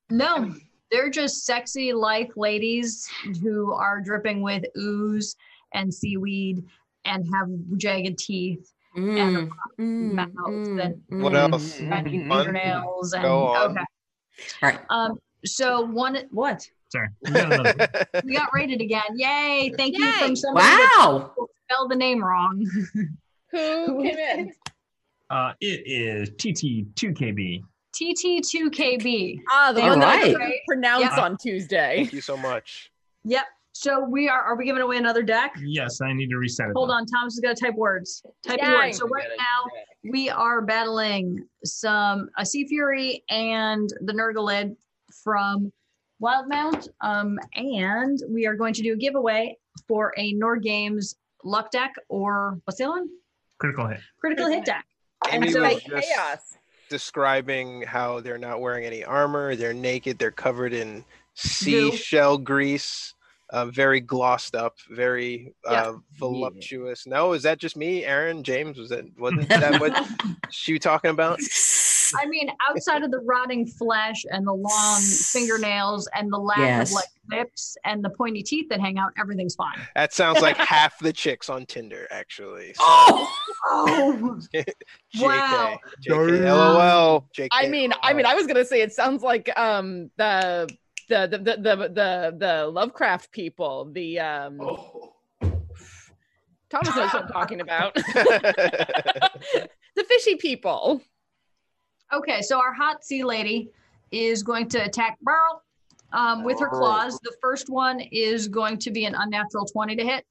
[SPEAKER 3] No, they're just sexy, lithe ladies who are dripping with ooze and seaweed and have jagged teeth
[SPEAKER 6] Mm,
[SPEAKER 3] and
[SPEAKER 6] mm,
[SPEAKER 3] mouths
[SPEAKER 6] mm,
[SPEAKER 4] What
[SPEAKER 6] mm,
[SPEAKER 4] else?
[SPEAKER 6] mm,
[SPEAKER 3] and
[SPEAKER 6] mm.
[SPEAKER 4] Fun?
[SPEAKER 3] fingernails and
[SPEAKER 4] Mm-hmm. Go on.
[SPEAKER 3] okay.
[SPEAKER 6] All right.
[SPEAKER 3] Um, so one what?
[SPEAKER 7] Sorry. We got another one.
[SPEAKER 3] We got rated again. Yay. Thank you
[SPEAKER 5] Yay.
[SPEAKER 3] from somebody that
[SPEAKER 6] Wow.
[SPEAKER 3] spelled the name wrong.
[SPEAKER 5] Who came in?
[SPEAKER 7] Uh, it is TT2KB.
[SPEAKER 3] TT2KB.
[SPEAKER 5] Ah, the
[SPEAKER 3] All
[SPEAKER 5] one that I
[SPEAKER 6] right.
[SPEAKER 5] couldn't pronounce
[SPEAKER 3] Yep.
[SPEAKER 5] on Tuesday.
[SPEAKER 4] Thank you so much.
[SPEAKER 3] Yep. So we are, are we giving away another deck?
[SPEAKER 7] Yes, I need to reset it.
[SPEAKER 3] Hold
[SPEAKER 7] though.
[SPEAKER 3] on. Thomas has got to type words. Type
[SPEAKER 5] Dang.
[SPEAKER 3] words. So right now we are battling some, a Sea Fury and the Nurgleid from Wildmount. Um, and we are going to do a giveaway for a Nord Games luck deck or what's the other one?
[SPEAKER 7] Critical hit.
[SPEAKER 3] Critical hit deck.
[SPEAKER 4] Amy
[SPEAKER 3] so-
[SPEAKER 4] was just
[SPEAKER 5] Chaos.
[SPEAKER 4] describing how they're not wearing any armor, they're naked, they're covered in
[SPEAKER 3] Goo.
[SPEAKER 4] seashell grease, uh, very glossed up, very uh, voluptuous. No, is that just me, Aaron, James? Was that wasn't that what she was talking about?
[SPEAKER 3] I mean, outside of the rotting flesh and the long fingernails and the lack
[SPEAKER 6] Yes.
[SPEAKER 3] of like lips and the pointy teeth that hang out, everything's fine.
[SPEAKER 4] That sounds like half the chicks on Tinder, actually. So,
[SPEAKER 6] Oh.
[SPEAKER 3] Oh,
[SPEAKER 4] JK,
[SPEAKER 3] wow.
[SPEAKER 4] JK, LOL, JK.
[SPEAKER 5] I mean, I mean, I was gonna say it sounds like um the the the the the the, the Lovecraft people. The um
[SPEAKER 4] Oh.
[SPEAKER 5] Thomas knows what I'm talking about. the fishy people.
[SPEAKER 3] Okay, so our hot sea lady is going to attack Burl um, with her claws. The first one is going to be an unnatural 20 to hit.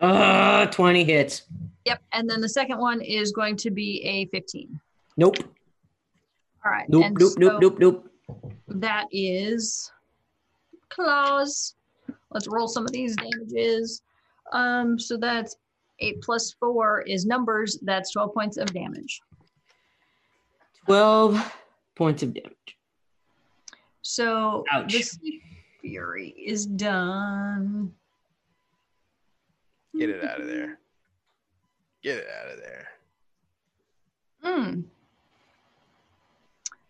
[SPEAKER 6] Uh, 20 hits.
[SPEAKER 3] Yep. And then the second one is going to be a 15.
[SPEAKER 6] Nope.
[SPEAKER 3] All right.
[SPEAKER 6] Nope.
[SPEAKER 3] and
[SPEAKER 6] Nope.
[SPEAKER 3] so
[SPEAKER 6] Nope. Nope. Nope.
[SPEAKER 3] That is claws. Let's roll some of these damages. Um, so that's eight plus four is numbers. That's twelve points of damage.
[SPEAKER 6] 12 points of damage.
[SPEAKER 3] So
[SPEAKER 6] Ouch.
[SPEAKER 3] the Sea fury is done.
[SPEAKER 4] Get it out of there. Get it out of there.
[SPEAKER 3] Hmm.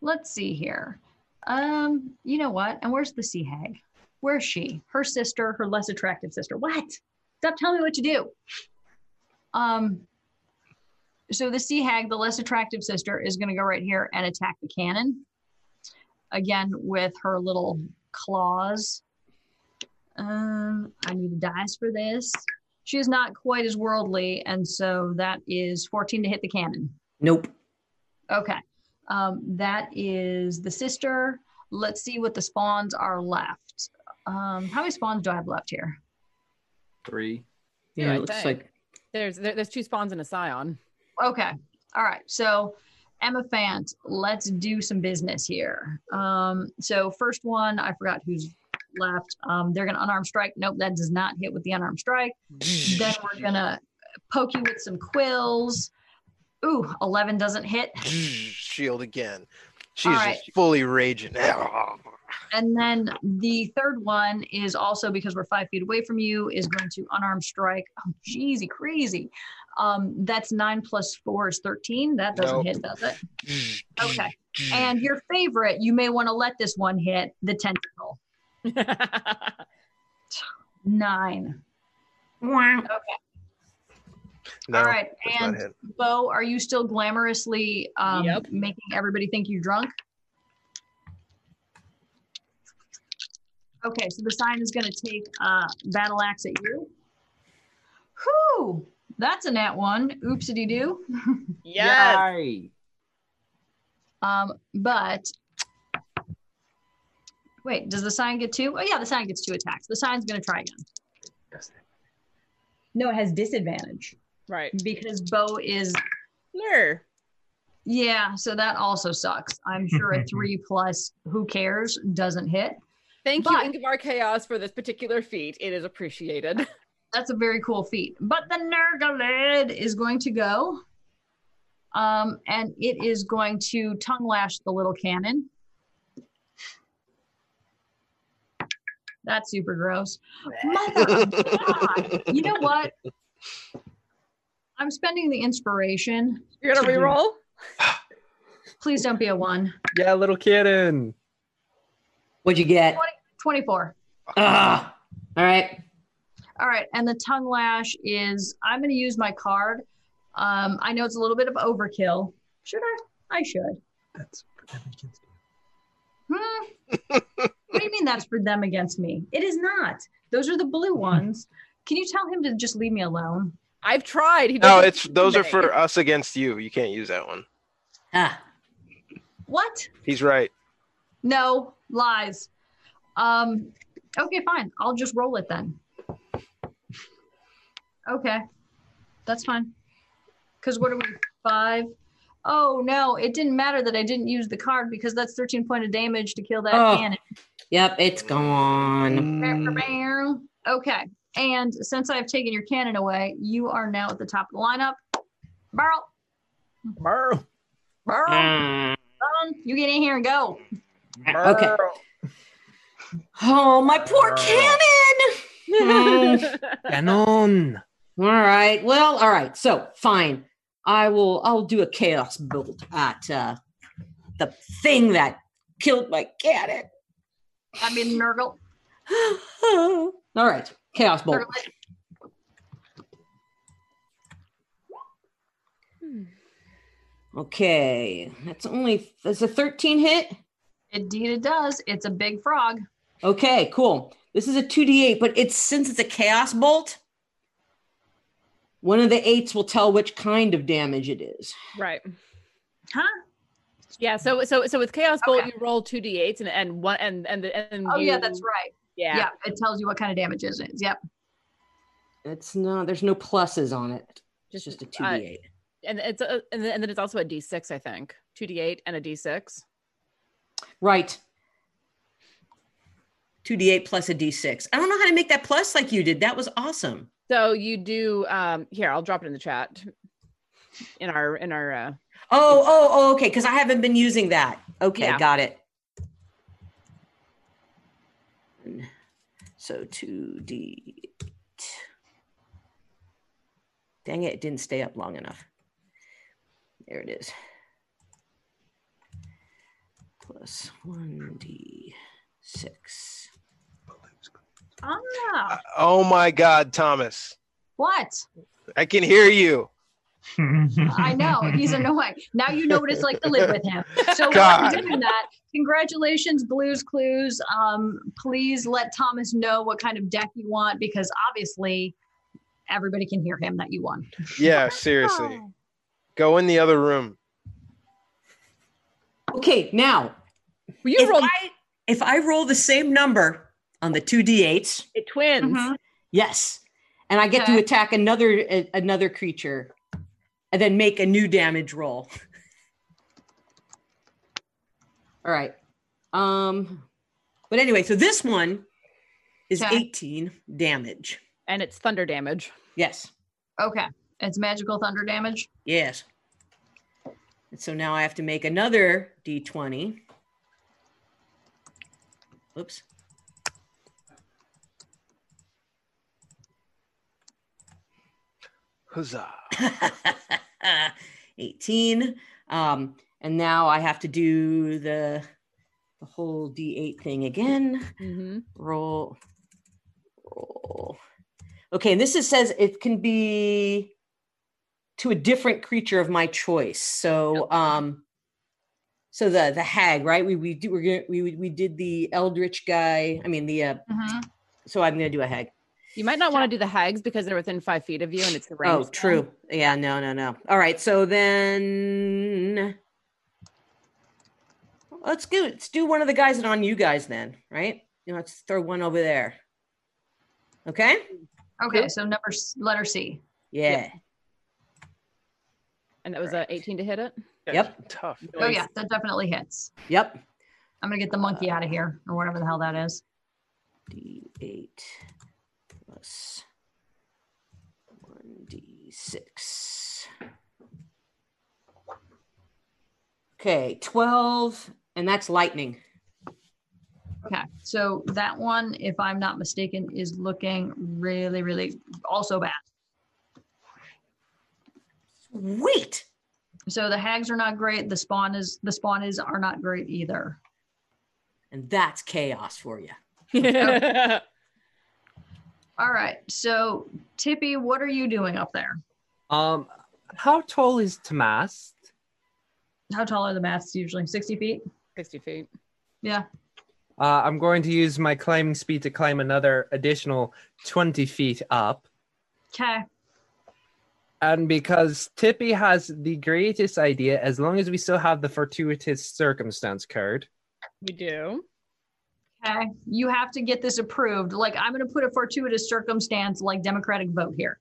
[SPEAKER 3] Let's see here. Um, you know what? And where's the sea hag? Where's she? Her sister, her less attractive sister. What? Stop telling me what to do. Um, so the sea hag, the less attractive sister, is going to go right here and attack the cannon again with her little claws. Um, I need a dice for this. She is not quite as worldly, and so that is 14 to hit the cannon.
[SPEAKER 6] Nope.
[SPEAKER 3] Okay. Um, that is the sister. Let's see what the spawns are left. Um, how many spawns do I have left here?
[SPEAKER 9] Three.
[SPEAKER 5] Yeah,
[SPEAKER 6] Yeah,
[SPEAKER 5] I
[SPEAKER 6] it looks
[SPEAKER 5] think.
[SPEAKER 6] like
[SPEAKER 5] There's there, there's two spawns and a scion.
[SPEAKER 3] Okay. All right. So, Emma Fant, let's do some business here. Um, so, first one, I forgot who's left. Um, they're going to unarmed strike. Nope, that does not hit with the unarmed strike. then we're going to poke you with some quills. Ooh, 11 doesn't hit.
[SPEAKER 4] Shield again. She's
[SPEAKER 3] All right.
[SPEAKER 4] just fully raging.
[SPEAKER 3] And then the third one is also because we're five feet away from you, is going to unarmed strike. Oh, jeezy, crazy. Um, that's nine plus four is 13. That doesn't
[SPEAKER 4] Nope.
[SPEAKER 3] hit, does it? Okay. And your favorite, you may want to let this one hit the tentacle. Nine. Okay.
[SPEAKER 4] No,
[SPEAKER 3] All right.
[SPEAKER 4] that's not
[SPEAKER 3] And
[SPEAKER 4] it.
[SPEAKER 3] Bo, are you still glamorously um,
[SPEAKER 5] Yep.
[SPEAKER 3] making everybody think you're drunk? Okay, so the sign is going to take uh, battle axe at you. Whew, that's a nat one. Oopsity doo.
[SPEAKER 5] Yes.
[SPEAKER 9] Yay.
[SPEAKER 3] Um, but wait, does the sign get two? Oh yeah, the sign gets two attacks. The sign's going to try again. No, it has disadvantage
[SPEAKER 5] Right.
[SPEAKER 3] because Bo is
[SPEAKER 5] Blur.
[SPEAKER 3] Yeah, so that also sucks. I'm sure a three plus who cares doesn't hit.
[SPEAKER 5] Thank
[SPEAKER 3] But-
[SPEAKER 5] you, Ingvar Chaos, for this particular feat. It is appreciated.
[SPEAKER 3] That's a very cool feat. But the Nergalid is going to go. Um, and it is going to tongue lash the little cannon. That's super gross. Mother of God. You know what? I'm spending the inspiration.
[SPEAKER 5] You're gonna reroll.
[SPEAKER 3] Please don't be a one.
[SPEAKER 9] Yeah, little kitten.
[SPEAKER 6] what'd you get?
[SPEAKER 3] 24.
[SPEAKER 6] Ah, all right.
[SPEAKER 3] All right, and the tongue lash is I'm going to use my card. Um, I know it's a little bit of overkill. Should I? I should.
[SPEAKER 9] That's
[SPEAKER 3] Hmm. what do you mean that's for them against me? It is not. Those are the blue ones. Can you tell him to just leave me alone?
[SPEAKER 5] I've tried. He
[SPEAKER 4] No,
[SPEAKER 5] doesn't
[SPEAKER 4] it's those are
[SPEAKER 5] discriminate.
[SPEAKER 4] for us against you. You can't use that one.
[SPEAKER 6] Ah,
[SPEAKER 3] What?
[SPEAKER 4] He's right.
[SPEAKER 3] No lies. Um. Okay, fine. I'll just roll it then. Okay, that's fine. Because what are we five? Oh no! It didn't matter that I didn't use the card because that's thirteen point of damage to kill that
[SPEAKER 6] Oh.
[SPEAKER 3] cannon.
[SPEAKER 6] yep, it's gone.
[SPEAKER 3] Okay. And since I've taken your cannon away, you are now at the top of the lineup. Burl,
[SPEAKER 7] Burl.
[SPEAKER 3] Burl,
[SPEAKER 6] Ah.
[SPEAKER 3] Burl, you get in here and go.
[SPEAKER 6] Okay. Oh, my poor cannon.
[SPEAKER 9] Canon.
[SPEAKER 6] all right. Well, all right. So fine. I will. I'll do a chaos bolt at uh, the thing that killed my cannon.
[SPEAKER 3] I mean, Nurgle.
[SPEAKER 6] all right. Chaos bolt.
[SPEAKER 3] Nurgle.
[SPEAKER 6] Okay. That's only. That's a thirteen hit.
[SPEAKER 3] Indeed, it does. It's a big frog.
[SPEAKER 6] Okay. Cool. This is a two d eight, but it's since it's a chaos bolt. One of the eights will tell which kind of damage it is.
[SPEAKER 5] Right.
[SPEAKER 3] Huh?
[SPEAKER 5] Yeah. So so so with Chaos Bolt,
[SPEAKER 3] Okay.
[SPEAKER 5] you roll two d8s and and one and and the and
[SPEAKER 3] Oh, yeah,
[SPEAKER 5] you-
[SPEAKER 3] that's right.
[SPEAKER 5] Yeah.
[SPEAKER 3] Yeah. it tells you what kind of damage it is. Yep.
[SPEAKER 6] It's not. There's no pluses on it. It's
[SPEAKER 5] Just
[SPEAKER 6] just a two d
[SPEAKER 5] uh,
[SPEAKER 6] eight.
[SPEAKER 5] and it's a, and then and then it's also a d6, I think. Two d8 and a d6.
[SPEAKER 6] Right. 2d8 plus a d6. I don't know how to make that plus like you did. That was awesome.
[SPEAKER 5] So you do. Um. Here, I'll drop it in the chat. In our in our. Uh,
[SPEAKER 6] Oh, oh, oh, okay. Because I haven't been using that. Okay,
[SPEAKER 5] Yeah.
[SPEAKER 6] got it. So 2d. Dang it, it didn't stay up long enough. There it is. Plus 1d6.
[SPEAKER 3] Ah,
[SPEAKER 4] Oh my God, Thomas!
[SPEAKER 3] what?
[SPEAKER 4] I can hear you.
[SPEAKER 3] I know he's annoying. Now you know what it's like to live with him. So while
[SPEAKER 4] God.
[SPEAKER 3] you're doing that, congratulations, Blues Clues. Um, please let Thomas know what kind of deck you want because obviously everybody can hear him that you won.
[SPEAKER 4] Yeah, seriously.
[SPEAKER 3] Oh.
[SPEAKER 4] Go in the other room.
[SPEAKER 6] Okay, now
[SPEAKER 5] Well, you
[SPEAKER 6] if
[SPEAKER 5] rolled
[SPEAKER 6] I if I roll the same number on the two d8s,
[SPEAKER 5] it twins.
[SPEAKER 3] Mhm.
[SPEAKER 6] yes, and I get to
[SPEAKER 3] Okay.
[SPEAKER 6] attack another a- another creature, and then make a new damage roll. All right. Um, but anyway, so this one is
[SPEAKER 3] Okay.
[SPEAKER 6] 18 damage.
[SPEAKER 5] And it's thunder damage.
[SPEAKER 6] Yes.
[SPEAKER 3] Okay, it's magical thunder damage.
[SPEAKER 6] Yes. And so now I have to make another d20. Oops.
[SPEAKER 4] Huzzah!
[SPEAKER 6] 18. Um, and now I have to do the the whole d8 thing again.
[SPEAKER 5] Mm-hmm.
[SPEAKER 6] Roll. Roll. Okay, and this is, says it can be to a different creature of my choice. So um so the the hag, right? We we do, we're gonna, we we did the eldritch guy. I mean the uh so I'm going to do a hag.
[SPEAKER 5] You might not want to do the hags because they're within five feet of you and it's the range.
[SPEAKER 6] Oh, true. Yeah, no, no, no. All right, so then let's do let's do one of the guys and on you guys then, right? You know, let's throw one over there. Okay?
[SPEAKER 3] Okay, so number s- letter C.
[SPEAKER 6] Yeah.
[SPEAKER 5] And that was a 18 to hit it.
[SPEAKER 6] Yep.
[SPEAKER 4] Tough.
[SPEAKER 3] Oh yeah, that definitely hits.
[SPEAKER 6] Yep.
[SPEAKER 3] I'm gonna get the monkey out of here or whatever the hell that is.
[SPEAKER 6] D8 plus 1d6. Okay, 12 and that's lightning.
[SPEAKER 3] Okay, so that one, if I'm not mistaken, is looking really, really also bad.
[SPEAKER 6] Sweet.
[SPEAKER 3] So the hags are not great. The spawn is the spawn is are not great either.
[SPEAKER 6] And that's chaos for you.
[SPEAKER 3] All right. So Tippy, what are you doing up there?
[SPEAKER 9] Um, how tall is Tamast?
[SPEAKER 3] How tall are the mats usually? Sixty feet.
[SPEAKER 5] 60 feet.
[SPEAKER 3] Yeah.
[SPEAKER 9] Uh, I'm going to use my climbing speed to climb another additional 20 feet up.
[SPEAKER 3] Okay.
[SPEAKER 9] And because Tippy has the greatest idea, as long as we still have the fortuitous circumstance card.
[SPEAKER 5] We do.
[SPEAKER 3] Okay. You have to get this approved. Like I'm going to put a fortuitous circumstance, like democratic vote here.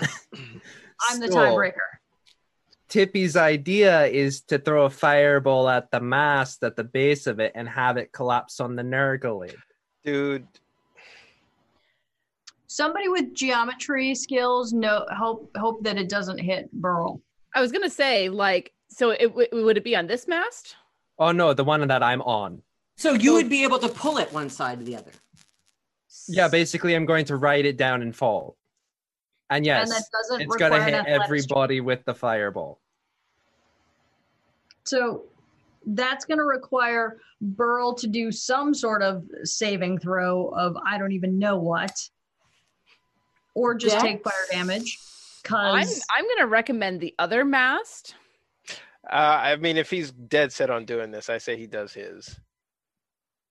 [SPEAKER 3] I'm the
[SPEAKER 9] Still,
[SPEAKER 3] tiebreaker.
[SPEAKER 9] Tippy's idea is to throw a fireball at the mast at the base of it and have it collapse on the Nergali.
[SPEAKER 4] Dude,
[SPEAKER 3] Somebody with geometry skills, no hope hope that it doesn't hit Burl.
[SPEAKER 5] I was going to say, like, so it, w- would it be on this mast?
[SPEAKER 9] Oh no, the one that I'm on.
[SPEAKER 6] So you would be able to pull it one side to the other.
[SPEAKER 9] Yeah, basically, I'm going to write it down and fall. And yes,
[SPEAKER 3] and that doesn't
[SPEAKER 9] it's
[SPEAKER 3] require
[SPEAKER 9] going to
[SPEAKER 3] an
[SPEAKER 9] hit
[SPEAKER 3] athletics check.
[SPEAKER 9] everybody with the fireball.
[SPEAKER 3] So that's going to require Burl to do some sort of saving throw of I don't even know what, or just take fire
[SPEAKER 6] Dex?
[SPEAKER 3] damage.
[SPEAKER 5] I'm,
[SPEAKER 3] Because
[SPEAKER 5] I'm going to recommend the other mast.
[SPEAKER 4] uh, I mean, if he's dead set on doing this, I say he does his.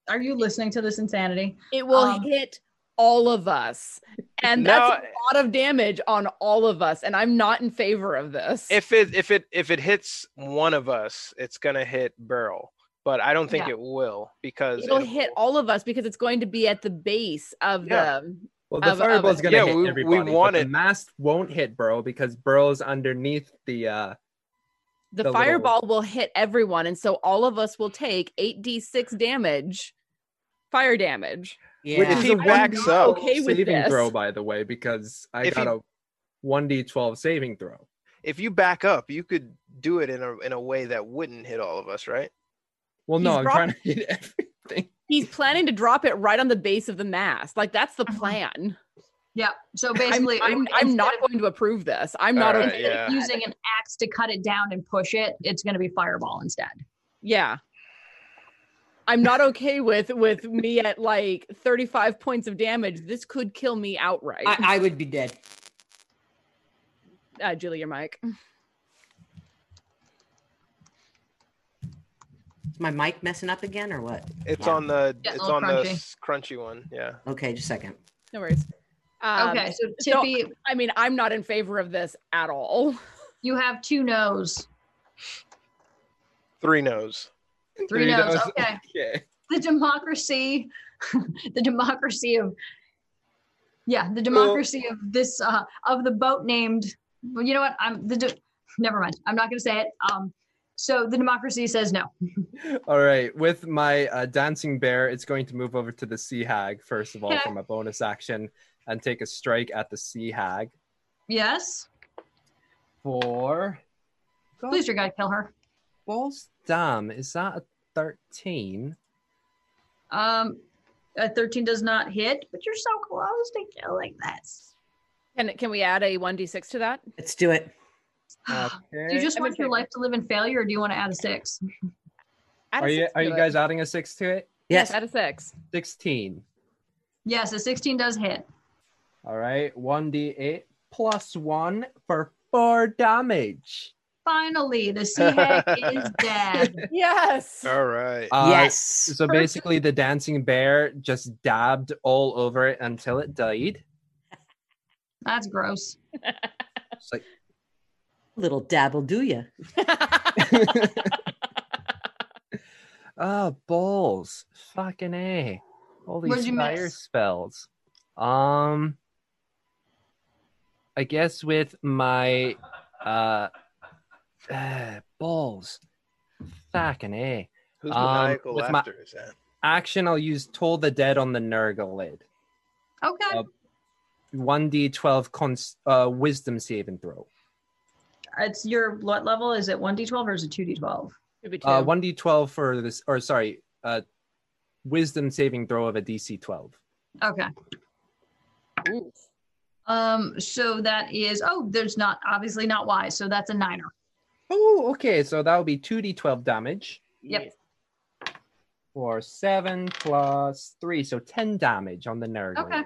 [SPEAKER 3] are you listening to this insanity?
[SPEAKER 5] It will
[SPEAKER 3] Um,
[SPEAKER 5] hit all of us. And that's
[SPEAKER 4] No.
[SPEAKER 5] a lot of damage on all of us. And I'm not in favor of this.
[SPEAKER 4] If it if it if it hits one of us, it's gonna hit Burl. But I don't think
[SPEAKER 3] Yeah.
[SPEAKER 4] it will because
[SPEAKER 5] It'll
[SPEAKER 4] it-
[SPEAKER 5] hit all of us because it's going to be at the base of
[SPEAKER 4] Yeah.
[SPEAKER 5] the.
[SPEAKER 9] Well, the
[SPEAKER 5] Of- of
[SPEAKER 9] fireball's
[SPEAKER 5] it.
[SPEAKER 9] going to
[SPEAKER 4] Yeah,
[SPEAKER 9] hit
[SPEAKER 4] we- we
[SPEAKER 9] everybody. but
[SPEAKER 4] want
[SPEAKER 9] the
[SPEAKER 4] it.
[SPEAKER 9] mast won't hit Burl because Burl's underneath the. uh
[SPEAKER 5] the,
[SPEAKER 9] the little-
[SPEAKER 5] fireball will hit everyone and so all of us will take 8d6 damage fire damage
[SPEAKER 6] Yeah.
[SPEAKER 4] If he
[SPEAKER 9] a
[SPEAKER 4] backs
[SPEAKER 9] 1d12
[SPEAKER 4] up-
[SPEAKER 5] Okay with
[SPEAKER 9] saving
[SPEAKER 5] this.
[SPEAKER 9] throw, by the way, because I
[SPEAKER 4] If he-
[SPEAKER 9] got a 1d12 saving throw.
[SPEAKER 4] if you back up, you could do it in a in a way that wouldn't hit all of us, right?
[SPEAKER 9] Well, no,
[SPEAKER 5] He's
[SPEAKER 9] I'm
[SPEAKER 5] brought-
[SPEAKER 9] trying to hit everything.
[SPEAKER 5] he's planning to drop it right on the base of the mast like that's the plan
[SPEAKER 3] Yeah. So
[SPEAKER 5] i'm,
[SPEAKER 3] basically,
[SPEAKER 5] I'm,
[SPEAKER 3] instead
[SPEAKER 5] I'm not
[SPEAKER 3] of-
[SPEAKER 5] going to approve this i'm not
[SPEAKER 4] Alright,
[SPEAKER 5] okay
[SPEAKER 3] instead
[SPEAKER 4] yeah.
[SPEAKER 3] of using an axe to cut it down and push it. It's going to be fireball instead.
[SPEAKER 5] yeah I'm not okay with with me at like 35 points of damage. This could kill me outright.
[SPEAKER 6] I, I would be dead.
[SPEAKER 5] uh, Julie, your mic.
[SPEAKER 6] Is my mic messing up again or what?
[SPEAKER 4] It's
[SPEAKER 6] Yeah.
[SPEAKER 4] on the
[SPEAKER 3] Yeah, a
[SPEAKER 4] it's
[SPEAKER 3] little
[SPEAKER 4] on the
[SPEAKER 3] crunchy.
[SPEAKER 4] s- crunchy one. Yeah.
[SPEAKER 6] Okay, just a second.
[SPEAKER 5] No worries. Um,
[SPEAKER 3] okay, so
[SPEAKER 5] so-
[SPEAKER 3] Tippy,
[SPEAKER 5] I mean, I'm not in favor of this at all.
[SPEAKER 3] you have two no's,
[SPEAKER 4] Three no's.
[SPEAKER 3] three,
[SPEAKER 9] Three
[SPEAKER 3] no's.
[SPEAKER 9] no's.
[SPEAKER 3] Okay,
[SPEAKER 9] Okay.
[SPEAKER 3] the democracy, the democracy of, yeah, the democracy of this uh, of the boat named. Well, you know what? I'm the. De- Never mind. I'm not going to say it. Um, so the democracy says no.
[SPEAKER 9] All right. With my uh, dancing bear, it's going to move over to the sea hag first of all for my bonus action and take a strike at the sea hag
[SPEAKER 3] Yes.
[SPEAKER 9] for.
[SPEAKER 3] Please, your God, kill her.
[SPEAKER 9] Balls. Damn, is that a thirteen?
[SPEAKER 3] Um, a 13 does not hit, but you're so close to killing this.
[SPEAKER 5] Can can we add a 1d6 to that?
[SPEAKER 6] Let's do it.
[SPEAKER 3] Do you
[SPEAKER 9] Uh, Okay.
[SPEAKER 3] just
[SPEAKER 5] I'm
[SPEAKER 3] want
[SPEAKER 5] okay
[SPEAKER 3] your
[SPEAKER 5] with
[SPEAKER 3] life to live in failure, or do you want to add a six?
[SPEAKER 5] Add a
[SPEAKER 9] Are you
[SPEAKER 5] six
[SPEAKER 9] are
[SPEAKER 5] to
[SPEAKER 9] you
[SPEAKER 5] it.
[SPEAKER 9] guys adding a six to it?
[SPEAKER 5] Yes,
[SPEAKER 6] Yes.
[SPEAKER 5] add a six.
[SPEAKER 9] Sixteen.
[SPEAKER 3] Yes, a 16 does hit.
[SPEAKER 9] All right. One d eight plus one for four damage.
[SPEAKER 3] Finally, the sea hag is dead.
[SPEAKER 5] Yes.
[SPEAKER 4] All right.
[SPEAKER 9] Uh,
[SPEAKER 6] yes.
[SPEAKER 9] So basically, the dancing bear just dabbed all over it until it died.
[SPEAKER 3] That's gross.
[SPEAKER 9] It's like,
[SPEAKER 6] Little dabble, do you?
[SPEAKER 9] ah, balls! Fucking a! All
[SPEAKER 3] What'd
[SPEAKER 9] these
[SPEAKER 3] you
[SPEAKER 9] fire
[SPEAKER 3] miss?
[SPEAKER 9] spells. Um, I guess with my uh, uh balls. Fucking a!
[SPEAKER 4] Who's
[SPEAKER 9] Um,
[SPEAKER 4] maniacal
[SPEAKER 9] with my-
[SPEAKER 4] laughter is that?
[SPEAKER 9] Action! I'll use Toll the Dead on the Nurgle lid.
[SPEAKER 3] Okay.
[SPEAKER 9] Uh, One d twelve cons- uh, Wisdom saving throw.
[SPEAKER 3] It's your what level? Is it 1d12 or is it 2d12?
[SPEAKER 5] Should be two.
[SPEAKER 9] Uh, one d twelve for this, or sorry, uh, Wisdom saving throw of a DC twelve.
[SPEAKER 3] Okay.
[SPEAKER 5] Ooh.
[SPEAKER 3] Um, so that is, oh, there's not, obviously not wise. So that's a niner.
[SPEAKER 9] Oh, okay. So that would be 2d12 damage
[SPEAKER 3] Yep.
[SPEAKER 9] or 7 plus 3. So 10 damage on the nerd.
[SPEAKER 3] Okay.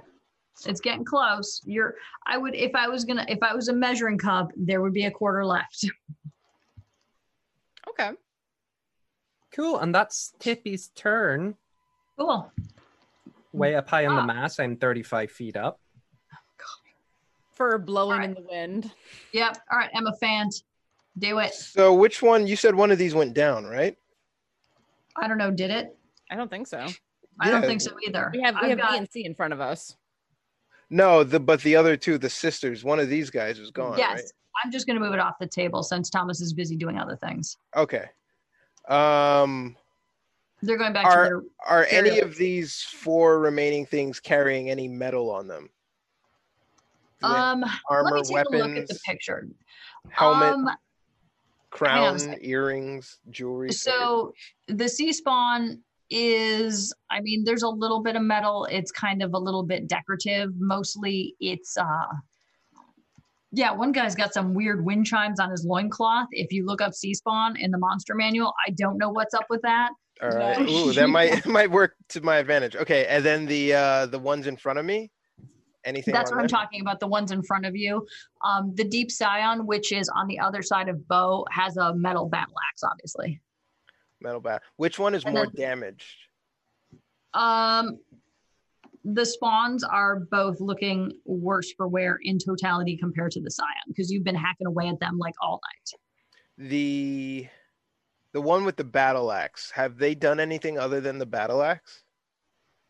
[SPEAKER 3] It's getting close. You're, I would, if I was gonna, if I was a measuring cup, there would be a quarter left.
[SPEAKER 5] Okay.
[SPEAKER 9] Cool. And that's Tippy's turn.
[SPEAKER 3] Cool.
[SPEAKER 9] Way up high on
[SPEAKER 3] Ah.
[SPEAKER 9] the mass. I'm 35 feet up.
[SPEAKER 5] For blowing
[SPEAKER 3] Alright.
[SPEAKER 5] in the wind.
[SPEAKER 3] Yep. All right. Emma Fant. Do it.
[SPEAKER 4] So which one? You said one of these went down, right?
[SPEAKER 3] I don't know. Did it?
[SPEAKER 5] I don't think so.
[SPEAKER 3] I don't
[SPEAKER 4] Yeah.
[SPEAKER 3] think so either.
[SPEAKER 5] We have we
[SPEAKER 3] I've
[SPEAKER 5] have
[SPEAKER 3] got-
[SPEAKER 5] E and C in front of us.
[SPEAKER 4] No, the but the other two, the sisters. One of these guys was gone.
[SPEAKER 3] yes.
[SPEAKER 4] Right?
[SPEAKER 3] I'm just going to move it off the table since Thomas is busy doing other things.
[SPEAKER 4] Okay. Um.
[SPEAKER 3] They're going back
[SPEAKER 4] Are-
[SPEAKER 3] to their.
[SPEAKER 4] Are any
[SPEAKER 3] Cereal.
[SPEAKER 4] of these four remaining things carrying any metal on them? Do they have
[SPEAKER 3] Um,
[SPEAKER 4] armor,
[SPEAKER 3] let me take
[SPEAKER 4] weapons,
[SPEAKER 3] a look at the picture.
[SPEAKER 4] helmet,
[SPEAKER 3] Um, on a
[SPEAKER 4] crown,
[SPEAKER 3] second.
[SPEAKER 4] earrings, jewelry.
[SPEAKER 3] so the sea spawn is, I mean, there's a little bit of metal. It's kind of a little bit decorative. Mostly it's, uh, yeah, one guy's got some weird wind chimes on his loincloth. If you look up sea spawn in the monster manual, I don't know what's up with that.
[SPEAKER 4] All right.
[SPEAKER 3] No.
[SPEAKER 4] Ooh, that might might work to my advantage. Okay, and then the uh the ones in front of me. Anything?
[SPEAKER 3] That's
[SPEAKER 4] on
[SPEAKER 3] what I'm
[SPEAKER 4] them?
[SPEAKER 3] talking about. The ones in front of you. Um, the Deep Scion, which is on the other side of Bo, has a metal battle axe, obviously.
[SPEAKER 4] Metal bat. Which one is
[SPEAKER 3] And
[SPEAKER 4] more
[SPEAKER 3] then-
[SPEAKER 4] damaged?
[SPEAKER 3] Um, the spawns are both looking worse for wear in totality compared to the Scion because you've been hacking away at them like all night.
[SPEAKER 4] The the one with the battle axe. Have they done anything other than the battle axe?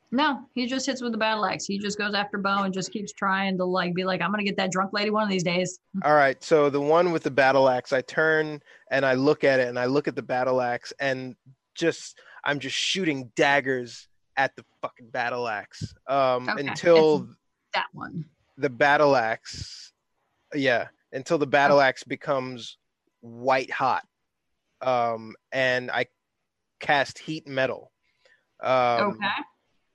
[SPEAKER 3] No, he just hits with the battle axe. He just goes after Bo and just keeps trying to like be like, I'm gonna get that drunk lady one of these days.
[SPEAKER 4] All right. So the one with the battle axe, I turn and I look at it and I look at the battle axe and just I'm just shooting daggers at the fucking battle axe um,
[SPEAKER 3] Okay,
[SPEAKER 4] until
[SPEAKER 3] it's- That one.
[SPEAKER 4] the battle axe yeah until the battle axe becomes white hot um and i cast heat metal um
[SPEAKER 3] okay.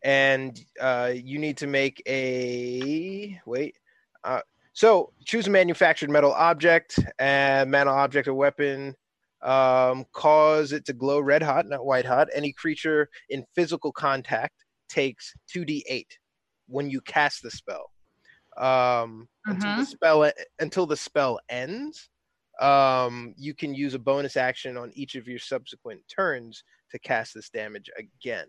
[SPEAKER 4] and uh you need to make a wait uh so choose a manufactured metal object and metal object or weapon um, cause it to glow red hot, not white hot. Any creature in physical contact takes 2d8 when you cast the spell. Um, until the
[SPEAKER 3] Mhm.
[SPEAKER 4] spell until the spell ends, um, you can use a bonus action on each of your subsequent turns to cast this damage again.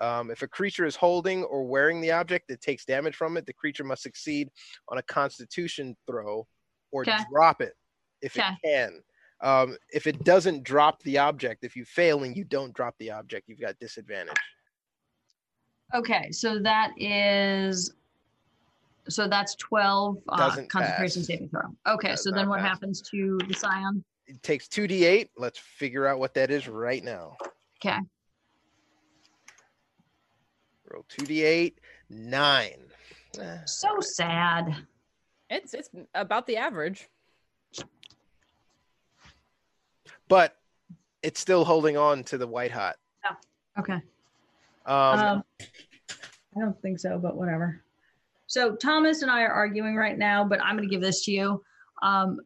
[SPEAKER 4] Um, if a creature is holding or wearing the object that takes damage from it, the creature must succeed on a Constitution throw or
[SPEAKER 3] Okay.
[SPEAKER 4] drop it if
[SPEAKER 3] Okay.
[SPEAKER 4] it can. Um, if it doesn't drop the object, if you fail and you don't drop the object, you've got disadvantage.
[SPEAKER 3] Okay, so that is so that's 12 uh,
[SPEAKER 4] Doesn't
[SPEAKER 3] concentration
[SPEAKER 4] pass.
[SPEAKER 3] saving throw. Okay,
[SPEAKER 4] Does
[SPEAKER 3] so then
[SPEAKER 4] not
[SPEAKER 3] what
[SPEAKER 4] pass.
[SPEAKER 3] happens to the scion?
[SPEAKER 4] It takes 2d8. Let's figure out what that is right now.
[SPEAKER 3] Okay.
[SPEAKER 4] Roll 2d8, 9. Eh,
[SPEAKER 3] So sad.
[SPEAKER 5] It's it's about the average.
[SPEAKER 4] But it's still holding on to the white hot.
[SPEAKER 3] Okay.
[SPEAKER 4] Um,
[SPEAKER 3] Um, I don't think so, but whatever. So Thomas and I are arguing right now, but I'm going to give this to you. Um,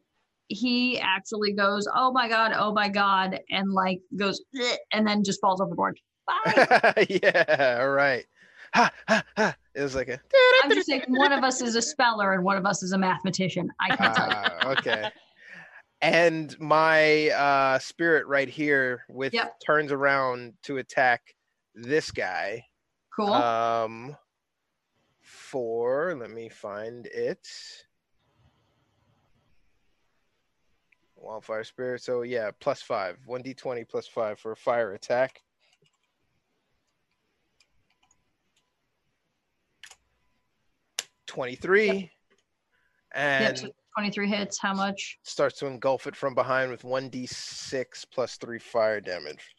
[SPEAKER 3] he actually goes, "Oh my god, oh my god," and like goes, "Bleh," and then just falls overboard. Bye.
[SPEAKER 4] yeah, all right. Ha, ha, ha. It was like a.
[SPEAKER 3] I'm just saying, one of us is a speller and one of us is a mathematician. I can tell you.
[SPEAKER 4] Ah, okay. And my uh, spirit right here with
[SPEAKER 3] Yep.
[SPEAKER 4] turns around to attack this guy.
[SPEAKER 3] Cool.
[SPEAKER 4] Um, for let me find it. Wildfire spirit. So yeah, plus five, one d twenty plus five for a fire attack. Twenty three,
[SPEAKER 3] Yep,
[SPEAKER 4] and
[SPEAKER 3] so 23 hits. How much?
[SPEAKER 4] starts to engulf it from behind with 1d6 plus 3 fire damage.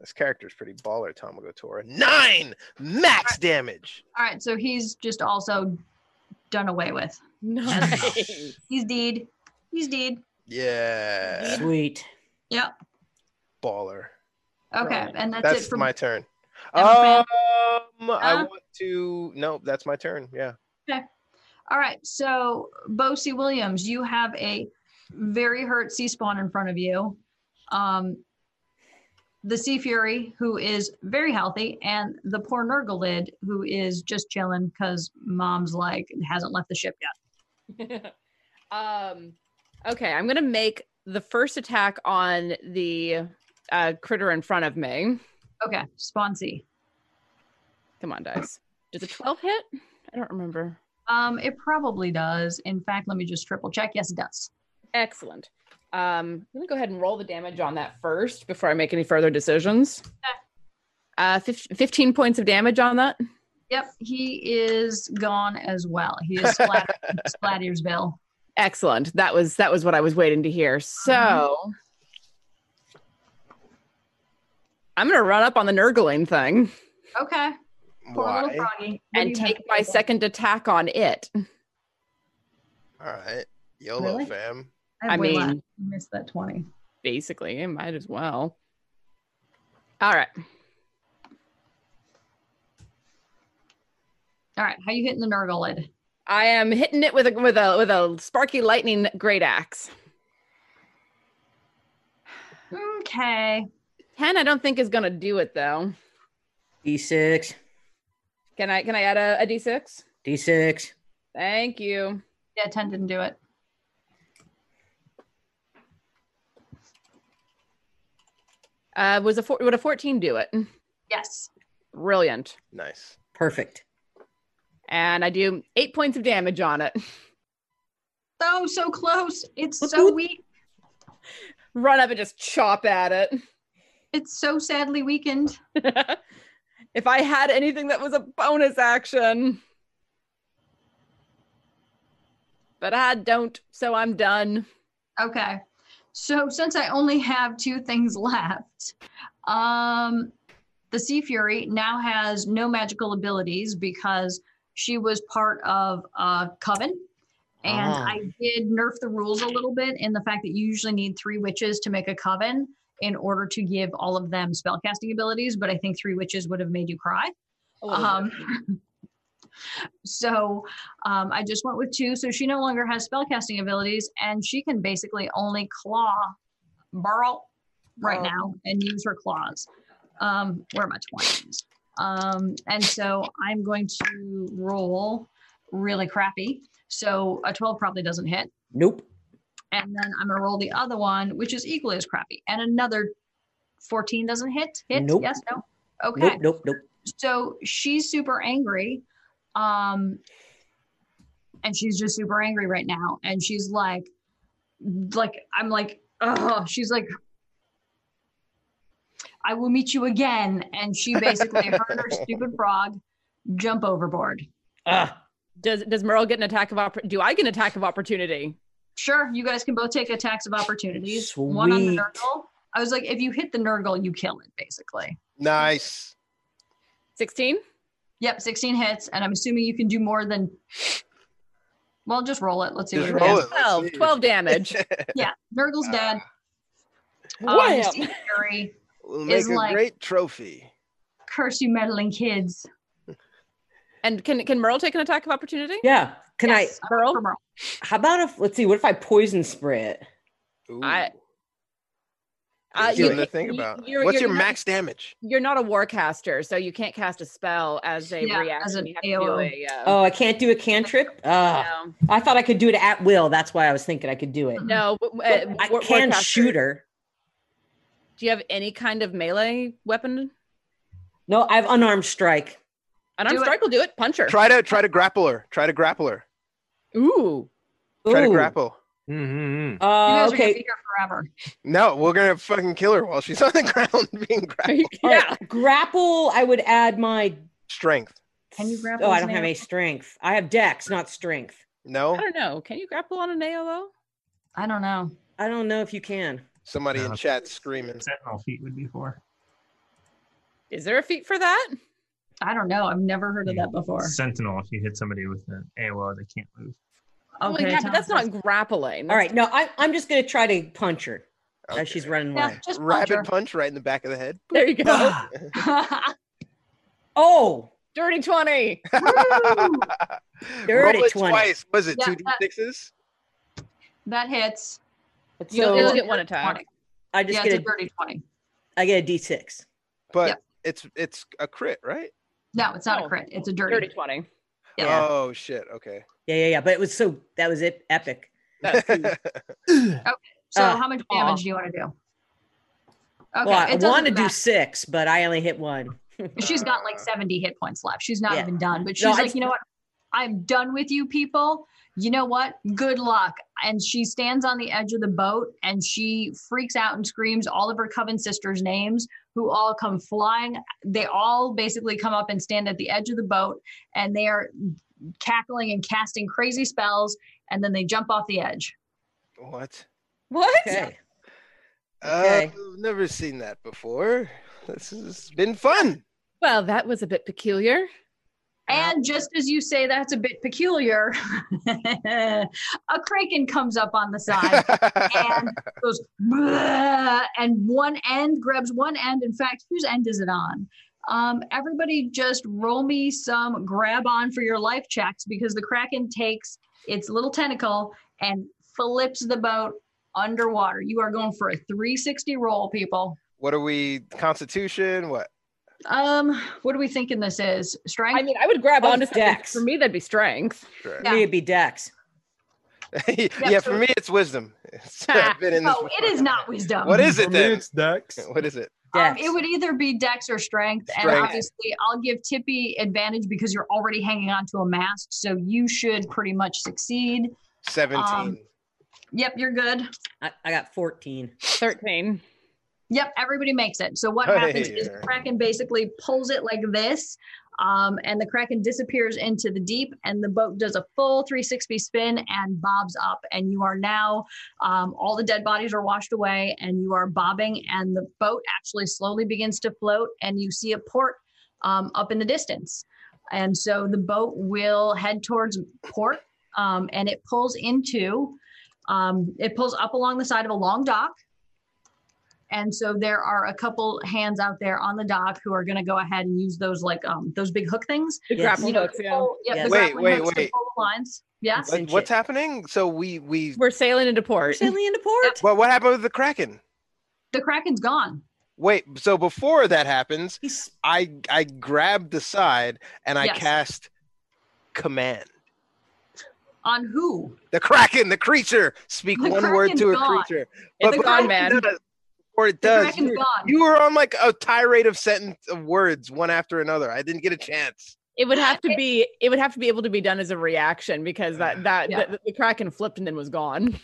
[SPEAKER 4] This character's pretty baller, Tamagotora. Nine max damage.
[SPEAKER 3] All right, so he's just also done away with.
[SPEAKER 5] Nice.
[SPEAKER 3] He's deed. He's deed.
[SPEAKER 4] Yeah,
[SPEAKER 6] Sweet.
[SPEAKER 3] Yep.
[SPEAKER 4] baller.
[SPEAKER 3] Okay, and that's,
[SPEAKER 4] That's
[SPEAKER 3] it for
[SPEAKER 4] my turn. Um,
[SPEAKER 3] Elephant.
[SPEAKER 4] I
[SPEAKER 3] Huh?
[SPEAKER 4] want to. No, that's my turn. Yeah.
[SPEAKER 3] All right, so Bosie Williams, you have a very hurt sea spawn in front of you. Um, the Sea Fury, who is very healthy, and the poor Nurglid, who is just chilling because mom's like hasn't left the ship yet.
[SPEAKER 5] um, okay, I'm gonna make the first attack on the uh, critter in front of me.
[SPEAKER 3] Okay, spawn C.
[SPEAKER 5] Come on, dice. Does a 12 hit? I don't remember.
[SPEAKER 3] Um, it probably does. In fact, let me just triple check. Yes, it does.
[SPEAKER 5] Excellent. Um, I'm gonna go ahead and roll the damage on that first before I make any further decisions. Uh, fif- 15 points of damage on that.
[SPEAKER 3] Yep, he is gone as well. He is splattered, Splattersville.
[SPEAKER 5] Excellent. That was that was what I was waiting to hear. So I'm gonna run up on the Nurgling thing
[SPEAKER 3] Okay, poor
[SPEAKER 4] Why?
[SPEAKER 3] little froggy. What do
[SPEAKER 5] and
[SPEAKER 3] you
[SPEAKER 5] take
[SPEAKER 3] have?
[SPEAKER 5] my second attack on it.
[SPEAKER 4] All right. YOLO,
[SPEAKER 3] Really?
[SPEAKER 4] fam.
[SPEAKER 5] I
[SPEAKER 3] way left.
[SPEAKER 5] mean-
[SPEAKER 3] missed that twenty.
[SPEAKER 5] Basically, it might as well. All right.
[SPEAKER 3] All right, how you hitting the Nurgle lid?
[SPEAKER 5] I am hitting it with a with a with a sparky lightning great axe.
[SPEAKER 3] Okay,
[SPEAKER 5] 10 I don't think is gonna do it though.
[SPEAKER 6] D6,
[SPEAKER 5] Can I can I add a, a D6?
[SPEAKER 6] D6.
[SPEAKER 5] Thank you.
[SPEAKER 3] yeah, ten didn't do it.
[SPEAKER 5] Uh, was a four, would a 14 do it?
[SPEAKER 3] Yes.
[SPEAKER 5] Brilliant.
[SPEAKER 4] Nice.
[SPEAKER 6] Perfect.
[SPEAKER 5] And I do eight points of damage on it.
[SPEAKER 3] So so close. It's
[SPEAKER 6] Look
[SPEAKER 3] so
[SPEAKER 6] who-
[SPEAKER 3] weak.
[SPEAKER 5] Run up and just chop at it.
[SPEAKER 3] It's so sadly weakened.
[SPEAKER 5] if I had anything that was a bonus action. But I don't, so I'm done.
[SPEAKER 3] Okay. So since I only have two things left, um the Sea Fury now has no magical abilities because she was part of a coven. And
[SPEAKER 6] Ah.
[SPEAKER 3] I did nerf the rules a little bit in the fact that you usually need three witches to make a coven in order to give all of them spellcasting abilities, but I think three witches would have made you cry. Um, So um, I just went with two. So she no longer has spellcasting abilities, and she can basically only claw Burl right
[SPEAKER 5] Oh.
[SPEAKER 3] now and use her claws. Um, where are my twenties? Um, and so I'm going to roll really crappy. So a 12 probably doesn't hit.
[SPEAKER 6] Nope.
[SPEAKER 3] And then I'm going to roll the other one, which is equally as crappy. And another 14 doesn't hit. Hit?
[SPEAKER 6] Nope.
[SPEAKER 3] Yes, no? Okay
[SPEAKER 6] Nope. Nope. Nope.
[SPEAKER 3] so she's super angry um and she's just super angry right now and she's like like i'm like oh she's like i will meet you again and she basically heard her stupid frog jump overboard
[SPEAKER 6] Ah.
[SPEAKER 5] Does does Merle get an attack of oppor- do I get an attack of opportunity?
[SPEAKER 3] sure you guys can both take attacks of opportunities one on the
[SPEAKER 6] Sweet.
[SPEAKER 3] nurgle i was like if you hit the nurgle you kill it basically
[SPEAKER 4] Nice.
[SPEAKER 5] 16?
[SPEAKER 3] yep 16 hits and i'm assuming you can do more than well just roll it let's see
[SPEAKER 4] Just
[SPEAKER 3] what
[SPEAKER 4] roll
[SPEAKER 3] it is.
[SPEAKER 4] it. Let's
[SPEAKER 5] 12,
[SPEAKER 4] see.
[SPEAKER 5] 12 damage.
[SPEAKER 3] yeah,
[SPEAKER 6] Uh,
[SPEAKER 3] Nurgle's dead. Um,
[SPEAKER 5] Wham!
[SPEAKER 3] Steve Fury,
[SPEAKER 4] We'll
[SPEAKER 3] Is
[SPEAKER 4] make a
[SPEAKER 3] like-
[SPEAKER 4] great trophy.
[SPEAKER 3] curse you meddling kids.
[SPEAKER 5] and can can Merle take an attack of opportunity?
[SPEAKER 6] Yeah. Can
[SPEAKER 3] Yes, uh, I'm up
[SPEAKER 5] Merle?
[SPEAKER 3] for Merle.
[SPEAKER 6] I? How about if let's see? What if I poison spray it?
[SPEAKER 4] Ooh.
[SPEAKER 5] I-
[SPEAKER 4] Uh,
[SPEAKER 5] you-
[SPEAKER 4] you, to think
[SPEAKER 5] you-
[SPEAKER 4] about.
[SPEAKER 5] you're-
[SPEAKER 4] What's
[SPEAKER 5] you're
[SPEAKER 4] your
[SPEAKER 5] not-
[SPEAKER 4] max damage?
[SPEAKER 5] You're not a war caster, so you can't cast a spell as a
[SPEAKER 3] Yeah, as
[SPEAKER 5] reaction.
[SPEAKER 3] an
[SPEAKER 5] you have to do
[SPEAKER 3] AOO.
[SPEAKER 5] a, uh,
[SPEAKER 6] Oh, I can't do a cantrip. Ah.
[SPEAKER 5] no.
[SPEAKER 6] I thought I could do it at will. That's why I was thinking I could do it.
[SPEAKER 5] No, w-
[SPEAKER 6] But
[SPEAKER 5] w- uh,
[SPEAKER 6] I
[SPEAKER 5] war-
[SPEAKER 6] can
[SPEAKER 5] warcaster,
[SPEAKER 6] shoot her.
[SPEAKER 5] Do you have any kind of melee weapon?
[SPEAKER 6] No, I have unarmed strike.
[SPEAKER 5] An
[SPEAKER 3] Do
[SPEAKER 5] arm
[SPEAKER 3] it.
[SPEAKER 5] strike will do it. Punch her.
[SPEAKER 4] Try to try to grapple her. Try to grapple her.
[SPEAKER 5] Ooh.
[SPEAKER 4] Try to
[SPEAKER 6] Ooh.
[SPEAKER 4] grapple.
[SPEAKER 9] Mhm.
[SPEAKER 3] You guys
[SPEAKER 6] Uh,
[SPEAKER 3] are gonna be
[SPEAKER 6] okay.
[SPEAKER 3] here forever.
[SPEAKER 4] No, we're gonna fucking kill her while she's on the ground being grappled.
[SPEAKER 6] All
[SPEAKER 5] yeah.
[SPEAKER 6] right. Grapple. I would add my.
[SPEAKER 4] Strength.
[SPEAKER 3] Can you grapple
[SPEAKER 6] Oh, I
[SPEAKER 3] his
[SPEAKER 6] don't have
[SPEAKER 3] name?
[SPEAKER 6] any strength. I have dex, not strength.
[SPEAKER 5] I
[SPEAKER 4] No,
[SPEAKER 5] don't know. Can you grapple on an AOO?
[SPEAKER 3] I don't know.
[SPEAKER 6] I don't know if you can.
[SPEAKER 4] somebody in
[SPEAKER 7] No.
[SPEAKER 4] chat screaming.
[SPEAKER 7] Sentinel feet would be for.
[SPEAKER 5] Is there a feat for that?
[SPEAKER 3] I don't know. I've never heard of that before.
[SPEAKER 7] Sentinel, if you hit somebody with an AOL, they can't move.
[SPEAKER 5] Well, yeah, but that's not grappling.
[SPEAKER 6] All right. No, I, I'm just going to try to punch her
[SPEAKER 4] Okay.
[SPEAKER 6] as she's running
[SPEAKER 3] Yeah,
[SPEAKER 6] away.
[SPEAKER 3] just punch
[SPEAKER 4] Rapid
[SPEAKER 3] her.
[SPEAKER 4] punch right in the back of the head.
[SPEAKER 5] There you go.
[SPEAKER 6] oh,
[SPEAKER 5] Dirty 20.
[SPEAKER 3] Woo!
[SPEAKER 6] Dirty
[SPEAKER 4] Roll it
[SPEAKER 6] 20.
[SPEAKER 4] twice. Was it
[SPEAKER 3] Yeah,
[SPEAKER 4] two d
[SPEAKER 3] that-
[SPEAKER 4] sixes?
[SPEAKER 3] that hits.
[SPEAKER 5] You'll, you'll
[SPEAKER 6] so
[SPEAKER 5] get one attack.
[SPEAKER 3] 20.
[SPEAKER 6] I just
[SPEAKER 3] Yeah, it's
[SPEAKER 6] get
[SPEAKER 3] a
[SPEAKER 6] a,
[SPEAKER 3] dirty twenty.
[SPEAKER 6] I get a d6.
[SPEAKER 4] But
[SPEAKER 3] Yep.
[SPEAKER 4] it's it's a crit, right?
[SPEAKER 3] No, it's not
[SPEAKER 6] Oh,
[SPEAKER 5] No.
[SPEAKER 3] a crit. It's a
[SPEAKER 5] Dirty
[SPEAKER 3] dirty.
[SPEAKER 5] 20.
[SPEAKER 3] Yeah.
[SPEAKER 4] Oh shit. Okay.
[SPEAKER 6] Yeah, yeah, yeah. But it was so that was it. Epic.
[SPEAKER 5] That's
[SPEAKER 3] So
[SPEAKER 6] Uh,
[SPEAKER 3] how much
[SPEAKER 6] aw.
[SPEAKER 3] damage do you want to do? Okay,
[SPEAKER 6] well, I
[SPEAKER 3] it doesn't
[SPEAKER 6] want to do
[SPEAKER 3] matter.
[SPEAKER 6] six, but I only hit one.
[SPEAKER 3] She's got like
[SPEAKER 4] Uh,
[SPEAKER 3] 70 hit points left. She's not
[SPEAKER 6] Yeah.
[SPEAKER 3] even done, but she's
[SPEAKER 6] No, I
[SPEAKER 3] like,
[SPEAKER 6] just-
[SPEAKER 3] you know what? I'm done with you people. You know what? Good luck. And she stands on the edge of the boat and she freaks out and screams all of her coven sisters' names, who all come flying. They all basically come up and stand at the edge of the boat and they are cackling and casting crazy spells. And then they jump off the edge.
[SPEAKER 4] What?
[SPEAKER 5] What?
[SPEAKER 6] Okay.
[SPEAKER 4] Uh,
[SPEAKER 6] Okay.
[SPEAKER 4] I've never seen that before. This has been fun.
[SPEAKER 5] Well, that was a bit peculiar.
[SPEAKER 3] And just as you say that's a bit peculiar, a kraken comes up on the side and goes "Bleh," and one end grabs one end. In fact, whose end is it on? Um, everybody just roll me some grab on for your life checks because the Kraken takes its little tentacle and flips the boat underwater. You are going for a 360 roll, people.
[SPEAKER 4] what are we? Constitution? What?
[SPEAKER 3] Um, what do we thinking this is? Strength?
[SPEAKER 5] I mean, I would grab
[SPEAKER 6] That was
[SPEAKER 5] onto something.
[SPEAKER 6] dex.
[SPEAKER 5] For me, that'd be strength.
[SPEAKER 4] Sure.
[SPEAKER 3] Yeah.
[SPEAKER 6] Maybe it'd be dex.
[SPEAKER 4] yeah, for
[SPEAKER 3] so-
[SPEAKER 4] me it's wisdom. I've been in this
[SPEAKER 3] no, Oh, it
[SPEAKER 4] before.
[SPEAKER 3] is not wisdom.
[SPEAKER 4] What is it
[SPEAKER 9] For me,
[SPEAKER 4] then?
[SPEAKER 9] it's Dex.
[SPEAKER 4] What is it?
[SPEAKER 3] Um,
[SPEAKER 6] Dex.
[SPEAKER 3] it would either be dex or strength, and
[SPEAKER 4] Strength.
[SPEAKER 3] obviously I'll give Tippy advantage because you're already hanging on to a mask, so you should pretty much succeed.
[SPEAKER 4] Seventeen.
[SPEAKER 3] Um, Yep, you're good.
[SPEAKER 6] I, I got 14.
[SPEAKER 5] 13.
[SPEAKER 3] Yep, everybody makes it. So what
[SPEAKER 4] Hey.
[SPEAKER 3] happens is the Kraken basically pulls it like this, um, and the Kraken disappears into the deep, and the boat does a full 360 spin and bobs up, and you are now um, all the dead bodies are washed away, and you are bobbing, and the boat actually slowly begins to float, and you see a port um, up in the distance, and so the boat will head towards port, um, and it pulls into, um, it pulls up along the side of a long dock And so there are a couple hands out there on the dock who are going to go ahead and use those like um those big hook things.
[SPEAKER 5] The
[SPEAKER 6] Yes.
[SPEAKER 5] grapple
[SPEAKER 3] You know,
[SPEAKER 5] hooks,
[SPEAKER 3] to
[SPEAKER 5] yeah.
[SPEAKER 3] pull- yeah,
[SPEAKER 6] Yes.
[SPEAKER 3] the
[SPEAKER 4] Wait,
[SPEAKER 3] grappling
[SPEAKER 4] wait,
[SPEAKER 3] hooks to
[SPEAKER 4] wait.
[SPEAKER 3] pull the lines. Yeah.
[SPEAKER 4] What-
[SPEAKER 6] and
[SPEAKER 4] what's
[SPEAKER 6] shit.
[SPEAKER 4] happening? So we we
[SPEAKER 5] We're sailing into port.
[SPEAKER 6] Sailing into port.
[SPEAKER 4] well, what happened with the kraken?
[SPEAKER 3] The Kraken's gone.
[SPEAKER 4] Wait, so before that happens,
[SPEAKER 6] He's
[SPEAKER 4] I I grab the side and I
[SPEAKER 3] Yes.
[SPEAKER 4] cast command.
[SPEAKER 3] On who?
[SPEAKER 4] The kraken, the creature. Speak
[SPEAKER 3] The
[SPEAKER 4] one word
[SPEAKER 3] Kraken's
[SPEAKER 4] to a
[SPEAKER 3] gone.
[SPEAKER 4] creature.
[SPEAKER 5] It's
[SPEAKER 4] But
[SPEAKER 5] gone,
[SPEAKER 4] before
[SPEAKER 5] man.
[SPEAKER 4] it does- Before it
[SPEAKER 3] The
[SPEAKER 4] does,
[SPEAKER 3] Kraken's
[SPEAKER 4] you,
[SPEAKER 3] gone.
[SPEAKER 4] you were on like a tirade of sentence of words one after another. I didn't get a chance.
[SPEAKER 5] It would have to be. It would have to be able to be done as a reaction because that that
[SPEAKER 3] Yeah.
[SPEAKER 5] the, the kraken flipped and then was gone.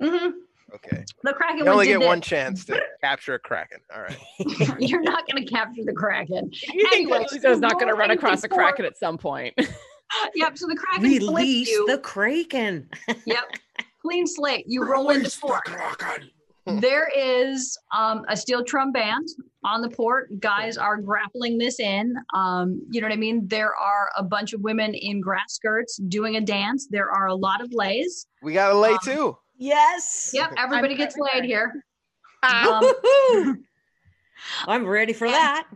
[SPEAKER 3] Mhm.
[SPEAKER 4] Okay,
[SPEAKER 3] The Kraken.
[SPEAKER 4] you only
[SPEAKER 3] did
[SPEAKER 4] get
[SPEAKER 3] this.
[SPEAKER 4] one chance to capture a kraken. All right.
[SPEAKER 3] You're not going to capture the Kraken.
[SPEAKER 5] You think
[SPEAKER 3] Anyway,
[SPEAKER 5] that Lizzo's not going to
[SPEAKER 3] roll
[SPEAKER 5] run across a
[SPEAKER 3] anything for-
[SPEAKER 5] kraken at some point?
[SPEAKER 3] Yep. So the Kraken flipped
[SPEAKER 6] release
[SPEAKER 3] you.
[SPEAKER 6] the kraken.
[SPEAKER 3] Yep. Clean slate. You roll into port. There is um, a steel drum band on the port. Guys are grappling this in. Um, you know what I mean? There are a bunch of women in grass skirts doing a dance. There are a lot of lays.
[SPEAKER 4] We got a lay
[SPEAKER 3] Um,
[SPEAKER 4] too.
[SPEAKER 6] Yes.
[SPEAKER 3] Yep. Everybody gets laid here. Um,
[SPEAKER 6] Woo-hoo-hoo. I'm ready for
[SPEAKER 3] And-
[SPEAKER 6] that.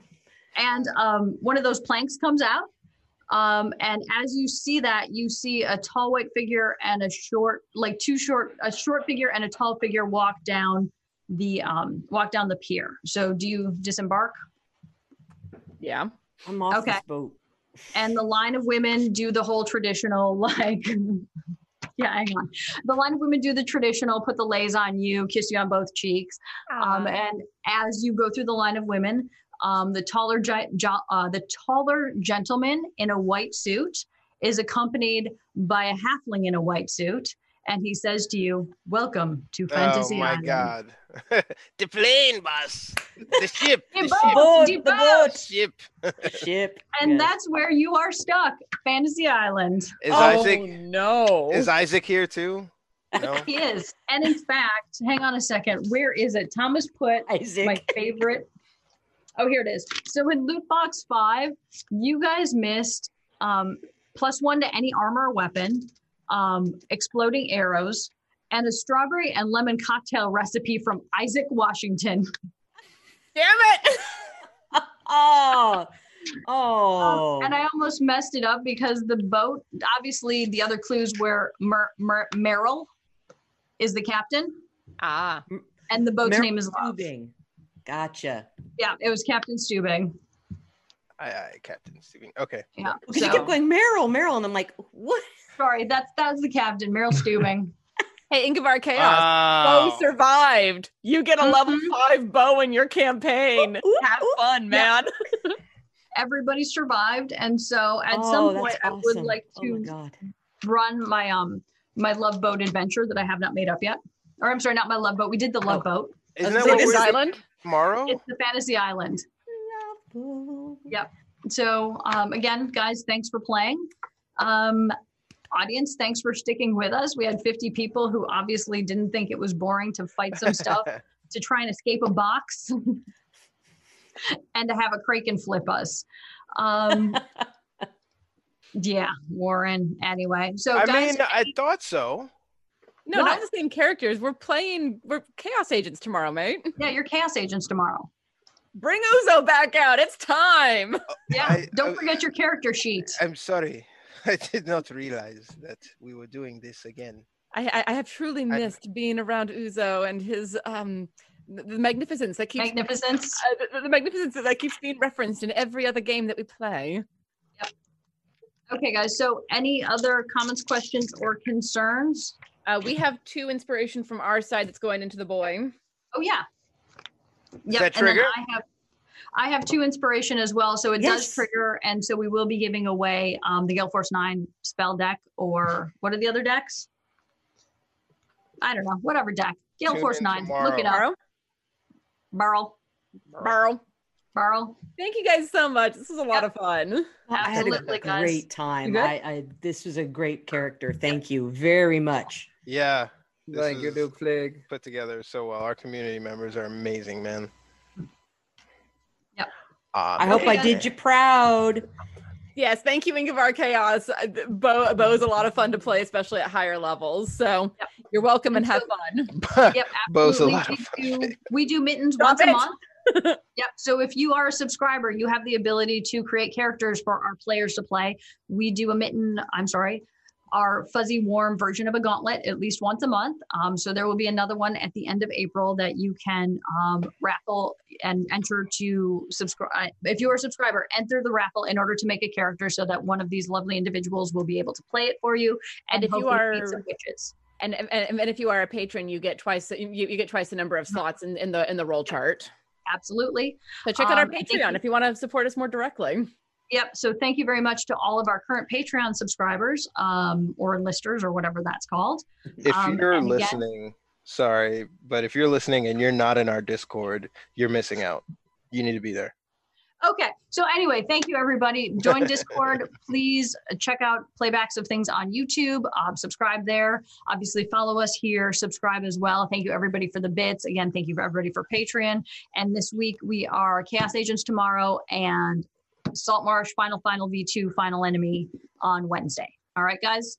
[SPEAKER 3] and um, one of those planks comes out. Um, and as you see that, you see a tall white figure and a short, like two short, a short figure and a tall figure walk down the um, walk down the pier. So do you disembark?
[SPEAKER 5] yeah.
[SPEAKER 6] I'm off
[SPEAKER 3] Okay.
[SPEAKER 6] this boat.
[SPEAKER 3] And the line of women do the whole traditional, like, yeah, hang on. The line of women do the traditional, put the lays on you, kiss you on both cheeks. Um, and as you go through the line of women, um, the taller gi- jo- uh, the taller gentleman in a white suit is accompanied by a halfling in a white suit, and he says to you, "Welcome to Fantasy
[SPEAKER 4] oh my
[SPEAKER 3] Island."
[SPEAKER 4] god. the plane, boss. The ship.
[SPEAKER 3] The
[SPEAKER 4] the
[SPEAKER 3] boat.
[SPEAKER 4] ship.
[SPEAKER 6] Boat,
[SPEAKER 3] deep
[SPEAKER 6] the
[SPEAKER 3] boat.
[SPEAKER 6] boat,
[SPEAKER 4] Ship.
[SPEAKER 6] ship.
[SPEAKER 3] And
[SPEAKER 6] yes.
[SPEAKER 3] that's where you are stuck, Fantasy Island.
[SPEAKER 4] Is
[SPEAKER 5] oh
[SPEAKER 4] Isaac
[SPEAKER 5] no!
[SPEAKER 4] is Isaac here too? No.
[SPEAKER 3] He is, and in fact, hang on a second. Where is it? Thomas put
[SPEAKER 6] Isaac.
[SPEAKER 3] my favorite. Oh, here it is. So in loot box five, you guys missed um, plus one to any armor or weapon, um, exploding arrows, and a strawberry and lemon cocktail recipe from Isaac Washington.
[SPEAKER 5] Damn it!
[SPEAKER 6] oh,
[SPEAKER 3] Um,
[SPEAKER 6] oh.
[SPEAKER 3] and I almost messed it up because the boat, obviously, the other clues were Mer- Mer- Merrill is the captain,
[SPEAKER 5] Ah,
[SPEAKER 3] and the boat's
[SPEAKER 6] Mer-
[SPEAKER 3] name is Love.
[SPEAKER 6] Tubing. Gotcha.
[SPEAKER 3] Yeah, it was Captain Stubing.
[SPEAKER 4] Aye, aye, Captain Steven. Okay.
[SPEAKER 3] Yeah.
[SPEAKER 6] Because you
[SPEAKER 3] so-
[SPEAKER 6] kept going, Meryl, Meryl, and I'm like, what?
[SPEAKER 3] Sorry, that's that's the captain, Meryl Stubing.
[SPEAKER 5] hey, Ingvar Chaos.
[SPEAKER 4] Wow.
[SPEAKER 5] Bo survived. You get a level
[SPEAKER 3] Mhm.
[SPEAKER 5] five bow in your campaign.
[SPEAKER 6] Ooh,
[SPEAKER 5] Have
[SPEAKER 6] ooh.
[SPEAKER 5] fun, man.
[SPEAKER 3] Everybody survived, and so at
[SPEAKER 6] Oh,
[SPEAKER 3] some
[SPEAKER 6] that's
[SPEAKER 3] point, I would
[SPEAKER 6] awesome.
[SPEAKER 3] like
[SPEAKER 6] Oh my
[SPEAKER 3] to
[SPEAKER 6] god.
[SPEAKER 3] run my um my love boat adventure that I have not made up yet. Or I'm sorry, not my love boat. We did the love
[SPEAKER 6] Oh.
[SPEAKER 3] boat.
[SPEAKER 4] Isn't
[SPEAKER 6] Is
[SPEAKER 4] that
[SPEAKER 6] it
[SPEAKER 4] what
[SPEAKER 6] his
[SPEAKER 4] we're
[SPEAKER 5] Fantasy
[SPEAKER 4] doing
[SPEAKER 5] Island.
[SPEAKER 4] tomorrow?
[SPEAKER 3] It's the Fantasy Island. So um, again, guys, thanks for playing. Um, audience, thanks for sticking with us. We had 50 people who obviously didn't think it was boring to fight some stuff, to try and escape a box, and to have a kraken flip us. Um, yeah, Warren. Anyway, so
[SPEAKER 4] I
[SPEAKER 3] guys,
[SPEAKER 4] mean, I thought so.
[SPEAKER 5] No,
[SPEAKER 3] What?
[SPEAKER 5] not the same characters. We're playing. We're Chaos Agents tomorrow, mate.
[SPEAKER 3] yeah, your chaos agents tomorrow.
[SPEAKER 5] Bring Uzo back out. It's time.
[SPEAKER 3] Yeah,
[SPEAKER 4] I-
[SPEAKER 3] don't
[SPEAKER 4] I-
[SPEAKER 3] forget your character sheet.
[SPEAKER 4] I'm sorry. I did not realize that we were doing this again.
[SPEAKER 5] I, I, I have truly
[SPEAKER 4] I-
[SPEAKER 5] missed being around Uzo and his um the the magnificence that keeps
[SPEAKER 3] Magnificence.
[SPEAKER 5] uh, the, the magnificence that keeps being referenced in every other game that we play.
[SPEAKER 3] Okay, guys. So, any other comments, questions, or concerns?
[SPEAKER 5] Uh, we have two inspiration from our side that's going into the boy.
[SPEAKER 3] Oh yeah.
[SPEAKER 4] that
[SPEAKER 3] Yep. and then
[SPEAKER 4] trigger?
[SPEAKER 3] I have I have two inspiration as well, so it does
[SPEAKER 6] Yes.
[SPEAKER 3] trigger, and so we will be giving away um, the Gale Force Nine spell deck, or what are the other decks? I don't know, whatever deck. Gale
[SPEAKER 4] Tune
[SPEAKER 3] Force
[SPEAKER 4] in
[SPEAKER 3] Nine. Look it up.
[SPEAKER 5] Tomorrow,
[SPEAKER 3] Barrel,
[SPEAKER 5] Barl.
[SPEAKER 3] barrel.
[SPEAKER 5] Thank you guys so much. This was a lot of fun.
[SPEAKER 6] I had a
[SPEAKER 3] Absolutely, guys.
[SPEAKER 6] great time.
[SPEAKER 3] good?
[SPEAKER 6] I, I this was a great character. Thank you very much.
[SPEAKER 4] Yeah, This
[SPEAKER 9] Thank you,
[SPEAKER 4] is-
[SPEAKER 9] Duke Flig.
[SPEAKER 4] put together so well. Our community members are amazing, man.
[SPEAKER 3] Yep.
[SPEAKER 4] Ah,
[SPEAKER 6] I hope
[SPEAKER 4] man.
[SPEAKER 6] I did you proud.
[SPEAKER 5] Yes, thank you, Ingevar Chaos. Uh, th- Bo, Bo is a lot of fun to play, especially at higher levels. So
[SPEAKER 3] Yep.
[SPEAKER 5] you're welcome and
[SPEAKER 3] And
[SPEAKER 5] have
[SPEAKER 3] so-
[SPEAKER 5] fun.
[SPEAKER 3] Yep,
[SPEAKER 4] Bo's a
[SPEAKER 3] absolutely.
[SPEAKER 4] lot of
[SPEAKER 3] We
[SPEAKER 4] fun.
[SPEAKER 3] do- We do mittens
[SPEAKER 5] Stop
[SPEAKER 3] once a
[SPEAKER 5] it.
[SPEAKER 3] month. Yep. So if you are a subscriber, you have the ability to create characters for our players to play. We do a mitten, I'm sorry, our fuzzy warm version of a gauntlet at least once a month. Um, so there will be another one at the end of April that you can um, raffle and enter to subscribe. If you are a subscriber, enter the raffle in order to make a character so that one of these lovely individuals will be able to play it for you.
[SPEAKER 5] And if you
[SPEAKER 3] hopefully beat
[SPEAKER 5] are-
[SPEAKER 3] some witches.
[SPEAKER 5] And, and and if you are a patron, you get twice you, you get twice the number of slots in, in the in the roll chart.
[SPEAKER 3] Absolutely.
[SPEAKER 5] So check out our
[SPEAKER 3] Um, I think
[SPEAKER 5] Patreon
[SPEAKER 3] you-
[SPEAKER 5] if you want to support us more directly.
[SPEAKER 3] Yep. So thank you very much to all of our current Patreon subscribers um, or listeners or whatever that's called.
[SPEAKER 4] If
[SPEAKER 3] Um,
[SPEAKER 4] you're
[SPEAKER 3] and again-
[SPEAKER 4] listening, sorry, but if you're listening and you're not in our Discord, you're missing out. You need to be there.
[SPEAKER 3] Okay. So anyway, thank you everybody. Join Discord. Please uh, check out playbacks of things on YouTube. Um, subscribe there. Obviously, follow us here. Subscribe as well. Thank you everybody for the bits. Again, thank you for everybody for Patreon. And this week we are Chaos Agents tomorrow and Saltmarsh Final Final V2 Final Enemy on Wednesday. All right, guys.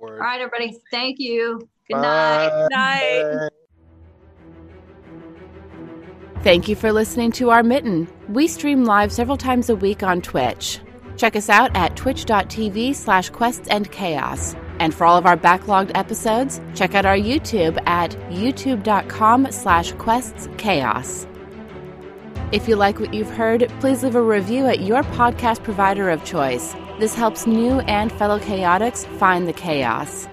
[SPEAKER 4] Word.
[SPEAKER 3] All right, everybody. Thank you. Good night.
[SPEAKER 5] Night.
[SPEAKER 4] Bye.
[SPEAKER 2] Thank you for listening to Our Mitten. We stream live several times a week on Twitch. Check us out at twitch.tv slash quests and chaos. And for all of our backlogged episodes, check out our YouTube at youtube.com slash quests chaos. If you like what you've heard, please leave a review at your podcast provider of choice. This helps new and fellow chaotics find the chaos.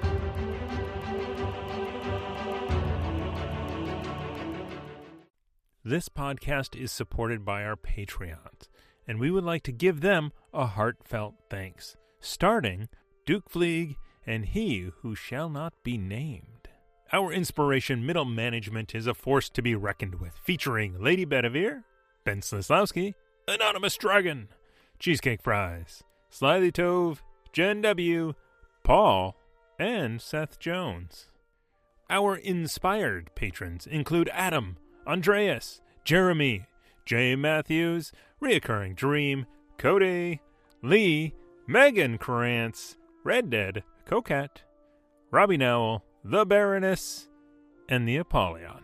[SPEAKER 1] This podcast is supported by our Patreons, and we would like to give them a heartfelt thanks, starting Duke Fleeg and He Who Shall Not Be Named. Our inspiration, Middle Management, is a force to be reckoned with, featuring Lady Bedivere, Ben Slislawski, Anonymous Dragon, Cheesecake Fries, Slyly Tove, Jen W., Paul, and Seth Jones. Our inspired patrons include Adam, Andreas, Jeremy, Jay Matthews, Reoccurring Dream, Cody, Lee, Megan Krantz, Red Dead, Coquette, Robbie Nowell, The Baroness, and the Apollyon.